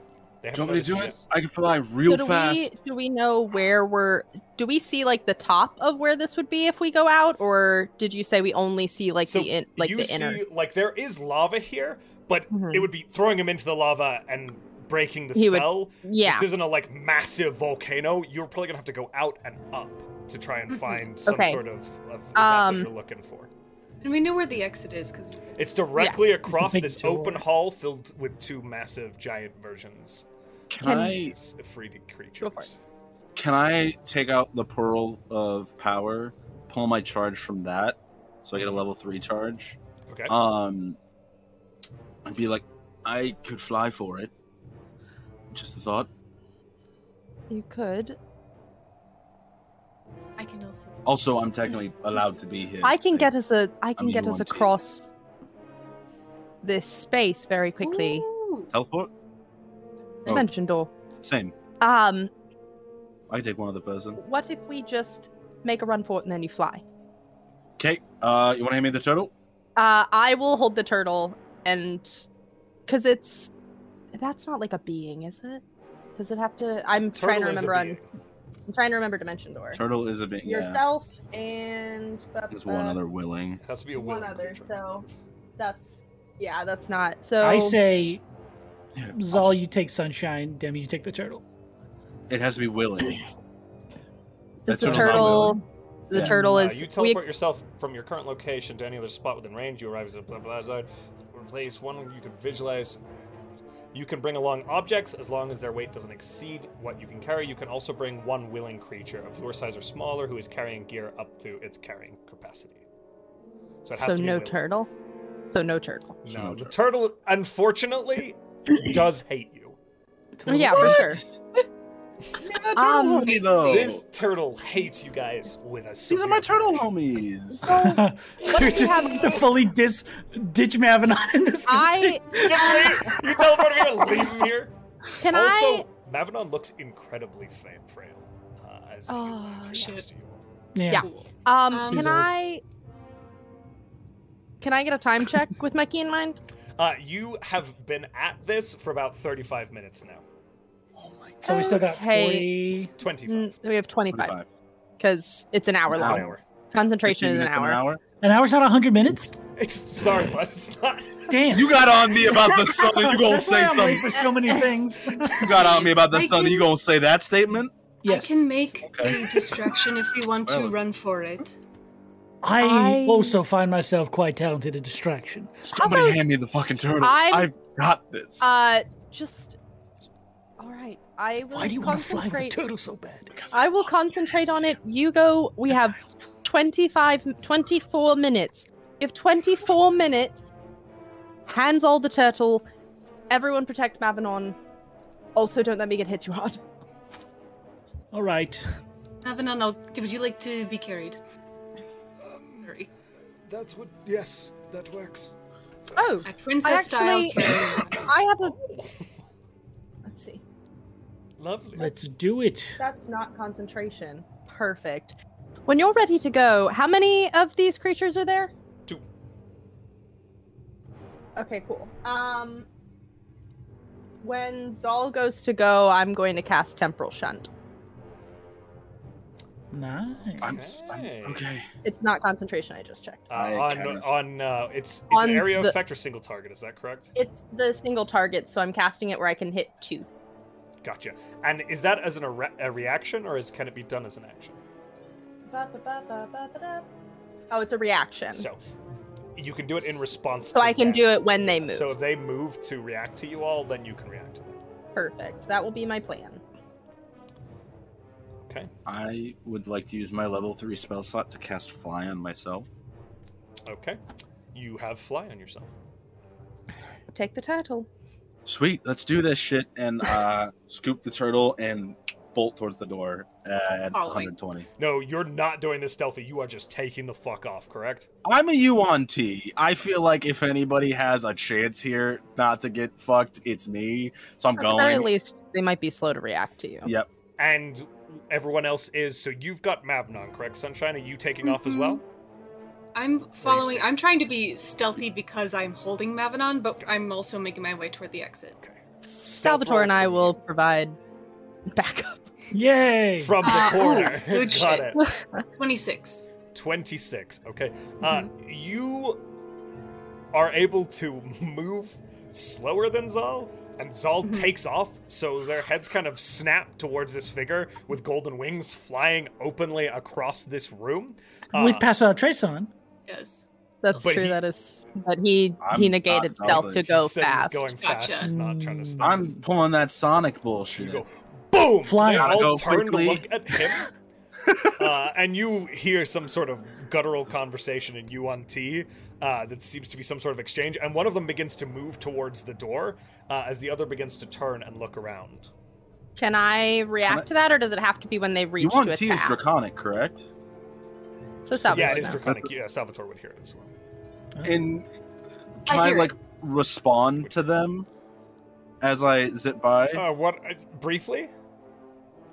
[SPEAKER 1] They
[SPEAKER 3] Do you
[SPEAKER 1] haven't
[SPEAKER 3] want me to
[SPEAKER 1] noticed
[SPEAKER 3] do
[SPEAKER 1] you
[SPEAKER 3] it? I can fly real
[SPEAKER 4] so do
[SPEAKER 3] fast.
[SPEAKER 4] we do we know where we're? Do we see like the top of where this would be if we go out, or did you say we only see like
[SPEAKER 1] So
[SPEAKER 4] the in, like
[SPEAKER 1] you
[SPEAKER 4] the inner?
[SPEAKER 1] see, like there is lava here, but
[SPEAKER 4] Mhm.
[SPEAKER 1] it would be throwing him into the lava and breaking the
[SPEAKER 4] He would-
[SPEAKER 1] spell.
[SPEAKER 4] Yeah.
[SPEAKER 1] This isn't a like massive volcano. You're probably gonna have to go out and up to try and
[SPEAKER 6] Mhm.
[SPEAKER 1] find some
[SPEAKER 4] Okay.
[SPEAKER 1] sort of, of if that's what
[SPEAKER 4] Um,
[SPEAKER 1] you're looking for.
[SPEAKER 6] And we know where the exit is because
[SPEAKER 1] It's directly
[SPEAKER 4] yes.
[SPEAKER 1] across
[SPEAKER 5] Big
[SPEAKER 1] this
[SPEAKER 5] door.
[SPEAKER 1] open hall filled with two massive giant versions
[SPEAKER 3] Can
[SPEAKER 4] Can-
[SPEAKER 3] I
[SPEAKER 1] of 3D creatures.
[SPEAKER 4] Go for it.
[SPEAKER 3] can I take out the pearl of power, pull my charge from that, so I get a level three charge?
[SPEAKER 1] Okay.
[SPEAKER 3] Um, I'd be like, I could fly for it. Just a thought.
[SPEAKER 4] You could.
[SPEAKER 6] I can also.
[SPEAKER 3] Also, I'm technically allowed to be here.
[SPEAKER 4] I can get us a. I can
[SPEAKER 3] mean,
[SPEAKER 4] get
[SPEAKER 3] you
[SPEAKER 4] us
[SPEAKER 3] want to.
[SPEAKER 4] across this space very quickly.
[SPEAKER 6] Ooh.
[SPEAKER 3] teleport. Oh.
[SPEAKER 4] Dimension door.
[SPEAKER 3] Same.
[SPEAKER 4] Um,
[SPEAKER 3] I can take one other person.
[SPEAKER 4] what if we just make a run for it and then you fly?
[SPEAKER 3] Okay. Uh, you want to hand me the turtle?
[SPEAKER 4] Uh, I will hold the turtle and because it's that's not like a being, is it? Does it have to? I'm trying to
[SPEAKER 1] Turtle is a
[SPEAKER 4] remember. On,
[SPEAKER 1] being.
[SPEAKER 4] I'm trying to remember Dimension Door.
[SPEAKER 3] Turtle is a bit. Yeah.
[SPEAKER 4] Yourself and
[SPEAKER 3] There's one
[SPEAKER 4] uh,
[SPEAKER 3] other willing.
[SPEAKER 1] It has to be a
[SPEAKER 4] One
[SPEAKER 1] willing
[SPEAKER 4] other.
[SPEAKER 1] creature.
[SPEAKER 4] So that's yeah, that's not. So
[SPEAKER 5] I say,
[SPEAKER 3] Yeah,
[SPEAKER 5] Zal, you take Sunshine. Demi, you take the turtle.
[SPEAKER 3] It has to be willing.
[SPEAKER 4] does
[SPEAKER 3] that
[SPEAKER 4] the
[SPEAKER 3] turtle's
[SPEAKER 5] not
[SPEAKER 4] turtle. The
[SPEAKER 3] Yeah.
[SPEAKER 4] turtle
[SPEAKER 1] Uh,
[SPEAKER 4] is.
[SPEAKER 1] you
[SPEAKER 4] we-
[SPEAKER 1] teleport yourself from your current location to any other spot within range. You arrive at a blah blah zone. Replace one you can visualize. You can bring along objects as long as their weight doesn't exceed what you can carry. You can also bring one willing creature of your size or smaller who is carrying gear up to its carrying capacity. So it has
[SPEAKER 4] so
[SPEAKER 1] to be
[SPEAKER 4] no
[SPEAKER 1] willing.
[SPEAKER 4] turtle. So no turtle.
[SPEAKER 1] No,
[SPEAKER 3] No
[SPEAKER 1] the turtle unfortunately does hate you.
[SPEAKER 4] Yeah, for sure.
[SPEAKER 3] Yeah, that turtle
[SPEAKER 4] Um,
[SPEAKER 3] homie though.
[SPEAKER 1] This turtle hates you guys with a.
[SPEAKER 3] These are
[SPEAKER 1] severe-
[SPEAKER 3] my turtle homies.
[SPEAKER 5] You're
[SPEAKER 4] you
[SPEAKER 5] just
[SPEAKER 4] have-
[SPEAKER 5] have to fully dis ditch Mavinon in this.
[SPEAKER 4] I
[SPEAKER 1] Just leave- you teleport him here. Leave him here.
[SPEAKER 4] can I.
[SPEAKER 1] also, Mavanon looks incredibly fa- frail uh, as he
[SPEAKER 6] Oh,
[SPEAKER 1] lands here
[SPEAKER 6] shit.
[SPEAKER 1] next to you.
[SPEAKER 5] Yeah.
[SPEAKER 6] Cool.
[SPEAKER 4] Um,
[SPEAKER 6] Um,
[SPEAKER 5] He's
[SPEAKER 4] can
[SPEAKER 5] old.
[SPEAKER 4] I can I get a time check with my key in mind?
[SPEAKER 1] Uh, you have been at this for about 35 minutes now.
[SPEAKER 3] Oh
[SPEAKER 5] So we still got
[SPEAKER 4] Okay.
[SPEAKER 5] 40.
[SPEAKER 1] 25.
[SPEAKER 4] Mm, we have twenty five
[SPEAKER 3] 25.
[SPEAKER 4] because it's an hour
[SPEAKER 1] It's
[SPEAKER 3] Wow.
[SPEAKER 1] an
[SPEAKER 4] long.
[SPEAKER 1] hour.
[SPEAKER 4] Concentration
[SPEAKER 3] 15
[SPEAKER 4] is an
[SPEAKER 3] minutes
[SPEAKER 4] hour.
[SPEAKER 5] An hour's not 100 minutes?
[SPEAKER 1] It's sorry, but it's not.
[SPEAKER 5] Damn.
[SPEAKER 3] You got on me about the sun. You gonna
[SPEAKER 5] That's
[SPEAKER 3] say
[SPEAKER 5] why I'm late
[SPEAKER 3] something?
[SPEAKER 5] for so many things.
[SPEAKER 3] You got on me about the
[SPEAKER 6] I
[SPEAKER 3] sun. You
[SPEAKER 6] can-
[SPEAKER 3] gonna say that statement?
[SPEAKER 5] yes.
[SPEAKER 6] I can make
[SPEAKER 3] Okay.
[SPEAKER 6] the distraction if we want to
[SPEAKER 3] Well.
[SPEAKER 6] run for it.
[SPEAKER 5] I
[SPEAKER 4] I-
[SPEAKER 5] also find myself quite talented at distraction.
[SPEAKER 3] Somebody
[SPEAKER 4] about-
[SPEAKER 3] hand me the fucking turtle.
[SPEAKER 4] I'm-
[SPEAKER 3] I've got this.
[SPEAKER 4] Uh, just all right. I will
[SPEAKER 5] Why do you want to fly with a
[SPEAKER 4] concentrate.
[SPEAKER 5] turtle so bad?
[SPEAKER 3] Because
[SPEAKER 4] I will concentrate on it. You go. We have 25, 24 minutes. If 24 minutes, hands all the turtle. Everyone protect Mavinon. Also, don't let me get hit too hard.
[SPEAKER 5] All right.
[SPEAKER 6] Avanon, I'll, would you like to be carried? Sorry.
[SPEAKER 1] That's what. Yes, that works.
[SPEAKER 4] Oh,
[SPEAKER 6] A princess style
[SPEAKER 4] actually-
[SPEAKER 6] carry.
[SPEAKER 4] I have a. Let's see.
[SPEAKER 1] Lovely.
[SPEAKER 5] Let's do it.
[SPEAKER 4] That's not concentration. Perfect. When you're ready to go, how many of these creatures are there?
[SPEAKER 1] Two.
[SPEAKER 4] Okay, cool. Um, when Zal goes to go, I'm going to cast Temporal Shunt.
[SPEAKER 5] Nice.
[SPEAKER 3] I'm, s- I'm-
[SPEAKER 1] Okay.
[SPEAKER 3] okay.
[SPEAKER 4] It's not concentration. I just checked.
[SPEAKER 1] Uh, on
[SPEAKER 3] I cast-
[SPEAKER 1] on uh, it's, it's
[SPEAKER 4] On
[SPEAKER 1] an area
[SPEAKER 4] the-
[SPEAKER 1] effect or single target. Is that correct?
[SPEAKER 4] It's the single target, so I'm casting it where I can hit two.
[SPEAKER 1] Gotcha. And is that as an a, re- a reaction or is can it be done as an action?
[SPEAKER 4] Ba-ba-ba-ba-ba-da. Oh, it's a reaction, so,
[SPEAKER 1] So you can do it in response. to
[SPEAKER 4] I can
[SPEAKER 1] that.
[SPEAKER 4] do it when they move.
[SPEAKER 1] So if they move to react to you all, then you can react to them.
[SPEAKER 4] Perfect. That will be my plan.
[SPEAKER 1] Okay.
[SPEAKER 3] I would like to use my level three spell slot to cast fly on myself.
[SPEAKER 1] Okay. You have fly on yourself.
[SPEAKER 4] Take the title.
[SPEAKER 3] Sweet, let's do this shit and uh, scoop the turtle and bolt towards the door at
[SPEAKER 6] Following.
[SPEAKER 3] 120.
[SPEAKER 1] No, you're not doing this stealthy. You are just taking the fuck off, correct?
[SPEAKER 3] I'm a Yuan T. I feel like if anybody has a chance here not to get fucked, it's me. So I'm
[SPEAKER 4] At the very
[SPEAKER 3] going.
[SPEAKER 4] least, they might be slow to react to you.
[SPEAKER 3] Yep.
[SPEAKER 1] And everyone else is. So you've got Mabnon, correct, Sunshine? Are you taking off as well?
[SPEAKER 6] I'm following.
[SPEAKER 1] staying?
[SPEAKER 6] I'm trying to be stealthy because I'm holding Mavanon, but I'm also making my way toward the exit.
[SPEAKER 4] Salvatore and I will provide backup.
[SPEAKER 5] Yay!
[SPEAKER 1] From the
[SPEAKER 6] Ah,
[SPEAKER 1] corner.
[SPEAKER 6] ooh, good
[SPEAKER 1] got
[SPEAKER 6] shit.
[SPEAKER 1] it.
[SPEAKER 6] 26.
[SPEAKER 1] 26 okay uh
[SPEAKER 6] Mm-hmm.
[SPEAKER 1] you are able to move slower than zal and zal
[SPEAKER 6] Mhm.
[SPEAKER 1] takes off so their heads kind of snap towards this figure with golden wings flying openly across this room Uh,
[SPEAKER 5] With Pass Without Trace on.
[SPEAKER 6] Yes.
[SPEAKER 4] That's
[SPEAKER 1] But
[SPEAKER 4] true.
[SPEAKER 1] he-
[SPEAKER 4] that is. But he
[SPEAKER 3] I'm
[SPEAKER 4] he
[SPEAKER 3] not
[SPEAKER 4] negated stealth to
[SPEAKER 3] salvaged.
[SPEAKER 1] he
[SPEAKER 4] go
[SPEAKER 1] said he's
[SPEAKER 4] fast.
[SPEAKER 1] going fast
[SPEAKER 6] Gotcha.
[SPEAKER 1] he's not trying to stop
[SPEAKER 3] I'm pulling that Sonic bullshit.
[SPEAKER 1] you go boom So
[SPEAKER 5] Flying.
[SPEAKER 1] they all
[SPEAKER 3] Gotta go
[SPEAKER 1] turn
[SPEAKER 3] quickly.
[SPEAKER 1] to look at him uh, and you hear some sort of guttural conversation in UNT uh, that seems to be some sort of exchange and one of them begins to move towards the door uh, as the other begins to turn and look around
[SPEAKER 4] Can I react
[SPEAKER 3] Can I-
[SPEAKER 4] to that, or does it have to be when they reach
[SPEAKER 3] Yuan
[SPEAKER 4] to
[SPEAKER 3] T is
[SPEAKER 4] attack?
[SPEAKER 3] draconic, correct?
[SPEAKER 4] so
[SPEAKER 1] yeah
[SPEAKER 4] Salvatore.
[SPEAKER 1] it is
[SPEAKER 4] now.
[SPEAKER 1] draconic yeah Salvatore would hear it as well
[SPEAKER 3] And can I,
[SPEAKER 6] hear
[SPEAKER 3] like respond to them as I zip by?
[SPEAKER 1] uh, what uh, briefly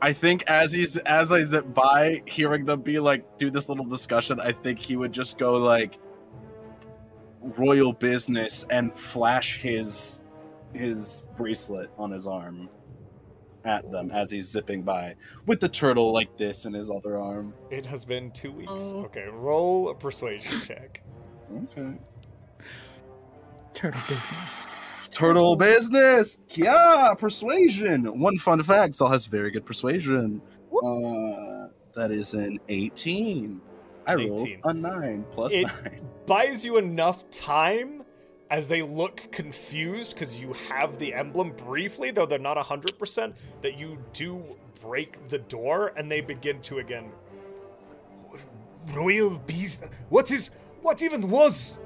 [SPEAKER 3] I think as he's as I zip by, hearing them be like do this little discussion, I think he would just go like royal business and flash his his bracelet on his arm at them as he's zipping by with the turtle like this in his other arm.
[SPEAKER 1] it has been two weeks
[SPEAKER 6] Oh.
[SPEAKER 1] okay roll a persuasion check
[SPEAKER 3] Okay.
[SPEAKER 5] Turtle business.
[SPEAKER 3] Turtle business. Yeah, persuasion. One fun fact: Zal has very good persuasion. Uh, that is an eighteen. I rolled
[SPEAKER 1] 18.
[SPEAKER 3] a nine plus
[SPEAKER 1] It-
[SPEAKER 3] nine.
[SPEAKER 1] buys you enough time as they look confused because you have the emblem briefly, though they're not 100%, that you do break the door and they begin to again. Royal beast. What is. What even was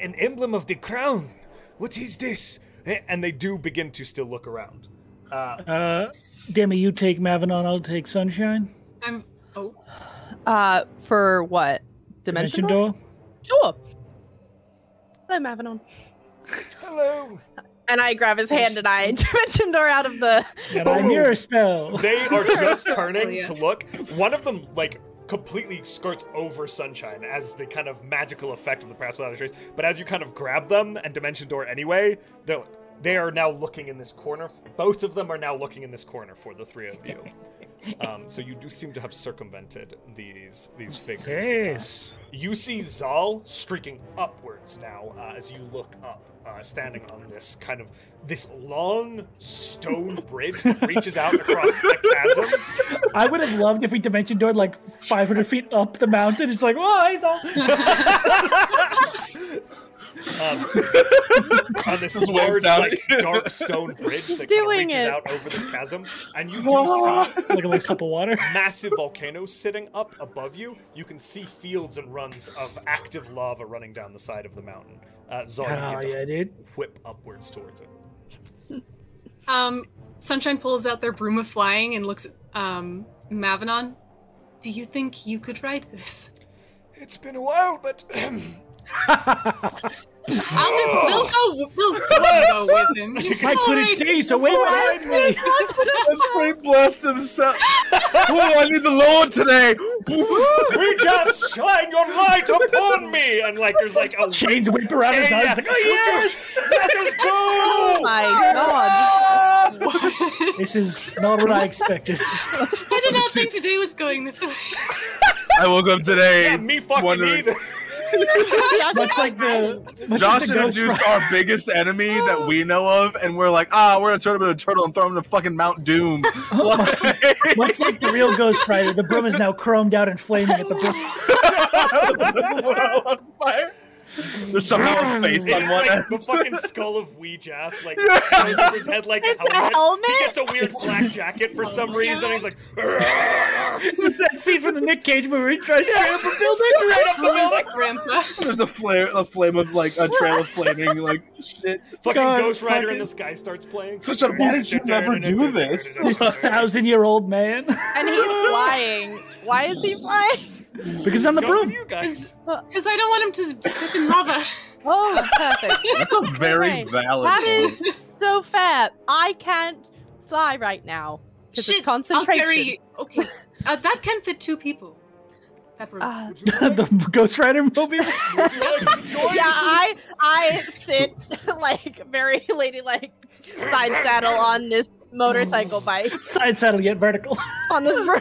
[SPEAKER 1] an emblem of the crown? What is this? And they do begin to still look around. Uh,
[SPEAKER 5] Uh, Demi, you take Mavanon, I'll take Sunshine.
[SPEAKER 6] I'm. Oh,
[SPEAKER 4] Uh, for what? Dimension, door? Sure. I'm having on.
[SPEAKER 1] hello!
[SPEAKER 4] And I grab his hand and I dimension door out of the.
[SPEAKER 5] And I mirror spell.
[SPEAKER 1] They are just turning
[SPEAKER 6] Oh, yeah.
[SPEAKER 1] to look. One of them, like, completely skirts over Sunshine as the kind of magical effect of the Pass Without a Trace. But as you kind of grab them and Dimension Door anyway, they're, they are now looking in this corner. Both of them are now looking in this corner for the three of you. Um, so you do seem to have circumvented these these figures.
[SPEAKER 5] Yes.
[SPEAKER 1] You see Zal streaking upwards now uh, as you look up, uh, standing on this kind of this long stone bridge that reaches out across a chasm.
[SPEAKER 5] I would have loved if we dimension doored like 500 feet up the mountain. It's like, whoa, he's all.
[SPEAKER 1] um, on this
[SPEAKER 3] Just
[SPEAKER 1] large,
[SPEAKER 3] waved out.
[SPEAKER 1] like dark stone bridge
[SPEAKER 4] He's
[SPEAKER 1] that kind of
[SPEAKER 4] doing
[SPEAKER 1] reaches
[SPEAKER 4] it.
[SPEAKER 1] out over this chasm, and you do
[SPEAKER 3] Whoa.
[SPEAKER 1] see
[SPEAKER 5] Like a little cup of water.
[SPEAKER 1] massive volcano sitting up above you. You can see fields and runs of active lava running down the side of the mountain. Uh, Zara, you
[SPEAKER 5] Oh,
[SPEAKER 1] have to
[SPEAKER 5] yeah, dude.
[SPEAKER 1] whip upwards towards it.
[SPEAKER 6] Um, Sunshine pulls out their broom of flying and looks at um, Mavinon, do you think you could ride this?
[SPEAKER 1] It's been a while, but
[SPEAKER 6] I'll just we'll go we'll go with him.
[SPEAKER 5] I couldn't stay, so wait behind me.
[SPEAKER 3] Sprint blast himself. oh, I need the Lord today.
[SPEAKER 1] we just shine your light upon me, and like there's like a
[SPEAKER 5] Chains whip around his
[SPEAKER 1] Chain,
[SPEAKER 5] eyes. Like, "Oh,
[SPEAKER 1] yeah. Yes! Let us go!
[SPEAKER 4] Oh my god.
[SPEAKER 5] this is not what I expected.
[SPEAKER 6] I did not think today was going this way.
[SPEAKER 3] I woke up today.
[SPEAKER 1] Yeah, me fucking
[SPEAKER 3] wondering-
[SPEAKER 1] either.
[SPEAKER 5] Much like the much like
[SPEAKER 3] Josh
[SPEAKER 5] the Ghost
[SPEAKER 3] introduced
[SPEAKER 5] Rider.
[SPEAKER 3] our biggest enemy that we know of, and we're like, ah, we're gonna turn him into a turtle and throw him to fucking Mount Doom. Like-
[SPEAKER 5] Much like the real Ghost Rider, the broom is now chromed out and flaming at the bristles.
[SPEAKER 3] this is what I want on fire. There's somehow a face on
[SPEAKER 1] It's
[SPEAKER 3] one
[SPEAKER 1] like
[SPEAKER 3] end.
[SPEAKER 1] the fucking skull of Weejass, like goes over his head like
[SPEAKER 4] It's
[SPEAKER 1] a
[SPEAKER 4] a
[SPEAKER 1] helmet.
[SPEAKER 4] helmet?
[SPEAKER 1] He gets a weird black jacket for some reason. He's like, "Argh."
[SPEAKER 5] It's that scene from the Nick Cage movie. He tries to straight up a building.
[SPEAKER 1] right up the
[SPEAKER 6] Please,
[SPEAKER 1] building.
[SPEAKER 6] Grandpa.
[SPEAKER 3] There's a flare, a flame of like a trail of flaming like shit.
[SPEAKER 1] Fucking
[SPEAKER 5] God,
[SPEAKER 1] Ghost Rider in
[SPEAKER 5] fucking-
[SPEAKER 1] the sky starts playing.
[SPEAKER 3] Such a why did you never do this?
[SPEAKER 5] This thousand-year-old man,
[SPEAKER 4] And he's flying. Why is he flying?
[SPEAKER 5] because I'm the
[SPEAKER 1] Go with
[SPEAKER 5] broom.
[SPEAKER 1] you guys.
[SPEAKER 6] Because I don't want him to step in lava.
[SPEAKER 4] Oh, perfect.
[SPEAKER 3] That's a very
[SPEAKER 4] Right.
[SPEAKER 3] valid.
[SPEAKER 4] That
[SPEAKER 3] goal.
[SPEAKER 4] is so fair. I can't fly right now because
[SPEAKER 6] Shit,
[SPEAKER 4] it's concentration.
[SPEAKER 6] I'll carry you. Okay. Uh, that can fit two people. That room.
[SPEAKER 4] Ah,
[SPEAKER 1] Would you like-
[SPEAKER 5] the Ghost Rider movie.
[SPEAKER 1] would you like to join?
[SPEAKER 4] yeah, I I sit like very ladylike side saddle on this motorcycle bike
[SPEAKER 5] Side saddle yet vertical.
[SPEAKER 4] on this. bro-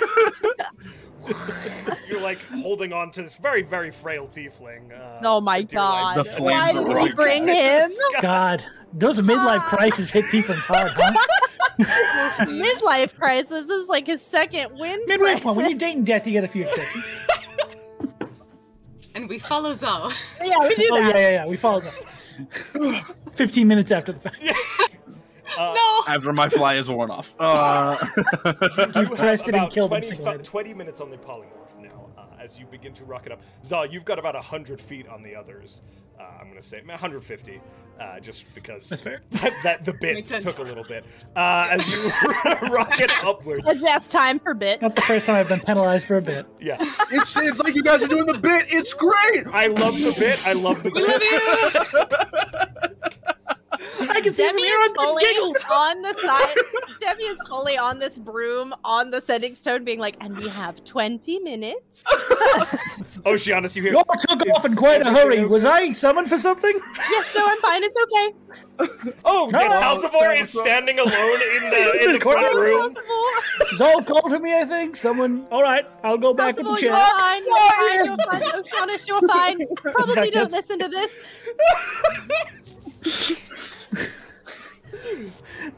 [SPEAKER 1] You're like holding on to this very, very frail tiefling. Uh,
[SPEAKER 4] Oh my
[SPEAKER 1] with your life.
[SPEAKER 3] The
[SPEAKER 4] god!
[SPEAKER 3] flames
[SPEAKER 4] Why
[SPEAKER 3] are
[SPEAKER 4] did we
[SPEAKER 3] rockets.
[SPEAKER 4] bring him?
[SPEAKER 5] God, those midlife crises hit Tieflings hard, huh?
[SPEAKER 4] Midlife crisis. This is like his second wind.
[SPEAKER 5] Midlife one.
[SPEAKER 4] crisis.
[SPEAKER 5] When you're dating death, you get a few exceptions.
[SPEAKER 6] And we follow Zal.
[SPEAKER 4] Yeah, we do
[SPEAKER 5] Oh yeah,
[SPEAKER 4] that.
[SPEAKER 5] yeah, yeah. We follow up. Fifteen minutes after the fact,
[SPEAKER 1] Uh,
[SPEAKER 6] No!
[SPEAKER 3] After my fly is worn off. Uh,
[SPEAKER 1] You
[SPEAKER 5] You've pressed it and
[SPEAKER 1] about
[SPEAKER 5] killed him
[SPEAKER 1] 20,
[SPEAKER 5] single-handed.
[SPEAKER 1] 20 minutes on the polymorph now uh, as you begin to rock it up. Zal, you've got about 100 feet on the others. Uh, I'm going to say 150, uh, just because
[SPEAKER 5] fair.
[SPEAKER 1] That, that the bit
[SPEAKER 6] Makes sense.
[SPEAKER 1] took a little bit. Uh, as you rock it upwards.
[SPEAKER 4] Adjust time for bit.
[SPEAKER 5] not the first time I've been penalized for a bit.
[SPEAKER 1] Yeah.
[SPEAKER 3] it's it's like you guys are doing the bit. It's great.
[SPEAKER 1] I love the bit. I love the
[SPEAKER 6] We love
[SPEAKER 1] bit.
[SPEAKER 6] you!
[SPEAKER 5] I can see
[SPEAKER 4] Demi is
[SPEAKER 5] Mira
[SPEAKER 4] fully
[SPEAKER 5] giggles.
[SPEAKER 4] on the side. Demi is fully on this broom on the sending stone, being like, "And we have twenty minutes."
[SPEAKER 1] Oceanus, you hear.
[SPEAKER 5] Y'all took
[SPEAKER 1] Is
[SPEAKER 5] off in quite a
[SPEAKER 1] everything
[SPEAKER 5] hurry. Was I summoned for something?
[SPEAKER 4] yes, no, I'm fine. It's okay.
[SPEAKER 1] Oh, yeah,
[SPEAKER 5] No.
[SPEAKER 1] Talzavor is standing alone in the, in the front
[SPEAKER 5] Corner.
[SPEAKER 1] room.
[SPEAKER 5] Zol called to me, I think. Someone. All right, I'll go back with the
[SPEAKER 4] Possible,
[SPEAKER 5] chair.
[SPEAKER 4] you're fine. You're fine. You're fine. Oceanus, you're fine. Probably don't
[SPEAKER 5] That's-
[SPEAKER 4] listen to this.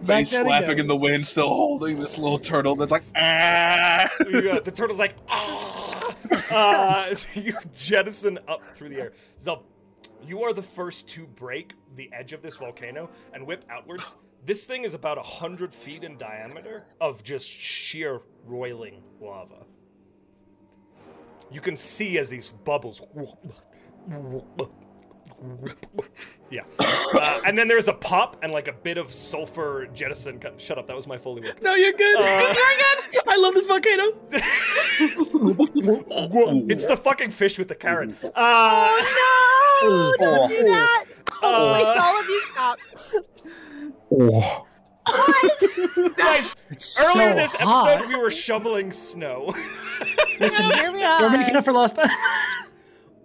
[SPEAKER 5] Back
[SPEAKER 3] Face
[SPEAKER 5] down it
[SPEAKER 3] flapping in the
[SPEAKER 5] goes.
[SPEAKER 3] wind, still holding this little turtle that's like ah.
[SPEAKER 1] Yeah, uh, the turtle's like, ah! Uh, so you jettison up through the air. Zub, you are the first to break the edge of this volcano and whip outwards. This thing is about a hundred feet in diameter of just sheer roiling lava. You can see as these bubbles. Yeah, uh, and then there's a pop and like a bit of sulfur jettison. co- Shut up, that was my Foley work.
[SPEAKER 5] No, you're good.
[SPEAKER 1] Uh,
[SPEAKER 5] you're good. I love this volcano.
[SPEAKER 1] It's the fucking fish with the carrot. Uh,
[SPEAKER 4] Oh no! Don't do that.
[SPEAKER 5] Oh,
[SPEAKER 1] Uh,
[SPEAKER 4] Please, all of you stop.
[SPEAKER 1] guys,
[SPEAKER 5] It's
[SPEAKER 1] earlier
[SPEAKER 5] so
[SPEAKER 1] this
[SPEAKER 5] hot.
[SPEAKER 1] episode we were shoveling snow.
[SPEAKER 5] Listen,
[SPEAKER 4] Here we are.
[SPEAKER 5] we're making up for lost time.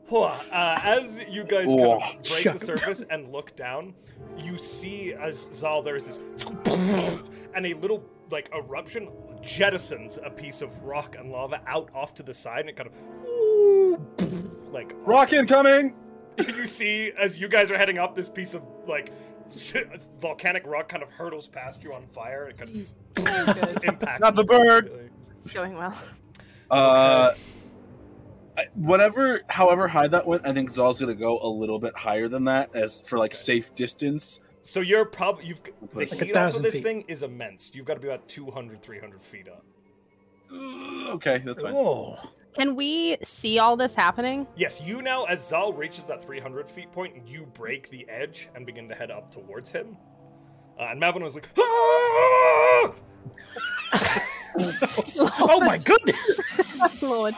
[SPEAKER 1] Huh, uh, as you guys kind of
[SPEAKER 3] Oh,
[SPEAKER 1] break
[SPEAKER 5] shuck.
[SPEAKER 1] the surface and look down, you see as Zal there is this, and a little like eruption jettisons a piece of rock and lava out off to the side, and it kind of like
[SPEAKER 3] Rock incoming.
[SPEAKER 1] you see as you guys are heading up this piece of like volcanic rock kind of hurtles past you on fire and kind of impacts
[SPEAKER 3] Not the bird.
[SPEAKER 1] you.
[SPEAKER 4] Going well.
[SPEAKER 3] Uh, I- whatever, however high that went, I think Zal's gonna go a little bit higher than that, as for like safe distance.
[SPEAKER 1] So you're probably you've the
[SPEAKER 3] Like a
[SPEAKER 1] heat off of
[SPEAKER 5] thousand
[SPEAKER 1] this
[SPEAKER 5] feet.
[SPEAKER 1] thing is immense. You've got to be about 200, 300 feet up.
[SPEAKER 3] Ugh, Uh, Okay, that's fine.
[SPEAKER 5] Oh,
[SPEAKER 4] Can we see all this happening?
[SPEAKER 1] Yes, you now as Zal reaches that 300 feet point, you break the edge and begin to head up towards him. Uh, and Mavin was like, "Ah!"
[SPEAKER 5] oh my goodness!
[SPEAKER 4] Lord.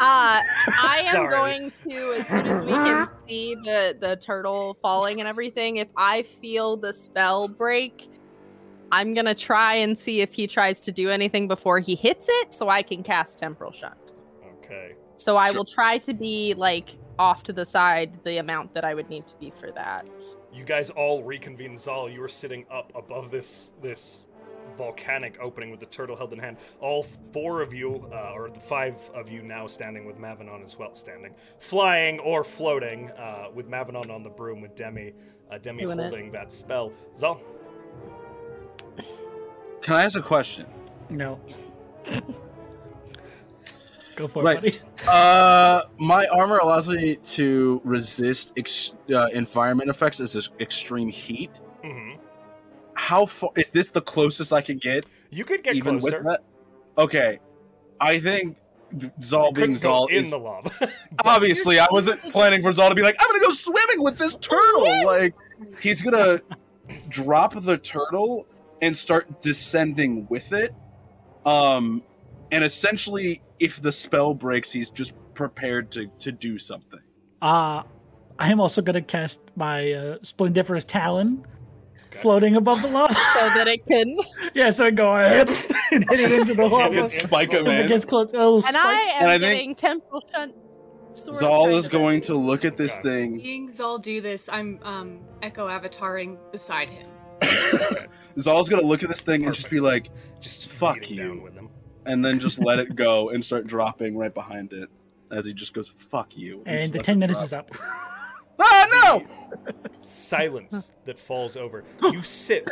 [SPEAKER 4] Uh, I am
[SPEAKER 1] Sorry.
[SPEAKER 4] going to, as soon as we can see the, the turtle falling and everything, if I feel the spell break, I'm going to try and see if he tries to do anything before he hits it so I can cast Temporal Shunt.
[SPEAKER 1] Okay.
[SPEAKER 4] So I
[SPEAKER 3] Sure.
[SPEAKER 4] will try to be like off to the side the amount that I would need to be for that.
[SPEAKER 1] You guys all reconvene. Zal, you were sitting up above this this volcanic opening with the turtle held in hand. All four of you, uh, or the five of you now standing with Mavanon as well, standing, flying or floating, uh, with Mavanon on the broom with Demi, uh, Demi
[SPEAKER 4] Doing it.
[SPEAKER 1] holding that spell. Zal,
[SPEAKER 3] Can I ask a question?
[SPEAKER 5] No. Go for
[SPEAKER 3] Right.
[SPEAKER 5] it, buddy.
[SPEAKER 3] Uh, my armor allows me to resist ex- uh, environment effects as ex- extreme heat.
[SPEAKER 1] hmm
[SPEAKER 3] How far is this the closest I can get?
[SPEAKER 1] you could get
[SPEAKER 3] even
[SPEAKER 1] closer.
[SPEAKER 3] with that? Okay, I think Zal
[SPEAKER 1] You
[SPEAKER 3] being
[SPEAKER 1] couldn't go
[SPEAKER 3] Zal
[SPEAKER 1] in
[SPEAKER 3] is
[SPEAKER 1] the lava.
[SPEAKER 3] obviously. I wasn't planning for Zal to be like, I'm gonna go swimming with this turtle. Like he's gonna drop the turtle and start descending with it. Um, and essentially, if the spell breaks, he's just prepared to to do something.
[SPEAKER 5] Uh, I am also going to cast my uh, Splendiferous Talon
[SPEAKER 1] Okay.
[SPEAKER 5] floating above the lava.
[SPEAKER 4] So that it can.
[SPEAKER 5] yeah, so I go and hit it into the lava.
[SPEAKER 1] It's
[SPEAKER 5] As
[SPEAKER 1] Spike
[SPEAKER 3] Spiker
[SPEAKER 5] it
[SPEAKER 3] Man.
[SPEAKER 5] gets close, a little
[SPEAKER 4] And
[SPEAKER 5] spike.
[SPEAKER 4] I am
[SPEAKER 3] And I think-
[SPEAKER 4] getting temporal shunt. sort of
[SPEAKER 3] Zal
[SPEAKER 4] kind
[SPEAKER 3] is
[SPEAKER 4] of
[SPEAKER 3] going to look at this
[SPEAKER 1] Okay.
[SPEAKER 3] thing.
[SPEAKER 2] Seeing Zal do this, I'm um echo avataring beside him.
[SPEAKER 3] Zal's gonna look at this thing and just be like,
[SPEAKER 1] just
[SPEAKER 3] Fuck
[SPEAKER 1] beating
[SPEAKER 3] you.
[SPEAKER 1] down with him.
[SPEAKER 3] and then just let it go and start dropping right behind it as he just goes, "Fuck you."
[SPEAKER 5] and the 10 minutes is up.
[SPEAKER 3] Oh no!
[SPEAKER 1] Silence that falls over. You sit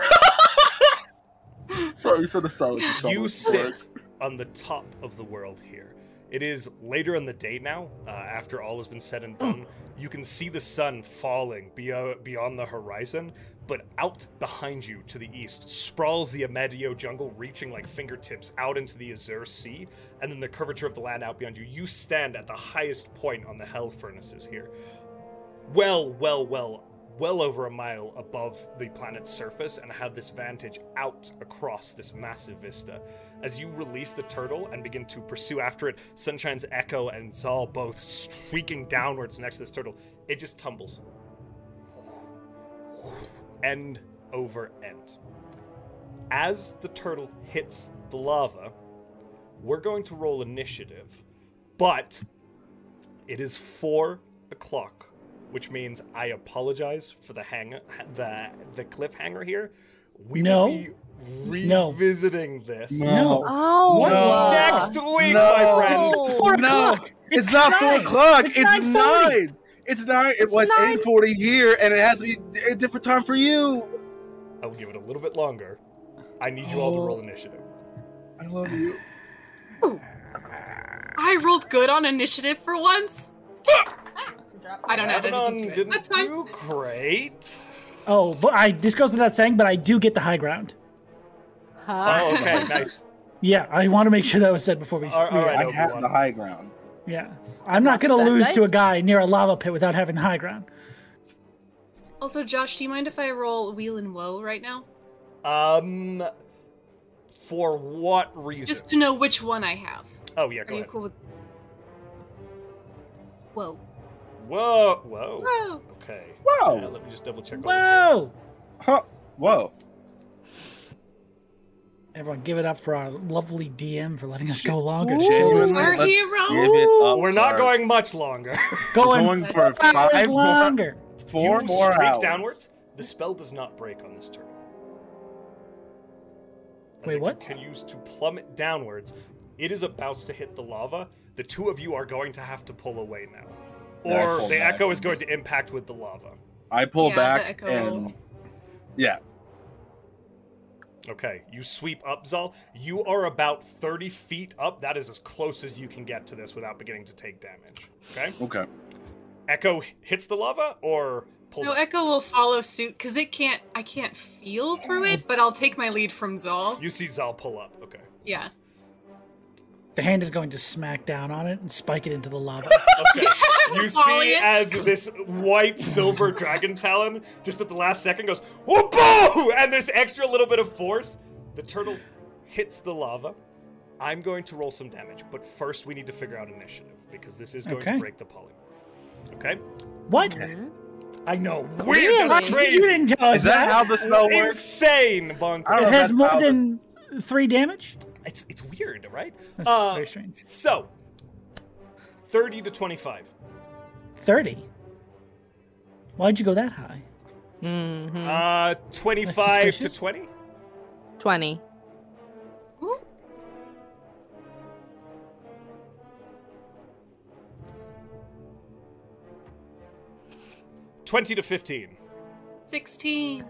[SPEAKER 3] Sorry, you said the solid.
[SPEAKER 1] you sit on the top of the world here. It is later in the day now, uh, after all has been said and done. You can see the sun falling beyond, beyond the horizon, but out behind you to the east sprawls the Amedio jungle, reaching like fingertips out into the Azure Sea, and then the curvature of the land out beyond you. You stand at the highest point on the Hell Furnaces here. Well, well, well, well over a mile above the planet's surface and have this vantage out across this massive vista. As you release the turtle and begin to pursue after it, Sunshine's Echo and Zal both streaking downwards next to this turtle, it just tumbles. End over end. As the turtle hits the lava, we're going to roll initiative, but it is four o'clock which means I apologize for the hang the the cliffhanger here. We
[SPEAKER 5] No.
[SPEAKER 1] will be
[SPEAKER 5] No.
[SPEAKER 1] revisiting this
[SPEAKER 5] No.
[SPEAKER 4] Oh,
[SPEAKER 3] What?
[SPEAKER 4] wow.
[SPEAKER 1] next week, my
[SPEAKER 3] No.
[SPEAKER 1] friends.
[SPEAKER 5] Four
[SPEAKER 3] Oh, No,
[SPEAKER 5] o'clock.
[SPEAKER 3] it's not four
[SPEAKER 5] nine.
[SPEAKER 3] o'clock. It's,
[SPEAKER 5] It's
[SPEAKER 3] nine.
[SPEAKER 5] 9:40.
[SPEAKER 3] It's nine. It was
[SPEAKER 4] nine.
[SPEAKER 3] eight forty here, and it has to be a different time for you.
[SPEAKER 1] I will give it a little bit longer. I need you all to
[SPEAKER 2] Oh.
[SPEAKER 1] roll initiative.
[SPEAKER 3] I love you.
[SPEAKER 2] I rolled good on initiative for once. I don't know. that I
[SPEAKER 1] Abaddon
[SPEAKER 2] didn't do it.
[SPEAKER 1] didn't
[SPEAKER 2] That's fine.
[SPEAKER 1] do great.
[SPEAKER 5] Oh, but I this goes without saying, but I do get the high ground.
[SPEAKER 4] Huh.
[SPEAKER 2] Uh.
[SPEAKER 1] Oh, okay, nice.
[SPEAKER 5] Yeah, I want to make sure that was said before we.
[SPEAKER 1] All- all
[SPEAKER 5] we-
[SPEAKER 1] right.
[SPEAKER 3] I have the high ground.
[SPEAKER 5] Yeah, I'm not
[SPEAKER 4] That's
[SPEAKER 5] gonna
[SPEAKER 4] that
[SPEAKER 5] lose to a
[SPEAKER 4] dice.
[SPEAKER 5] guy near a lava pit without having the high ground.
[SPEAKER 2] Also, Josh, do you mind if I roll wheel and woe right now?
[SPEAKER 1] Um, for what reason?
[SPEAKER 2] Just to know which one I have.
[SPEAKER 1] oh yeah,
[SPEAKER 2] Are
[SPEAKER 1] go
[SPEAKER 2] you
[SPEAKER 1] ahead.
[SPEAKER 2] cool with? Whoa!
[SPEAKER 1] Whoa, whoa.
[SPEAKER 2] Whoa!
[SPEAKER 1] Okay.
[SPEAKER 3] Whoa.
[SPEAKER 1] Yeah, let me just double check. all of
[SPEAKER 5] Whoa!
[SPEAKER 3] Huh? Whoa!
[SPEAKER 5] Everyone, give it up for our lovely DM for letting us
[SPEAKER 3] Shit.
[SPEAKER 5] go longer.
[SPEAKER 3] Ooh. Genuinely,
[SPEAKER 2] Our
[SPEAKER 3] let's
[SPEAKER 2] hero.
[SPEAKER 3] give it
[SPEAKER 1] this.
[SPEAKER 3] up
[SPEAKER 1] We're not
[SPEAKER 3] for-
[SPEAKER 1] going much longer.
[SPEAKER 5] Going,
[SPEAKER 3] going for
[SPEAKER 5] five
[SPEAKER 3] five more,
[SPEAKER 5] longer.
[SPEAKER 3] four
[SPEAKER 1] you
[SPEAKER 3] more
[SPEAKER 1] streak
[SPEAKER 3] hours.
[SPEAKER 1] downwards. The spell does not break on this turn. As
[SPEAKER 5] Wait,
[SPEAKER 1] it
[SPEAKER 5] what?
[SPEAKER 1] continues to plummet downwards, it is about to hit the lava. The two of you are going to have to pull away now.
[SPEAKER 3] Yeah, I
[SPEAKER 1] Or
[SPEAKER 3] pulled
[SPEAKER 1] the
[SPEAKER 3] back.
[SPEAKER 1] echo is going to impact with the lava.
[SPEAKER 3] I pull
[SPEAKER 2] Yeah, the
[SPEAKER 3] back
[SPEAKER 2] echo.
[SPEAKER 3] and yeah,
[SPEAKER 1] Okay, you sweep up, Zal. You are about 30 feet up. That is as close as you can get to this without beginning to take damage. Okay?
[SPEAKER 3] okay.
[SPEAKER 1] Echo hits the lava or pulls
[SPEAKER 2] No,
[SPEAKER 1] up?
[SPEAKER 2] Echo will follow suit because it can't. I can't feel through it, but I'll take my lead from Zal.
[SPEAKER 1] You see Zal pull up. Okay.
[SPEAKER 2] Yeah.
[SPEAKER 5] The hand is going to smack down on it and spike it into the lava.
[SPEAKER 1] Okay.
[SPEAKER 2] Folly
[SPEAKER 1] You see
[SPEAKER 2] it.
[SPEAKER 1] as this white silver dragon talon just at the last second goes whoop and this extra little bit of force, the turtle hits the lava, I'm going to roll some damage, but first we need to figure out initiative because this is going
[SPEAKER 5] Okay.
[SPEAKER 1] to break the polymorph. Okay?
[SPEAKER 5] What?
[SPEAKER 1] I know. Weird. That's
[SPEAKER 4] Really?
[SPEAKER 1] crazy.
[SPEAKER 5] You didn't tell us
[SPEAKER 3] Is that how the spell works?
[SPEAKER 1] Insane bonkers.
[SPEAKER 3] I don't know,
[SPEAKER 5] It has
[SPEAKER 3] that's
[SPEAKER 5] more
[SPEAKER 3] how the-
[SPEAKER 5] than three damage.
[SPEAKER 1] It's it's weird, right?
[SPEAKER 5] That's
[SPEAKER 1] Uh,
[SPEAKER 5] very strange.
[SPEAKER 1] So, 30 to 25.
[SPEAKER 5] Thirty. Why'd you go that high?
[SPEAKER 3] Oh.
[SPEAKER 4] Mhm.
[SPEAKER 1] Uh, 25 to
[SPEAKER 5] Hmm. suspicious.
[SPEAKER 1] 20?
[SPEAKER 4] 20.
[SPEAKER 1] Ooh, 20 to 15.
[SPEAKER 2] 16.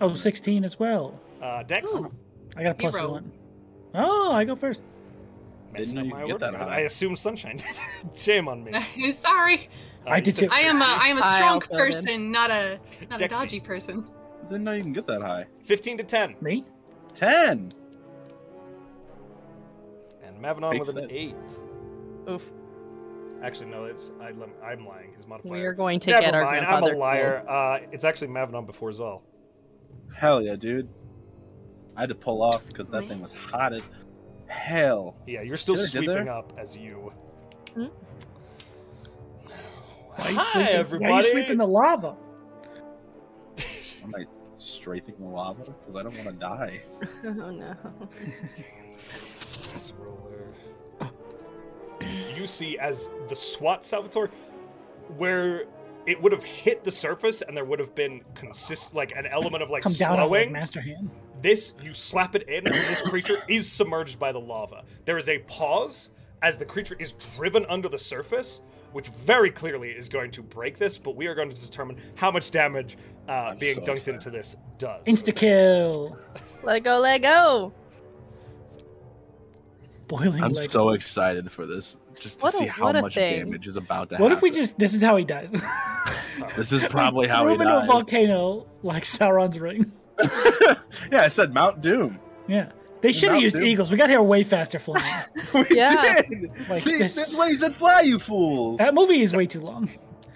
[SPEAKER 5] Oh, 16 as well.
[SPEAKER 1] Uh, Dex?
[SPEAKER 2] Ooh.
[SPEAKER 5] I got a plus
[SPEAKER 2] Hero.
[SPEAKER 5] one. Oh, I go first.
[SPEAKER 1] Messing
[SPEAKER 3] Didn't know
[SPEAKER 1] up
[SPEAKER 3] you
[SPEAKER 1] my
[SPEAKER 3] could get
[SPEAKER 1] order.
[SPEAKER 3] that
[SPEAKER 1] I
[SPEAKER 3] high.
[SPEAKER 1] assume Sunshine did. Shame on me.
[SPEAKER 2] Sorry.
[SPEAKER 1] Uh,
[SPEAKER 5] I
[SPEAKER 1] you
[SPEAKER 5] did
[SPEAKER 1] said
[SPEAKER 5] too.
[SPEAKER 2] I am a
[SPEAKER 1] 60.
[SPEAKER 2] I am a
[SPEAKER 4] I
[SPEAKER 2] strong
[SPEAKER 4] also did.
[SPEAKER 2] person, not a not a
[SPEAKER 1] Dexy.
[SPEAKER 2] dodgy person.
[SPEAKER 3] Didn't know you can get that high.
[SPEAKER 1] 15 to 10.
[SPEAKER 5] Me?
[SPEAKER 3] Ten.
[SPEAKER 1] And Mavanon
[SPEAKER 3] Makes
[SPEAKER 1] with an
[SPEAKER 3] sense.
[SPEAKER 1] 8.
[SPEAKER 4] Oof.
[SPEAKER 1] Actually, no, it's, I, lem- I'm lying. His modifier.
[SPEAKER 4] We are going to
[SPEAKER 1] Never
[SPEAKER 4] get our
[SPEAKER 1] mind, I'm
[SPEAKER 4] grandfather
[SPEAKER 1] a liar. Uh, it's actually Mavanon before Zal.
[SPEAKER 3] Hell yeah, dude. I had to pull off because that thing was hot as hell.
[SPEAKER 1] Yeah, you're still
[SPEAKER 3] See what I did
[SPEAKER 1] sweeping
[SPEAKER 3] there?
[SPEAKER 1] up as you.
[SPEAKER 4] Hmm?
[SPEAKER 5] Why are you
[SPEAKER 1] Hi,
[SPEAKER 5] sleeping? Why are
[SPEAKER 1] everybody.
[SPEAKER 5] you sleeping in the lava?
[SPEAKER 3] I'm like strafing the lava because I don't want to die.
[SPEAKER 4] cool. Oh no.
[SPEAKER 1] This roller. You see, as the SWAT Salvatore, where it would have hit the surface and there would have been consist like an element of like
[SPEAKER 5] Come down on like
[SPEAKER 1] slowing.
[SPEAKER 5] Master Hand.
[SPEAKER 1] This you slap it in, and this creature is submerged by the lava. There is a pause as the creature is driven under the surface, which very clearly is going to break this. But we are going to determine how much damage uh,
[SPEAKER 3] I'm
[SPEAKER 1] being
[SPEAKER 3] so
[SPEAKER 1] dunked
[SPEAKER 3] excited.
[SPEAKER 1] into this does.
[SPEAKER 5] Insta kill.
[SPEAKER 4] Let go, let go.
[SPEAKER 5] Boiling
[SPEAKER 3] I'm
[SPEAKER 5] like.
[SPEAKER 3] so excited for this, just to
[SPEAKER 4] What a-
[SPEAKER 3] see how
[SPEAKER 4] what a
[SPEAKER 3] much
[SPEAKER 4] thing.
[SPEAKER 3] damage is about to happen.
[SPEAKER 5] what if we just. This is how he dies.
[SPEAKER 3] This is probably how
[SPEAKER 5] Throw
[SPEAKER 3] we
[SPEAKER 5] him into a
[SPEAKER 3] dies.
[SPEAKER 5] volcano like Sauron's ring.
[SPEAKER 3] yeah, I said Mount Doom.
[SPEAKER 5] Yeah. They should have
[SPEAKER 3] Mount
[SPEAKER 5] used
[SPEAKER 3] Doom.
[SPEAKER 5] eagles. We got here way faster flying.
[SPEAKER 3] We
[SPEAKER 4] Yeah.
[SPEAKER 3] did.
[SPEAKER 5] Like
[SPEAKER 3] See,
[SPEAKER 5] this-
[SPEAKER 3] This way you said fly, you fools.
[SPEAKER 5] that movie is way too long.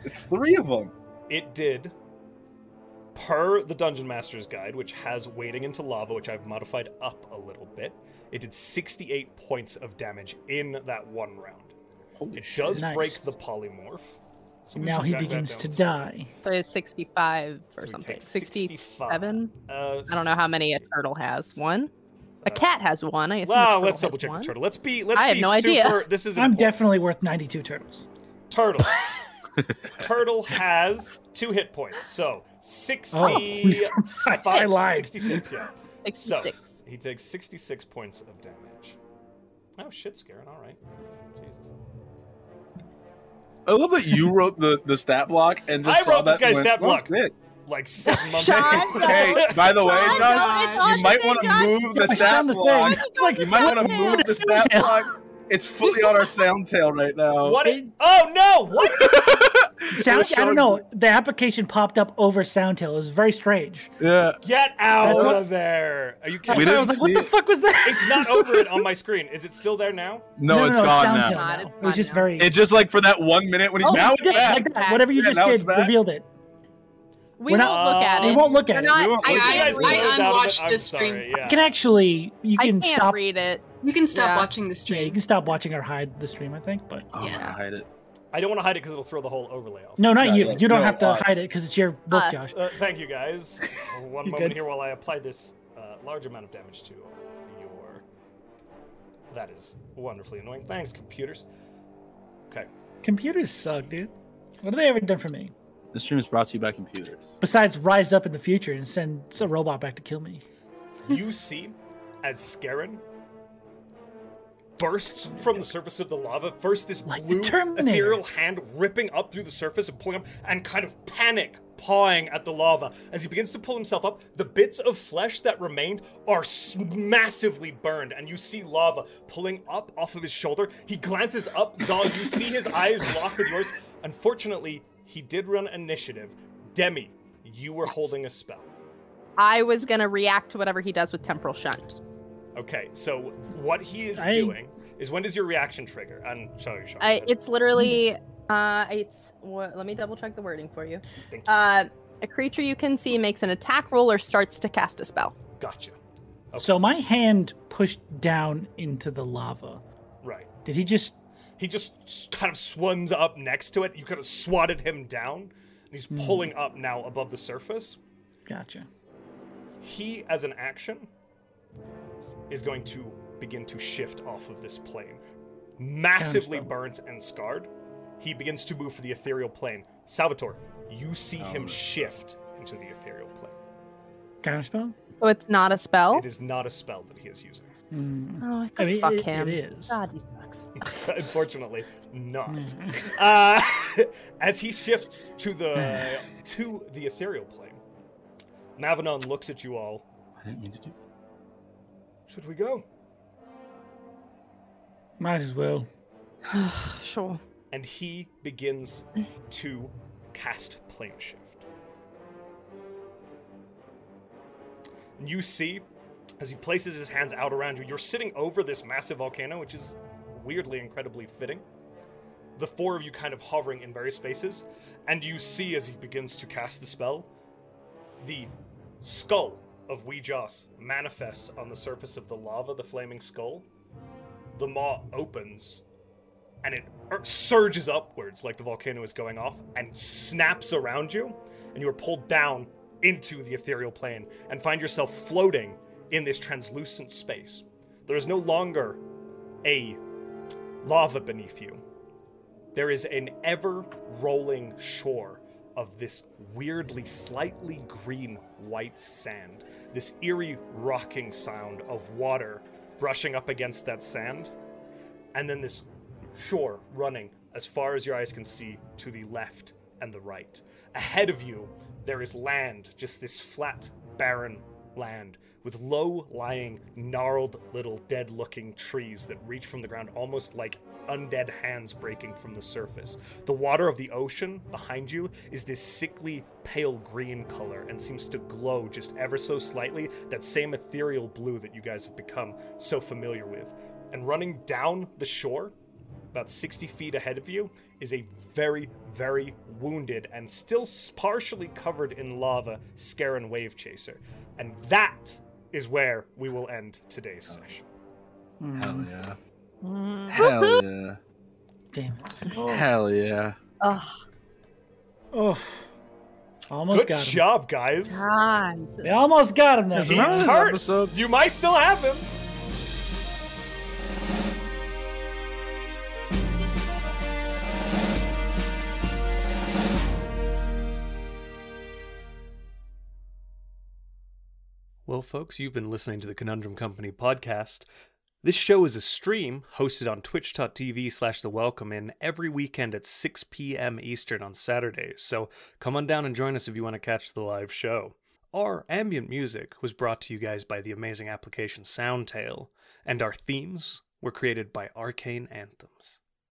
[SPEAKER 3] It's three of them.
[SPEAKER 1] It did, per the Dungeon Master's Guide, which has wading into lava, which I've modified up a little bit. It did 68 points of damage in that one round.
[SPEAKER 3] Holy
[SPEAKER 1] It does
[SPEAKER 5] Nice.
[SPEAKER 1] break the polymorph. So we
[SPEAKER 5] Now
[SPEAKER 1] subtract
[SPEAKER 5] he
[SPEAKER 1] that
[SPEAKER 5] begins
[SPEAKER 1] down
[SPEAKER 5] to
[SPEAKER 1] from-
[SPEAKER 5] die.
[SPEAKER 4] So it's 65 or
[SPEAKER 1] so we
[SPEAKER 4] something.
[SPEAKER 1] take
[SPEAKER 4] 67?
[SPEAKER 1] 65. Uh,
[SPEAKER 4] I don't know how many a turtle has. One? A
[SPEAKER 1] Uh,
[SPEAKER 4] cat has one. I assume a
[SPEAKER 1] Well,
[SPEAKER 4] turtle
[SPEAKER 1] let's
[SPEAKER 4] has
[SPEAKER 1] double check
[SPEAKER 4] one.
[SPEAKER 1] the turtle. Let's be. Let's
[SPEAKER 4] I have
[SPEAKER 1] be
[SPEAKER 4] no idea.
[SPEAKER 1] super, This is
[SPEAKER 5] I'm
[SPEAKER 1] important.
[SPEAKER 5] definitely worth 92 turtles.
[SPEAKER 1] Turtle. turtle has two hit points. So 60.
[SPEAKER 5] I lied.
[SPEAKER 1] 66, yeah. So-
[SPEAKER 4] 66.
[SPEAKER 1] He takes 66 points of damage. Oh shit, Scarin, alright. Jesus.
[SPEAKER 3] I love that you wrote the, the stat block and just
[SPEAKER 1] I
[SPEAKER 3] saw
[SPEAKER 1] wrote this
[SPEAKER 3] that and
[SPEAKER 1] guy's
[SPEAKER 3] went,
[SPEAKER 1] stat
[SPEAKER 3] "Oh,
[SPEAKER 1] block."
[SPEAKER 3] shit."
[SPEAKER 1] Like seven months
[SPEAKER 4] Sean,
[SPEAKER 1] ago.
[SPEAKER 3] Hey, by the way,
[SPEAKER 4] Josh,
[SPEAKER 3] Josh,
[SPEAKER 4] it's on
[SPEAKER 3] you might
[SPEAKER 4] the
[SPEAKER 3] want
[SPEAKER 4] thing,
[SPEAKER 3] to
[SPEAKER 4] Josh.
[SPEAKER 3] move the
[SPEAKER 5] It's
[SPEAKER 3] stat
[SPEAKER 5] on the
[SPEAKER 3] block.
[SPEAKER 5] thing. It's like
[SPEAKER 3] You might want to
[SPEAKER 4] Soundtail.
[SPEAKER 3] move the stat
[SPEAKER 5] Soundtail.
[SPEAKER 3] block. It's fully on our sound tail right now.
[SPEAKER 1] What? i- oh no! What?
[SPEAKER 5] Sound, I
[SPEAKER 3] showing-
[SPEAKER 5] don't know. The application popped up over Soundtail. It was very strange.
[SPEAKER 3] Yeah.
[SPEAKER 1] Get out
[SPEAKER 5] That's what-
[SPEAKER 1] of there! Are you kidding?
[SPEAKER 5] That's
[SPEAKER 3] We
[SPEAKER 5] why I
[SPEAKER 3] didn't
[SPEAKER 5] was like, what
[SPEAKER 3] see
[SPEAKER 5] the
[SPEAKER 3] it.
[SPEAKER 5] fuck was that?
[SPEAKER 1] It's not over it on my screen. Is it still there now?
[SPEAKER 3] No, it's gone now.
[SPEAKER 5] Soundtail
[SPEAKER 4] Not, it's
[SPEAKER 5] It was
[SPEAKER 4] gone
[SPEAKER 5] just
[SPEAKER 4] now.
[SPEAKER 5] very.
[SPEAKER 3] It just like for that one minute when he
[SPEAKER 4] Oh,
[SPEAKER 3] now
[SPEAKER 4] we
[SPEAKER 3] it's
[SPEAKER 4] did,
[SPEAKER 3] back.
[SPEAKER 4] like that.
[SPEAKER 5] Whatever you
[SPEAKER 3] Yeah,
[SPEAKER 5] just
[SPEAKER 3] now it's
[SPEAKER 5] did
[SPEAKER 3] back.
[SPEAKER 5] revealed it.
[SPEAKER 4] We
[SPEAKER 5] We're
[SPEAKER 4] won't
[SPEAKER 5] not-
[SPEAKER 4] look at
[SPEAKER 1] we
[SPEAKER 4] it.
[SPEAKER 5] won't look at
[SPEAKER 4] We're
[SPEAKER 5] it.
[SPEAKER 4] Not,
[SPEAKER 3] We won't
[SPEAKER 4] I,
[SPEAKER 1] Did
[SPEAKER 3] look
[SPEAKER 1] you
[SPEAKER 3] at
[SPEAKER 2] I,
[SPEAKER 1] guys
[SPEAKER 3] it.
[SPEAKER 2] I,
[SPEAKER 1] read those out of it?
[SPEAKER 2] unwatched
[SPEAKER 1] I'm
[SPEAKER 2] this
[SPEAKER 1] sorry,
[SPEAKER 2] stream.
[SPEAKER 1] yeah.
[SPEAKER 5] You can actually. You
[SPEAKER 4] I
[SPEAKER 5] can
[SPEAKER 4] can't
[SPEAKER 5] stop.
[SPEAKER 4] read it.
[SPEAKER 2] You can stop
[SPEAKER 4] Yeah.
[SPEAKER 2] watching the
[SPEAKER 5] Yeah, you
[SPEAKER 2] stream.
[SPEAKER 5] can stop watching or hide the stream, I think. But
[SPEAKER 3] Oh, I'm
[SPEAKER 2] Yeah.
[SPEAKER 3] gonna hide it.
[SPEAKER 1] I don't want to hide it because it'll throw the whole overlay off.
[SPEAKER 5] no, not
[SPEAKER 3] Yeah,
[SPEAKER 5] you.
[SPEAKER 3] yeah.
[SPEAKER 5] You don't
[SPEAKER 3] No,
[SPEAKER 5] have to
[SPEAKER 3] us.
[SPEAKER 5] hide it because it's your book,
[SPEAKER 4] Us.
[SPEAKER 5] Josh.
[SPEAKER 1] Uh, thank you guys. One
[SPEAKER 5] You
[SPEAKER 1] moment
[SPEAKER 5] good?
[SPEAKER 1] here while I apply this uh, large amount of damage to your. That is wonderfully annoying. Thanks, computers.
[SPEAKER 5] Computers suck, dude. What have they ever done for me
[SPEAKER 3] This stream is brought to you by computers.
[SPEAKER 5] besides rise up in the future and send a robot back to kill me?
[SPEAKER 1] you see as Scarin bursts from the surface of the lava. First, this
[SPEAKER 5] Like the
[SPEAKER 1] blue
[SPEAKER 5] Terminator.
[SPEAKER 1] ethereal hand ripping up through the surface and pulling up, and kind of panic pawing at the lava. As he begins to pull himself up, the bits of flesh that remained are s- massively burned, and you see lava pulling up off of his shoulder. He glances up, Zal, you see his eyes lock with yours. Unfortunately, he did run initiative. Demi, you were holding a spell.
[SPEAKER 4] I was gonna react to whatever he does with temporal shunt.
[SPEAKER 1] Okay, so what he is
[SPEAKER 5] I-
[SPEAKER 1] doing is when does your reaction trigger? And show you, Sean.
[SPEAKER 4] I, it's literally, uh, it's. What, let me double check the wording for you.
[SPEAKER 1] Thank you.
[SPEAKER 4] Uh, a creature you can see makes an attack roll or starts to cast a spell.
[SPEAKER 1] gotcha.
[SPEAKER 5] So my hand pushed down into the lava.
[SPEAKER 1] Right.
[SPEAKER 5] Did he just?
[SPEAKER 1] He just s- kind of swims up next to it. You could have swatted him down, and he's pulling up now above the surface.
[SPEAKER 5] Gotcha.
[SPEAKER 1] He, as an action, is going to begin to shift off of this plane. Massively
[SPEAKER 5] Counterspell.
[SPEAKER 1] burnt and scarred, he begins to move for the ethereal plane. Salvatore, you see him shift into the ethereal plane.
[SPEAKER 5] Counter spell?
[SPEAKER 4] So it's not a spell.
[SPEAKER 1] It is not a spell that he is using.
[SPEAKER 4] Oh, I
[SPEAKER 5] I
[SPEAKER 4] could
[SPEAKER 5] mean,
[SPEAKER 4] fuck
[SPEAKER 5] it- it
[SPEAKER 4] him.
[SPEAKER 5] is. Hmm.
[SPEAKER 4] God, he sucks.
[SPEAKER 1] It's unfortunately not. Uh, as he shifts to the to the ethereal plane, Mavanon looks at you all.
[SPEAKER 3] I didn't mean to do.
[SPEAKER 1] Should we go?
[SPEAKER 5] Might as well.
[SPEAKER 4] sure.
[SPEAKER 1] And he begins to cast plane shift. And you see, as he places his hands out around you, you're sitting over this massive volcano, which is weirdly incredibly fitting. The four of you kind of hovering in various spaces, and you see as he begins to cast the spell, the skull of Weejoss manifests on the surface of the lava, the flaming skull. The maw opens, and it er- surges upwards like the volcano is going off and snaps around you, and you are pulled down into the ethereal plane and find yourself floating in this translucent space. There is no longer a lava beneath you. There is an ever rolling shore of this weirdly, slightly green white sand, this eerie rocking sound of water brushing up against that sand and then this shore running as far as your eyes can see to the left and the right. Ahead of you, there is land, just this flat, barren land with low lying, gnarled little dead looking trees that reach from the ground almost like undead hands breaking from the surface. The water of the ocean behind you is this sickly pale green color and seems to glow just ever so slightly, that same ethereal blue that you guys have become so familiar with and running down the shore, about 60 feet ahead of you, is a very, very wounded and still s- partially covered in lava Scaran Wave Chaser. And that is where we will end today's session.
[SPEAKER 3] Hell
[SPEAKER 5] Mm,
[SPEAKER 3] yeah!
[SPEAKER 4] Mm.
[SPEAKER 3] Hell yeah!
[SPEAKER 5] damn it.
[SPEAKER 3] Hell yeah!
[SPEAKER 4] Oh,
[SPEAKER 5] Oh, almost
[SPEAKER 1] Good
[SPEAKER 5] got him.
[SPEAKER 1] job, guys.
[SPEAKER 4] God.
[SPEAKER 5] They almost got him there.
[SPEAKER 1] He's hurt. You might still have him. Well, folks, you've been listening to the Conundrum Company podcast. This show is a stream hosted on twitch.tv slash the welcome in every weekend at 6 p.m. Eastern on Saturdays, so come on down and join us if you want to catch the live show. Our ambient music was brought to you guys by the amazing application Soundtail, and our themes were created by Arcane Anthems.